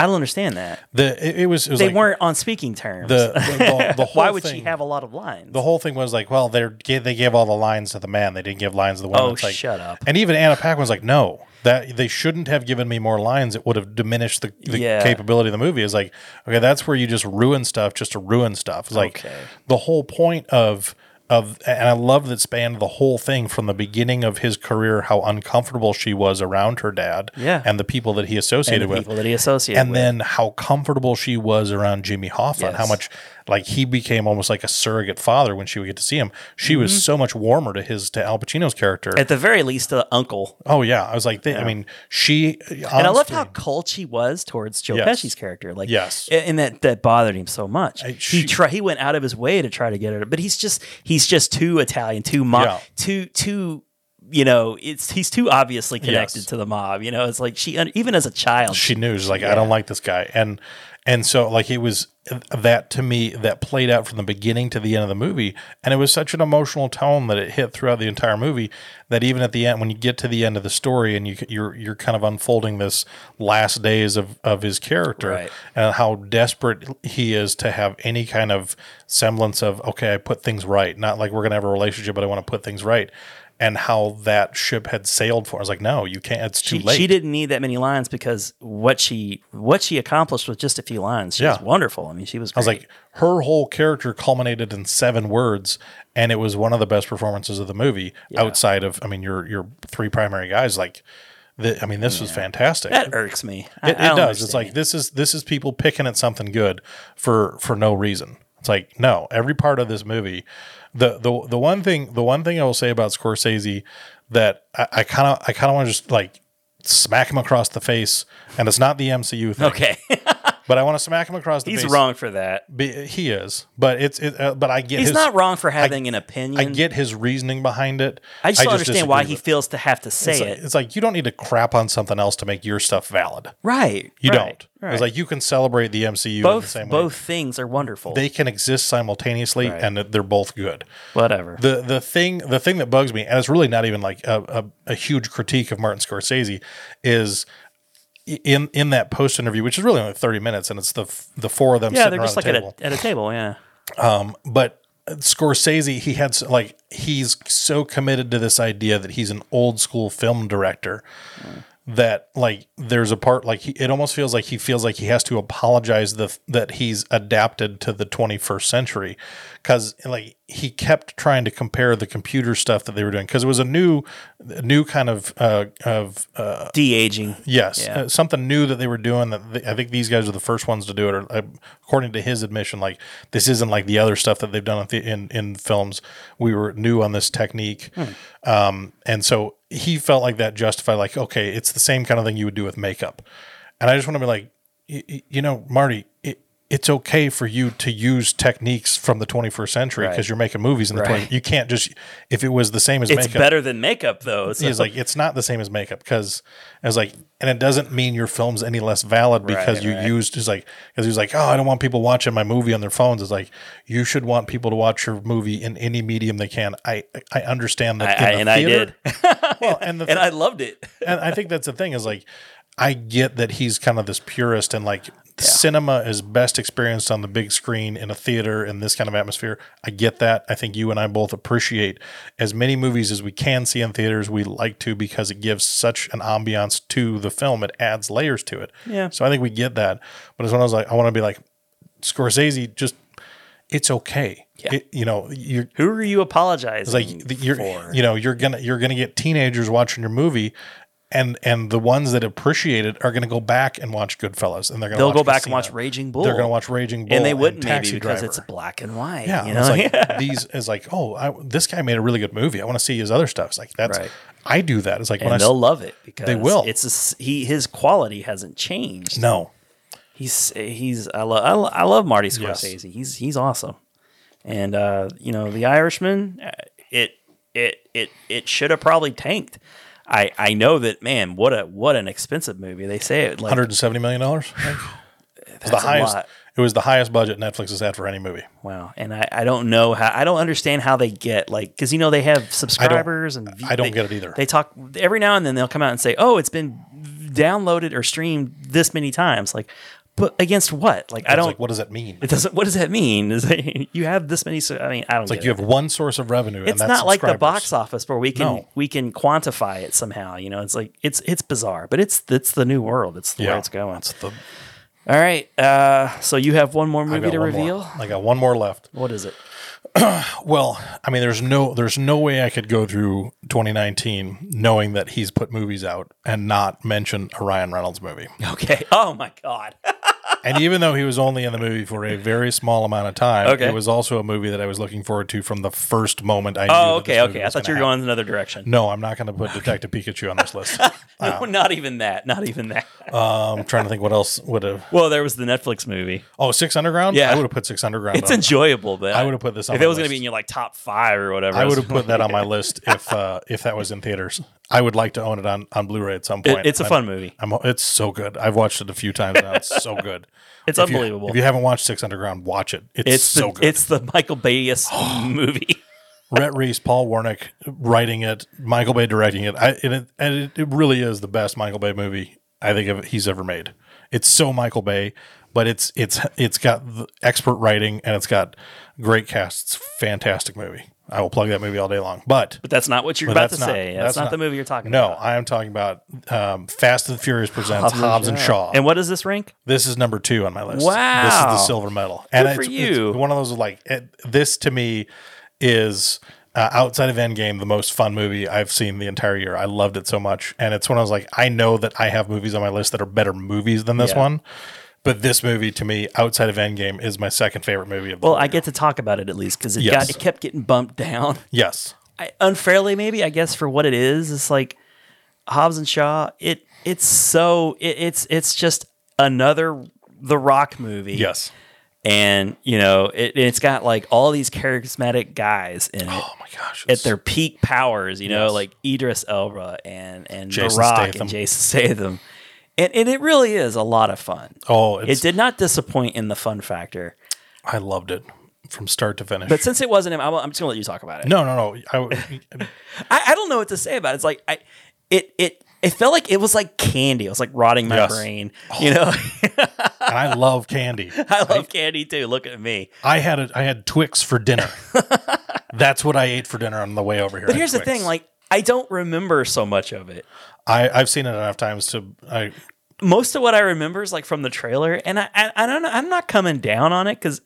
[SPEAKER 1] I don't understand that.
[SPEAKER 2] was the. It, it was. It was
[SPEAKER 1] They
[SPEAKER 2] like
[SPEAKER 1] weren't on speaking terms.
[SPEAKER 2] the the, the, the whole
[SPEAKER 1] Why would she
[SPEAKER 2] thing-
[SPEAKER 1] have a lot of lines?
[SPEAKER 2] the whole thing was like, well, they they gave all the lines to the man. They didn't give lines to the woman.
[SPEAKER 1] Oh,
[SPEAKER 2] It's like,
[SPEAKER 1] shut up.
[SPEAKER 2] And even Anna Paquin was like, no, that they shouldn't have given me more lines. It would have diminished the, the
[SPEAKER 1] Yeah.
[SPEAKER 2] capability of the movie. Is like, okay, that's where you just ruin stuff just to ruin stuff. It's like
[SPEAKER 1] Okay.
[SPEAKER 2] the whole point of of and I love that spanned the whole thing from the beginning of his career, how uncomfortable she was around her dad,
[SPEAKER 1] Yeah.
[SPEAKER 2] and the people that he
[SPEAKER 1] and
[SPEAKER 2] associated
[SPEAKER 1] the
[SPEAKER 2] with,
[SPEAKER 1] people that he associated
[SPEAKER 2] and
[SPEAKER 1] with.
[SPEAKER 2] then how comfortable she was around Jimmy Hoffa and how
[SPEAKER 1] Yes.
[SPEAKER 2] much like he became almost like a surrogate father when she would get to see him. She
[SPEAKER 1] Mm-hmm.
[SPEAKER 2] was so much warmer to his to Al Pacino's character.
[SPEAKER 1] at the very least the uncle.
[SPEAKER 2] oh yeah, I was like, they, I mean, she
[SPEAKER 1] And I loved how cold she was towards Joe
[SPEAKER 2] Yes.
[SPEAKER 1] Pesci's character. Like
[SPEAKER 2] Yes.
[SPEAKER 1] a- and that that bothered him so much.
[SPEAKER 2] she-
[SPEAKER 1] he try he went out of his way to try to get her, but he's just he's just too Italian, too mob,
[SPEAKER 2] Yeah.
[SPEAKER 1] too too you know, it's he's too obviously connected
[SPEAKER 2] Yes.
[SPEAKER 1] to the mob. You know, it's like she un- even as a child
[SPEAKER 2] she knew she's like, I don't like this guy, and and so like it was that to me that played out from the beginning to the end of the movie, and it was such an emotional tone that it hit throughout the entire movie. That even at the end, when you get to the end of the story and you you're you're kind of unfolding this last days of of his character,
[SPEAKER 1] Right.
[SPEAKER 2] and how desperate he is to have any kind of semblance of okay, I put things right. Not like we're gonna have a relationship, but I want to put things right. And how that ship had sailed for. I was like, no, you can't. It's too
[SPEAKER 1] she,
[SPEAKER 2] late.
[SPEAKER 1] she didn't need that many lines because what she what she accomplished was just a few lines. She was
[SPEAKER 2] Yeah.
[SPEAKER 1] wonderful. I mean, she was. Great.
[SPEAKER 2] I was like, her whole character culminated in seven words, and it was one of the best performances of the movie. Outside of, I mean, your your three primary guys, like, the, I mean, this was fantastic.
[SPEAKER 1] that irks me. I-
[SPEAKER 2] it it
[SPEAKER 1] I don't
[SPEAKER 2] does. It's
[SPEAKER 1] understand.
[SPEAKER 2] like this is this is people picking at something good for for no reason. It's like no, every part of this movie. The the the one thing the one thing I will say about Scorsese that I kind of I kind of want to just like smack him across the face, and it's not the MCU thing,
[SPEAKER 1] okay,
[SPEAKER 2] but I want to smack him across the
[SPEAKER 1] he's
[SPEAKER 2] face.
[SPEAKER 1] wrong for that.
[SPEAKER 2] Be, he is, but it's it, uh, but I get
[SPEAKER 1] He's
[SPEAKER 2] his,
[SPEAKER 1] not wrong for having an opinion.
[SPEAKER 2] I get his reasoning behind it.
[SPEAKER 1] I just don't understand why
[SPEAKER 2] disagree
[SPEAKER 1] he
[SPEAKER 2] with
[SPEAKER 1] feels to have to say
[SPEAKER 2] it. It's
[SPEAKER 1] it.
[SPEAKER 2] like, it's like you don't need to crap on something else to make your stuff valid.
[SPEAKER 1] right.
[SPEAKER 2] You
[SPEAKER 1] right,
[SPEAKER 2] don't.
[SPEAKER 1] Right.
[SPEAKER 2] It's like you can celebrate the MCU in the
[SPEAKER 1] both
[SPEAKER 2] same
[SPEAKER 1] both
[SPEAKER 2] way.
[SPEAKER 1] things are wonderful.
[SPEAKER 2] They can exist simultaneously, and they're both good.
[SPEAKER 1] Whatever.
[SPEAKER 2] The the thing the thing that bugs me, and it's really not even like a, a, a huge critique of Martin Scorsese, is in in that post interview, which is really only thirty minutes, and it's the f- the four of them.
[SPEAKER 1] yeah,
[SPEAKER 2] sitting
[SPEAKER 1] they're
[SPEAKER 2] around
[SPEAKER 1] just
[SPEAKER 2] the
[SPEAKER 1] like at
[SPEAKER 2] table.
[SPEAKER 1] a, at a table. Yeah.
[SPEAKER 2] but Scorsese, he had s- like he's so committed to this idea that he's an old school film director that like there's a part like he, it almost feels like he feels like he has to apologize the, f- that he's adapted to the 21st century because like he kept trying to compare the computer stuff that they were doing because it was a new new kind of uh, of
[SPEAKER 1] De aging.
[SPEAKER 2] Yes,
[SPEAKER 1] Yeah.
[SPEAKER 2] uh, something new that they were doing. That th- I think these guys are the first ones to do it. Or uh, according to his admission, like this isn't like the other stuff that they've done at the, in in films. We were new on this technique,
[SPEAKER 1] Hmm.
[SPEAKER 2] um, and so he felt like that justified. Like, okay, it's the same kind of thing you would do with makeup. And I just want to be like, y- y- you know, Marty. It, it's okay for you to use techniques from the 21st century because
[SPEAKER 1] Right.
[SPEAKER 2] you're making movies in the
[SPEAKER 1] Right.
[SPEAKER 2] 20, you can't just if it was the same as
[SPEAKER 1] It's
[SPEAKER 2] makeup
[SPEAKER 1] better than makeup though. So.
[SPEAKER 2] is like it's not the same as makeup because I was like, and it doesn't mean your film's any less valid because
[SPEAKER 1] Right,
[SPEAKER 2] you
[SPEAKER 1] right.
[SPEAKER 2] used is like because he was like, oh, I don't want people watching my movie on their phones. It's like you should want people to watch your movie in any medium they can. I I understand
[SPEAKER 1] I,
[SPEAKER 2] that,
[SPEAKER 1] I,
[SPEAKER 2] in
[SPEAKER 1] and
[SPEAKER 2] the
[SPEAKER 1] I did.
[SPEAKER 2] theater- Well, and the
[SPEAKER 1] and I loved it.
[SPEAKER 2] and I think that's the thing is like I get that he's kind of this purist and like cinema is best experienced on the big screen in a theater in this kind of atmosphere. I get that. I think you and I both appreciate as many movies as we can see in theaters. We like to because it gives such an ambiance to the film. It adds layers to it.
[SPEAKER 1] Yeah.
[SPEAKER 2] So I think we get that. But it's when I was like, I want to be like Scorsese just it's okay.
[SPEAKER 1] Yeah.
[SPEAKER 2] It, you know, you're
[SPEAKER 1] Who are you apologizing
[SPEAKER 2] it's like the- you're
[SPEAKER 1] for?
[SPEAKER 2] you know you're gonna you're gonna get teenagers watching your movie. And, and the ones that appreciate it are going to go back and watch Goodfellas, and they're going to
[SPEAKER 1] They'll go back and
[SPEAKER 2] Casino.
[SPEAKER 1] watch Raging Bull.
[SPEAKER 2] They're going to watch Raging Bull,
[SPEAKER 1] and they wouldn't maybe
[SPEAKER 2] Taxi
[SPEAKER 1] because
[SPEAKER 2] Driver.
[SPEAKER 1] it's black and white.
[SPEAKER 2] Yeah,
[SPEAKER 1] you
[SPEAKER 2] and it's
[SPEAKER 1] know?
[SPEAKER 2] like these is like, oh, I, this guy made a really good movie. I want to see his other stuff. It's like that's
[SPEAKER 1] Right.
[SPEAKER 2] I do that. It's like
[SPEAKER 1] and
[SPEAKER 2] when I
[SPEAKER 1] they'll
[SPEAKER 2] s-
[SPEAKER 1] love it because
[SPEAKER 2] They will.
[SPEAKER 1] It's a s he his quality hasn't changed.
[SPEAKER 2] no,
[SPEAKER 1] He's he's I love I, lo- I love Marty
[SPEAKER 2] Yes.
[SPEAKER 1] Scorsese. He's he's awesome, and uh, you know The Irishman. uh, It it it it should have probably tanked. I I know that man. What a what an expensive movie. They say it like
[SPEAKER 2] hundred and seventy million dollars. It's
[SPEAKER 1] that's
[SPEAKER 2] the highest.
[SPEAKER 1] A lot.
[SPEAKER 2] It was the highest budget Netflix has had for any movie.
[SPEAKER 1] Wow, and I, I don't know how I don't understand how they get like because you know they have subscribers and view-
[SPEAKER 2] I don't
[SPEAKER 1] they-
[SPEAKER 2] get it either.
[SPEAKER 1] They talk every now and then they'll come out and say, "Oh, it's been downloaded or streamed this many times." Like, but against what? Like, I
[SPEAKER 2] It's
[SPEAKER 1] don't.
[SPEAKER 2] Like, what does that mean?
[SPEAKER 1] it
[SPEAKER 2] It's
[SPEAKER 1] doesn't. What does that mean? Is it, you have this many? So, I mean, I don't.
[SPEAKER 2] like
[SPEAKER 1] get
[SPEAKER 2] you
[SPEAKER 1] it.
[SPEAKER 2] have one source of revenue. and
[SPEAKER 1] It's
[SPEAKER 2] that's
[SPEAKER 1] not like the
[SPEAKER 2] subscribers.
[SPEAKER 1] box office where we can
[SPEAKER 2] No.
[SPEAKER 1] we can quantify it somehow. You know, it's like it's it's bizarre, but it's it's the new world. It's the way
[SPEAKER 2] Yeah.
[SPEAKER 1] it's going.
[SPEAKER 2] It's the,
[SPEAKER 1] All right, uh, so you have one more
[SPEAKER 2] I
[SPEAKER 1] movie
[SPEAKER 2] got
[SPEAKER 1] to
[SPEAKER 2] one more.
[SPEAKER 1] reveal.
[SPEAKER 2] I got one more left.
[SPEAKER 1] What is it?
[SPEAKER 2] Well, I mean, there's no there's no way I could go through 2019 knowing that he's put movies out and not mention a Ryan Reynolds movie.
[SPEAKER 1] Okay. Oh my god.
[SPEAKER 2] and even though he was only in the movie for a very small amount of time,
[SPEAKER 1] Okay.
[SPEAKER 2] it was also a movie that I was looking forward to from the first moment I knew.
[SPEAKER 1] Oh,
[SPEAKER 2] that this
[SPEAKER 1] okay,
[SPEAKER 2] movie
[SPEAKER 1] okay. I
[SPEAKER 2] was
[SPEAKER 1] thought you were
[SPEAKER 2] gonna
[SPEAKER 1] going
[SPEAKER 2] happen.
[SPEAKER 1] in another direction.
[SPEAKER 2] No, I'm not going to put Detective Pikachu on this list.
[SPEAKER 1] No, not even that. Not even that.
[SPEAKER 2] I'm trying to think what else would have.
[SPEAKER 1] Well, there was the Netflix movie.
[SPEAKER 2] Oh, Six Underground.
[SPEAKER 1] Yeah.
[SPEAKER 2] I would have put Six Underground.
[SPEAKER 1] It's
[SPEAKER 2] on.
[SPEAKER 1] enjoyable, but
[SPEAKER 2] Oh. I would've put this on
[SPEAKER 1] if it
[SPEAKER 2] my
[SPEAKER 1] was going to
[SPEAKER 2] list.
[SPEAKER 1] be in your like top five or whatever.
[SPEAKER 2] I
[SPEAKER 1] was-
[SPEAKER 2] would have put that on my list if uh, if that was in theaters. I would like to own it on, on Blu-ray at some point.
[SPEAKER 1] it's a
[SPEAKER 2] I'm-
[SPEAKER 1] fun movie.
[SPEAKER 2] I'm, it's so good. I've watched it a few times now. It's so good.
[SPEAKER 1] It's
[SPEAKER 2] If you-
[SPEAKER 1] unbelievable.
[SPEAKER 2] if you haven't watched Six Underground, watch it. It's,
[SPEAKER 1] It's
[SPEAKER 2] so
[SPEAKER 1] the,
[SPEAKER 2] good.
[SPEAKER 1] It's the Michael Bayus movie.
[SPEAKER 2] Rhett Reese, Paul Warnick writing it, Michael Bay directing it. I, and it, and it, it really is the best Michael Bay movie I think of, he's ever made. It's so Michael Bay, but it's it's it's got the expert writing and it's got great cast. It's a fantastic movie. I will plug that movie all day long. But,
[SPEAKER 1] But that's not what you're
[SPEAKER 2] but
[SPEAKER 1] about to say. That's, not, the movie you're talking
[SPEAKER 2] no,
[SPEAKER 1] about.
[SPEAKER 2] I am talking about um, Fast and Furious presents Hobbs and Shaw.
[SPEAKER 1] And what does this rank?
[SPEAKER 2] This is number two on my list.
[SPEAKER 1] Wow.
[SPEAKER 2] This is the silver medal. And
[SPEAKER 1] for
[SPEAKER 2] it's,
[SPEAKER 1] you.
[SPEAKER 2] it's one of those like it, this to me is uh, outside of Endgame the most fun movie I've seen the entire year. I loved it so much, and it's when I was like, I know that I have movies on my list that are better movies than this
[SPEAKER 1] Yeah.
[SPEAKER 2] one, but this movie to me outside of Endgame is my second favorite movie of the
[SPEAKER 1] Well,
[SPEAKER 2] whole
[SPEAKER 1] I
[SPEAKER 2] year.
[SPEAKER 1] get to talk about it at least because it
[SPEAKER 2] Yes.
[SPEAKER 1] got it kept getting bumped down.
[SPEAKER 2] yes.
[SPEAKER 1] I, unfairly maybe I guess for what it is. It's like Hobbs and Shaw. It it's so it, it's it's just another The Rock movie.
[SPEAKER 2] Yes.
[SPEAKER 1] and you know it, it's got like all these charismatic guys in it.
[SPEAKER 2] Oh my gosh.
[SPEAKER 1] At
[SPEAKER 2] it's-
[SPEAKER 1] their peak powers, you know,
[SPEAKER 2] Yes.
[SPEAKER 1] like Idris Elba and and The
[SPEAKER 2] Jason
[SPEAKER 1] Rock
[SPEAKER 2] Statham.
[SPEAKER 1] and Jason Statham, and and it really is a lot of fun.
[SPEAKER 2] oh,
[SPEAKER 1] it
[SPEAKER 2] it's,
[SPEAKER 1] did not disappoint in the fun factor.
[SPEAKER 2] I loved it from start to finish.
[SPEAKER 1] But since it wasn't him, I'm, I'm just gonna let you talk about it.
[SPEAKER 2] no, no, no. I,
[SPEAKER 1] I, I don't know what to say about it. It's like I, it it it felt like it was like candy. It was like rotting my
[SPEAKER 2] Yes. Oh,
[SPEAKER 1] brain. You know,
[SPEAKER 2] and I love candy.
[SPEAKER 1] I love candy too. Look at me.
[SPEAKER 2] I had a, I had Twix for dinner. That's what I ate for dinner on the way over here.
[SPEAKER 1] But here's the thing: like I don't remember so much of it.
[SPEAKER 2] I, I've seen it enough times to I
[SPEAKER 1] Most of what I remember is like from the trailer, and I I, I don't know. I'm not coming down on it because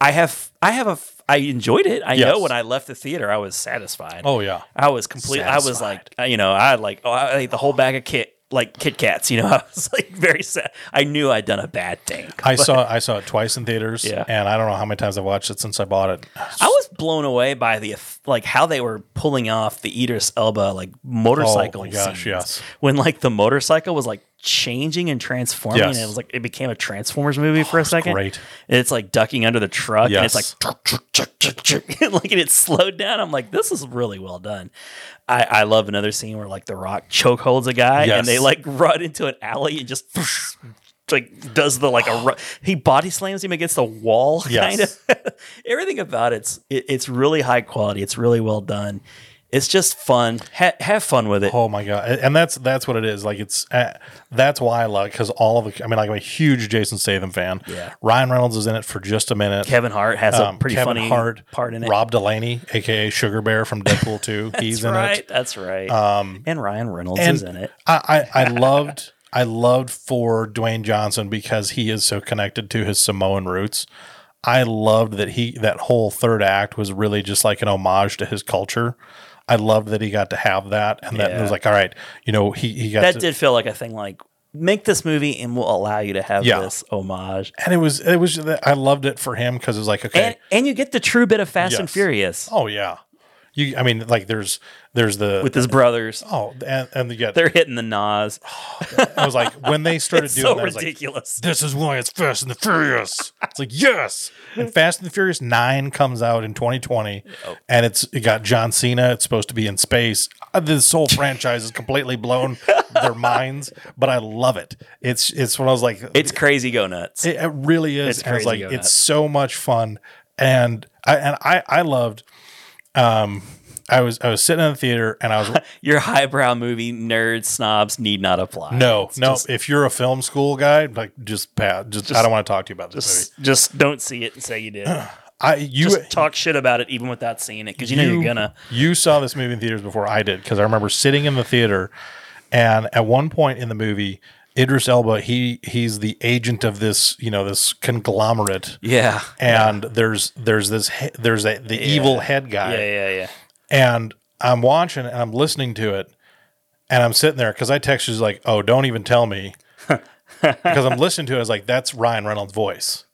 [SPEAKER 1] I have I have a f- I enjoyed it. I
[SPEAKER 2] Yes.
[SPEAKER 1] know when I left the theater, I was satisfied.
[SPEAKER 2] oh yeah
[SPEAKER 1] I was complete. I was
[SPEAKER 2] Satisfied.
[SPEAKER 1] like, uh, you know, I had like, oh, I ate the whole bag of kit, like Kit Kats. You know, I was like very sad. I knew I'd done a bad thing.
[SPEAKER 2] I saw I saw it twice in theaters
[SPEAKER 1] Yeah.
[SPEAKER 2] and I don't know how many times I've watched it since I bought it.
[SPEAKER 1] I was blown away by the like how they were pulling off the Idris Elba like motorcycle.
[SPEAKER 2] Oh my gosh,
[SPEAKER 1] scenes.
[SPEAKER 2] yes.
[SPEAKER 1] When like the motorcycle was like changing and transforming,
[SPEAKER 2] Yes. Oh,
[SPEAKER 1] and it was like it became a Transformers movie for a second.
[SPEAKER 2] great.
[SPEAKER 1] And it's like ducking under the truck, and it's
[SPEAKER 2] Yes.
[SPEAKER 1] like "Chuk, chuk, chuk, chuk, chuk," like and it slowed down. I'm like, this is really well done. I, I love another scene where like the Rock choke holds a guy,
[SPEAKER 2] Yes.
[SPEAKER 1] and they like run into an alley and just. Like does the like a ru- he body slams him against the wall kind of
[SPEAKER 2] Yes.
[SPEAKER 1] everything about it's it, it's really high quality. It's really well done. It's just fun. Ha- have fun with it.
[SPEAKER 2] Oh my god! And that's that's what it is. Like it's uh, that's why I love because all of the. I mean, like I'm a huge Jason Statham fan.
[SPEAKER 1] Yeah.
[SPEAKER 2] Ryan Reynolds is in it for just a minute.
[SPEAKER 1] Kevin Hart has a
[SPEAKER 2] Um,
[SPEAKER 1] pretty
[SPEAKER 2] Kevin
[SPEAKER 1] funny
[SPEAKER 2] Hart,
[SPEAKER 1] part in it.
[SPEAKER 2] Rob Delaney, aka Sugar Bear from Deadpool Two.
[SPEAKER 1] That's
[SPEAKER 2] He's in
[SPEAKER 1] right.
[SPEAKER 2] it. Um,
[SPEAKER 1] That's right. and Ryan Reynolds
[SPEAKER 2] and
[SPEAKER 1] is in it.
[SPEAKER 2] I, I, I loved I loved for Dwayne Johnson because he is so connected to his Samoan roots. I loved that he that whole third act was really just like an homage to his culture. I loved that he got to have that, and that it was
[SPEAKER 1] Yeah.
[SPEAKER 2] like, all right, you know, he he got
[SPEAKER 1] that
[SPEAKER 2] to,
[SPEAKER 1] did feel like a thing like make this movie and we'll allow you to have
[SPEAKER 2] Yeah.
[SPEAKER 1] this homage.
[SPEAKER 2] and it was it was I loved it for him because it was like okay,
[SPEAKER 1] And and you get the true bit of Fast and
[SPEAKER 2] Yes.
[SPEAKER 1] Furious
[SPEAKER 2] oh yeah, you I mean like there's there's the
[SPEAKER 1] with his brothers.
[SPEAKER 2] oh and and the, yeah,
[SPEAKER 1] They're hitting the Nas.
[SPEAKER 2] I was like when they started
[SPEAKER 1] It's
[SPEAKER 2] doing
[SPEAKER 1] so
[SPEAKER 2] Oh, that, I was like,
[SPEAKER 1] ridiculous.
[SPEAKER 2] this is why it's Fast and the Furious. it's like yes, and Fast and the Furious Nine comes out in 2020,
[SPEAKER 1] Oh.
[SPEAKER 2] and it's it got John Cena. It's supposed to be in space. Uh, This whole franchise is completely blown their minds, but I love it. It's it's when I was like,
[SPEAKER 1] it's crazy go nuts.
[SPEAKER 2] it, it really is.
[SPEAKER 1] It's
[SPEAKER 2] and I was
[SPEAKER 1] crazy
[SPEAKER 2] like,
[SPEAKER 1] on
[SPEAKER 2] it's
[SPEAKER 1] that.
[SPEAKER 2] so much fun, and I and I I loved. Um, I was I was sitting in the theater and I was
[SPEAKER 1] Your highbrow movie nerd snobs need not apply.
[SPEAKER 2] no
[SPEAKER 1] It's
[SPEAKER 2] no.
[SPEAKER 1] Just,
[SPEAKER 2] if you're a film school guy, like just pat, just, I don't want to talk to you about this movie.
[SPEAKER 1] just, just don't see it and say you did.
[SPEAKER 2] I you
[SPEAKER 1] Just talk shit about it even without seeing it because you know you're gonna.
[SPEAKER 2] You saw this movie in theaters before I did because I remember sitting in the theater, and at one point in the movie, Idris Elba he he's the agent of this you know this conglomerate,
[SPEAKER 1] Yeah.
[SPEAKER 2] and there's there's this he- there's a, the evil head guy,
[SPEAKER 1] Yeah, yeah, yeah.
[SPEAKER 2] and I'm watching and I'm listening to it, and I'm sitting there because I texted you like, oh, don't even tell me, because I'm listening to it. I was like, that's Ryan Reynolds' voice.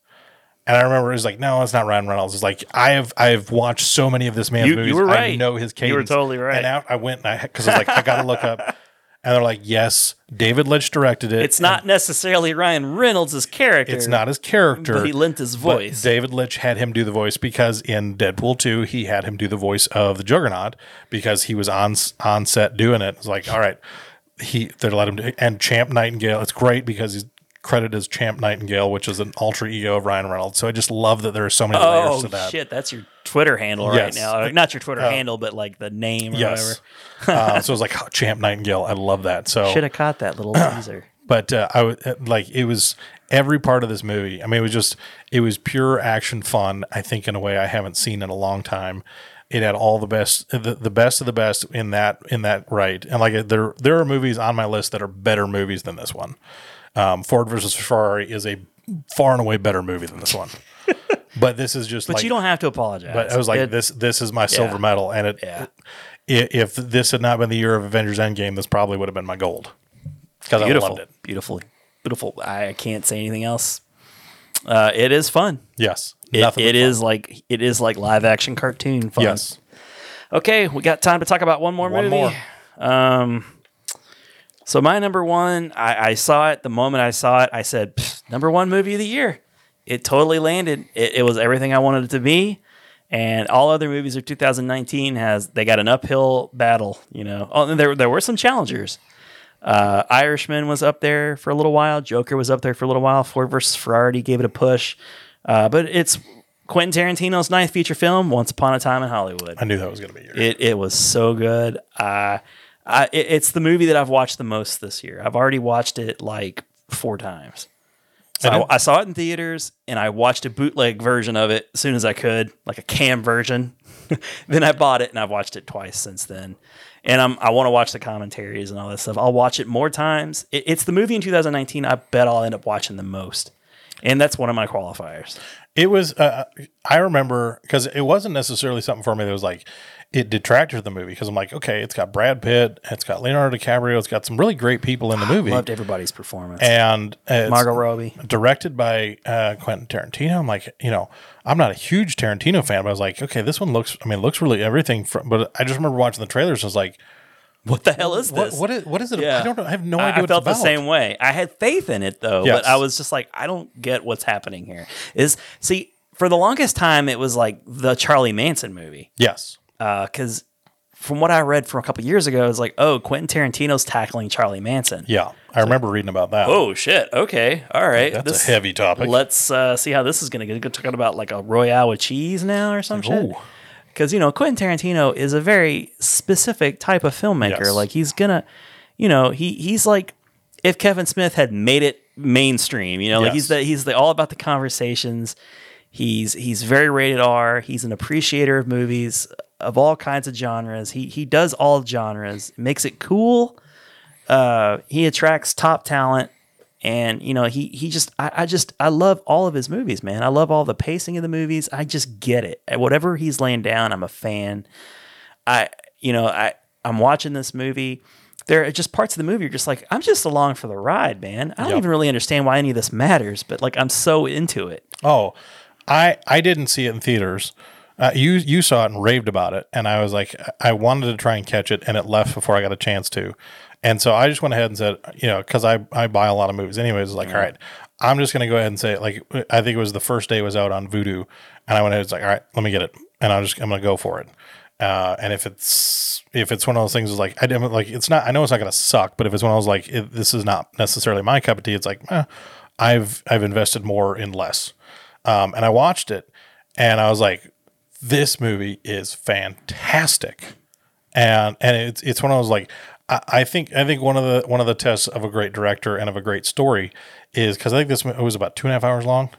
[SPEAKER 2] And I remember it was like, no, it's not Ryan Reynolds. It's like I have I have watched so many of this man's
[SPEAKER 1] You- you
[SPEAKER 2] movies.
[SPEAKER 1] were
[SPEAKER 2] I
[SPEAKER 1] right.
[SPEAKER 2] know his cadence.
[SPEAKER 1] You were totally right.
[SPEAKER 2] And out I went and I because I was like, I gotta look up. And they're like, yes, David Lynch directed it.
[SPEAKER 1] It's not necessarily Ryan Reynolds' character.
[SPEAKER 2] It's not his character.
[SPEAKER 1] But he lent his
[SPEAKER 2] But
[SPEAKER 1] voice.
[SPEAKER 2] David Lynch had him do the voice because in Deadpool 2, he had him do the voice of the Juggernaut because he was on on set doing it. It's like, all right, he they let him do and Champ Nightingale. It's great because he's credited as Champ Nightingale, which is an alter ego of Ryan Reynolds. So I just love that there are so many layers
[SPEAKER 1] Oh
[SPEAKER 2] to that.
[SPEAKER 1] shit, that's your Twitter handle
[SPEAKER 2] Yes. Uh,
[SPEAKER 1] right now. Or Not your Twitter handle, but like the name or
[SPEAKER 2] Yes. uh, so it was like oh, Champ Nightingale. I love that. So
[SPEAKER 1] whatever. Should have caught that little teaser.
[SPEAKER 2] but uh, I was like it was every part of this movie. I mean, it was just it was pure action fun. I think in a way I haven't seen in a long time. It had all the best, uh, the, the best of the best in that in that right. And like there there are movies on my list that are better movies than this one. Um, Ford versus Ferrari is a far and away better movie than this one. but this is just
[SPEAKER 1] But
[SPEAKER 2] like
[SPEAKER 1] you don't have to apologize.
[SPEAKER 2] but I was like,
[SPEAKER 1] It-
[SPEAKER 2] this this is my silver medal, and it,
[SPEAKER 1] Yeah.
[SPEAKER 2] i- if this had not been the year of Avengers Endgame, this probably would have been my gold because I
[SPEAKER 1] beautiful,
[SPEAKER 2] loved it.
[SPEAKER 1] beautiful, beautiful. I can't say anything else. Uh, it is fun.
[SPEAKER 2] Yes,
[SPEAKER 1] It-
[SPEAKER 2] Nothing
[SPEAKER 1] it
[SPEAKER 2] but
[SPEAKER 1] is like it is like live action cartoon fun.
[SPEAKER 2] fun. Yes,
[SPEAKER 1] Okay, we got time to talk about one more
[SPEAKER 2] One
[SPEAKER 1] movie.
[SPEAKER 2] more.
[SPEAKER 1] Um, so my number one, I, I saw it the moment I saw it. I said, "Pfft, number one movie of the year. It totally landed. It, it was everything I wanted it to be. And all other movies of 2019 has they got an uphill battle, you know. Oh, and there there were some challengers. Uh, Irishman was up there for a little while. Joker was up there for a little while. Ford versus Ferrari gave it a push, uh, but it's Quentin Tarantino's ninth feature film, Once Upon a Time in Hollywood.
[SPEAKER 2] I knew that was going to be yours.
[SPEAKER 1] It it was so good. Uh, I it- it's the movie that I've watched the most this year. I've already watched it like four times. So
[SPEAKER 2] I did-
[SPEAKER 1] I, I saw it in theaters and I watched a bootleg version of it as soon as I could, like a cam version. then I bought it and I've watched it twice since then. And I'm, I want to watch the commentaries and all that stuff. I'll watch it more times. It, it's the movie in 2019 I bet I'll end up watching the most. And that's one of my qualifiers.
[SPEAKER 2] It was. Uh, I remember because it wasn't necessarily something for me that was like it detracted from the movie because I'm like, okay, it's got Brad Pitt, it's got Leonardo DiCaprio, it's got some really great people in the movie,
[SPEAKER 1] Loved everybody's performance.
[SPEAKER 2] and uh, it's
[SPEAKER 1] Margot Robbie.
[SPEAKER 2] directed by uh, Quentin Tarantino. I'm like, you know, I'm not a huge Tarantino fan, but I was like, okay, this one looks. I mean, it looks really everything. From, but I just remember watching the trailers. and I was like,
[SPEAKER 1] What the hell is
[SPEAKER 2] what
[SPEAKER 1] this?
[SPEAKER 2] what is, what is it?
[SPEAKER 1] Yeah.
[SPEAKER 2] I don't know. I have no
[SPEAKER 1] I,
[SPEAKER 2] idea.
[SPEAKER 1] I
[SPEAKER 2] what
[SPEAKER 1] felt
[SPEAKER 2] it's
[SPEAKER 1] the
[SPEAKER 2] about.
[SPEAKER 1] same way. I had faith in it though,
[SPEAKER 2] Yes.
[SPEAKER 1] but I was just like, I don't get what's happening here. Is see for the longest time it was like the Charlie Manson movie
[SPEAKER 2] Yes.
[SPEAKER 1] because from what I read from a couple years ago, it's like, oh, Quentin Tarantino's tackling Charlie Manson.
[SPEAKER 2] Yeah, I remember reading about that.
[SPEAKER 1] Oh shit. Okay. All right.
[SPEAKER 2] That's a heavy topic.
[SPEAKER 1] Let's uh, see how this is going to go. Talking about like a Royale with cheese now or some shit.
[SPEAKER 2] Ooh.
[SPEAKER 1] Because you know Quentin Tarantino is a very specific type of filmmaker.
[SPEAKER 2] Yes.
[SPEAKER 1] Like he's gonna, you know, he he's like if Kevin Smith had made it mainstream. You know, like
[SPEAKER 2] Yes.
[SPEAKER 1] he's the he's the all about the conversations. He's he's very rated R. He's an appreciator of movies of all kinds of genres. He he does all genres. Makes it cool. Uh, he attracts top talent And you know, he he just I, I just I love all of his movies, man. I love all the pacing of the movies. I just get it. Whatever he's laying down, I'm a fan. I you know I I'm watching this movie. There are just parts of the movie you're just like I'm just along for the ride, man. I don't
[SPEAKER 2] Yep.
[SPEAKER 1] even really understand why any of this matters, but like I'm so into it.
[SPEAKER 2] Oh, I I didn't see it in theaters. Uh, you you saw it and raved about it, and I was like, I wanted to try and catch it, and it left before I got a chance to, and so I just went ahead and said, you know, because I I buy a lot of movies anyways. Like, all right, I'm just gonna go ahead and say it. Like, I think it was the first day it was out on Vudu, and I went ahead and was like, all right, let me get it, and I'm just I'm gonna go for it. Uh, and if it's if it's one of those things, is like I didn't like it's not. I know it's not gonna suck, but if it's one of those like if this is not necessarily my cup of tea, it's like eh, I've I've invested more in less um, and I watched it, and I was like, "This movie is fantastic," and and it's it's one of those like I, I think I think one of the one of the tests of a great director and of a great story is because I think this mo- it was about two and a half hours long.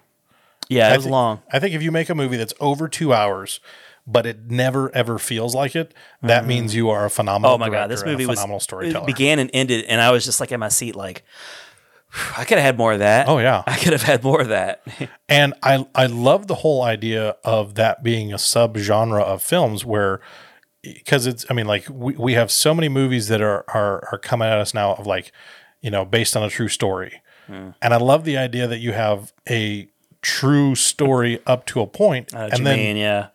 [SPEAKER 1] Yeah, it
[SPEAKER 2] I
[SPEAKER 1] was
[SPEAKER 2] thi-
[SPEAKER 1] long.
[SPEAKER 2] I think if you make a movie that's over two hours. But it never ever feels like it. That means you are a phenomenal.
[SPEAKER 1] Mm-hmm. Oh my god,
[SPEAKER 2] director
[SPEAKER 1] this
[SPEAKER 2] and a
[SPEAKER 1] movie was
[SPEAKER 2] phenomenal storyteller.
[SPEAKER 1] It began and ended, and I was just like in my seat, like I could have had more of that.
[SPEAKER 2] Oh, yeah.
[SPEAKER 1] I could have had more of that. Uh,
[SPEAKER 2] And I I love the whole idea of that being a subgenre of films where because it's I mean like we, we have so many movies that are are are coming at us now of like you know based on a true story.
[SPEAKER 1] Hmm.
[SPEAKER 2] And I love the idea that you have a true story up to a point,
[SPEAKER 1] Uh,
[SPEAKER 2] and then
[SPEAKER 1] Jermaine, yeah.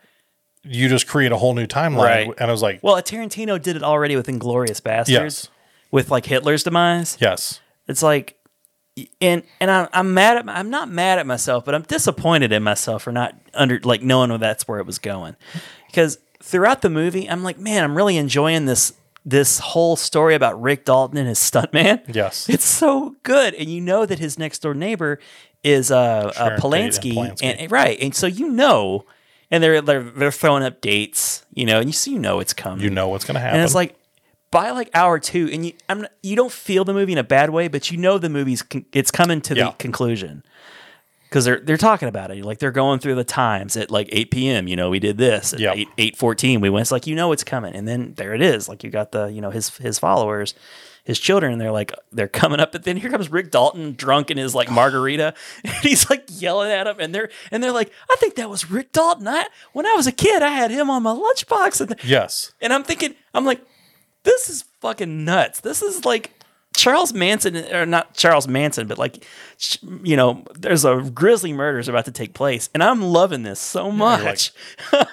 [SPEAKER 2] you just create a whole new timeline.
[SPEAKER 1] Right.
[SPEAKER 2] And I was like,
[SPEAKER 1] Well, Tarantino did it already with Inglorious Bastards
[SPEAKER 2] Yes.
[SPEAKER 1] with like Hitler's demise.
[SPEAKER 2] yes.
[SPEAKER 1] It's like, and and I'm, I'm mad at my- I'm not mad at myself, but I'm disappointed in myself for not under like knowing that's where it was going, because throughout the movie I'm like, man, I'm really enjoying this this whole story about Rick Dalton and his stuntman.
[SPEAKER 2] Yes.
[SPEAKER 1] it's so good, and you know that his next door neighbor is uh, uh
[SPEAKER 2] Sharon Tate and
[SPEAKER 1] Polanski,
[SPEAKER 2] Polanski.
[SPEAKER 1] and, right, and so you know. And they're, they're they're throwing up dates, you know, and you see, you know, it's coming.
[SPEAKER 2] You know what's going to happen.
[SPEAKER 1] And it's like by like hour two, and you I'm not- you don't feel the movie in a bad way, but you know the movie's con- it's coming to
[SPEAKER 2] Yeah.
[SPEAKER 1] the conclusion because they're they're talking about it. Like they're going through the times at like eight p.m. You know, we did this at
[SPEAKER 2] Yeah.
[SPEAKER 1] eight eight fourteen. We went. It's like you know it's coming, and then there it is. Like you got the you know his his followers. His children, and they're like, they're coming up, but then here comes Rick Dalton, drunk in his like margarita, and he's like yelling at him, and they're and they're like, I think that was Rick Dalton. I when I was a kid, I had him on my lunchbox, and
[SPEAKER 2] yes.
[SPEAKER 1] and I'm thinking, I'm like, this is fucking nuts. This is like Charles Manson, or not Charles Manson, but like, sh- you know, there's a grisly murder is about to take place, and I'm loving this so much.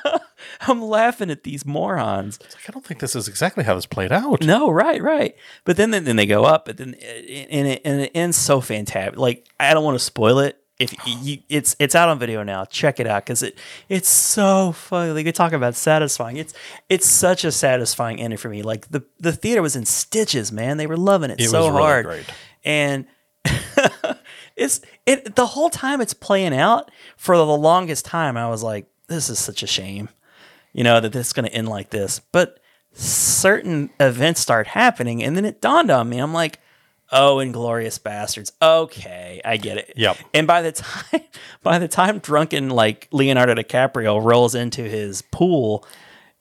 [SPEAKER 1] I'm laughing at these morons.
[SPEAKER 2] It's like, I don't think this is exactly how this played out.
[SPEAKER 1] No, right, right. But then, then they go up, but then uh, and it, and it ends so fantastic. Like I don't want to spoil it. If you, it's it's out on video now, check it out because it it's so funny. Like we talk about satisfying. It's it's such a satisfying ending for me. Like the the theater was in stitches, man. They were loving it,
[SPEAKER 2] It
[SPEAKER 1] so
[SPEAKER 2] was really
[SPEAKER 1] hard.
[SPEAKER 2] great.
[SPEAKER 1] And it's it the whole time it's playing out for the longest time. I was like, this is such a shame you know, that this is going to end like this. But certain events start happening, and then it dawned on me. I'm like, oh, inglorious bastards. Okay, I get it.
[SPEAKER 2] Yep.
[SPEAKER 1] And by the time, by the time drunken like Leonardo DiCaprio rolls into his pool,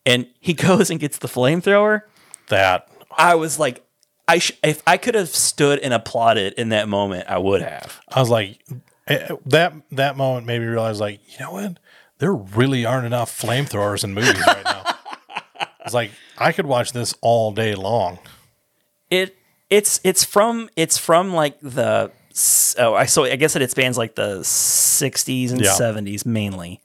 [SPEAKER 1] and he goes and gets the flamethrower,
[SPEAKER 2] That
[SPEAKER 1] I was like. I sh- if I could have stood and applauded in that moment, I would have.
[SPEAKER 2] I was like, eh, that that moment made me realize, like, you know what? There really aren't enough flamethrowers in movies right now. It's like I could watch this all day long.
[SPEAKER 1] it it's it's from it's from like the s- oh I so I guess it spans like the 60s and
[SPEAKER 2] Yeah.
[SPEAKER 1] 70s mainly.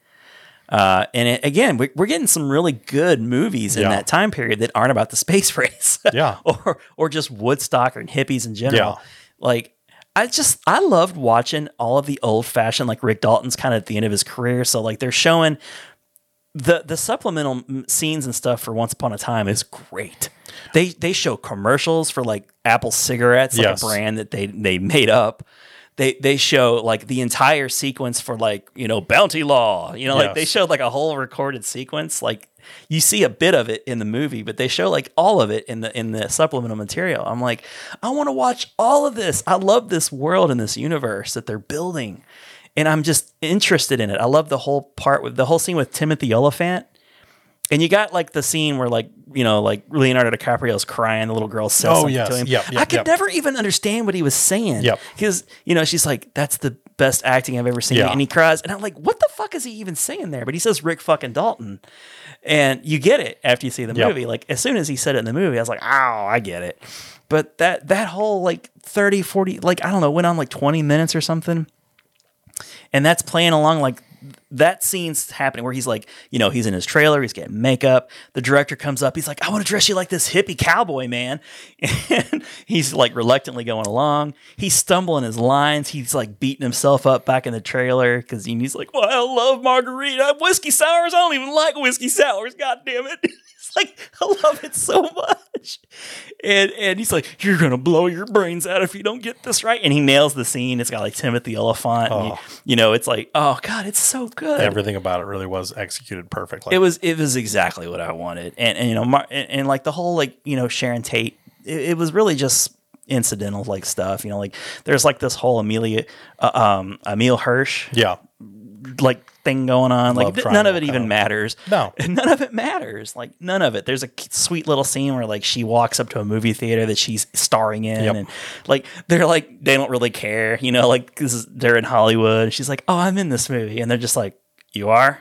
[SPEAKER 1] Uh, and it, again, we're, we're getting some really good movies in
[SPEAKER 2] Yeah.
[SPEAKER 1] that time period that aren't about the space race,
[SPEAKER 2] Yeah.
[SPEAKER 1] or or just Woodstock and hippies in general.
[SPEAKER 2] Yeah.
[SPEAKER 1] Like, I just I loved watching all of the old fashioned like Rick Dalton's kind of at the end of his career. So like they're showing the the supplemental m- scenes and stuff for Once Upon a Time is great. They they show commercials for like Apple cigarettes, like
[SPEAKER 2] Yes.
[SPEAKER 1] a brand that they they made up. They they show like the entire sequence for like you know Bounty Law. You know, like
[SPEAKER 2] Yes.
[SPEAKER 1] they showed like a whole recorded sequence. Like you see a bit of it in the movie, but they show like all of it in the in the supplemental material. I'm like, I want to watch all of this. I love this world and this universe that they're building and I'm just interested in it. I love the whole part with the whole scene with Timothy Oliphant. And you got like the scene where like you know, like Leonardo DiCaprio's crying, the little girl says
[SPEAKER 2] Oh,
[SPEAKER 1] something
[SPEAKER 2] yes.
[SPEAKER 1] to him.
[SPEAKER 2] Yep, yep,
[SPEAKER 1] I could
[SPEAKER 2] yep.
[SPEAKER 1] never even understand what he was saying.
[SPEAKER 2] Yep.
[SPEAKER 1] Because, you know, she's like, that's the best acting I've ever seen.
[SPEAKER 2] Yeah.
[SPEAKER 1] And he cries. And I'm like, what the fuck is he even saying there? But he says Rick fucking Dalton. And you get it after you see the
[SPEAKER 2] Yep.
[SPEAKER 1] movie. Like, as soon as he said it in the movie, I was like, oh, I get it. But that that whole like 30, 40, like, I don't know, went on like 20 minutes or something and that's playing along like that scene's happening where he's like, you know, he's in his trailer, he's getting makeup. The director comes up, he's like, I want to dress you like this hippie cowboy man. And he's like reluctantly going along. He's stumbling his lines. He's like beating himself up back in the trailer because he's like, Well, I love margarita. Whiskey sours, I don't even like whiskey sours. God damn it. He's like, I love it so much. And and he's like, You're gonna blow your brains out if you don't get this right. And he nails the scene. It's got like Timothy Elephant. and
[SPEAKER 2] Oh.
[SPEAKER 1] you know, it's like, oh god, it's so good.
[SPEAKER 2] Everything about it really was executed perfectly.
[SPEAKER 1] it was it was exactly what I wanted, and and you know, Mar- and, and like the whole like you know Sharon Tate, it, it was really just incidental like stuff. You know, like there's like this whole Amelia, uh, um, Emil Hirsch
[SPEAKER 2] yeah.
[SPEAKER 1] like thing going on. Like
[SPEAKER 2] Love
[SPEAKER 1] th- none of
[SPEAKER 2] triangle
[SPEAKER 1] it even
[SPEAKER 2] kind of-
[SPEAKER 1] matters.
[SPEAKER 2] No.
[SPEAKER 1] none of it matters. Like none of it. There's a c- sweet little scene where like she walks up to a movie theater that she's starring in,
[SPEAKER 2] Yep.
[SPEAKER 1] and like they're like they don't really care, you know, like because they're in Hollywood. And she's like, oh, I'm in this movie, and they're just like, you are.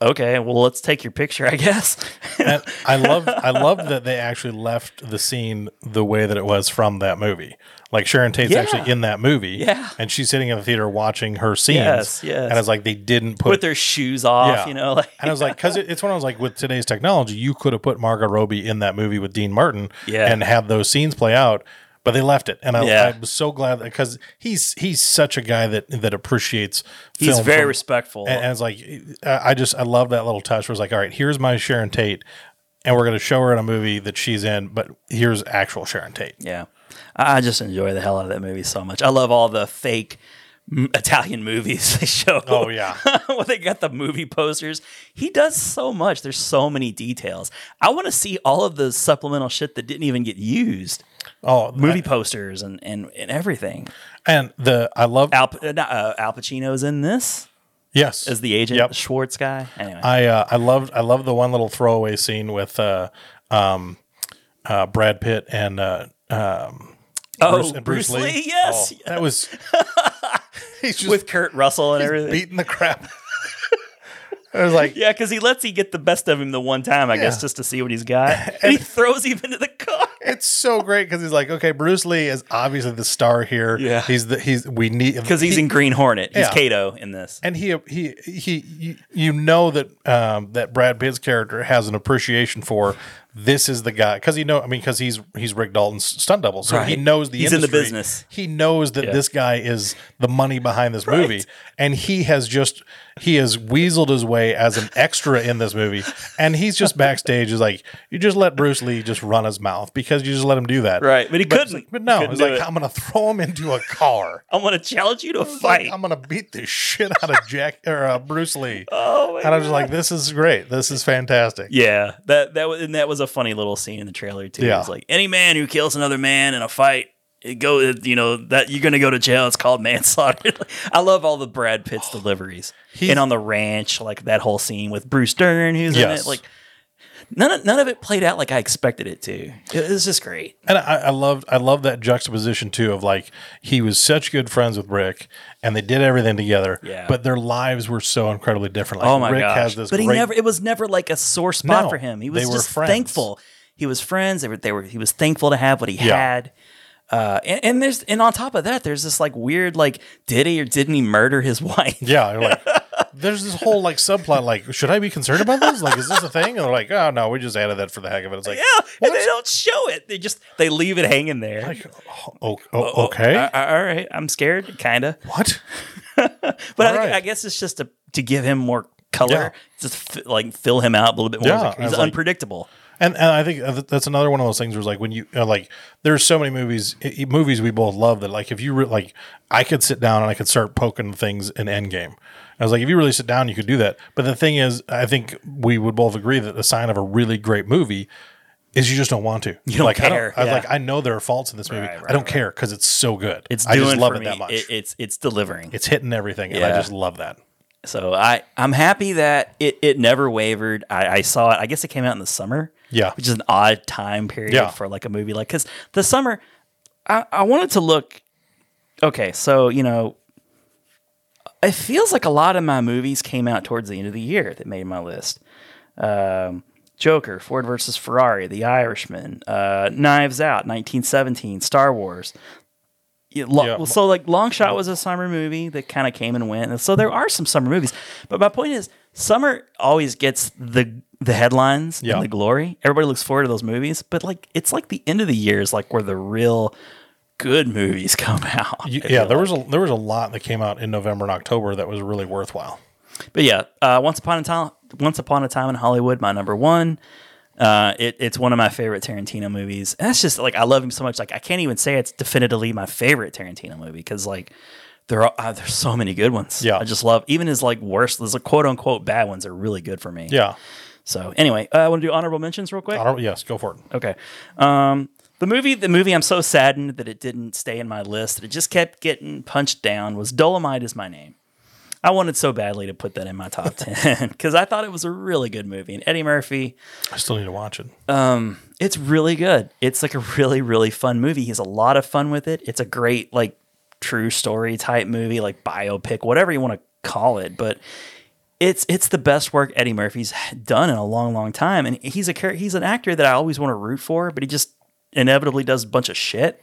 [SPEAKER 1] Okay, well, let's take your picture, I guess.
[SPEAKER 2] And I love I love that they actually left the scene the way that it was from that movie. Like Sharon Tate's
[SPEAKER 1] Yeah.
[SPEAKER 2] actually in that movie.
[SPEAKER 1] Yeah.
[SPEAKER 2] And she's sitting in the theater watching her scenes.
[SPEAKER 1] Yes, yes.
[SPEAKER 2] And it's like they didn't put
[SPEAKER 1] With their shoes off, you know, like
[SPEAKER 2] and I was like, because it, it's when I was like, with today's technology, you could have put Margot Robbie in that movie with Dean Martin,
[SPEAKER 1] Yeah.
[SPEAKER 2] and had those scenes play out, but they left it, and I,
[SPEAKER 1] Yeah.
[SPEAKER 2] I was so glad because he's he's such a guy that that appreciates.
[SPEAKER 1] he's
[SPEAKER 2] film
[SPEAKER 1] very
[SPEAKER 2] from-
[SPEAKER 1] respectful.
[SPEAKER 2] and, and it's like, I I just I love that little touch. Where it's like, all right, here's my Sharon Tate, and we're gonna show her in a movie that she's in, but here's actual Sharon Tate.
[SPEAKER 1] Yeah. I I just enjoy the hell out of that movie so much. I love all the fake m- Italian movies they show.
[SPEAKER 2] Oh, yeah.
[SPEAKER 1] when they got the movie posters. He does so much. There's so many details. I want to see all of the supplemental shit that didn't even get used.
[SPEAKER 2] Oh,
[SPEAKER 1] Movie posters and, and, and everything.
[SPEAKER 2] and the I love
[SPEAKER 1] Al, uh, not, uh, Al Pacino's in this
[SPEAKER 2] yes
[SPEAKER 1] as the agent,
[SPEAKER 2] Yep.
[SPEAKER 1] Schwartz guy. Anyway.
[SPEAKER 2] I uh, I loved I love the one little throwaway scene with uh, um, uh, Brad Pitt and uh, um,
[SPEAKER 1] Oh,
[SPEAKER 2] and Oh,
[SPEAKER 1] Bruce Lee, yes.
[SPEAKER 2] that was he's just
[SPEAKER 1] With Kurt Russell and everything.
[SPEAKER 2] beating the crap. I was like,
[SPEAKER 1] yeah, because he lets he get the best of him the one time, I guess, just to see what he's got. and he throws him into the car.
[SPEAKER 2] it's so great because he's like, okay, Bruce Lee is obviously the star here.
[SPEAKER 1] Yeah.
[SPEAKER 2] he's the he's we need
[SPEAKER 1] because he's
[SPEAKER 2] he-
[SPEAKER 1] in Green Hornet. He's
[SPEAKER 2] Yeah.
[SPEAKER 1] Kato in this.
[SPEAKER 2] and he he he you- you know that um, that Brad Pitt's character has an appreciation for this is the guy because you know I mean because he's he's Rick Dalton's stunt double so he
[SPEAKER 1] Right.
[SPEAKER 2] knows the
[SPEAKER 1] He's in the
[SPEAKER 2] industry.
[SPEAKER 1] business.
[SPEAKER 2] he knows that this guy is the money behind this movie and he has just he has weaseled his way as an extra in this movie and he's just backstage is like you just let Bruce Lee just run his mouth because you just let him do that
[SPEAKER 1] Right, but he
[SPEAKER 2] it's
[SPEAKER 1] couldn't.
[SPEAKER 2] like- but no
[SPEAKER 1] He couldn't
[SPEAKER 2] it's
[SPEAKER 1] do
[SPEAKER 2] like
[SPEAKER 1] it.
[SPEAKER 2] I'm gonna throw him into a car.
[SPEAKER 1] I'm going to challenge you to a
[SPEAKER 2] Like,
[SPEAKER 1] fight.
[SPEAKER 2] I'm gonna beat the shit out of Jack or uh, Bruce Lee.
[SPEAKER 1] oh my
[SPEAKER 2] and I'm just like, this is great. This is fantastic.
[SPEAKER 1] yeah, that that was and that was a funny little scene in the trailer too.
[SPEAKER 2] Yeah.
[SPEAKER 1] It's like any man who kills another man in a fight, it go you know that you're going to go to jail. It's called manslaughter. I love all the Brad Pitt's deliveries
[SPEAKER 2] He's-
[SPEAKER 1] and on the ranch, like that whole scene with Bruce Dern who's in
[SPEAKER 2] Yes.
[SPEAKER 1] it. Like none of, none of it played out like I expected it to. It was just great.
[SPEAKER 2] And I, I love I love that juxtaposition too of like he was such good friends with Rick and they did everything together.
[SPEAKER 1] Yeah.
[SPEAKER 2] But their lives were so incredibly different. Like
[SPEAKER 1] Oh my
[SPEAKER 2] Rick
[SPEAKER 1] gosh!
[SPEAKER 2] has this
[SPEAKER 1] but he
[SPEAKER 2] great-
[SPEAKER 1] never. It was never like a sore spot
[SPEAKER 2] No,
[SPEAKER 1] for him. He
[SPEAKER 2] they
[SPEAKER 1] was
[SPEAKER 2] were
[SPEAKER 1] just
[SPEAKER 2] friends.
[SPEAKER 1] thankful. He was friends. They were. They were. He was thankful to have what he
[SPEAKER 2] Yeah.
[SPEAKER 1] had. Uh, and, and there's and on top of that, there's this like weird like did he or didn't he murder his wife?
[SPEAKER 2] Yeah, you're like there's this whole like subplot, like, should I be concerned about this? Like, is this a thing? And they're like, oh no, we just added that for the heck of it. It's like,
[SPEAKER 1] Yeah,
[SPEAKER 2] what?
[SPEAKER 1] and they don't show it. They just they leave it hanging there.
[SPEAKER 2] Like, oh, oh, okay.
[SPEAKER 1] Uh, all right, I'm scared, kinda.
[SPEAKER 2] what?
[SPEAKER 1] But I,
[SPEAKER 2] All
[SPEAKER 1] think-
[SPEAKER 2] right.
[SPEAKER 1] I guess it's just to to give him more color,
[SPEAKER 2] Yeah.
[SPEAKER 1] just f- like fill him out a little bit more.
[SPEAKER 2] Yeah,
[SPEAKER 1] Like,
[SPEAKER 2] I
[SPEAKER 1] he's
[SPEAKER 2] was like-
[SPEAKER 1] unpredictable.
[SPEAKER 2] And, and I think th- that's another one of those things where it's like when you uh, like there's so many movies i- i- movies we both love that like if you re- like I could sit down and I could start poking things in Endgame. I was like if you really sit down you could do that. But the thing is I think we would both agree that the sign of a really great movie is you just don't want to.
[SPEAKER 1] You don't
[SPEAKER 2] like,
[SPEAKER 1] care,
[SPEAKER 2] I, don't, I
[SPEAKER 1] yeah.
[SPEAKER 2] was like I know there are faults in this movie.
[SPEAKER 1] Right,
[SPEAKER 2] I don't
[SPEAKER 1] right,
[SPEAKER 2] care because it's so good.
[SPEAKER 1] It's
[SPEAKER 2] I
[SPEAKER 1] doing
[SPEAKER 2] just love
[SPEAKER 1] for
[SPEAKER 2] it
[SPEAKER 1] me.
[SPEAKER 2] that much.
[SPEAKER 1] It- it's it's delivering.
[SPEAKER 2] it's hitting everything and
[SPEAKER 1] Yeah.
[SPEAKER 2] I just love that.
[SPEAKER 1] So I I'm happy that it it never wavered. I, I saw it. I guess it came out in the summer.
[SPEAKER 2] Yeah.
[SPEAKER 1] which is an odd time period
[SPEAKER 2] Yeah.
[SPEAKER 1] for like a movie like because the summer. I I wanted to look. Okay, so you know, it feels like a lot of my movies came out towards the end of the year that made my list. Um, Joker, Ford versus Ferrari, The Irishman, uh, Knives Out, 1917, Star Wars. Yeah, lo-
[SPEAKER 2] Yeah.
[SPEAKER 1] So, like, Long Shot was a summer movie that kind of came and went. And so there are some summer movies. But my point is, summer always gets the the headlines
[SPEAKER 2] Yeah.
[SPEAKER 1] and the glory. Everybody looks forward to those movies. But, like, it's like the end of the year is like where the real good movies come out. I
[SPEAKER 2] You-
[SPEAKER 1] feel
[SPEAKER 2] yeah, there
[SPEAKER 1] like.
[SPEAKER 2] was a there was a lot that came out in November and October that was really worthwhile.
[SPEAKER 1] But yeah, uh, once upon a time, once upon a time in Hollywood, my number one. Uh, it, it's one of my favorite Tarantino movies. And that's just like I love him so much. Like I can't even say it's definitively my favorite Tarantino movie because like there are uh, there's so many good ones.
[SPEAKER 2] Yeah.
[SPEAKER 1] I just love even his like worst, there's a quote unquote bad ones are really good for me.
[SPEAKER 2] Yeah.
[SPEAKER 1] So anyway, uh, I want to do honorable mentions real quick.
[SPEAKER 2] I don't, yes, go for it.
[SPEAKER 1] Okay. Um, the movie, the movie I'm so saddened that it didn't stay in my list, that it just kept getting punched down was Dolomite is my name. I wanted so badly to put that in my top 10 because I thought it was a really good movie. And Eddie Murphy,
[SPEAKER 2] I still need to watch it.
[SPEAKER 1] it's really good. It's like a really, really fun movie. He's a lot of fun with it. It's a great, like, true story type movie, like biopic, whatever you want to call it. But it's it's the best work Eddie Murphy's done in a long, long time. And he's a char- he's an actor that I always want to root for, but he just inevitably does a bunch of shit.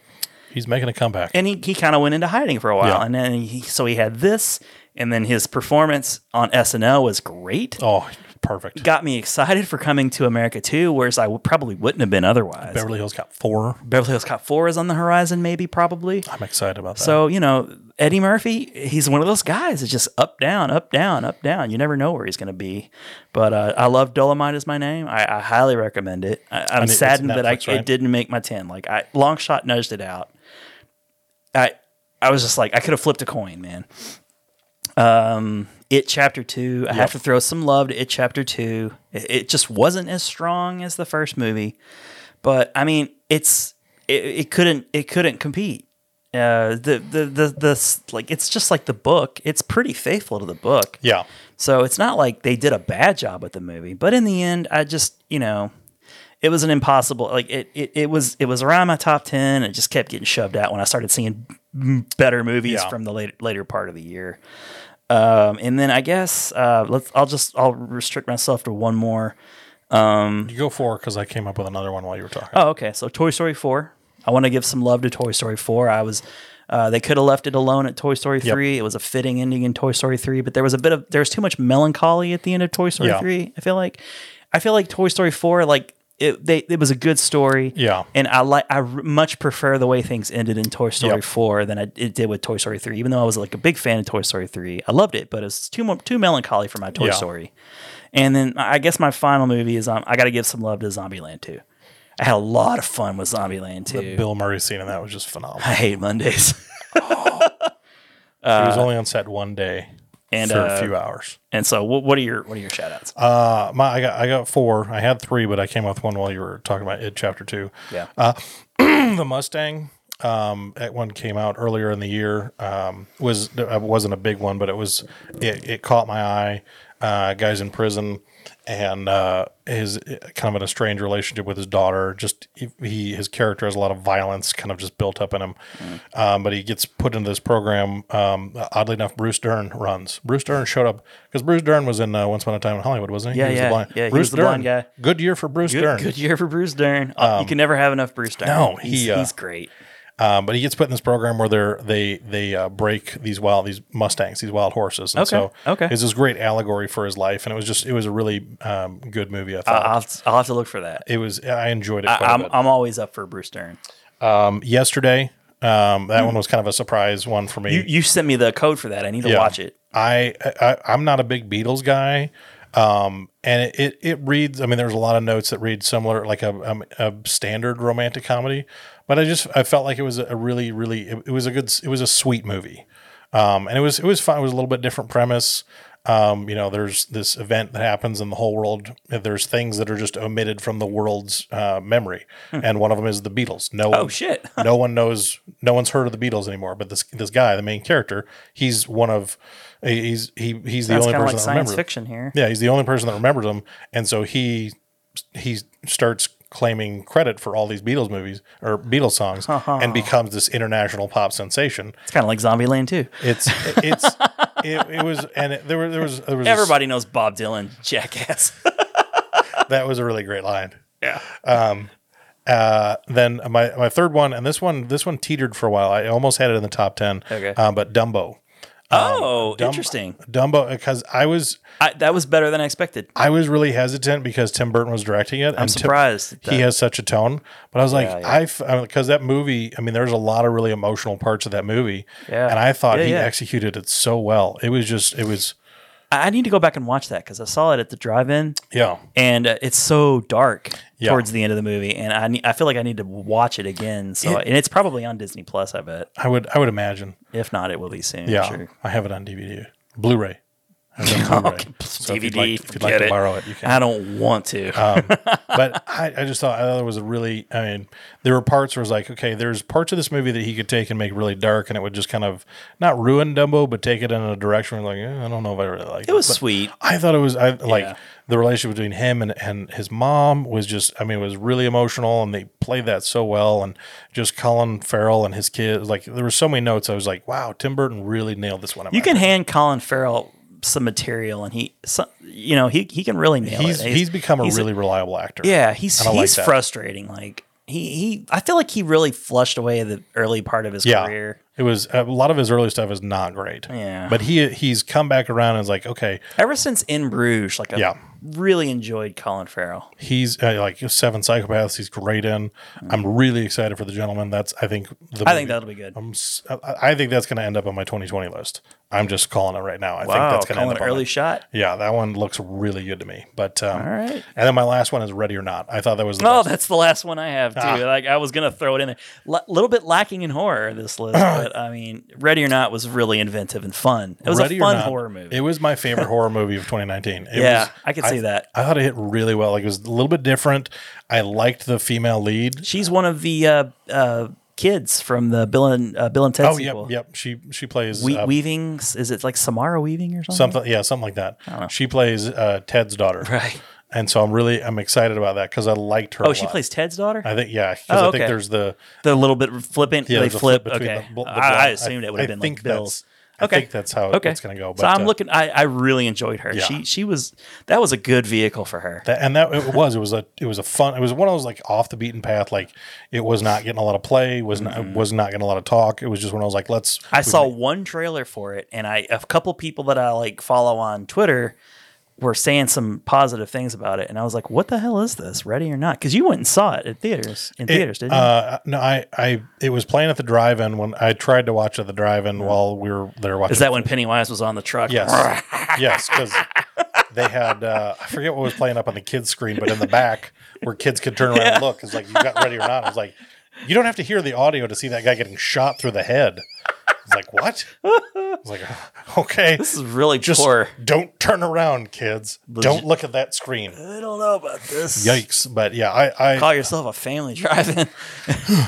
[SPEAKER 2] He's making a comeback.
[SPEAKER 1] And he, he kind of went into hiding for a while,
[SPEAKER 2] Yeah.
[SPEAKER 1] and then he, so he had this, and then his performance on SNL was great.
[SPEAKER 2] oh, perfect.
[SPEAKER 1] Got me excited for coming to America too, whereas I w- probably wouldn't have been otherwise.
[SPEAKER 2] Beverly Hills Cop 4.
[SPEAKER 1] Beverly Hills Cop 4 is on the horizon, maybe, probably.
[SPEAKER 2] I'm excited about that.
[SPEAKER 1] So, you know, Eddie Murphy, he's one of those guys. It's just up, down, up, down, up, down. You never know where he's going to be. But uh, I love Dolomite is my name. I, I highly recommend it. I, I'm
[SPEAKER 2] And it- it's
[SPEAKER 1] saddened that I,
[SPEAKER 2] Netflix, right?
[SPEAKER 1] it didn't make my 10. Like, I long shot nudged it out. I, I was just like, I could have flipped a coin, man. It Chapter 2. I have to throw some love to It Chapter 2. It, it just wasn't as strong as the first movie, but I mean, it's it, it couldn't it couldn't compete. Uh, the, the the the s- like it's just like the book. It's pretty faithful to the book.
[SPEAKER 2] yeah.
[SPEAKER 1] So it's not like they did a bad job with the movie, but in the end, I just you know, it was an impossible like it it, it was it was around my top ten. It just kept getting shoved out when I started seeing m- better movies
[SPEAKER 2] Yeah.
[SPEAKER 1] from the later later part of the year. Um, and then I guess uh, let's I'll just I'll restrict myself to one more.
[SPEAKER 2] You go for because I came up with another one while you were talking.
[SPEAKER 1] Oh, okay. So Toy Story 4. I want to give some love to Toy Story 4. I was uh, they could have left it alone at Toy Story 3. It was a fitting ending in Toy Story 3, but there was a bit of there was too much melancholy at the end of Toy Story
[SPEAKER 2] Yeah.
[SPEAKER 1] 3. I feel like I feel like Toy Story 4 like it they it was a good story.
[SPEAKER 2] Yeah.
[SPEAKER 1] And I like I r- much prefer the way things ended in Toy Story
[SPEAKER 2] Yep.
[SPEAKER 1] 4 than I, it did with Toy Story 3. Even though I was like a big fan of Toy Story 3. I loved it, but it was too mo- too melancholy for my Toy
[SPEAKER 2] Yeah.
[SPEAKER 1] Story. And then I guess my final movie is um, I got to give some love to Zombieland 2. I had a lot of fun with Zombieland 2.
[SPEAKER 2] Bill Murray scene in that was just phenomenal.
[SPEAKER 1] I hate Mondays.
[SPEAKER 2] he was only on set one day
[SPEAKER 1] Uh, and,
[SPEAKER 2] for
[SPEAKER 1] uh,
[SPEAKER 2] a few hours.
[SPEAKER 1] and so what, what are your what are your shout outs?
[SPEAKER 2] Uh, my, I got I got four. I had three, but I came up with one while you were talking about it. Chapter two.
[SPEAKER 1] yeah.
[SPEAKER 2] uh, the Mustang. Um, that one came out earlier in the year. Um, was it wasn't a big one, but it was it, it caught my eye. Uh, guys in prison and uh, his uh, kind of an strange relationship with his daughter. Just he his character has a lot of violence kind of just built up in him.
[SPEAKER 1] Mm-hmm.
[SPEAKER 2] Um, but he gets put into this program. Um, oddly enough, Bruce Dern runs. Bruce Dern showed up because Bruce Dern was in uh, Once Upon a Time in Hollywood, wasn't he?
[SPEAKER 1] Yeah,
[SPEAKER 2] he was
[SPEAKER 1] yeah,
[SPEAKER 2] the blind.
[SPEAKER 1] yeah, he
[SPEAKER 2] Bruce
[SPEAKER 1] was the blind
[SPEAKER 2] Dern.
[SPEAKER 1] guy.
[SPEAKER 2] Good year for Bruce Dern.
[SPEAKER 1] good, good year for Bruce Dern. Uh, you can never have enough Bruce Dern.
[SPEAKER 2] Um, no,
[SPEAKER 1] he's,
[SPEAKER 2] he, uh,
[SPEAKER 1] he's great.
[SPEAKER 2] Um, but he gets put in this program where they're, they they uh, break these wild these mustangs, these wild horses. And
[SPEAKER 1] Okay,
[SPEAKER 2] So
[SPEAKER 1] okay.
[SPEAKER 2] It's this great allegory for his life, and it was just it was a really um, good movie. I
[SPEAKER 1] I-
[SPEAKER 2] thought
[SPEAKER 1] I'll, have to- I'll have to look for that.
[SPEAKER 2] it was. I enjoyed it.
[SPEAKER 1] Uh, I,
[SPEAKER 2] Quite a
[SPEAKER 1] I'm
[SPEAKER 2] bit.
[SPEAKER 1] I'm always up for Bruce Dern.
[SPEAKER 2] Um, yesterday, um, that one was kind of a surprise one for me.
[SPEAKER 1] You you sent me the code for that. I need to
[SPEAKER 2] Yeah.
[SPEAKER 1] watch it.
[SPEAKER 2] I, I I'm not a big Beatles guy. Um, and it, it, it reads, I mean, there's a lot of notes that read similar, like a, um, a standard romantic comedy, but I just, I felt like it was a really, really, it, it was a good, it was a sweet movie. Um, and it was, it was fun. It was a little bit different premise. Um, you know, there's this event that happens in the whole world. There's things that are just omitted from the world's uh, memory, and one of them is the Beatles. No,
[SPEAKER 1] Hmm. Oh,
[SPEAKER 2] one-
[SPEAKER 1] shit.
[SPEAKER 2] no one knows. No one's heard of the Beatles anymore. But this this guy, the main character, he's one of he's he he's the
[SPEAKER 1] That's
[SPEAKER 2] only
[SPEAKER 1] kind of like
[SPEAKER 2] person that
[SPEAKER 1] science
[SPEAKER 2] remembers.
[SPEAKER 1] fiction here.
[SPEAKER 2] Yeah, he's the only person that remembers them, and so he he starts claiming credit for all these Beatles movies or Beatles songs, and becomes this international pop sensation.
[SPEAKER 1] It's kind of like Zombie Land too.
[SPEAKER 2] It's it's it, it was and it, there was there was there was a-
[SPEAKER 1] Everybody knows Bob Dylan, jackass.
[SPEAKER 2] Um, that was a really great line. Um,
[SPEAKER 1] yeah.
[SPEAKER 2] Uh, then my my third one, and this one this one teetered for a while. I almost had it in the top ten.
[SPEAKER 1] Okay.
[SPEAKER 2] um, but Dumbo,
[SPEAKER 1] Oh, interesting.
[SPEAKER 2] Dumbo, because I was
[SPEAKER 1] I, that was better than I expected.
[SPEAKER 2] I was really hesitant because Tim Burton was directing it.
[SPEAKER 1] I'm
[SPEAKER 2] Tim-
[SPEAKER 1] surprised at
[SPEAKER 2] he
[SPEAKER 1] that.
[SPEAKER 2] has such a tone, but I was like,
[SPEAKER 1] yeah.
[SPEAKER 2] I because that movie. I mean, there's a lot of really emotional parts of that movie,
[SPEAKER 1] Yeah.
[SPEAKER 2] and I thought
[SPEAKER 1] Yeah,
[SPEAKER 2] he
[SPEAKER 1] yeah.
[SPEAKER 2] executed it so well. It was just, it was,
[SPEAKER 1] I I need to go back and watch that because I saw it at the drive-in,
[SPEAKER 2] yeah,
[SPEAKER 1] and uh, it's so dark
[SPEAKER 2] Yeah.
[SPEAKER 1] towards the end of the movie, and I ne- I feel like I need to watch it again. So,
[SPEAKER 2] It-
[SPEAKER 1] and it's probably on Disney Plus, I bet.
[SPEAKER 2] I would, I would imagine.
[SPEAKER 1] If not, it will be soon.
[SPEAKER 2] Yeah,
[SPEAKER 1] sure.
[SPEAKER 2] I have it on DVD, Blu-ray. I have it on Blu-ray. So if you'd
[SPEAKER 1] DVD,
[SPEAKER 2] like, if you'd like
[SPEAKER 1] forget
[SPEAKER 2] to
[SPEAKER 1] it.
[SPEAKER 2] borrow it, you can. Uh,
[SPEAKER 1] I don't want to.
[SPEAKER 2] but I, I just thought I thought it was a really. I mean, there were parts where it was like, okay, there's parts of this movie that he could take and make really dark, and it would just kind of not ruin Dumbo, but take it in a direction where like, eh, I don't know if I really like.
[SPEAKER 1] it was
[SPEAKER 2] But
[SPEAKER 1] sweet.
[SPEAKER 2] I thought it was I like
[SPEAKER 1] Yeah.
[SPEAKER 2] the relationship between him and, and his mom was just I mean it was really emotional and they played that so well and just Colin Farrell and his kids like there were so many notes I was like wow Tim Burton really nailed this one in
[SPEAKER 1] You
[SPEAKER 2] my
[SPEAKER 1] can
[SPEAKER 2] opinion.
[SPEAKER 1] hand Colin Farrell some material, and he, some, you know, he he can really nail
[SPEAKER 2] he's,
[SPEAKER 1] it.
[SPEAKER 2] he's become a
[SPEAKER 1] he's
[SPEAKER 2] really reliable actor
[SPEAKER 1] Yeah, he's
[SPEAKER 2] I don't like
[SPEAKER 1] he's
[SPEAKER 2] that.
[SPEAKER 1] frustrating. Like he he, I feel like he really flushed away the early part of his
[SPEAKER 2] yeah
[SPEAKER 1] career.
[SPEAKER 2] it was a lot of his early stuff is not great
[SPEAKER 1] Yeah.
[SPEAKER 2] but he he's come back around and is like okay
[SPEAKER 1] Ever since In Bruges, like I
[SPEAKER 2] Yeah.
[SPEAKER 1] really enjoyed Colin Farrell.
[SPEAKER 2] he's uh, like Seven Psychopaths he's great in I'm really excited for the gentleman that's I think the
[SPEAKER 1] I think
[SPEAKER 2] movie-
[SPEAKER 1] that'll be good.
[SPEAKER 2] I'm, s- I- I think that's going to end up on my 2020 list. I'm just calling it right now. I
[SPEAKER 1] wow,
[SPEAKER 2] think that's going to end
[SPEAKER 1] Colin
[SPEAKER 2] up on
[SPEAKER 1] early
[SPEAKER 2] it.
[SPEAKER 1] shot.
[SPEAKER 2] Yeah, that one looks really good to me. But um, all
[SPEAKER 1] right.
[SPEAKER 2] And then my last one is Ready or Not. I thought that was the
[SPEAKER 1] Oh,
[SPEAKER 2] best.
[SPEAKER 1] that's the last one I have too.
[SPEAKER 2] Ah.
[SPEAKER 1] Like I was gonna throw it in there. A little bit lacking in horror this list, but I mean, Ready or Not was really inventive and fun. It was
[SPEAKER 2] Ready
[SPEAKER 1] a
[SPEAKER 2] or
[SPEAKER 1] fun
[SPEAKER 2] Not,
[SPEAKER 1] horror movie.
[SPEAKER 2] It was my favorite horror movie of 2019. It
[SPEAKER 1] Yeah,
[SPEAKER 2] was,
[SPEAKER 1] I could see that.
[SPEAKER 2] I thought it hit really well. Like it was a little bit different. I liked the female lead.
[SPEAKER 1] She's one of the uh, uh, kids from the Bill and uh, Bill and Ted
[SPEAKER 2] Oh, yep,
[SPEAKER 1] sequel.
[SPEAKER 2] yep. She she plays
[SPEAKER 1] We-
[SPEAKER 2] uh,
[SPEAKER 1] weaving is it like Samara Weaving or something?
[SPEAKER 2] something. Yeah, something like that. She plays uh, Ted's daughter.
[SPEAKER 1] Right.
[SPEAKER 2] And so I'm really I'm excited about that because I liked her.
[SPEAKER 1] Oh,
[SPEAKER 2] a
[SPEAKER 1] she
[SPEAKER 2] lot.
[SPEAKER 1] plays Ted's daughter.
[SPEAKER 2] I think yeah, because
[SPEAKER 1] Oh,
[SPEAKER 2] I think
[SPEAKER 1] okay.
[SPEAKER 2] there's the
[SPEAKER 1] the little bit flippant.
[SPEAKER 2] Yeah,
[SPEAKER 1] they
[SPEAKER 2] there's a
[SPEAKER 1] flip.
[SPEAKER 2] flip between
[SPEAKER 1] okay,
[SPEAKER 2] the bl- the
[SPEAKER 1] I, I
[SPEAKER 2] blonde-
[SPEAKER 1] assumed
[SPEAKER 2] I-
[SPEAKER 1] it would have
[SPEAKER 2] I
[SPEAKER 1] been
[SPEAKER 2] think
[SPEAKER 1] like Bill's.
[SPEAKER 2] that's- I
[SPEAKER 1] okay,
[SPEAKER 2] think that's how it-
[SPEAKER 1] okay.
[SPEAKER 2] it's gonna go,
[SPEAKER 1] So
[SPEAKER 2] but,
[SPEAKER 1] I'm
[SPEAKER 2] uh,
[SPEAKER 1] looking. I, I really enjoyed her.
[SPEAKER 2] Yeah.
[SPEAKER 1] She she was that was a good vehicle for her.
[SPEAKER 2] That, and that it was it was a it was a fun it was one of those like off the beaten path like it was not getting a lot of play was not was not getting a lot of talk it was just when I was like let's
[SPEAKER 1] Mm-hmm. I
[SPEAKER 2] we
[SPEAKER 1] saw
[SPEAKER 2] make-
[SPEAKER 1] one trailer for it, and I a couple people that I like follow on Twitter were saying some positive things about it, and I was like, "What the hell is this? Ready or not?" Because you went and saw it at theaters in
[SPEAKER 2] it-
[SPEAKER 1] theaters, didn't you?
[SPEAKER 2] uh, no I I it was playing at the drive-in when I tried to watch it at the drive-in while we were there watching
[SPEAKER 1] is that when Pennywise was on the truck?
[SPEAKER 2] yes yes because they had uh, I forget what was playing up on the kids screen but in the back where kids could turn around and look is like you got ready or not I was like you don't have to hear the audio to see that guy getting shot through the head it's like what I was like "Oh, okay
[SPEAKER 1] this is really
[SPEAKER 2] just
[SPEAKER 1] poor.
[SPEAKER 2] don't turn around, kids. Don't look at that screen.
[SPEAKER 1] I don't know about this.
[SPEAKER 2] Yikes! But yeah, I, I
[SPEAKER 1] Call yourself a family drive-in.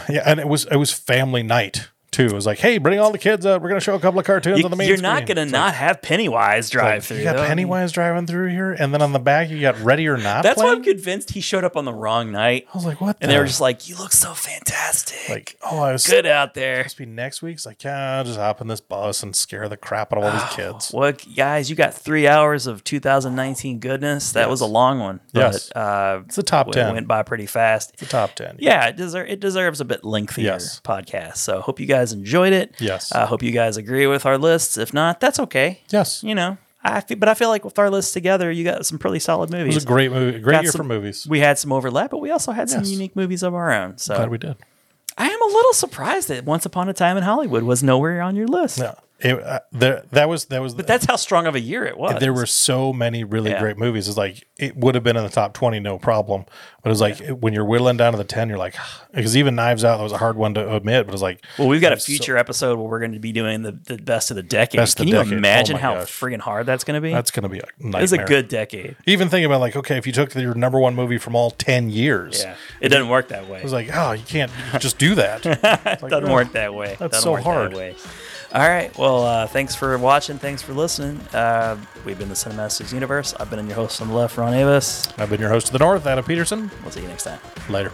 [SPEAKER 2] yeah, and it was it was family night too. It was like, hey, bring all the kids out. We're gonna show a couple of cartoons on the main.
[SPEAKER 1] You, are not
[SPEAKER 2] screen.
[SPEAKER 1] going to
[SPEAKER 2] It's
[SPEAKER 1] not have Pennywise
[SPEAKER 2] like,
[SPEAKER 1] drive through.
[SPEAKER 2] You got Pennywise driving through here, and then on the back you got Ready or Not.
[SPEAKER 1] That's why
[SPEAKER 2] playing?
[SPEAKER 1] I'm convinced he showed up on the wrong night.
[SPEAKER 2] I was like, what?
[SPEAKER 1] and they
[SPEAKER 2] the-
[SPEAKER 1] were just like, "You look so fantastic,
[SPEAKER 2] like, oh, I was
[SPEAKER 1] good out there."
[SPEAKER 2] supposed to be next week. It's like, yeah, I'll just hop in this bus and scare the crap out of all these kids.
[SPEAKER 1] What guys? You got three hours of 2019 goodness. That was a long one.
[SPEAKER 2] Yes.
[SPEAKER 1] but, uh,
[SPEAKER 2] It's the top
[SPEAKER 1] it
[SPEAKER 2] ten.
[SPEAKER 1] went by pretty fast.
[SPEAKER 2] the top ten.
[SPEAKER 1] Yeah, it, deser- it deserves a bit lengthier
[SPEAKER 2] Yes.
[SPEAKER 1] podcast. So hope you guys enjoyed it.
[SPEAKER 2] Yes.
[SPEAKER 1] I hope you guys agree with our lists. If not, that's okay.
[SPEAKER 2] Yes.
[SPEAKER 1] You know, I feel, but I feel like with our lists together, you got some pretty solid
[SPEAKER 2] It
[SPEAKER 1] movies.
[SPEAKER 2] was a great movie. Great
[SPEAKER 1] Got
[SPEAKER 2] year
[SPEAKER 1] some-
[SPEAKER 2] for movies.
[SPEAKER 1] We had some overlap, but we also had some
[SPEAKER 2] Yes.
[SPEAKER 1] unique movies of our own. So
[SPEAKER 2] Glad we did.
[SPEAKER 1] I am a little surprised that Once Upon a Time in Hollywood was nowhere on your list.
[SPEAKER 2] Yeah. It, uh, there, that was that was.
[SPEAKER 1] But that's how strong of a year it was.
[SPEAKER 2] there were so many really
[SPEAKER 1] Yeah.
[SPEAKER 2] great movies. It's like it would have been in the top twenty, no problem. But it was like when you're whittling down to the ten, you're like, because even Knives Out that was a hard one to admit. But it's like,
[SPEAKER 1] Well, we've got a
[SPEAKER 2] there's so-
[SPEAKER 1] future episode where we're going to be doing the, the best of the decade.
[SPEAKER 2] Best
[SPEAKER 1] Can
[SPEAKER 2] of
[SPEAKER 1] you
[SPEAKER 2] the decade. Oh
[SPEAKER 1] imagine
[SPEAKER 2] my
[SPEAKER 1] how
[SPEAKER 2] gosh.
[SPEAKER 1] friggin' hard that's going to be?
[SPEAKER 2] that's gonna be a nightmare.
[SPEAKER 1] It's a good decade.
[SPEAKER 2] Even think about like, okay, if you took your number one movie from all ten years,
[SPEAKER 1] Yeah, it doesn't work that way.
[SPEAKER 2] It was like, oh, you can't just do that. It's like,
[SPEAKER 1] doesn't
[SPEAKER 2] oh,
[SPEAKER 1] work that way.
[SPEAKER 2] that's
[SPEAKER 1] doesn't
[SPEAKER 2] so
[SPEAKER 1] work
[SPEAKER 2] hard.
[SPEAKER 1] That way. All right. Well, uh, thanks for watching. Thanks for listening. Uh, we've been the Cinemasters Universe. I've been your host on the left, Ron Avis.
[SPEAKER 2] I've been your host of the North, Adam Peterson.
[SPEAKER 1] We'll see you next time.
[SPEAKER 2] Later.